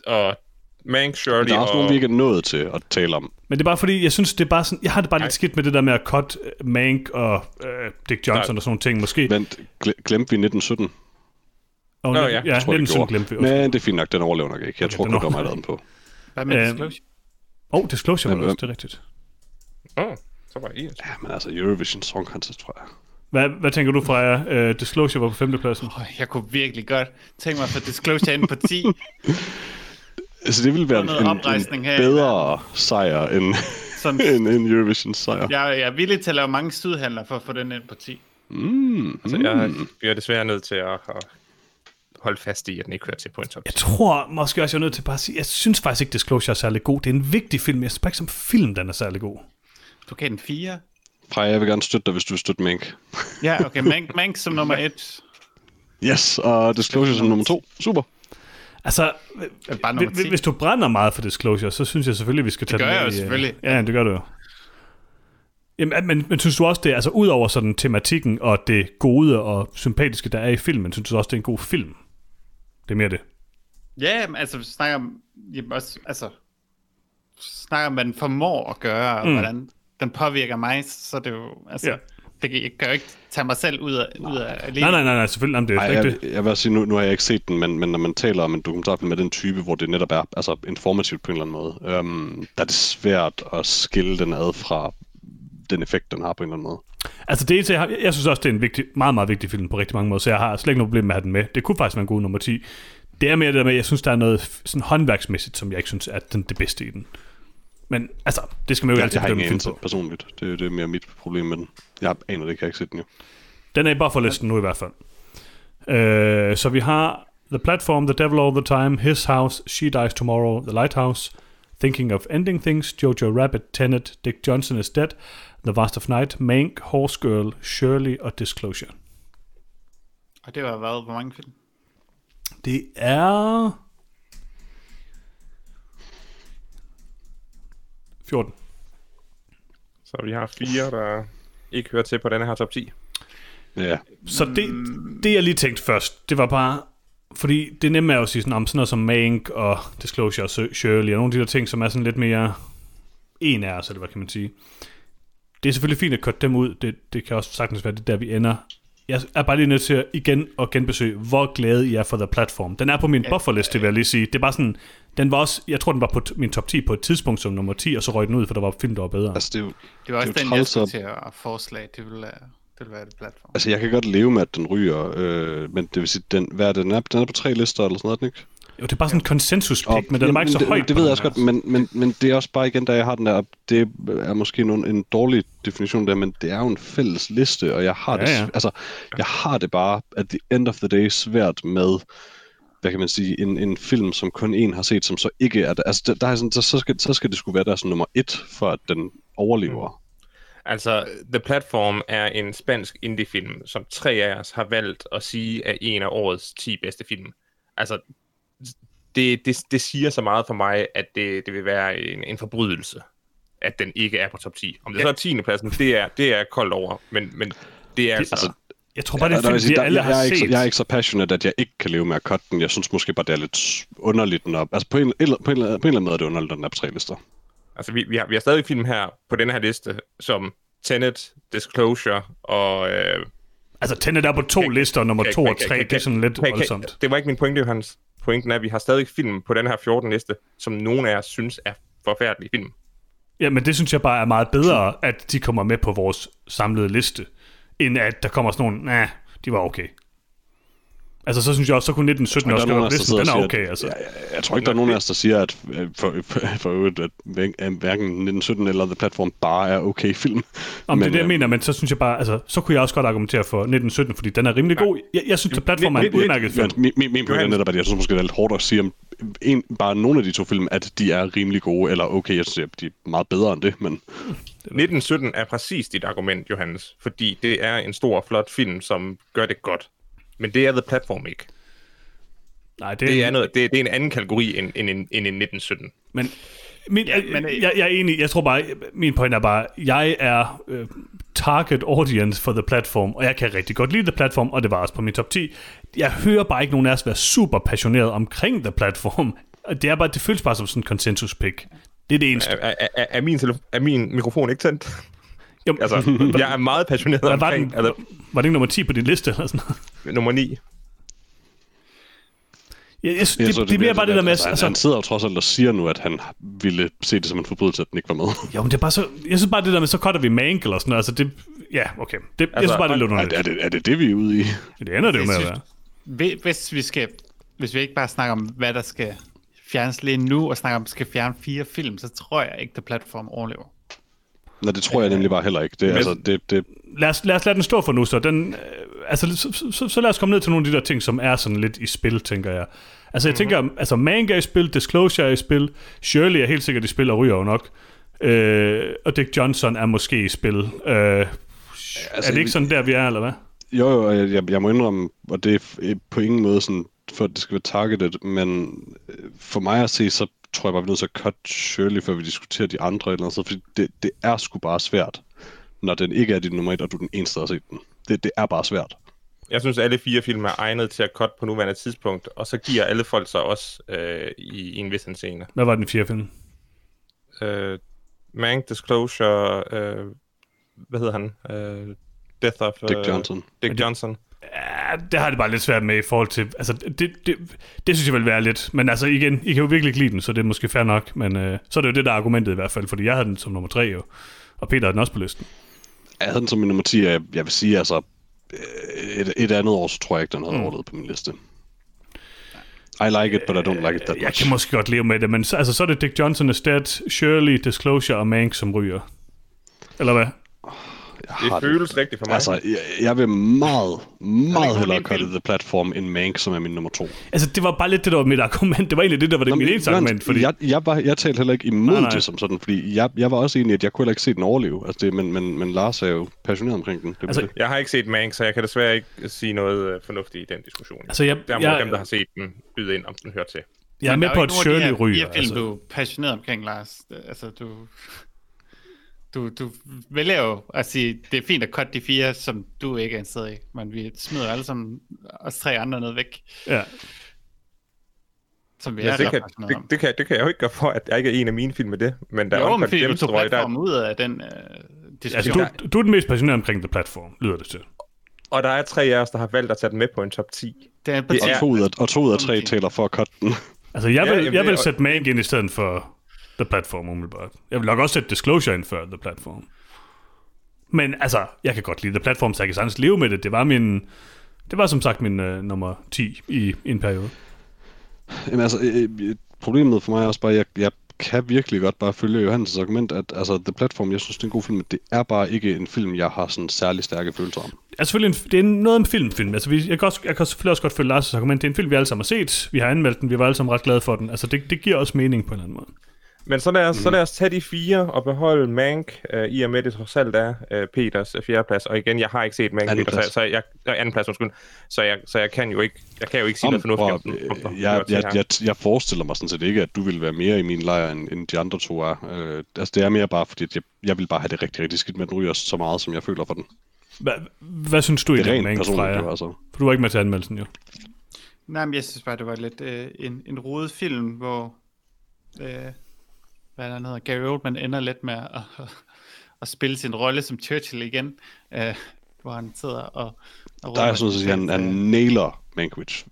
Og Mank, Shirley der er også og... nogle, vi ikke er nået til at tale om. Men det er bare fordi, jeg synes, det er bare sådan... Jeg har det bare Nej. lidt skidt med det der med at cut øh, Mank og øh, Dick Johnson Nej. og sådan nogle ting, måske. Vent, gle- glemte vi 1917? Og, Nå, ja. ja, Jeg ja tror, vi den sådan gjorde. glemte vi også. Men det er fint nok, den overlever nok ikke. Jeg tror den godt, der var mig, overlever der havde den på. Hvad Øhm, med Disclosure? Åh, oh, Disclosure var Men- det også, det er rigtigt. Åh, så var I. Ja, men altså, Eurovision Song Contest, tror jeg. Hvad, hvad tænker du, Freja? Uh, Disclosure var på femtepladsen. Åh, Jeg kunne virkelig godt tænke mig at få Disclosure ind på 10. Altså, det ville være en, Noget en, oprejsning en her. bedre sejr end Sådan, en, en Eurovision sejr. Ja. jeg, jeg er villig til at lave mange sydhandler for at få den ind på 10. Mm, Så jeg, jeg er desværre nødt til at, at holde fast i, at den ikke hører til på en top Jeg tror måske også, jeg er nødt til bare at sige, jeg synes faktisk ikke, Disclosure er særlig god. Det er en vigtig film. Jeg synes bare ikke som film, den er særlig god. Du kan den 4. Freja, jeg vil gerne støtte dig, hvis du vil støtte Mink. Ja, okay, Mank, Mank som nummer 1. Yes, og Disclosure som nummer to. Super. Altså, Bare nummer hvis, 10. hvis du brænder meget for Disclosure, så synes jeg selvfølgelig, vi skal tage gør den med jeg jo i, øh, selvfølgelig. Ja, ja, det gør du jo. Jamen, at- men, men synes du også det, er- altså ud over sådan tematikken og det gode og sympatiske, der er i filmen, synes du også, det er en god film? Det er mere det. Ja, men altså, vi snakker om, jamen også, altså, snakker om, hvad den formår at gøre, og mm. hvordan den påvirker mig, så er det jo, altså, Ja. ja. det kan, jeg kan jo ikke tage mig selv ud af, ud af alene. Nej, nej, nej, nej selvfølgelig. Jamen, det er Ej, ikke jeg, det. jeg vil også sige, nu, nu har jeg ikke set den, men, men når man taler om en dokumentarfilm med den type, hvor det netop er altså, informativt på en eller anden måde, øhm, der er det svært at skille den ad fra den effekt, den har på en eller anden måde. Altså, det eneste, jeg, har, jeg- jeg synes også, det er en vigtig, meget, meget vigtig film på rigtig mange måder, så jeg har slet ikke noget problem med at have den med. Det kunne faktisk være en god nummer 10. Det er mere det der med, at jeg synes, der er noget f- sådan håndværksmæssigt, som jeg ikke synes er den, det bedste i den. Men altså, det skal man jo ikke Jeg, altid jeg har bedømme ikke film anelse på. personligt. Det, det er mere mit problem med den. Jeg aner det ikke, jeg har ikke set den jo. Den er i bufferlisten nu i hvert fald. Øh, så vi har The Platform, The Devil All The Time, His House, She Dies Tomorrow, The Lighthouse, Thinking of Ending Things, Jojo Rabbit, Tenet, Dick Johnson is Dead, The Vast of Night, Mank, Horse Girl, Shirley og Disclosure. Og det var været hvor mange film? Det er... 14. Så vi har fire, der ikke hører til på denne her top 10. Ja, Så det, Mm. det jeg lige tænkte først, det var bare, fordi det nemme er jo at sige sådan, om sådan noget som Mank og Disclosure og Sir- Shirley, og nogle af de der ting, som er sådan lidt mere en af os, eller hvad kan man sige. Det er selvfølgelig fint at korte dem ud, det, det kan også sagtens være det er der, vi ender. Jeg er bare lige nødt til at igen og genbesøge, hvor glad I er for The Platform. Den er på min bufferliste, vil jeg lige sige. Det er bare sådan, den var også, jeg tror den var på t- min top 10 på et tidspunkt som nummer 10, og så røg den ud, for der var film, der var bedre. altså det er jo, Det var også Det er jo den, jeg træls skulle at- til at forslag. Det ville, være- det ville være det platform. Altså, jeg kan godt leve med, at den ryger, øh, men det vil sige, den, hvad er det, den, er, den er på tre lister eller sådan noget, er den ikke? Jo, det er bare sådan en konsensus-pick, men den Jamen, var ikke så det, højt. Det på ved den jeg også her. godt, men, men, men det er også bare igen, da jeg har den der, det er måske nogen, en dårlig definition der, men det er jo en fælles liste, og jeg har, Ja, det, ja. Altså, jeg har det bare, at the end of the day, svært med hvad kan man sige, en, en film, som kun en har set, som så ikke er der. Altså, der, der er sådan, så, så, skal, så skal det skulle være der som nummer et, for at den overlever. Mm. Altså, The Platform er en spansk indie-film, som tre af os har valgt at sige er en af årets 10 bedste film. Altså, det, det, det siger så meget for mig, at det, det vil være en, en forbrydelse, at den ikke er på top 10. Om det så er 10. pladsen, det er, det er koldt over, men, men det er altså... altså, Jeg tror bare, det er Ja, der en vil film, vi sige, der, alle jeg, har jeg, er set. ikke, så- jeg er ikke så passionate, at jeg ikke kan leve med at cutte den. Jeg synes måske bare, det er lidt underligt. Når, altså på en, eller, på, en, eller- på en eller anden måde er det underligt, at den er på tre lister. Altså, vi, vi, har, vi har stadig film her på den her liste, som Tenet, Disclosure og... Øh, Altså, Tenet er på to Kan- lister, nummer kan- to og kan- tre. kan- Det er sådan lidt kan- kan- voldsomt. Det var ikke min pointe, Johannes. Pointen er, at vi har stadig film på den her 14 liste, som nogen af jer synes er forfærdelige film. Ja, men det synes jeg bare er meget bedre, at de kommer med på vores samlede liste, end at der kommer sådan nogle, nej, de var okay. Altså, så synes jeg også, så kunne 1917 Men også der er gøre nogen af os, der listen, den sidder er og okay, siger, altså. Jeg, jeg, jeg tror ikke, der er nogen af os, der siger, at øh, for, for, for øvrigt, at hver- at hverken 1917 eller The Platform bare er okay film. Om det er det, jeg øh, mener, men så synes jeg bare, altså, så kunne jeg også godt argumentere for 1917, fordi den er rimelig god. Jeg, jeg synes, at platformen er en lidt- lidt- udmærket film. men min, min, min pointe er Johannes- netop, at jeg synes måske, det er lidt hårdt at sige om en, bare nogle af de to film, at de er rimelig gode, eller okay, jeg synes, at de er meget bedre end det, men 1917 er præcis dit argument, Johannes, fordi det er en stor og flot film, som gør det godt. Men det er The Platform ikke. Nej, Det er, noget, det, det er en anden kategori end, end, en, end en 1917. Men, min, ja, men men, jeg, øh, jeg er enig, jeg tror bare, min point er bare, jeg er øh, target audience for The Platform, og jeg kan rigtig godt lide The Platform, og det var også på min top 10. Jeg hører bare ikke nogen af os være super passioneret omkring The Platform. Og Det, er bare, det føles bare som sådan en consensus pick. Det er det eneste. Er, er, er, er, min, telefon, er min mikrofon ikke tændt? Jo, Altså, jeg er meget passioneret hvad var, omkring den, altså, var det ikke nummer 10 på din liste? Eller sådan noget? nummer 9. Jeg, jeg, synes, Jeg det, tror, det, det, bliver bliver bare det der lidt, med... altså, altså, Altså, han sidder jo trods alt og siger nu, at han ville se det som en forbrydelse, at den ikke var med. jo, men det er bare så, jeg synes bare det der med, så cutter vi Mank eller sådan noget. Altså det, ja, okay. Det, jeg synes bare, det er lidt Er, er, underligt. det, er det det, vi er ude i? Det ender det jo Jeg med at synes- være. Hvi- Hvis vi, skal, hvis vi ikke bare snakker om, hvad der skal fjernes lige nu, og snakker om, at skal fjerne fire film, så tror jeg ikke, at platform overlever. Nej, det tror jeg nemlig bare heller ikke. Det, er altså, det, det, lad os, lad os lade den stå for nu, så, den, øh, altså, så, så- så, så lad os komme ned til nogle af de der ting, som er sådan lidt i spil, tænker jeg. Altså jeg mm-hmm. tænker, altså Manga er i spil, Disclosure er i spil, Shirley er helt sikkert i spil og ryger jo nok, øh, og Dick Johnson er måske i spil. Øh, altså, er det ikke sådan der, vi er, eller hvad? jo, jo, og jeg, jeg må indrømme, og det er f- på ingen måde sådan, for at det skal være targeted, men øh, for mig at se, så tror jeg bare, vi er nødt til at cut Shirley, før vi diskuterer de andre eller noget, sådan, fordi det, det er sgu bare svært, når den ikke er dit nummer et, og du er den eneste, der har set den. Det, det er bare svært. Jeg synes, alle fire film er egnet til at cut på nuværende tidspunkt, og så giver alle folk sig også øh, i, i en vis scene. Hvad var den fjerde film? Øh, Mank Disclosure, øh, hvad hedder han? Øh, Death of... Dick øh, Johnson. Dick Johnson. Ja, det har jeg det bare lidt svært med i forhold til, altså det, det, det synes jeg vil være lidt, men altså igen, I kan jo virkelig ikke lide den, så det er måske fair nok, men øh, så er det jo det, der er argumentet i hvert fald, fordi jeg havde den som nummer tre jo, og Peter havde den også på listen. Jeg havde den som min nummer 10, og jeg, jeg vil sige, Mm. altså, øh, et, et andet år, så tror jeg ikke, den havde overlevet på min liste. I like it, but I don't like it that Øh, Jeg much. kan måske godt leve med det, men så, altså, så er det Dick Johnson, Estet, Shirley, Disclosure og Mank, som ryger. Eller hvad? Det føles rigtigt for mig. Altså, jeg, jeg vil meget, meget hellere min kalde film. The Platform end Mank, som er min nummer to. Altså, det var bare lidt det, der var mit argument. Det var egentlig det, der var det, mit men eneste Jørgen, argument. Fordi... Jeg, jeg, var, jeg talte heller ikke imod Nej, nej. nej, nej. det som sådan, fordi jeg, jeg var også enig i, at jeg kunne heller ikke se den overleve. Altså det, men, men, men Lars er jo passioneret omkring den. Det er Altså, det. Jeg har ikke set Mank, så jeg kan desværre ikke sige noget øh, fornuftigt i den diskussion. Altså, jeg- der må jeg- dem, der har set den, byde ind, om den hører til. jeg er med på, at Shirley ryger. Jeg film, Altså. du er passioneret omkring, Lars. Altså, du... Du, du vælger jo at sige, det er fint at cut de fire, som du ikke er interesseret i, men vi smider alle sammen os tre andre ned væk, Ja. som vi Ja, er det, ret kan, passionerede det, om. det, kan, det kan jeg jo ikke gøre for, at jeg ikke er en af mine film med det. Men der er Jo, men Uncut fordi du Gems, tog tror jeg, der, platformen ud af den øh, Altså, diskussion. Ja, du, du er den mest passionerede omkring The Platform, lyder det til. og der er tre af os, der har valgt at tage den med på en top 10. det er på det Og, er- to ud af, og to ud af tre Okay. taler for at cutte den. Altså, jeg Ja, vil, jamen, jeg vil det- sætte Mank ind i stedet for The Platform, umiddelbart. Jeg vil nok også sætte Disclosure ind før The Platform. Men altså, jeg kan godt lide The Platform, så jeg kan sagtens leve med det. Det var min... Det var som sagt min øh, nummer 10 i en periode. Jamen altså, øh, øh, problemet for mig er også bare, at jeg, jeg kan virkelig godt bare følge Johannes' argument, at altså, The Platform, jeg synes, det er en god film, men det er bare ikke en film, jeg har sådan særlig stærke følelser om. er selvfølgelig en, det er noget af en filmfilm. Altså, vi, jeg, kan også, jeg kan selvfølgelig også godt følge Lars' argument. Det er en film, vi alle sammen har set. Vi har anmeldt den. Vi var alle sammen ret glade for den. Altså, det, det giver også mening på en eller anden måde. Men så lad os, mm. så lad os tage de fire og beholde Mank, øh, i og med det trods alt er øh, Peters øh, fjerdeplads. Og igen, jeg har ikke set Mank, Anden Peter, så, plads. så jeg, øh, anden plads, undskyld. Så jeg, så jeg kan jo ikke, jeg kan jo ikke sige noget fornuftigt om den. om den øh, hører jeg, til jeg, her. jeg, jeg forestiller mig sådan set ikke, at du vil være mere i min lejr, end, end de andre to er. Øh, altså, det er mere bare, fordi at jeg, jeg vil bare have det rigtig, rigtig skidt med, at den ryger så meget, som jeg føler for den. Hva, hvad synes du Det er egentlig om Mank, rent personligt, Freja? jo, altså. For du var ikke med til anmeldelsen, jo. Nej, men jeg synes bare, det var lidt øh, en, en rodet film, hvor øh, hvad er der hedder, Gary Oldman ender lidt med at, at, at spille sin rolle som Churchill igen, øh, hvor han sidder og... og øh, Der er råber- sådan set, han, han nailer Mankiewicz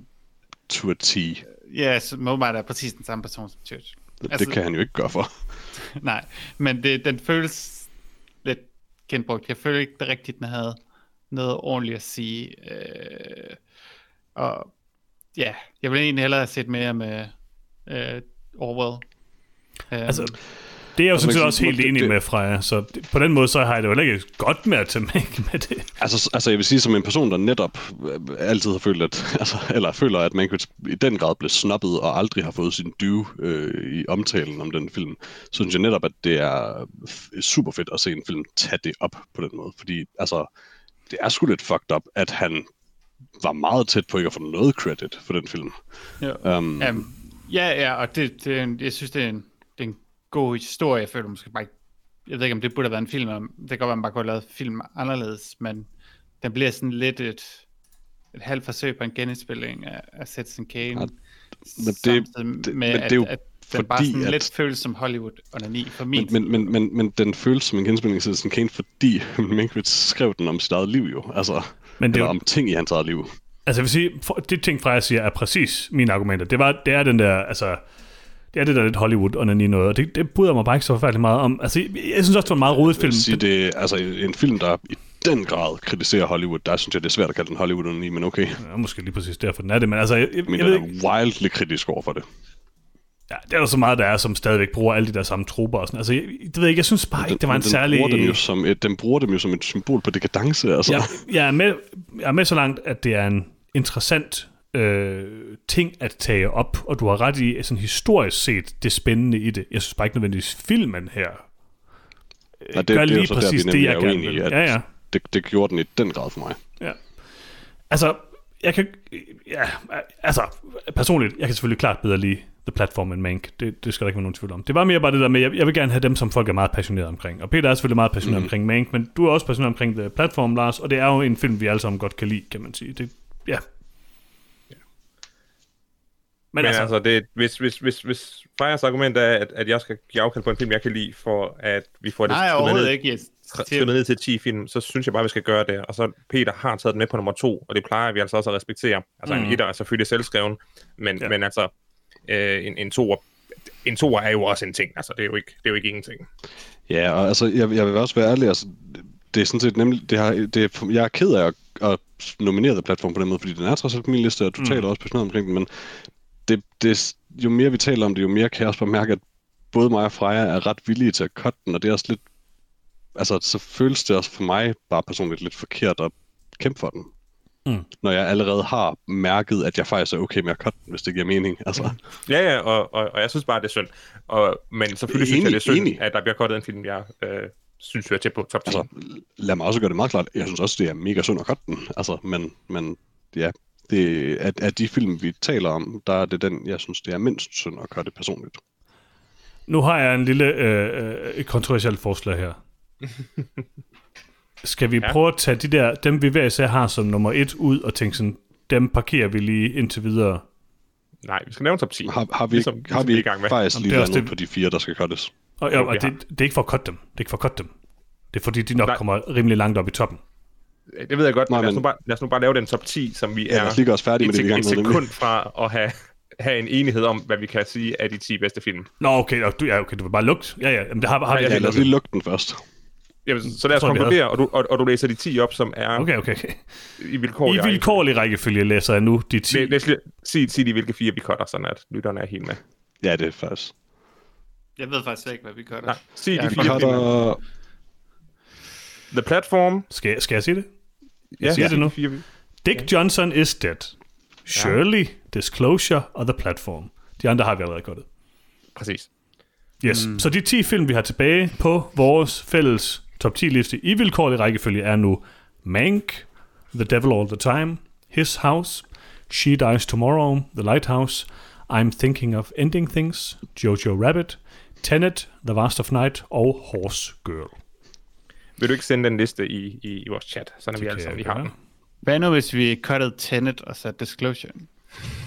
to a T. Det, Ja, så må man er præcis den samme person som Churchill. altså, det kan han jo ikke gøre for. Nej, men det, den føles lidt genbrugt. Jeg føler ikke det rigtigt, den havde noget ordentligt at sige. Øh, og ja, jeg ville egentlig hellere have set mere med øh, Orwell. Øh, Altså, det er jeg jo sådan man set kan også sige, helt det- enig det- med, Freja. Så det, på den måde, så har jeg det jo heller ikke godt med at tage Mank med det. Altså, altså, jeg vil sige, som en person, der netop øh, altid har følt, at, altså, eller føler, at Mankiewicz i den grad blev snobbet og aldrig har fået sin due øh, i omtalen om den film, synes jeg netop, at det er f- super fedt at se en film tage det op på den måde. Fordi, altså, det er sgu lidt fucked up, at han var meget tæt på ikke at få noget credit for den film. ja. Um, Øhm, ja, ja, og det, det, er en- jeg synes, det er, en, det er en god historie. Jeg føler måske bare ikke, jeg ved ikke, om det burde have været en film. om- Det kan godt være, man bare kunne have lavet film anderledes, men den bliver sådan lidt et, et halvt forsøg på en genindspilling af, af Citizen Kane. Ja, det- det- med, men at, det er jo at den bare fordi, sådan at- lidt føles som Hollywood-onani for min Men, men, men, men, men den føles som en genspilning til Citizen Kane, fordi Mankiewicz skrev den om sit eget liv jo. Altså, Men men det det er eller jo- om ting i hans eget liv. Altså jeg vil sige, for, det ting Freja siger er præcis mine argumenter. Det, var, det er den der, altså, det er det der lidt Hollywood og noget, og det, det bryder mig bare ikke så forfærdeligt meget om. Altså, jeg, jeg synes også, det var en meget rodet film. vil sige, det er altså, en film, der i den grad kritiserer Hollywood. Der synes jeg, det er svært at kalde den Hollywood i, men okay. Ja, måske lige præcis derfor den er det, men altså, jeg, jeg, Men jeg den ved er ikke, wildly kritisk over for det. ja, det er der så meget, der er, som stadigvæk bruger alle de der samme trupper og sådan. Altså, jeg, det ved jeg ikke, jeg synes bare ikke, det var en den særlig... Bruger dem jo som et, den bruger dem jo som et symbol på dekadence, altså. jeg, jeg, er med, jeg er med så langt, at det er en interessant øh, ting at tage op, og du har ret i, at sådan historisk set, det spændende i det. Jeg synes bare ikke nødvendigvis filmen her Nej, det, gør er jo lige så præcis vi det, nemlig jeg er gerne uenige i, vil. at Ja, ja. Det, det gjorde den i den grad for mig. Ja. Altså, jeg kan... Ja, altså, personligt, jeg kan selvfølgelig klart bedre lide The Platform end Mank. Det, det skal der ikke være nogen tvivl om. Det var mere bare det der med, jeg, jeg vil gerne have dem, som folk er meget passionerede omkring. Og Peter er selvfølgelig meget passioneret mm. omkring Mank, men du er også passioneret omkring The Platform, Lars, og det er jo en film, vi alle sammen godt kan lide, kan man sige. Det, ja. Men, Men altså, altså det, hvis, hvis, hvis, hvis Frejas argument er, at, at jeg skal give afkald på en film, jeg kan lide, for at vi får det Nej, skrevet overhovedet ned- ikke. Jeg, skrevet ned til 10 film, så synes jeg bare, vi skal gøre det. Og så Peter har taget den med på nummer to, og det plejer vi altså også at respektere. Altså mm. en etter er selvfølgelig selvskreven, men, Ja. ja. men altså øh, en, en toer, en toer er jo også en ting. Altså det er jo ikke, det er jo ikke ingenting. Ja, og altså, jeg, jeg vil også være ærlig, altså, det er sådan set nemlig, det har, det er, jeg er ked af at, at nominere The Platform på den måde, fordi den er trods alt på min liste, og totalt mm. også passioneret omkring den, men det, det, jo mere vi taler om det, jo mere kan jeg også bare mærke, at både mig og Freja er ret villige til at cutte den, og det er også lidt... Altså, så føles det også for mig bare personligt lidt forkert at kæmpe for den. Mm. Når jeg allerede har mærket, at jeg faktisk er okay med at cutte den, hvis det giver mening. Altså, Ja, ja, og, og, og jeg synes bare, det er synd. Og, men selvfølgelig synes jeg, Enig, det er synd, enig. at der bliver kortet en film, jeg øh, synes hører til på top 10. altså, lad mig også gøre det meget klart. Jeg synes også, det er mega synd at cutte den. Altså, men, men ja, det, at, at de film, vi taler om, der er det den, jeg synes, det er mindst synd at cutte personligt. Nu har jeg en lille øh, øh, et kontroversielt forslag her. Skal vi ja. prøve at tage de der, dem vi hver især har som nummer et ud, og tænke sådan, dem parkerer vi lige indtil videre. Nej, vi skal lave en top 10. Har, har vi, Ligesom- ligesom, har ligesom vi vi er i ikke gang med. faktisk Jamen, lige det er også det- landet på de fire, der skal cuttes? Og, og, vi og det, har. det er ikke for at cutte dem. Det er ikke for at cutte dem. Det er fordi, de nok Nej. Nej. kommer rimelig langt op i toppen. Øh, Det ved jeg godt, Nej, men lad os, men- nu bare, lad os nu bare lave den top 10, som vi Ja, lad er os lige gøre os færdige med det, vi er i en gang med. nemlig. sekund fra at have, have en enighed om, hvad vi kan sige er de 10 bedste film. Nå, okay, og du, ja, okay, du vil bare lukke. Ja, ja, jamen, det har, har vi Ja, Ja, allerede lad os lige lukke den først. Jamen, så lad os tror jeg, vi konkludere, og du, og, og du læser de 10 op, som er Okay, okay. okay. okay. i vilkårlig I vilkårlig rækkefølge læser jeg nu de 10. Læ- læs lige- Sig, sig de, hvilke fire vi cutter, sådan at lytterne er helt med. Ja, det er faktisk. Jeg ved faktisk ikke, hvad vi gør der. Nej, sig Ja, de vi Vi fire har cutter- film. der... The Platform. Skal, jeg- skal jeg sige det? Ja, siger sig det nu. de Fire, vi- Dick Johnson is dead. Shirley, Disclosure og The Platform. De andre har vi allerede gået. præcis. Yes. Mm. Så de 10 film, vi har tilbage på vores fælles top 10 liste i vilkårlig rækkefølge, er nu Mank, The Devil All the Time, His House, She Dies Tomorrow, The Lighthouse, I'm Thinking of Ending Things, Jojo Rabbit, Tenet, The Last of Night og Horse Girl. Vil du ikke sende den liste i, i, i vores chat, sådan at vi kan alle sammen jeg lige har gøre. den? Hvad nu, hvis vi cuttede Tenet og satte Disclosure? Hmm.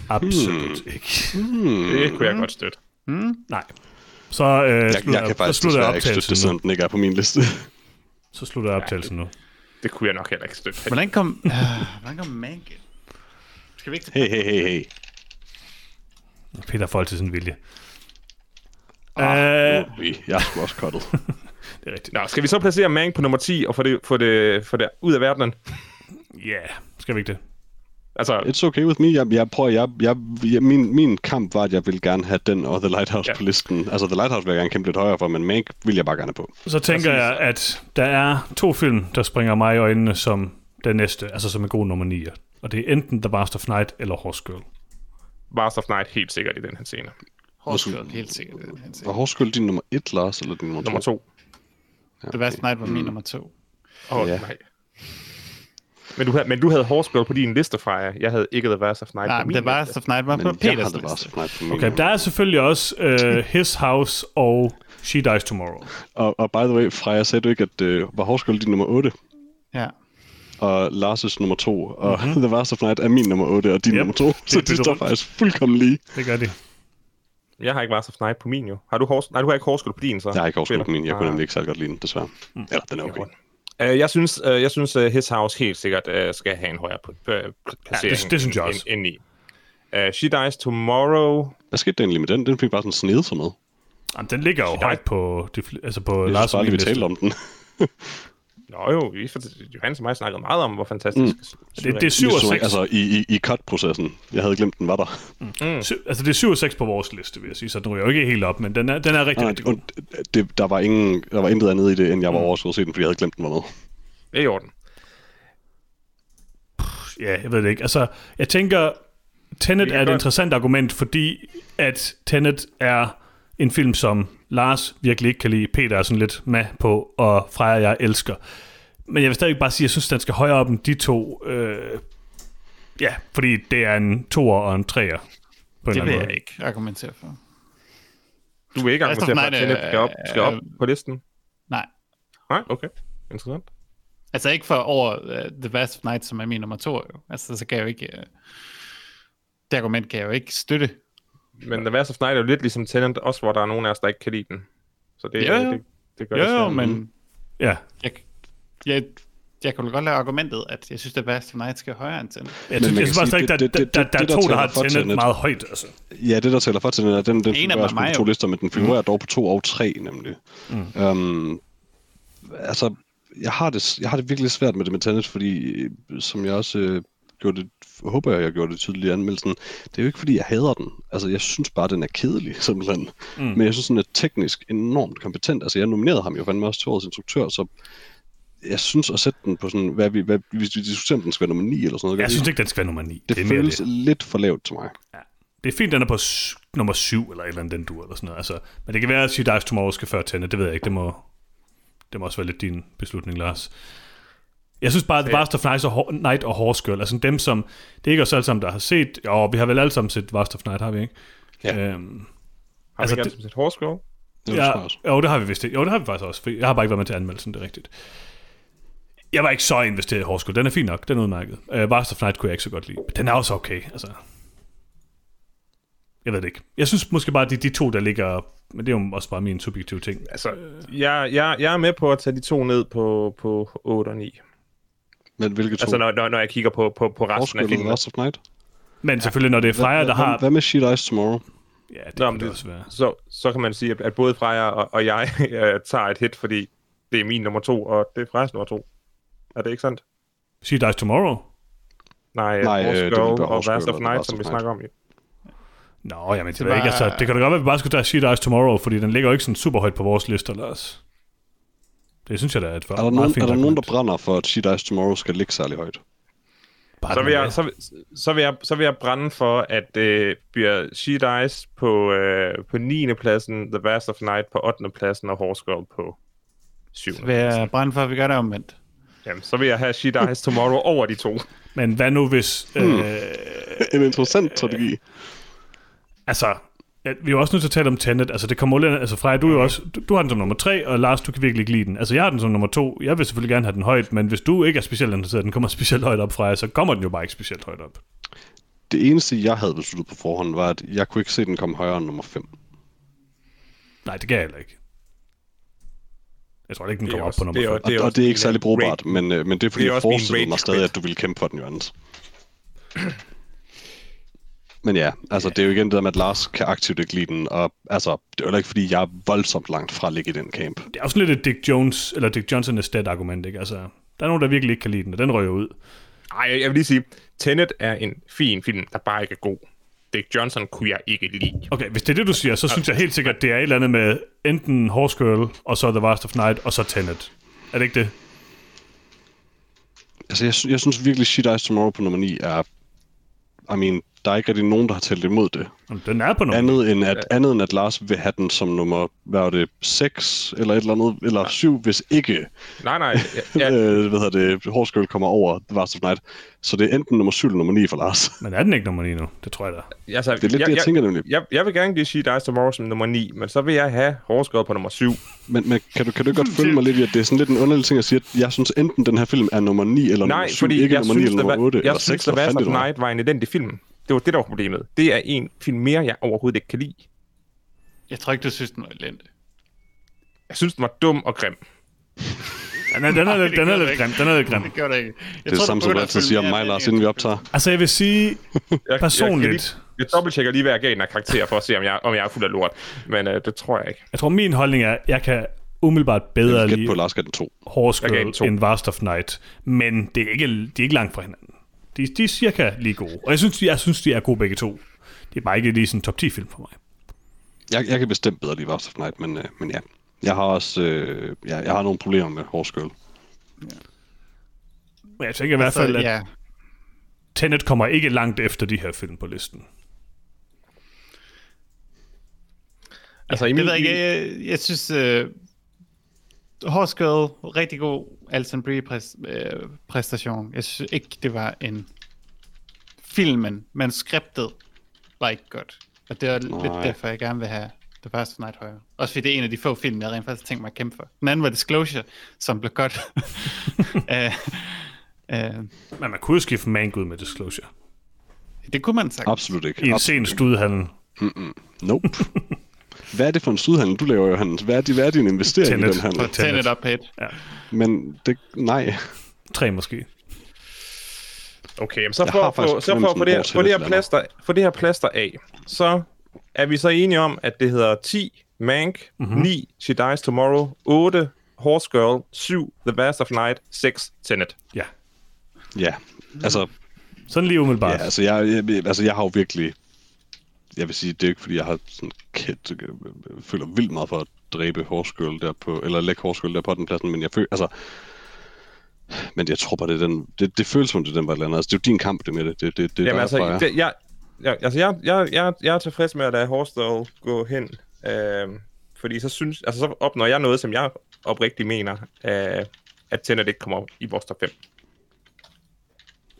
Absolut mm. ikke. Det kunne jeg godt støtte. Nej. Så, øh, jeg, Jeg, slutter, jeg kan så faktisk slutter jeg desværre ikke støtte optagelsen det, nu. selvom den ikke er på min liste. Så slutter jeg optagelsen nu. Det kunne jeg nok heller ikke støtte. Hvordan kom, uh, hvordan kom Mank ind? Skal vi ikke Hey, hey, hey, hey. Peter får altid sin vilje. Ah, øh, Ui, Jeg er sgu også kottet. det er rigtigt. Nå, skal vi så placere Mank på nummer 10 og få det, få det, få det ud af verdenen? Ja, yeah. skal vi ikke det? Altså, It's okay with me. Jeg, jeg prøver, jeg, jeg, jeg, min, min kamp var, at jeg ville gerne have den og The Lighthouse Ja. ja. på listen. Altså, The Lighthouse vil jeg gerne kæmpe lidt højere for, men Mank vil jeg bare gerne have på. Så tænker jeg, at der er to film, der springer mig i øjnene som den næste, altså som en god nummer 9. Og det er enten The Bast of Night eller Horse Girl. Bars of Night helt sikkert i den her scene. Horskjold, helt sikkert. Helt Og sikkert. Horskyld, din nummer et, Lars, eller din nummer, Nummer 2. The Last Night var Mm. min nummer to. Åh, oh, Ja. nej. Men du, havde, men du havde Horse Girl på din liste, Freja. Jeg havde ikke The Verse of Night Nej, på min The Last liste. of Night var Men på jeg har Peters det Last of liste. Night på min Okay, der er selvfølgelig også uh, His House og She Dies Tomorrow. og, og by the way, Freja, sagde du ikke, at øh, var Horskyld din nummer 8? Ja. og Lars' nummer 2, og mm-hmm. The Last of Night er min nummer 8 og din Yep, yep. nummer 2, så det de står rundt. faktisk fuldkommen lige. Det gør de. Jeg har ikke Verse of Night på min, jo. Har du Horse... Nej, du har ikke Horse Girl på din, så. Jeg har ikke overskudt på min, jeg kunne Ah. nemlig ikke særlig godt lide den, desværre. Mm. Eller den er okay. Øh, jeg synes, øh, jeg synes uh, His House helt sikkert uh, skal have en højere pl- pl- placering det- det synes jeg også. end, end 9. Uh, She Dies Tomorrow. Hvad skete der egentlig med den? Den fik bare sådan snedet sig med. Jamen, den ligger jo højt på, de, fl- altså på Jeg Lars synes og bare min lige, vi liste. talte om den. Nå jo, vi, Johannes og mig snakkede meget om, hvor fantastisk... Mm. Det, det er 7 Jeg og så ikke, 6. altså i, i, i cut-processen. Jeg havde glemt, den var der. Sy- Altså, det er 7 og 6 på vores liste, vil jeg sige, så den ryger jo ikke helt op, men den er, den er rigtig, Nej, rigtig god. og det, der, var ingen, der var intet andet i det, end jeg var overrasket over at se den, fordi jeg havde glemt, den var med. Det er i orden. Ja, jeg ved det ikke. Altså, jeg tænker, Tenet kan er et godt- interessant argument, fordi at Tenet er en film, som Lars virkelig ikke kan lide, Peter er sådan lidt med på, og Freja og jeg elsker. Men jeg vil stadig bare sige, at jeg synes, den skal højere op end de to. Øh, ja, fordi det er en toer og en treer. På en Det eller vil anden jeg måde. ikke argumentere for. Du vil ikke Last of argumentere for, at Night, Tenet øh, skal op, skal op øh, på listen? Nej. Nej, okay. Interessant. Altså ikke for over uh, The Last of Night, som er min nummer to. Jo. Altså, så kan jeg jo ikke... Uh... Det argument kan jeg jo ikke støtte. Men The Verse of Night er jo lidt ligesom Tenet, også hvor der er nogen af os, der ikke kan lide den. Så det, Ja, ja. det, det gør Jo, det jo, svært. men Ja, jeg, jeg, jeg kunne godt lave argumentet, at jeg synes, The Last of Night skal højere end Tenet. jeg, man synes, kan jeg synes bare sige, ikke, der, det- der, det- der, det- der, det, er der to, der taler har for Tenet, Tenet. meget højt. Altså. Ja, det der taler for til den, er, den, den En af figurerer dem er også på mig, de to jo. lister, men den figurerer mm. dog på to og tre, nemlig. Mm. Um, altså, jeg har, det, jeg har det virkelig svært med det med Tenet, fordi øh, som jeg også øh, gjorde det, håber jeg, jeg gjorde det tydeligt i anmeldelsen, det er jo ikke, fordi jeg hader den. Altså, jeg synes bare, den er kedelig, simpelthen. Mm. Men jeg synes, den er teknisk enormt kompetent. Altså, jeg nominerede ham jo fandme også til årets instruktør, så jeg synes at sætte den på sådan, hvad vi, hvad, hvis vi diskuterer, om den skal være nummer 9 eller sådan noget. gør Jeg vi? synes ikke, den skal være nummer 9. det, er det mere føles det. lidt for lavt til mig. Det er fint, den er på s- nummer 7 eller et eller andet den dur eller sådan noget. Altså, men det kan være, at Sea Dives Tomorrow skal før tænde. Det ved jeg ikke. Det må, det må også være lidt din beslutning, Lars. Jeg synes bare, at The Last of Night og, Ho- Night og Horse Girl, altså dem som, det er ikke os alle sammen, der har set, og vi har vel alle sammen set The Last of Night, har vi ikke? Ja. Øhm, Har Altså, altså, ikke det... set hårskov? Det ja, tror jeg også. jo, det har vi vist. ikke. Jo, det har vi faktisk også. for Jeg har bare ikke været med til anmeldelsen, det er rigtigt. Jeg var ikke så investeret i Horse Girl. Den er fin nok, den er udmærket. Øh, Last of Night kunne jeg ikke så godt lide. Men den er også okay, altså. Jeg ved det ikke. Jeg synes måske bare, at det er de to, der ligger... Men det er jo også bare min subjektive ting. Altså, jeg, jeg, jeg er med på at tage de to ned på, på 8 og 9. Men hvilke to? Altså, når, når, når jeg kigger på, på, på resten af Forskellen filmen. eller Last of Night? Men selvfølgelig, når det er Freja, der Hvad- har... Hvad med Sheet Eyes Tomorrow? Ja, det Nå, kan men det det- også være. Så, så kan man sige, at- at både Freja og, og jeg øh, tager et hit, fordi det er min nummer to, og det er Frejas nummer to. Er det ikke sandt? She Dies Tomorrow? Nej, Nej, Nej øh, Horse det vil Girl være og Horse Last Girl of og Night, Last som of vi Night. snakker om. jo. Nå, jamen, det, Så ved jeg ikke. bare- Altså, det kan da godt være, at vi bare skulle tage She Dies Tomorrow, fordi den ligger jo ikke sådan super højt på vores lister, Lars. Det synes jeg da er et Er der, meget nogen, fint er der nogen, der argument. brænder for, at Sheet Eyes Tomorrow skal ligge særlig højt? Bare Så den vil, er- jeg, så, vil- så, vil jeg, så vil jeg brænde for, at øh, bliver She Dies på, øh, på 9. pladsen, The Last of Night på 8. pladsen, og Horse Girl på 7. Vil jeg brænde for, at vi gør det omvendt? Jamen, så vil jeg have She Dies Tomorrow over de to. Men hvad nu hvis... Hmm. Øh, En interessant øh, strategi. altså, at vi er jo også nødt til at tale om Tenet. Altså, det kommer lidt... Altså, Freja, du, Mhm. er jo også, du, du har den som nummer tre, og Lars, du kan virkelig ikke lide den. Altså, jeg har den som nummer to. Jeg vil selvfølgelig gerne have den højt, men hvis du ikke er specielt interesseret, den kommer specielt højt op, Freja, så kommer den jo bare ikke specielt højt op. Det eneste, jeg havde besluttet på forhånd, var, at jeg kunne ikke se den komme højere end nummer 5. Nej, det kan jeg heller ikke. Jeg tror ikke, den Det er kommer også- op på nummer det er 5. også- Og det er, og også det er ikke min særlig rate. brugbart, men, øh, men det er fordi, Det er jeg også min forestillede mig rage stadig, quit. at du ville kæmpe for den, Johannes. Men ja, altså det er jo igen det der med, at Lars kan aktivt ikke lide den, og altså, det er jo heller ikke, fordi jeg er voldsomt langt fra at ligge i den camp. Det er også lidt et Dick Jones, eller Dick Johnson estet argument, ikke? Altså, der er nogen, der virkelig ikke kan lide den, og den røger ud. Nej, jeg vil lige sige, Tenet er en fin film, der bare ikke er god. Dick Johnson kunne jeg ikke lide. Okay, hvis det er det, du siger, så synes jeg helt sikkert, det er et eller andet med enten Horse Girl, og så The Last of Night, og så Tenet. Er det ikke det? Altså jeg, sy- jeg synes virkelig, Shit Eyes Tomorrow på nummer 9 er, I mean, der er ikke rigtig nogen, der har talt imod det. Jamen, Den er på nummer. Andet end, at, andet end at Lars vil have den som nummer, hvad var det, 6 eller et eller andet, eller 7, hvis ikke Nej, nej. ja. Jeg, jeg, øh, hvad hedder det, Horse Girl kommer over The Last of Night. Så det er enten nummer 7 eller nummer 9 for Lars. Men er den ikke nummer 9 nu? Det tror jeg da. altså, Det er lidt jeg, det, jeg tænker nemlig. Jeg, jeg vil gerne give She Dies Tomorrow som nummer 9, men så vil jeg have Horse Girl på nummer 7. Men, men kan, du, kan du ikke godt følge mig lidt i, at det er sådan lidt en underlig ting at sige, at jeg synes enten den her film er nummer 9 eller nummer Nej, 7, fordi ikke jeg nummer 9 synes, eller der nummer 8 var, jeg eller 6, synes, The eller Last fandt of det var. Night var en identisk film. Det var det, der var problemet. Det er en film mere, jeg overhovedet ikke kan lide. Jeg tror ikke, du synes, den var elendig. Jeg synes, den var dum og grim. Den er, den er, lidt, den er gør det lidt ikke. grim. Den er lidt grim. Det gør det ikke. Jeg Det er det samme, som du altid siger om mig, Lars, inden vi optager. Altså, jeg vil sige Jeg, Jeg, kan personligt... lige, jeg dobbelttjekker lige, hvad jeg gav den her karakter, for at se, om jeg, om jeg er fuld af lort. Men øh, det tror jeg ikke. Jeg tror, min holdning er, at jeg kan umiddelbart bedre Jeg vil gætte lide på, at Lars gav den 2. Horse Jeg gav en Girl to. end Vast of Night, men det er ikke, de er ikke langt fra hinanden. De, de er cirka lige gode, og jeg synes, jeg synes, de er gode begge to. Det er bare ikke lige sådan en top 10 film for mig. Jeg, jeg kan bestemt bedre lide Last of Night, men, øh, men ja. Jeg har også øh, ja, jeg har nogle problemer med Horse Girl. Men jeg tænker i hvert Så, fald, at Altså, ja. Tenet kommer ikke langt efter de her film på listen. Altså, i Det min, ved jeg, ikke, jeg, jeg synes, øh, Horse Girl, rigtig god Alison Brie præs- øh, præstation. Jeg synes ikke, det var en filmen, men skriptet var ikke godt. Og det er Nej. lidt derfor, jeg gerne vil have The First Night højere. Også fordi det er en af de få film, jeg rent faktisk tænkt mig at kæmpe for. Den anden var Disclosure, som blev godt. øh, øh, Men man kunne jo skifte Mank ud med Disclosure. det kunne man sagt. Absolut ikke. I en Abs- sen studiehandel. nope. Hvad er det for en sydhandel, du laver, Johannes? Hvad er, de, hvad er din investering i Tenet. den For handel? Tenet Tenet. op på et. Men det, nej. Tre måske. Okay, men så Jeg for, har at få, faktisk så for at fornemmelsen, få det, hvor her, til få, det det her lander. plaster, få det her plaster af, så er vi så enige om, at det hedder 10, Mank, Mhm. mm-hmm. 9, She Dies Tomorrow, 8, Horse Girl, 7, The Last of Night, 6, Tenet. Ja. Ja, altså Sådan lige umiddelbart. Ja, altså jeg, jeg, altså jeg har jo virkelig... Jeg vil sige, det er ikke fordi, jeg har sådan kæt, jeg føler vildt meget for at dræbe Horskøl der på, eller lægge Horskøl der på den pladsen, men jeg føler, altså... Men jeg tror bare, det er den... Det, det føles som, det er den var et eller andet. Altså, det er jo din kamp, det med det. Det, det, det er Jamen dig, der altså, fejrer. det, jeg, jeg, altså jeg, jeg, jeg, jeg er tilfreds med at lade Horstall gå hen. Øh, fordi så synes, altså så opnår jeg noget, som jeg oprigtigt mener, øh, at Tenet ikke kommer op i vores top 5.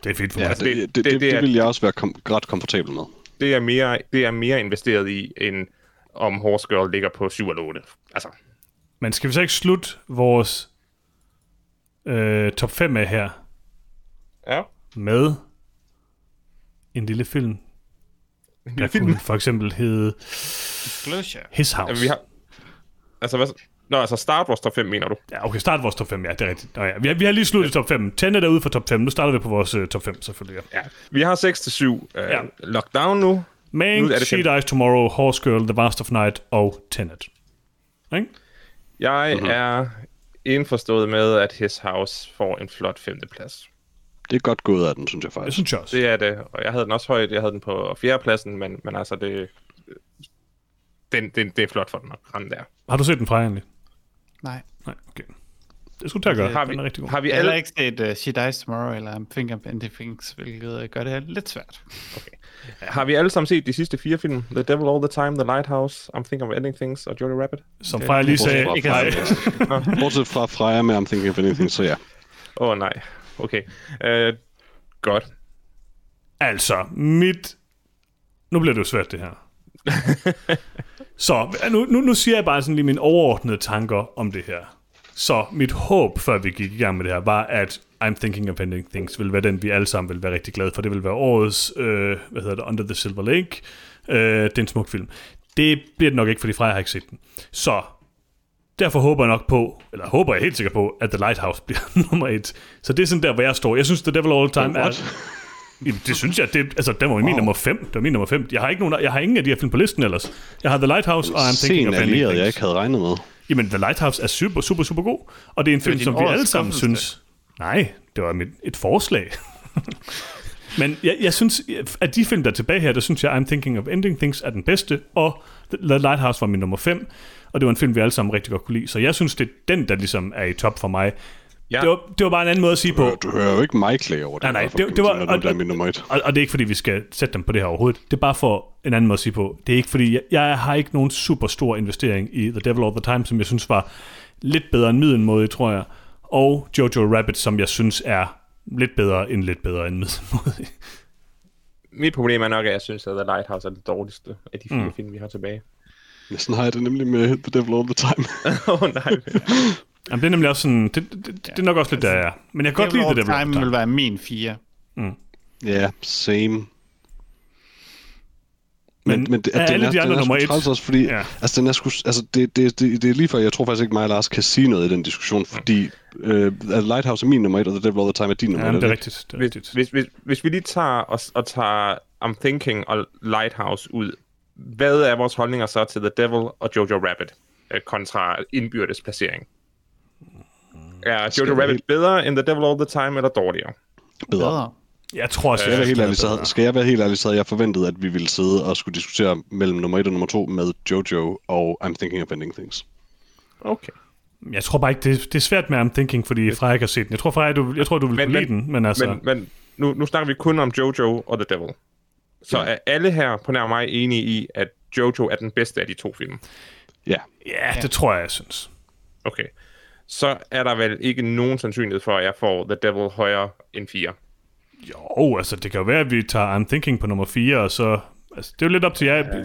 Det er fedt for Ja, mig. det, altså, det, det, det, det, er- det vil jeg også være kom, ret komfortabel med. Det er mere, det er mere investeret i, end om Horse Girl ligger på 7 eller 8. Altså, Men skal vi så ikke slutte vores øh, top 5 af her ja. med en lille film, der kunne for eksempel hedde Disclosure. His House. Altså, vi har... Altså, hvad... så- Nå, altså Star Wars top 5, mener du? Ja, okay, start vores top 5, ja, det er rigtigt. Nå, ja. vi, har, vi har lige sluttet top 5. Tenet er ude for top 5, nu starter vi på vores uh, top 5 selvfølgelig. Ja. Ja. Vi har 6-7 øh, Ja. ja. lockdown nu. Nu er Mank, det She fem. Dies Tomorrow, Horse Girl, The Last of Night og Tenet. Ikke? Jeg Mhm. mm-hmm. er indforstået med, at His House får en flot femteplads. Det er godt gået af den, synes jeg Det faktisk. synes jeg også. Det er det, og jeg havde den også højt. Jeg havde den på fjerdepladsen, men, men altså, det, den, den, det er flot for den at ramme der. Har du set den fra egentlig? Nej. Nej, okay. Det skulle du tage gøre. Har Den er vi, rigtig god. har vi Jeg har heller alle... ikke set uh, She Dies Tomorrow eller Finger Bending Things, hvilket øh, gør det her lidt svært. Har vi alle sammen set de sidste fire film? The Devil All The Time, The Lighthouse, I'm Thinking of Ending Things og Jojo Rabbit? Som Freja lige Bortset sagde, fra ikke nej, Freja. Bortset fra Freja med I'm Thinking of Anything, så ja. Åh oh, nej, okay. Øh, godt. altså, mit... Nu bliver det jo svært, det her. Så nu, nu, nu siger jeg bare sådan lige mine overordnede tanker om det her. Så mit håb, før vi gik i gang med det her, var, at I'm Thinking of Ending Things ville være den, vi alle sammen ville være rigtig glade for. Det ville være årets, øh, hvad hedder det, Under the Silver Lake. Øh, det er en smuk film. Det bliver det nok ikke, fordi Freja har ikke set den. Så derfor håber jeg nok på, eller håber jeg helt sikkert på, at The Lighthouse bliver nummer et. Så det er sådan der, hvor jeg står. Jeg synes, The Devil All The Time er... Jamen, det synes jeg, det, altså, den var wow. min nummer 5. Det var min nummer 5. Jeg har, ikke nogen, jeg har ingen af de her film på listen ellers. Jeg har The Lighthouse, og I'm Thinking Sen of Ending allieret, jeg Things. ikke havde regnet med. Jamen, The Lighthouse er super, super, super god. Og det er en film, din som vi årets alle sammen skuffelse. synes... Nej, det var mit, et forslag. Men jeg, jeg synes, at de film, der er tilbage her, der synes jeg, I'm Thinking of Ending Things er den bedste, og The Lighthouse var min nummer 5, og det var en film, vi alle sammen rigtig godt kunne lide. Så jeg synes, det er den, der ligesom er i top for mig. Ja. Ja. Det, var, det var bare en anden måde at sige på, Du hører jo ikke mig klage over det. Nej, nej, i hvert fald, det- kan det man var- sige, og- Når du er min nummer et. og, og det er ikke fordi, vi skal sætte dem på det her overhovedet. Det er bare for en anden måde at sige på. Det er ikke fordi, jeg, jeg har ikke nogen super stor investering i The Devil All The Time, som jeg synes var lidt bedre end middelmåde, tror jeg. Og Jojo Rabbit, som jeg synes er lidt bedre end lidt bedre end middelmåde. Mit problem er nok, at jeg synes, at The Lighthouse er det dårligste af de fire mm. film, vi har tilbage. Næsten har jeg det nemlig med The Devil All The Time. Åh oh, nej. Jamen, det er nemlig også sådan, det, det, det, det er nok også lidt der, jeg er. Men jeg kan godt lide The Devil All Devil All The Time. vil være min fire. Ja, yeah, same. Men, Men men det, er alle er, de andre den er sgu nummer et? træls Også, fordi, Ja. ja. altså, den er sgu, altså, det, det, det, det, er lige før, jeg tror faktisk ikke, mig og Lars kan sige noget i den diskussion, fordi øh, at Lighthouse er min nummer et, og The Devil All The Time er din nummer Jamen, et. det er ikke? rigtigt. Det er hvis, rigtigt. hvis, hvis, hvis vi lige tager og, og tager I'm Thinking og Lighthouse ud, hvad er vores holdninger så til The Devil og Jojo Rabbit øh, kontra indbyrdes placering? Er Skal Jojo vi Rabbit helt- bedre end The Devil All The Time, eller dårligere? Bedre. Bedre. Jeg tror også, Skal jeg, jeg være helt synes, ærlig, så, havde- skal jeg være helt ærlig, så havde jeg forventet, at vi ville sidde og skulle diskutere mellem nummer 1 og nummer 2 med Jojo og I'm Thinking of Ending Things. Okay. jeg tror bare ikke, det, det er svært med I'm Thinking, fordi Freja ikke har set den. Jeg tror, Freja, du, jeg tror, du vil Men- kunne lide men- den, men altså... Men, men nu, nu snakker vi kun om Jojo og The Devil. Så er alle her på nær mig enige i, at Jojo er den bedste af de to film? Ja, ja, det tror jeg, jeg synes. Okay. Så er der vel ikke nogen sandsynlighed for, at jeg får The Devil højere end 4. Jo, altså det kan jo være, at vi tager I'm Thinking på nummer 4, og så... Altså, det er jo lidt op til jer.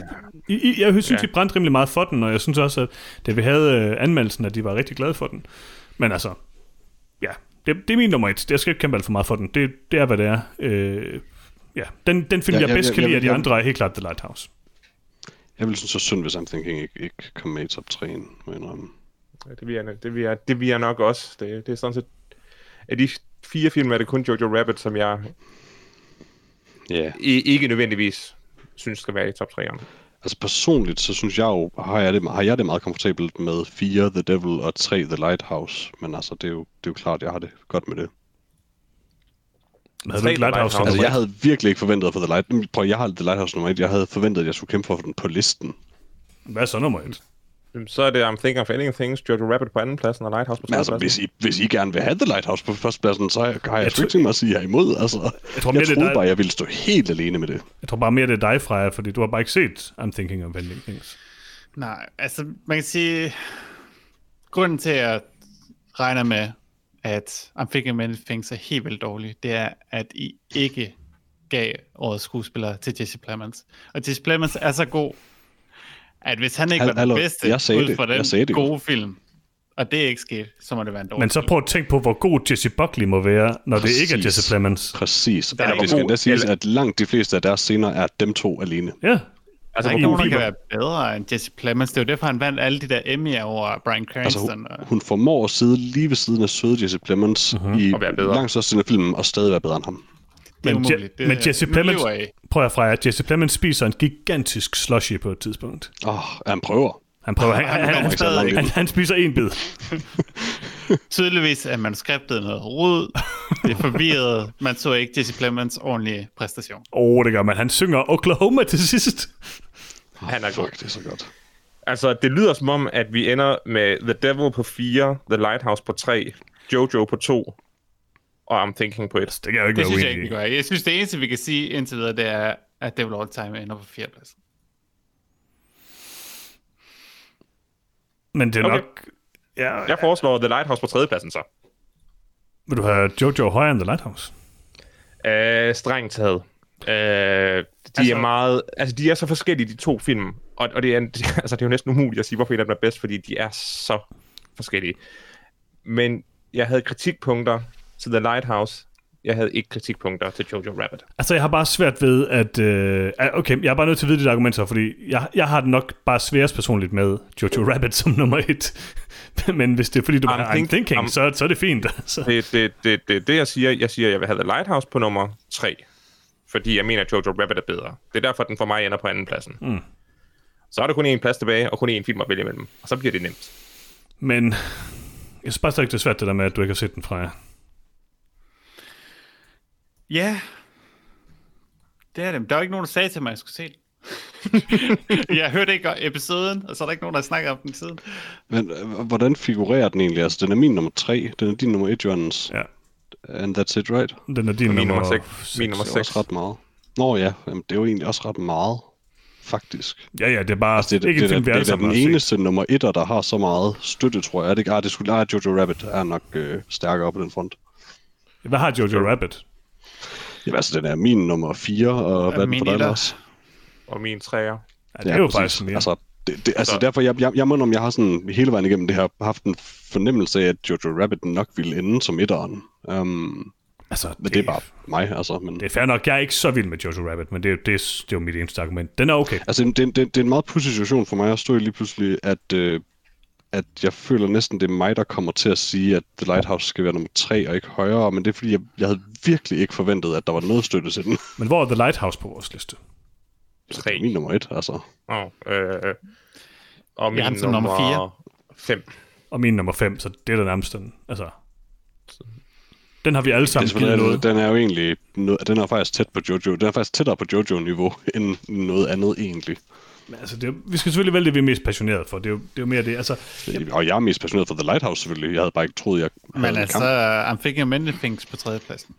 I, I, jeg synes, ja. Ja. I brændte rimelig meget for den, og jeg synes også, at da vi havde øh, anmeldelsen, at de var rigtig glade for den. Men altså, ja, det, det er min nummer et. Jeg skal ikke kæmpe alt for meget for den. Det, det er, hvad det er. Øh, ja, den, den film, ja, Ja, jeg, jeg- bedst jeg- kan jeg- lide af de jeg- andre, er helt klart The Lighthouse. jeg ville synes, det var synd, hvis I'm Thinking ikke, ikke kom med i top 3'en, må jeg indrømme. Ja, Det vil jeg, det vil jeg, det vil jeg nok også. Det, det er sådan set... Af de fire film er det kun Jojo Rabbit, som jeg Ja. Yeah. i, ikke nødvendigvis synes skal være i top 3'erne. Altså personligt, så synes jeg jo, har jeg det, har jeg det meget komfortabelt med 4 The Devil og 3 The Lighthouse. Men altså, det er jo, det er jo klart, jeg har det godt med det. Men Havde du ikke Lighthouse Lighthouse. Altså, nummer jeg et? havde virkelig ikke forventet at få The Light... Prøv, jeg har The Lighthouse nummer 1. Jeg havde forventet, at jeg skulle kæmpe for den på listen. Hvad er så nummer et? Jamen, Så er det I'm Thinking of Ending Things, Jojo Rabbit på andenpladsen og Lighthouse på Men altså, tredjepladsen. hvis I, hvis I gerne vil have The Lighthouse på førstepladsen, så har jeg, jeg tror- sgu ikke tænkt mig at sige jer imod. Altså, jeg, tror tror, mere, jeg det er troede dig- bare, jeg ville stå helt alene med det. Jeg tror bare mere, det er dig, Freja, fordi du har bare ikke set I'm Thinking of Ending Things. Nej, altså man kan sige, grunden til at jeg regner med, at I'm Thinking Many Things er helt vildt dårlig, det er, at I ikke gav årets skuespiller til Jesse Plemons. Og Jesse Plemons er så god, at hvis han ikke Hal- var den hallo, bedste jeg sagde ud det, fra den jeg sagde det jo. gode film, og det er ikke sket, så må det være en dårlig Men så film. prøv at tænke på, hvor god Jesse Buckley må være, når det ikke er Præcis. Jesse Plemons. Præcis. er Der og ikke det skal nogen- endda siges, eller- at langt de fleste af deres scener er dem to alene. Ja, Der altså, er hvor ikke nogen, der god- kan være bedre end Jesse Plemons. Det er jo derfor, han vandt alle de der Emmy'er over Bryan Altså, Cranston. hun, Altså, hun formår at sidde lige ved siden af søde Jesse Plemons uh-huh. i Og være bedre. langt størstedelen af filmen, og stadig være bedre end ham. det er men, Je- umuligt. Det, men Jesse nu Plemons... lever I. Prøv at Freja, Jesse Plemons spiser en gigantisk slushy på et tidspunkt. Åh, oh, han prøver. Han prøver... Han, han, kommer han, ikke så langt han, i han, den. han spiser en bid. Tydeligvis er manuskriptet noget rod. Det er forvirret. Man så ikke Jesse Plemons ordentlige præstation. Åh, oh, det gør man. Han synger Oklahoma til sidst. Han er god. Fuck, det er så godt. Altså, det lyder som om, at vi ender med The Devil på 4, The Lighthouse på 3, Jojo på 2, og I'm Thinking på 1. Det kan jeg jo ikke Det være synes jeg ikke, uenig vi i. gør. Jeg synes, det eneste, vi kan sige indtil videre, det er, at Devil All Time ender på 4. plads. Men det er Okay. nok... Ja, Jeg foreslår The Lighthouse på tredjepladsen så. Vil du have Jojo højere end The Lighthouse? Øh, strengt taget. Øh, de altså, er meget... Altså, de er så forskellige, de to film. Og, og det, er, altså, det er jo næsten umuligt at sige, hvorfor en af dem er bedst, fordi de er så forskellige. Men jeg havde kritikpunkter til The Lighthouse. Jeg havde ikke kritikpunkter til Jojo Rabbit. Altså, jeg har bare svært ved at... Øh, ah, okay, jeg er bare nødt til at vide dit argument så, fordi jeg, jeg har det nok bare sværest personligt med Jojo Rabbit som nummer et. Men hvis det er, fordi du I'm bare I'm think- thinking, I'm- så, så er det fint. Altså. Det det, det, det, det, jeg siger. Jeg siger, jeg vil have The Lighthouse på nummer 3. Fordi jeg mener, at Jojo Rabbit er bedre. Det er derfor, den for mig ender på andenpladsen. Mm. Så er der kun én plads tilbage, og kun én film at vælge imellem. Og så bliver det nemt. Men jeg synes bare stadig, det er svært det der med, at du ikke har set den fra jer. Ja, det er det. Der er jo ikke nogen, der sagde til mig, at jeg skulle se den. jeg hørte ikke episoden, og så er der ikke nogen, der har snakket om den siden. Men øh, hvordan figurerer den egentlig? Altså, den er min nummer 3, den er din nummer 1, Jørgens. Ja. And that's it, right? Den er din Min nummer nummer 6. Min nummer Det er 6. også ret meget. Nå ja, jamen, det er jo egentlig også ret meget, faktisk. Ja, ja, det er bare Altså, det, er- ikke det, en det, film, det, vi alle det, det er sammen den har set. eneste nummer 1, der har så meget støtte, tror jeg. Er det ikke? Ah, det skulle, ah, Jojo Rabbit er nok øh, stærkere på den front. Hvad har Jojo Rabbit? Jamen, altså, den er min nummer 4, og hvad er den min for dig, etter. Lars? Og min træer. Ja, det er jo præcis. faktisk mere. Altså, det, det, altså Så- derfor, jeg, jeg, jeg må om jeg har sådan hele vejen igennem det her haft en fornemmelse af, at Jojo Rabbit nok ville ende som etteren. Um, altså men det, det er bare mig, altså. Men, Det er fair nok. Jeg er ikke så vild med Jojo Rabbit, men det er, jo- det er, det er jo mit eneste argument. Den er okay. Altså, det, det, det er en meget pudsig situation for mig at stå i lige pludselig, at, øh, at jeg føler næsten, det er mig, der kommer til at sige, at The Lighthouse skal være nummer tre og ikke højere, men det er fordi, jeg, jeg havde virkelig ikke forventet, at der var noget støtte til den. Men hvor er The Lighthouse på vores liste? Det er Tre. min nummer et, altså. Oh, øh, og min har den som nummer nummer 5. Og min nummer 5, så det er da nærmest den. Altså, den har vi alle Det er sammen givet selvfølgelig- noget. den er jo egentlig, noget- den er faktisk tæt på Jojo. Den er faktisk tættere på Jojo-niveau end noget andet egentlig. Men Altså, det er, jo- vi skal selvfølgelig vælge det, vi er mest passionerede for. Det er jo, det er jo mere det. Altså, Og jeg er mest passioneret for The Lighthouse selvfølgelig. Jeg havde bare ikke troet, jeg havde Men en altså, kamp. I'm Thinking Many Things på 3. pladsen.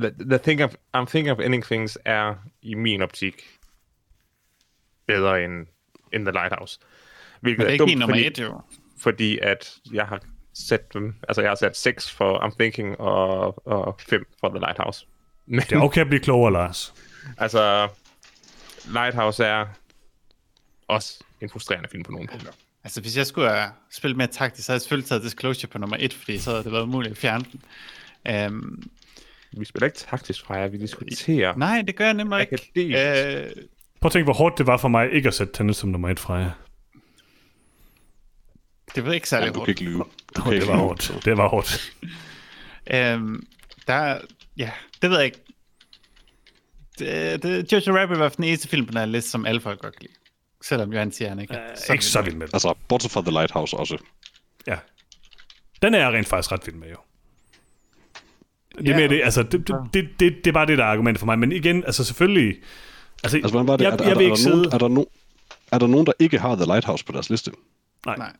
The, the thing of, I'm thinking of ending things er i min optik bedre end, end The Lighthouse. Hvilket Men det er ikke dumt, min nummer fordi, 1, jo. fordi at jeg har sat dem, altså jeg har sat 6 for I'm Thinking og, og 5 for The Lighthouse. Men det er okay at blive klogere, Lars. altså, Lighthouse er også en frustrerende film på nogle punkter. Altså, hvis jeg skulle have spillet mere taktisk, så havde jeg selvfølgelig taget Disclosure på nummer 1, fordi så havde det været umuligt at fjerne den. Øhm, Vi spiller ikke taktisk fra jer, vi diskuterer. nej, det gør jeg nemlig ikke. Øh, Akademisk. Prøv at tænke, hvor hårdt det var for mig ikke at sætte Tenet som nummer 1 fra jer. det var ikke særlig Jamen, du hårdt. kan ikke lyve. Du kan Okay, ikke det var lyve. hårdt. Det var hårdt. Øhm, der, ja, det ved jeg ikke. Det, det, Jojo Rabbit var den eneste film på den her liste, som alle folk godt kan lide. Selvom Johan siger, han ikke er Så ikke så vild med den. Altså, bortset fra The Lighthouse også. Ja. Den er jeg rent faktisk ret vild med, jo. Det er mere det, altså, det, det, det, det, det er bare det, der er argumentet for mig. Men igen, altså selvfølgelig... Altså, Altså, hvordan var det? Jeg, er, der- jeg er, vil der- er, ikke der nogen, sidde... er, der nogen, er der nogen, der ikke har The Lighthouse på deres liste? Nej. Nej.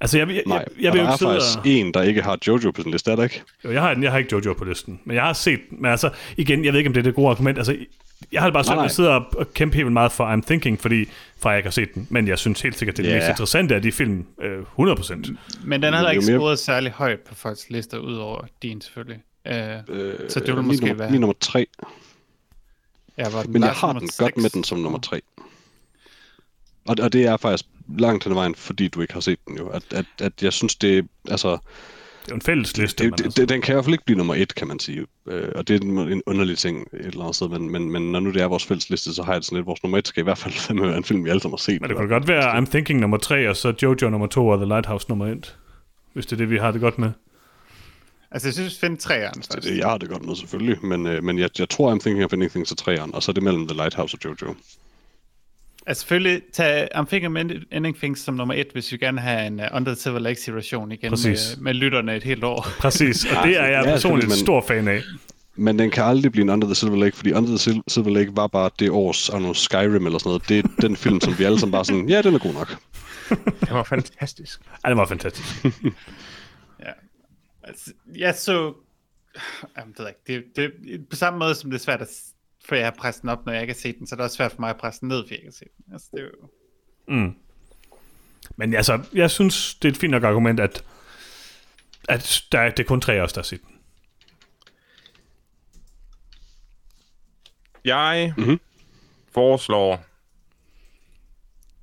Altså, jeg, jeg, Nej, jeg, jeg vil og jo ikke der er sidde faktisk og... en, der ikke har Jojo på sin liste, er der ikke? Jo, jeg har, den, jeg har ikke Jojo på listen, men jeg har set... Men altså, igen, jeg ved ikke, om det er det gode argument. Altså, jeg har det bare sådan, at nej. jeg sidder og- og kæmper helt vildt meget for I'm Thinking, fordi fra jeg ikke har set den, men jeg synes helt sikkert, det er det Ja. mest interessante af de film, øh, 100%. Men den har det heller er ikke jo mere- scoret særlig højt på folks lister, udover din selvfølgelig. Øh, øh, så det ville min måske nummer, være... Min nummer tre. ja, var den Men jeg Lars har nummer den seks? godt med den som nummer tre. Og, og det er faktisk langt hen ad vejen, fordi du ikke har set den jo. At, at, at jeg synes, det altså, Det er jo en fælles liste, det, man det, det, den kan i hvert fald ikke blive nummer et, kan man sige. Øh, og det er en, en underlig ting et eller andet sted, men, men, men når nu det er vores fælles liste, så har jeg det sådan lidt, vores nummer et skal i hvert fald være en film, vi alle sammen har set. Men det kunne godt være I'm Thinking nummer 3, og så Jojo nummer 2 og The Lighthouse nummer 1. Hvis det er det, vi har det godt med. Altså, jeg synes, find træeren Det er først. det, jeg har det godt med selvfølgelig, men, øh, men jeg, jeg tror, I'm Thinking of Anything til træeren, og så er det mellem The Lighthouse og Jojo. Altså, selvfølgelig, tag I'm Thinking of Ending Things som nummer et, hvis vi gerne vil have en uh, Under the Silver Lake-situation igen Præcis. med, uh, med lytterne et helt år. Præcis, og det er jeg Ja, personligt selvfølgelig, men- stor fan af. Men den kan aldrig blive en Under the Silver Lake, fordi Under the Sil- Silver Lake var bare det års og noget Skyrim eller sådan noget. Det er den film, som vi alle sammen bare sådan, ja, den er god nok. Det var fantastisk. Ej, det var fantastisk. Ja. Altså, jeg så... Jamen, det ved jeg ikke. Det, det, på samme måde, som det er svært at s- for jeg har presset den op, når jeg ikke har set den, så er det også svært for mig at presse den ned, fordi jeg ikke har set den. Altså, det er jo... Men altså, jeg synes, det er et fint nok argument, at, at der, er- det er kun tre af os, der har set den. Jeg mm-hmm. foreslår,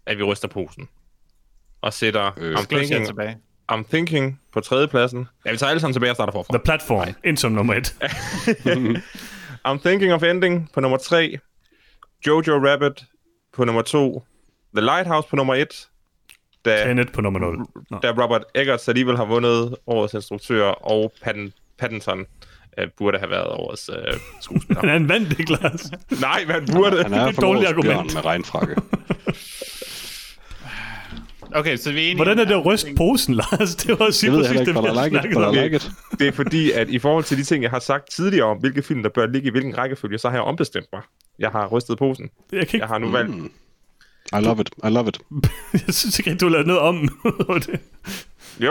at vi ryster posen. Og sætter Øh. I'm, Glad jeg thinking, er tilbage. I'm Thinking på tredjepladsen. Ja, vi tager alle sammen tilbage og starter forfra. The Platform, Nej. ind som nummer et. I'm Thinking of Ending på nummer 3. Jojo Rabbit på nummer 2. The Lighthouse på nummer 1. Da, Tenet på nummer 0. Nå. da Robert Eggers alligevel har vundet årets instruktør, og Patton, Pattinson øh, burde have været årets øh, skuespiller. Men han vandt ikke, Lars. Nej, man burde. Han er et for dårligt års bjørn argument. med regnfrakke. Okay, så vi er enige. Hvordan er det at Ja, ryste posen, Lars? Det var Jeg sige ved heller præcis ikke, det, vi hvad har der er like it, snakket hvad der om. er like it. Det er fordi, at i forhold til de ting, jeg har sagt tidligere om, hvilke film, der bør ligge i hvilken rækkefølge, så har jeg ombestemt mig. Jeg har rystet posen. Jeg, kan Jeg ikke, har nu valgt... Mm. I love it, I love it. jeg synes ikke, rigtig, du har lavet noget om. det. Jo,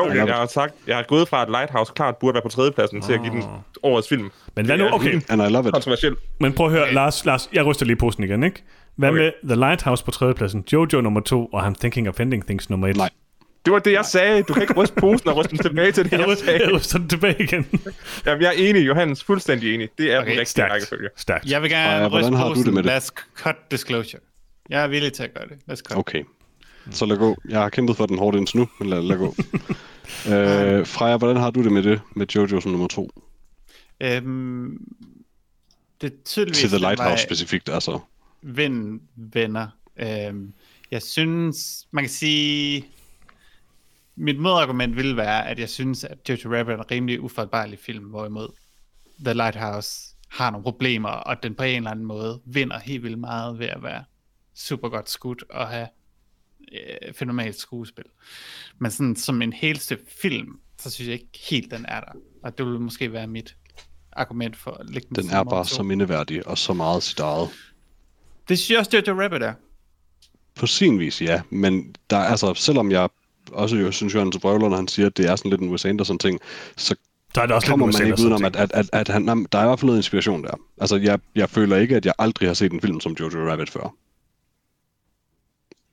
love jeg it. har sagt, jeg har gået fra, at Lighthouse klart burde være på tredjepladsen oh. til at give den årets film. Men hvad nu? Det er Okay, And I love it. Kontroversiel. Men prøv at høre, Lars, Lars, jeg ryster lige posen igen, ikke? Hvad Okay. okay. med The Lighthouse på tredjepladsen, Jojo nummer to, og I'm Thinking of Ending Things nummer et? Nej. Det var det, jeg sagde. Du kan ikke ryste posen og ryste den tilbage til det, Jeg jeg ryster, jeg sagde. ryster den tilbage igen. Jamen, jeg er enig, Johannes. Fuldstændig enig. Det er okay, den Okay, rigtige Stærkt. rækkefølge. Stærkt. Jeg vil gerne Freja, Freja, hvordan ryste har du det posen. med det? Lad os cut disclosure. Jeg er villig til at gøre det. Lad os cut. Okay. Så lad gå. Jeg har kæmpet for den hårdt indtil nu, men lad, lad gå. øh, Freja, hvordan har du det med det, med Jojo som nummer to? Okay. Øhm, det er tydeligvis... Til The den vej, Lighthouse specifikt, altså. Vinden vender. Øhm, jeg synes... Man kan sige... Mit modargument ville være, at jeg synes, at Jojo Rabbit er en rimelig uforbarlig film, hvorimod The Lighthouse har nogle problemer, og den på en eller anden måde vinder helt vildt meget ved at være super godt skudt og have øh, fænomenalt skuespil. Men sådan som en helste film, så synes jeg ikke helt, den er der. Og det ville måske være mit argument for at lægge den, Den som er nummer bare to. så mindeværdig og så meget sit eget. Det synes jeg også, Jojo Rabbit er. På sin vis, ja. Men der, er- altså, selvom jeg også jo, synes, Jørgens Brøvler, når han siger, at det er sådan lidt en Wes Anderson-ting, så Der er der også lidt kommer man Wes ikke udenom, at, Anderson-ting. at, at, at han, jamen, der er i hvert fald noget inspiration der. Altså, jeg, jeg føler ikke, at jeg aldrig har set en film som Jojo Rabbit før.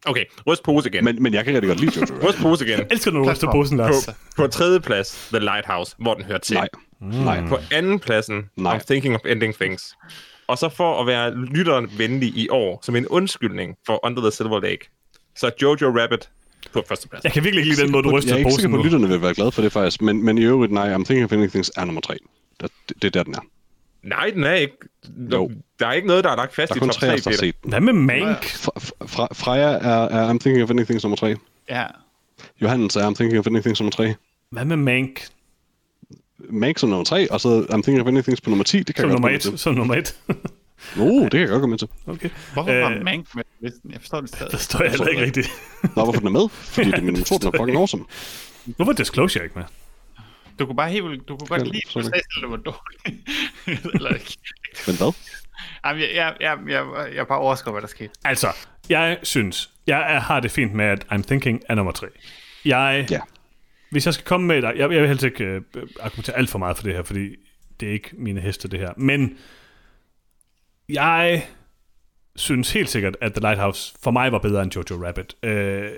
Okay, ryst pose igen. Men... Men, men jeg kan rigtig godt lide Jojo Rabbit. Ryst pose igen. Jeg elsker, når du ryster posen, På, Lars. på tredje plads, The Lighthouse, hvor den hører til. Nej. Nej. På anden pladsen, Nej. I'm Thinking of Ending Things. Og så for at være lytteren venlig i år, som en undskyldning for Under the Silver Lake, så Jojo Rabbit på første plads. Jeg kan virkelig ikke lide den måde, du Jeg ryster er ikke posen sikker på, nu. at lytterne vil være glade for det faktisk, men, men i øvrigt, nej, I'm Thinking of Ending Things er nummer tre. Der, det, det er der, den er. Nej, den er ikke. Jo. Der er ikke noget, der er lagt fast Der er i kun top tre, 3, af os, der har Peter. set den. Hvad med Mank? Fra- fra- Freja er, er I'm Thinking of Ending Things nummer tre. Ja. Johannes er I'm Thinking of Ending Things nummer tre. Hvad med Mank? Max er nummer tre, og så I'm Thinking of Ending Things på nummer 10. Det kan Som jeg nummer godt et. Som nummer et. komme til. Uh, det kan jeg godt komme til. Okay. Hvorfor Øh, øh, var Mank med på listen? Jeg forstår det stadig. Der står jeg heller ikke rigtigt. Nå, hvorfor den er med? Fordi det er min motor, den er fucking awesome. Hvorfor er Disclosure ikke med? Du kunne bare helt vildt- du kunne godt Ja, lide sorry. processen, der var dårlig. Eller ikke. Men hvad? Jamen, jeg, jeg, jeg, jeg, jeg er bare overrasket over, hvad der skete. Altså, jeg synes, jeg er, har det fint med, at I'm Thinking er nummer tre. Jeg, Ja. Hvis jeg skal komme med et, jeg, jeg vil helst ikke øh, argumentere alt for meget for det her, fordi det er ikke mine heste, det her. Men jeg synes helt sikkert, at The Lighthouse for mig var bedre end Jojo Rabbit. Øh,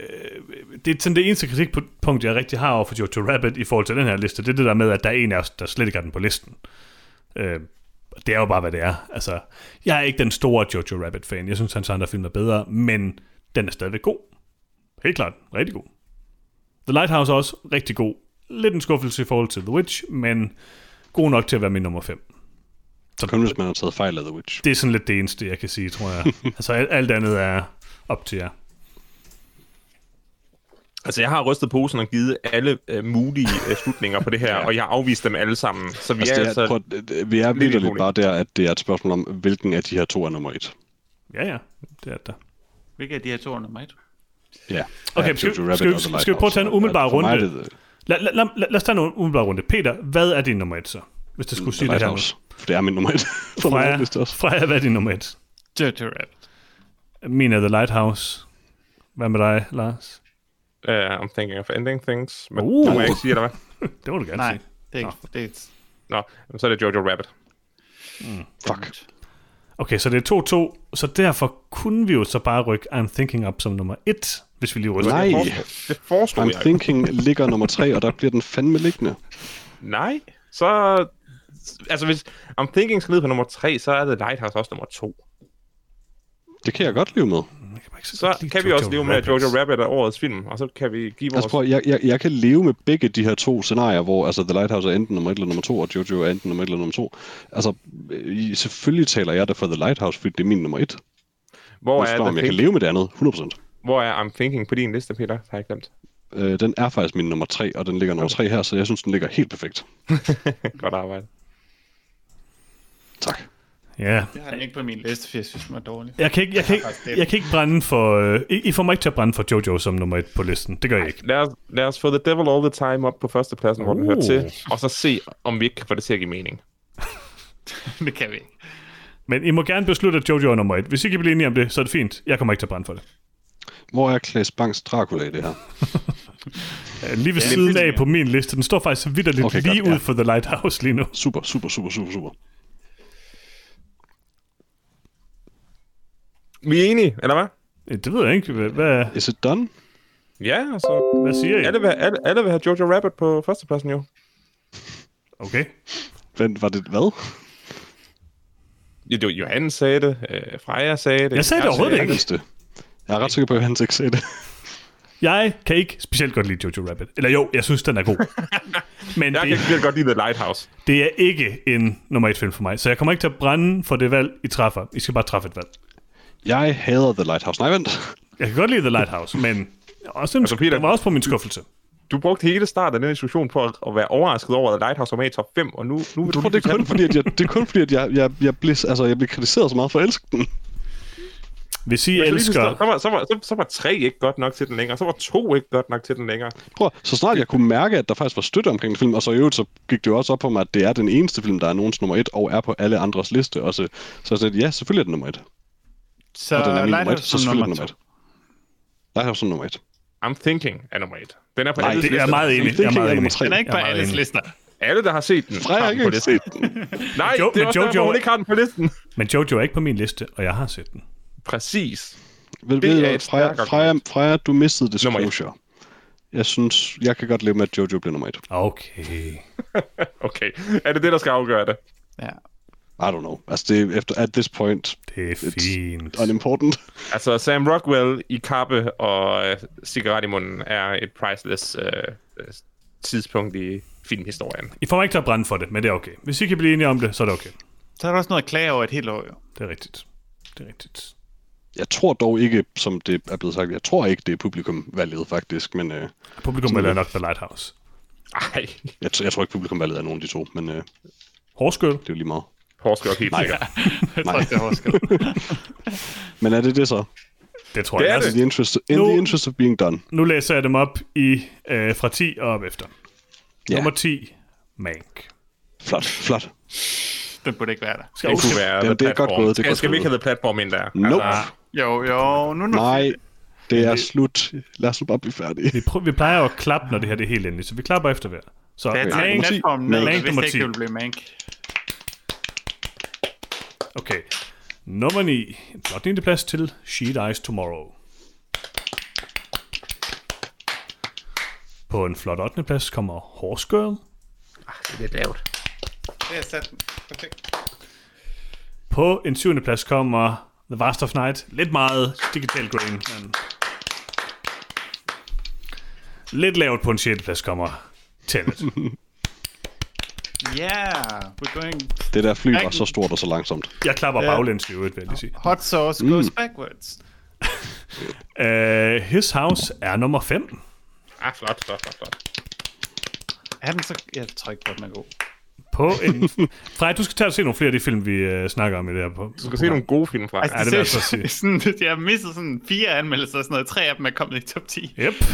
det er sådan det eneste kritikpunkt, jeg rigtig har over for Jojo Rabbit i forhold til den her liste, det er det der med, at der er en af os, der slet ikke har den på listen. Øh, det er jo bare, hvad det er. Altså, jeg er ikke den store Jojo Rabbit-fan. Jeg synes, hans andre film er bedre, men den er stadigvæk god. Helt klart. Rigtig god. The Lighthouse er også rigtig god. Lidt en skuffelse i forhold til The Witch, men god nok til at være min nummer 5. Kun hvis man har taget fejl af The Witch. Det er sådan lidt det eneste, jeg kan sige, tror jeg. altså, alt alt andet er op til jer. Altså, jeg har rystet posen og givet alle øh, mulige øh, slutninger på det her, og jeg har afvist dem alle sammen. Så vi Altså, altså, er det er, altså... prøv, at- øh, vi er vidderligt ikonisk. bare der, at det er et spørgsmål om, hvilken af de her to er nummer et. Ja, ja. Det er det. Hvilke af de her to er nummer et? Ja. Okay, Ja, skal- Jojo Rabbit skal vi- og The skal vi Lighthouse. prøve at tage en umiddelbar For mig er runde? det øh, Lad, lad, lad, lad, lad os tage en umiddelbar runde. Peter, hvad er din nummer 1 så? Hvis du skulle The sige det her. nu. Lighthouse. For det er min nummer et. For mig er det Freja, også. Freja, hvad er din nummer 1? Dirty Rabbit. Min er The Lighthouse. Hvad med dig, Lars? Uh, I'm thinking of ending things. Men Uh. uh. det må jeg ikke sige, eller hvad? Det må du gerne Nej, sige. det er ikke. Det er, Nå, jamen, så er det Jojo Rabbit. Fuck. Okay, så det er 2-2, så derfor kunne vi jo så bare rykke I'm Thinking Up som nummer 1, hvis vi lige rykker. Nej, Det foreslog I'm jeg ikke. Thinking ligger nummer tre, og der bliver den fandme liggende. Nej, så... Altså, hvis I'm Thinking skal ned på nummer 3, så er The Lighthouse også nummer 2. Det kan jeg godt leve med. Jeg kan bare ikke godt Så lide kan vi Jojo også leve med, at Rabbit. Jojo Rabbit er årets film, og så kan vi give vores... Altså prøv, at- jeg, jeg, jeg kan leve med begge de her to scenarier, hvor altså, The Lighthouse er enten nummer 1 eller nummer 2, og Jojo er enten nummer 1 eller nummer 2. Altså, øh, selvfølgelig taler jeg da for The Lighthouse, fordi det er min nummer 1. hvor, Og er jeg, om The jeg kan Think- leve med det andet, 100%. hvor er I'm Thinking på din liste, Peter? Har jeg glemt. Øh, den er faktisk min nummer 3, og den ligger nummer 3 her, så jeg synes, den ligger helt perfekt. Godt arbejde. Tak. Ja, Jeg har den ikke på min liste, for jeg synes, den var dårlig. jeg kan ikke, jeg kan ikke, faktisk det. jeg kan ikke brænde for... Øh, I, I får mig ikke til at brænde for Jojo som nummer 1 på listen. Det gør jeg ikke. Lad os, lad os få The Devil All The Time op på førstepladsen, hvor den Uh. hører til, og så se, om vi ikke kan få det til at give mening. det kan vi ikke. Men I må gerne beslutte, at Jojo er nummer 1. Hvis I kan blive enige om det, så er det fint. Jeg kommer ikke til at brænde for det. Hvor er Klaas Bangs Dracula i det her? Øh, Lige ved siden af på min liste. Den står faktisk vidderligt Okay, okay, godt, lige ud ja. for The Lighthouse lige nu. Super, super, super, super, super. Vi er enige, eller hvad? Øh, Det ved jeg ikke. Hvad, hvad, Is it done? Ja, altså... hvad siger I? Alle vil, alle, alle vil have Jojo Rabbit på førstepladsen, jo. Okay. Vent, var det hvad? Jo, jo, Johan sagde det, øh, Freja sagde det. Jeg sagde det overhovedet sagde ikke. Vidste det. Jeg er ret sikker på, at han ikke sagde det. Jeg kan ikke specielt godt lide Jojo Rabbit. Eller jo, jeg synes, den er god. Men Jeg kan det, ikke virkelig godt lide The Lighthouse. det er ikke en nummer et film for mig. Så jeg kommer ikke til at brænde for det valg, I træffer. I skal bare træffe et valg. Jeg hader The Lighthouse. Nej, vent. Jeg kan godt lide The Lighthouse, men også en, Altså, altså, Peter- den var også på min skuffelse. Du brugte hele starten af den diskussion på at, at være overrasket over, at The Lighthouse var med i top 5, og nu, nu vil Jeg du tror, det er kun fordi, at jeg, det er kun fordi, at jeg, jeg, jeg, blev, altså, jeg blev kritiseret så meget for at elske den. Hvis I Jeg elsker... Så var, så, var, så, så var tre ikke godt nok til den længere, så var to ikke godt nok til den længere. Prøv, så snart jeg kunne mærke, at der faktisk var støtte omkring den film, og så i øvrigt så gik det jo også op for mig, at det er den eneste film, der er nogens nummer et, og er på alle andres liste. Og så, så jeg sagde, ja, selvfølgelig er den nummer et. Så Og den er min nummer et, Lighthouse så som selvfølgelig er den to. nummer et. Lighthouse er nummer et. I'm Thinking er nummer et. Den er på Nej, alles Det er jeg liste. meget enig. Det Jeg er kan jeg meget nummer enig. tre. Den er ikke Jeg er på meget alles enig. lister. Alle, der har set den, Freja har har den på ikke listen. set den. Nej, Jo, det er men også derfor, Jojo- hun ikke har den på listen. Men Jojo er ikke på min liste, og jeg har set den. Præcis. Ved, Det ved, er er et Freja, stærkt Freja, argument. Freja, du mistede Nummer et. disclosure. Jeg synes, jeg kan godt leve med, at Jojo bliver nummer et. Okay. Okay, er det det, der skal afgøre det? Ja. I don't know. Altså, det er efter, at this point, Det er fint. unimportant. Altså, Sam Rockwell i kappe og øh, cigaret i munden er et priceless øh, øh, tidspunkt i filmhistorien. I får mig ikke til at brænde for det, men det er okay. Hvis I kan blive enige om det, så er det okay. Så er der også noget at klage over et helt år, jo. Det er rigtigt. Det er rigtigt. Jeg tror dog ikke, som det er blevet sagt, jeg tror ikke, det er publikumvalget faktisk, men øh, Publikum vil nok The Lighthouse. Ej, jeg, t- jeg tror ikke, publikumvalget er nogen af de to, men øh, det Hårskøl. er jo lige meget. Horsker helt sikkert. Jeg tror ikke, det er forskel. Men er det det så? Det tror Det er jeg. In the interest, in Nu- the interest of being done. Nu læser jeg dem op i øh, fra 10 og op efter. Ja. Nummer 10, Mank. Flot, flot. Den burde ikke være der. Skal Det kunne okay. være det- The det er godt Platform. gået, det er Skal, godt skal vi ikke gået. have The Platform ind der? Altså, Nope. Ah. Jo, jo, nu nu. Nej, det er det- slut. Lad os nu bare blive færdige. vi, prø- vi plejer jo at klappe, når det her det er helt endeligt, så vi klapper efter hver. Så Det er Nej, taget Mank, nummer ti. platformen ned, Mank hvis nummer det ikke 10. det ville blive mank. okay. Nummer 9. En flot 9. plads til She Dies Tomorrow. På en flot 8. plads kommer Horse Girl. Ah, Det er lavt. Det er sat den. Perfekt. På en 7. plads kommer The Vast of Night. Lidt meget Digital Grain, men... Lidt lavt på en 6. plads kommer Tenet. Yeah, we're going. Det der fly var Ej. så stort og så langsomt. Jeg klapper Ja. baglæns i øvrigt, vil jeg lige sige. Hot sauce mm. goes backwards. Uh, His House er nummer 5. Ah, flot, flot, flot, flot. Er den så... Jeg tror ikke på, den er god. På en... Frej, du skal tage og se nogle flere af de film, vi uh, snakker om i det her. På. Du skal se nogle gode film fra. Ja, det vil jeg så sige. Altså, Sådan, jeg har mistet sådan fire anmeldelser og sådan noget. Tre af dem er kommet i top 10. Yep.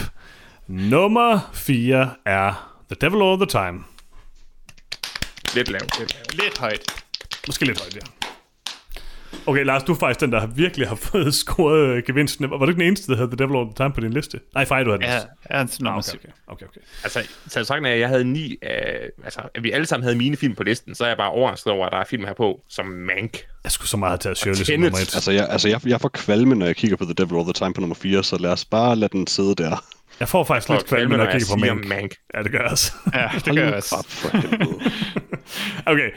Nummer 4 er The Devil All The Time. Lidt lavt, lidt lavt. Lidt højt. Måske lidt højt, ja. Okay, Lars, du er faktisk den, der virkelig har fået scoret øh, gevinsten. Var du ikke den eneste, der havde The Devil All The Time på din liste? Nej, Frej, du havde den Ja, også. er den sådan nummer Ah, Okay, syv. okay, okay, okay. Altså, så sagt, at jeg havde ni, øh, altså, at vi alle sammen havde mine film på listen, så er jeg bare overrasket over, at der er film her på, som Mank. Jeg skulle så meget have taget Shirley som Tenet. nummer et. Altså, jeg, altså jeg, jeg får kvalme, når jeg kigger på The Devil All The Time på nummer 4, så lad os bare lade den sidde der. Jeg får faktisk Og lidt kvalme, når jeg kigger på siger Mank. Mank. Ja, det gør jeg også. Ja, det gør jeg også. Op for helvede. Okay,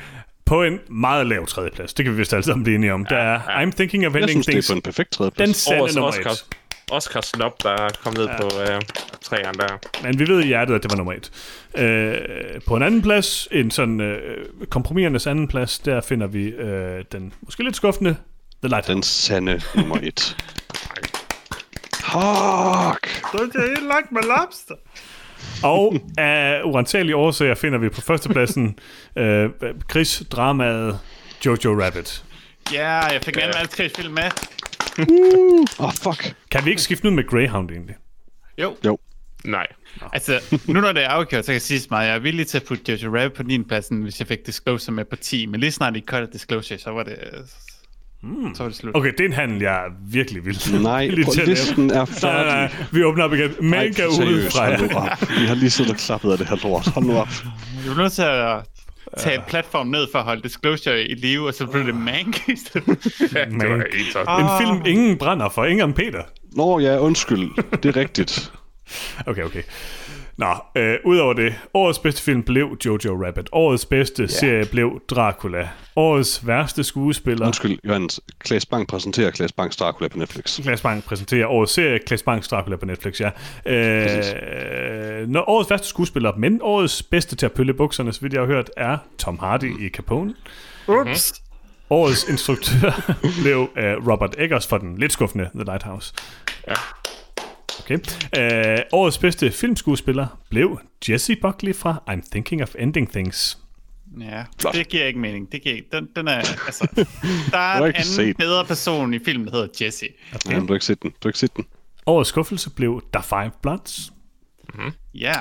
på en meget lav tredjeplads, det kan vi vist alle sammen blive enige om, der er I'm Thinking of Jeg Ending synes, det Things, er på en perfekt tredjeplads. den sande Årets nummer Oscar, et. Oscar Snop, der er kommet ned på øh, træerne der. Men vi ved i hjertet, at det var nummer et. Øh, på en anden plads, en sådan øh, kompromisernes anden plads, der finder vi øh, den måske lidt skuffende The Lighthouse. Den sande nummer 1. Fuck! Du er helt langt med lobster. Og af urensagelige årsager finder vi på førstepladsen øh, krigsdramaet Jojo Rabbit. Ja, jeg fik en anden alle tre film med. Åh, oh, fuck. Kan vi ikke skifte den ud med Greyhound egentlig? Jo, Jo. Nej. altså, nu når det er afgjort, så kan jeg sige så meget. Jeg er villig til at putte Jojo Rabbit på 9. pladsen, hvis jeg fik Disclosure med på 10. Men lige snart I cutter Disclosure, så var det... Mm. Så var det slut. Okay, det er en handel, jeg er virkelig vild. Nej, Lige prøv, til at nævne. listen er Nej, færdig. nej, nej, vi åbner op igen. Man kan ud fra hold nu jer. op. Vi har lige siddet og klappet af det her lort. Hold nu op. Du bliver nødt til at øh, tage en platform ned for at holde Disclosure i live, og så blev det Mank i stedet. Ja, det var Mank. helt tosset. En film, ingen brænder for. Ingen om Peter. Nå ja, undskyld. Det er rigtigt. Okay, okay. Nå, øh, udover det, årets bedste film blev Jojo Rabbit. Årets bedste yeah. serie blev Dracula. Årets værste skuespiller. Undskyld, Johannes. Klaas Bang præsenterer Klaas Bangs Dracula på Netflix. Klaas Bang præsenterer årets serie, Klaas Bangs Dracula på Netflix, ja. Øh, når årets værste skuespiller, men årets bedste til at pølle bukserne, så vidt jeg har hørt, er Tom Hardy i Capone. Ups. Årets instruktør blev øh, Robert Eggers for den lidt skuffende The Lighthouse. Ja. Okay. Øh, årets bedste filmskuespiller blev Jesse Buckley fra I'm Thinking of Ending Things. Ja, det giver ikke mening. Det giver ikke. Den, den er, altså, der er Du har en ikke anden set den. bedre person i filmen, der hedder Jesse. Okay. Ja, men du har ikke set den. Du har ikke set den. Årets skuffelse blev Da Five Bloods. Ja,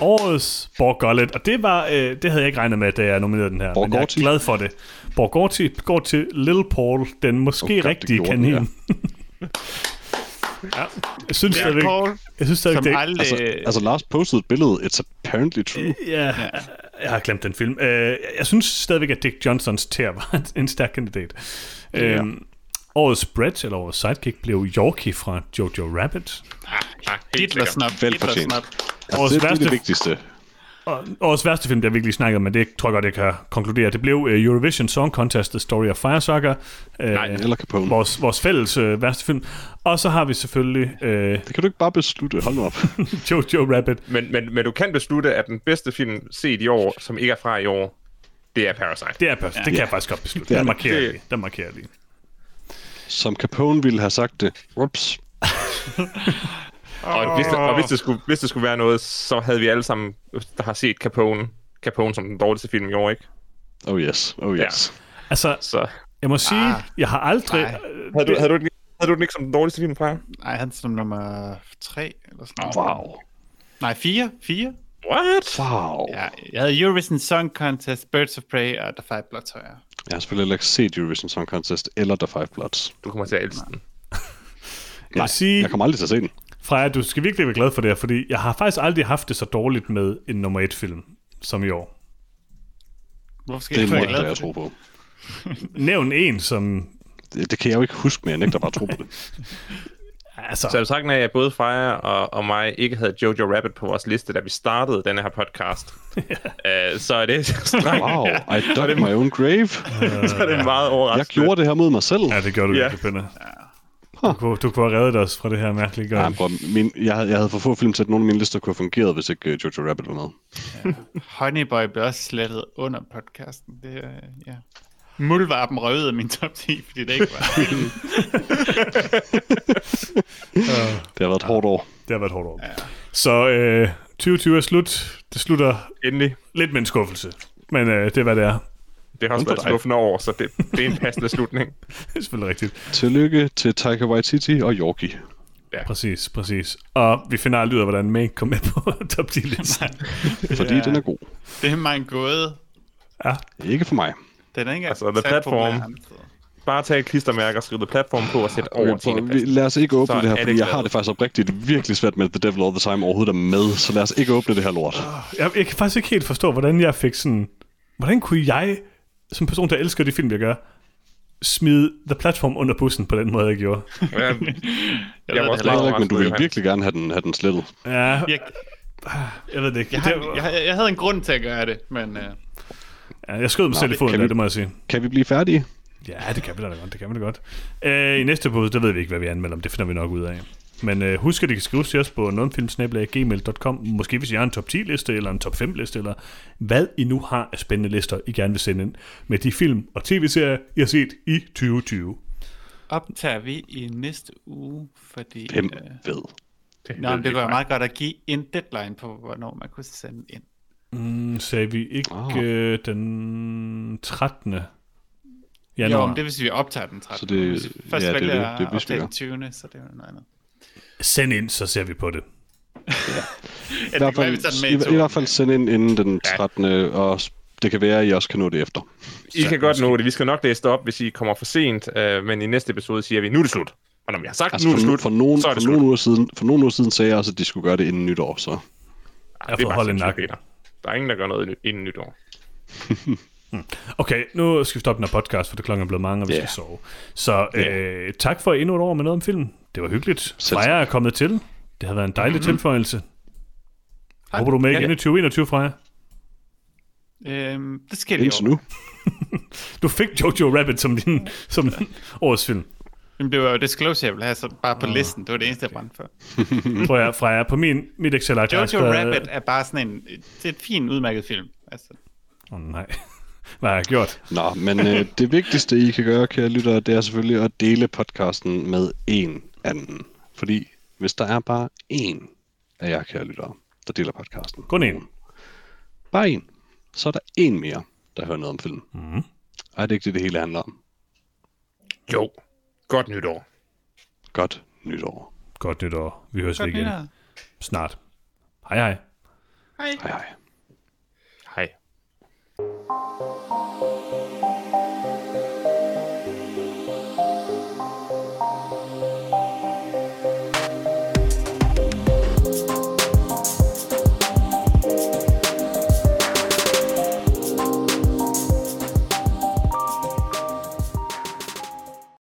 Årets Borgollet, og det var øh, det havde jeg ikke regnet med, da jeg nominerede den her, men jeg er Borgorti. glad for det. Borgorti går til Little Paul, den måske Oh oh God, God, det rigtige gjorde kanin. den, Ja. ja. Jeg synes Little stadigvæk, Paul, jeg synes stadigvæk, som det ikke- aldrig... Altså, altså Lars postede et billede. It's apparently true. Ja, jeg har glemt den film. Øh, jeg- jeg synes stadigvæk, at Dick Johnsons tær var en- en stærk kandidat. Ja. Øhm, årets spread, eller årets sidekick, blev Yorkie fra Jojo Rabbit. Ah, ah, helt Hitler sikkert. snap, Velfortjent. Hitler snap. Altså, det, det er værste- det vigtigste. Og årets værste film, der virkelig snakket om, men det tror jeg godt, jeg kan konkludere, det blev øh, Eurovision Song Contest, The Story of Fire Soccer. Øh, Nej, Eller Capone. vores, vores fælles øh, værste film. Og så har vi selvfølgelig øh, Det kan du ikke bare beslutte. Hold nu op. Jojo Rabbit. Men, men, men du kan beslutte, at den bedste film set i år, som ikke er fra i år, det er Parasite. Det er perfekt. Ja. Det kan jeg faktisk godt beslutte. Det er Den det. markerer jeg Det- lige. Den markerer jeg lige. Som Capone ville have sagt det. Whoops. Og, hvis, det- og hvis, det skulle, hvis det skulle være noget, så havde vi alle sammen, der har set Capone, Capone som den dårligste film i år, ikke? Oh yes. Oh Ja. yes. Altså, Så jeg må sige, jeg har aldrig... havde du, havde du, den, havde du den ikke som den dårligste film fra? Nej, han er som nummer 3 eller sådan noget. Wow. Nej, 4. 4. What? Wow. Ja. Ja, jeg havde Eurovision Song Contest, Birds of Prey og The Five Bloods højere. Jeg har selvfølgelig heller ikke set Eurovision Song Contest eller The Five Bloods. Du kommer til at elske den. Jeg vil sige, Jeg kommer aldrig til at se den. Freja, du skal virkelig være glad for det her, fordi jeg har faktisk aldrig haft det så dårligt med en nummer et film som i år. Hvorfor skal Det jeg er være noget, glad for jeg tror det? på. Nævn en, som... Det, det kan jeg jo ikke huske, men jeg nægter bare at tro på det. Altså, Så jeg sagt, at både Freja og, og mig ikke havde Jojo Rabbit på vores liste, da vi startede den her podcast. uh, så er det strengt. Wow, I dug my own grave. så er det meget Jeg overraskende. gjorde det her mod mig selv. ja, det gjorde du Ja. virkelig, Pender. Du kunne, du kunne have reddet os fra det her mærkelige Ja, gøjl. prøv, min, jeg, havde, jeg havde for få film til, at nogle af mine lister kunne have fungeret, hvis ikke øh, Jojo Rabbit var med. Honeyboy blev også slettet under podcasten. Det, øh, ja. Muldvarpen røvede min top 10, fordi det ikke var. Det har været et hårdt år. Det har været et hårdt år. Så øh, 2020 er slut. Det slutter Endelig. lidt med en skuffelse. Men øh, det er, hvad det er. Det har også været dig. skuffende over, så det, det er en passende slutning. Det er selvfølgelig rigtigt. Tillykke til Taika Waititi og Yorkie. Præcis, præcis. Og vi finder aldrig ud af, hvordan Mank kom med på top 10 listen. Fordi Ja. den er god. altså, det er mig en gåde. Ikke for mig. Den er ikke Altså, The sat Platform. populær andre steder. Bare tag et klistermærke og skriv The Platform på og sæt over Okay, til prøv, en vi, lad os ikke åbne Så det her, er det fordi jeg glad. har det faktisk oprigtigt virkelig svært med, at The Devil All The Time overhovedet er med. Så lad os ikke åbne det her lort. Jeg, jeg kan faktisk ikke helt forstå, hvordan jeg fik sådan... Hvordan kunne jeg, som person, der elsker de film, jeg gør, smide The Platform under bussen på den måde, jeg gjorde? Jeg, Jeg ved var det også Jeg heller ved ikke. ikke, men du vil Johannes. virkelig gerne have den, have den slettet. Ja, Ah, jeg, jeg ved det ikke. jeg, Det har- var- jeg, har- jeg havde en grund til at gøre det, men øh, Ja, jeg skød mig selv i det foden, kan der, vi- det må jeg sige. Kan vi blive færdige? Ja, det kan vi da godt, det kan vi da godt. Øh, I næste på, der ved vi ikke, hvad vi anmelder, men det finder vi nok ud af. Men øh, husk, at I kan skrive til os på nonfilmsnabelag.gmail.com, måske hvis I har en top 10-liste, eller en top 5-liste, eller hvad I nu har af spændende lister, I gerne vil sende ind med de film og tv-serier, I har set i 2020. optager vi i næste uge, fordi... Hvem øh, ved? Nå, men det kunne være meget godt at give en deadline på, hvornår man kunne sende ind. Mm, sagde vi ikke Ah. øh, den 13. Jo, januar? men det vil sige, at vi optager den 13. Så det- Hvis vi først ja, det er vælger det. Det er, hvis at vi optage gør. den 20. Så det er jo noget andet. Send ind, så ser vi på det. Ja, I det hvert kan være, vi tager den fald, med i, i toget. hvert fald send ind inden den 13. Og s- det kan være, at I også kan nå det efter. I kan godt nå det. Vi skal nok læse det op, hvis I kommer for sent. Øh, men i næste episode siger vi, nu er det slut. Og når vi har sagt, Altså, nu er for, det slut, for, nogen, så er det for, slut. nogle uger siden, for nogle uger siden sagde jeg også, at de skulle gøre det inden nytår, så... Ej, Jeg det er får bare holde en sindssygt, nakke. Peter. Der er ingen, der gør noget i- inden nytår. Okay, nu skal vi stoppe den her podcast, for det klokken er blevet mange, og vi Ja. skal sove. Så øh, tak for endnu et år med noget om filmen. Det var hyggeligt. Selv Freja er kommet til. Det har været en dejlig Mhm. mm-hmm. tilføjelse. Håber du er med Ja, igen i 2021, Freja? Øhm, det skal vi Indtil over. nu. Du fik Jojo Rabbit som din som årets film. Jamen, det var jo disclosure, jeg ville have, så bare på listen. Det var det eneste, jeg brændte for. Tror jeg, Freja, på min, mit excel har jeg Jojo skrevet- Rabbit er bare sådan en... Det er et fint udmærket film. Altså, Åh oh, nej. Hvad har jeg gjort? Nå, men øh, det vigtigste, I kan gøre, kære lyttere, det er selvfølgelig at dele podcasten med en anden. Fordi hvis der er bare en af jer, kære lyttere, der deler podcasten. Kun en. Bare en. Så er der en mere, der hører noget om filmen. Mm. Ej, det er ikke det, det hele handler om. Jo. Godt nytår. Godt nytår. Godt nytår. Vi høres godt ved igen. nytår. Snart. Hej hej. Hej. Hej hej. Hej.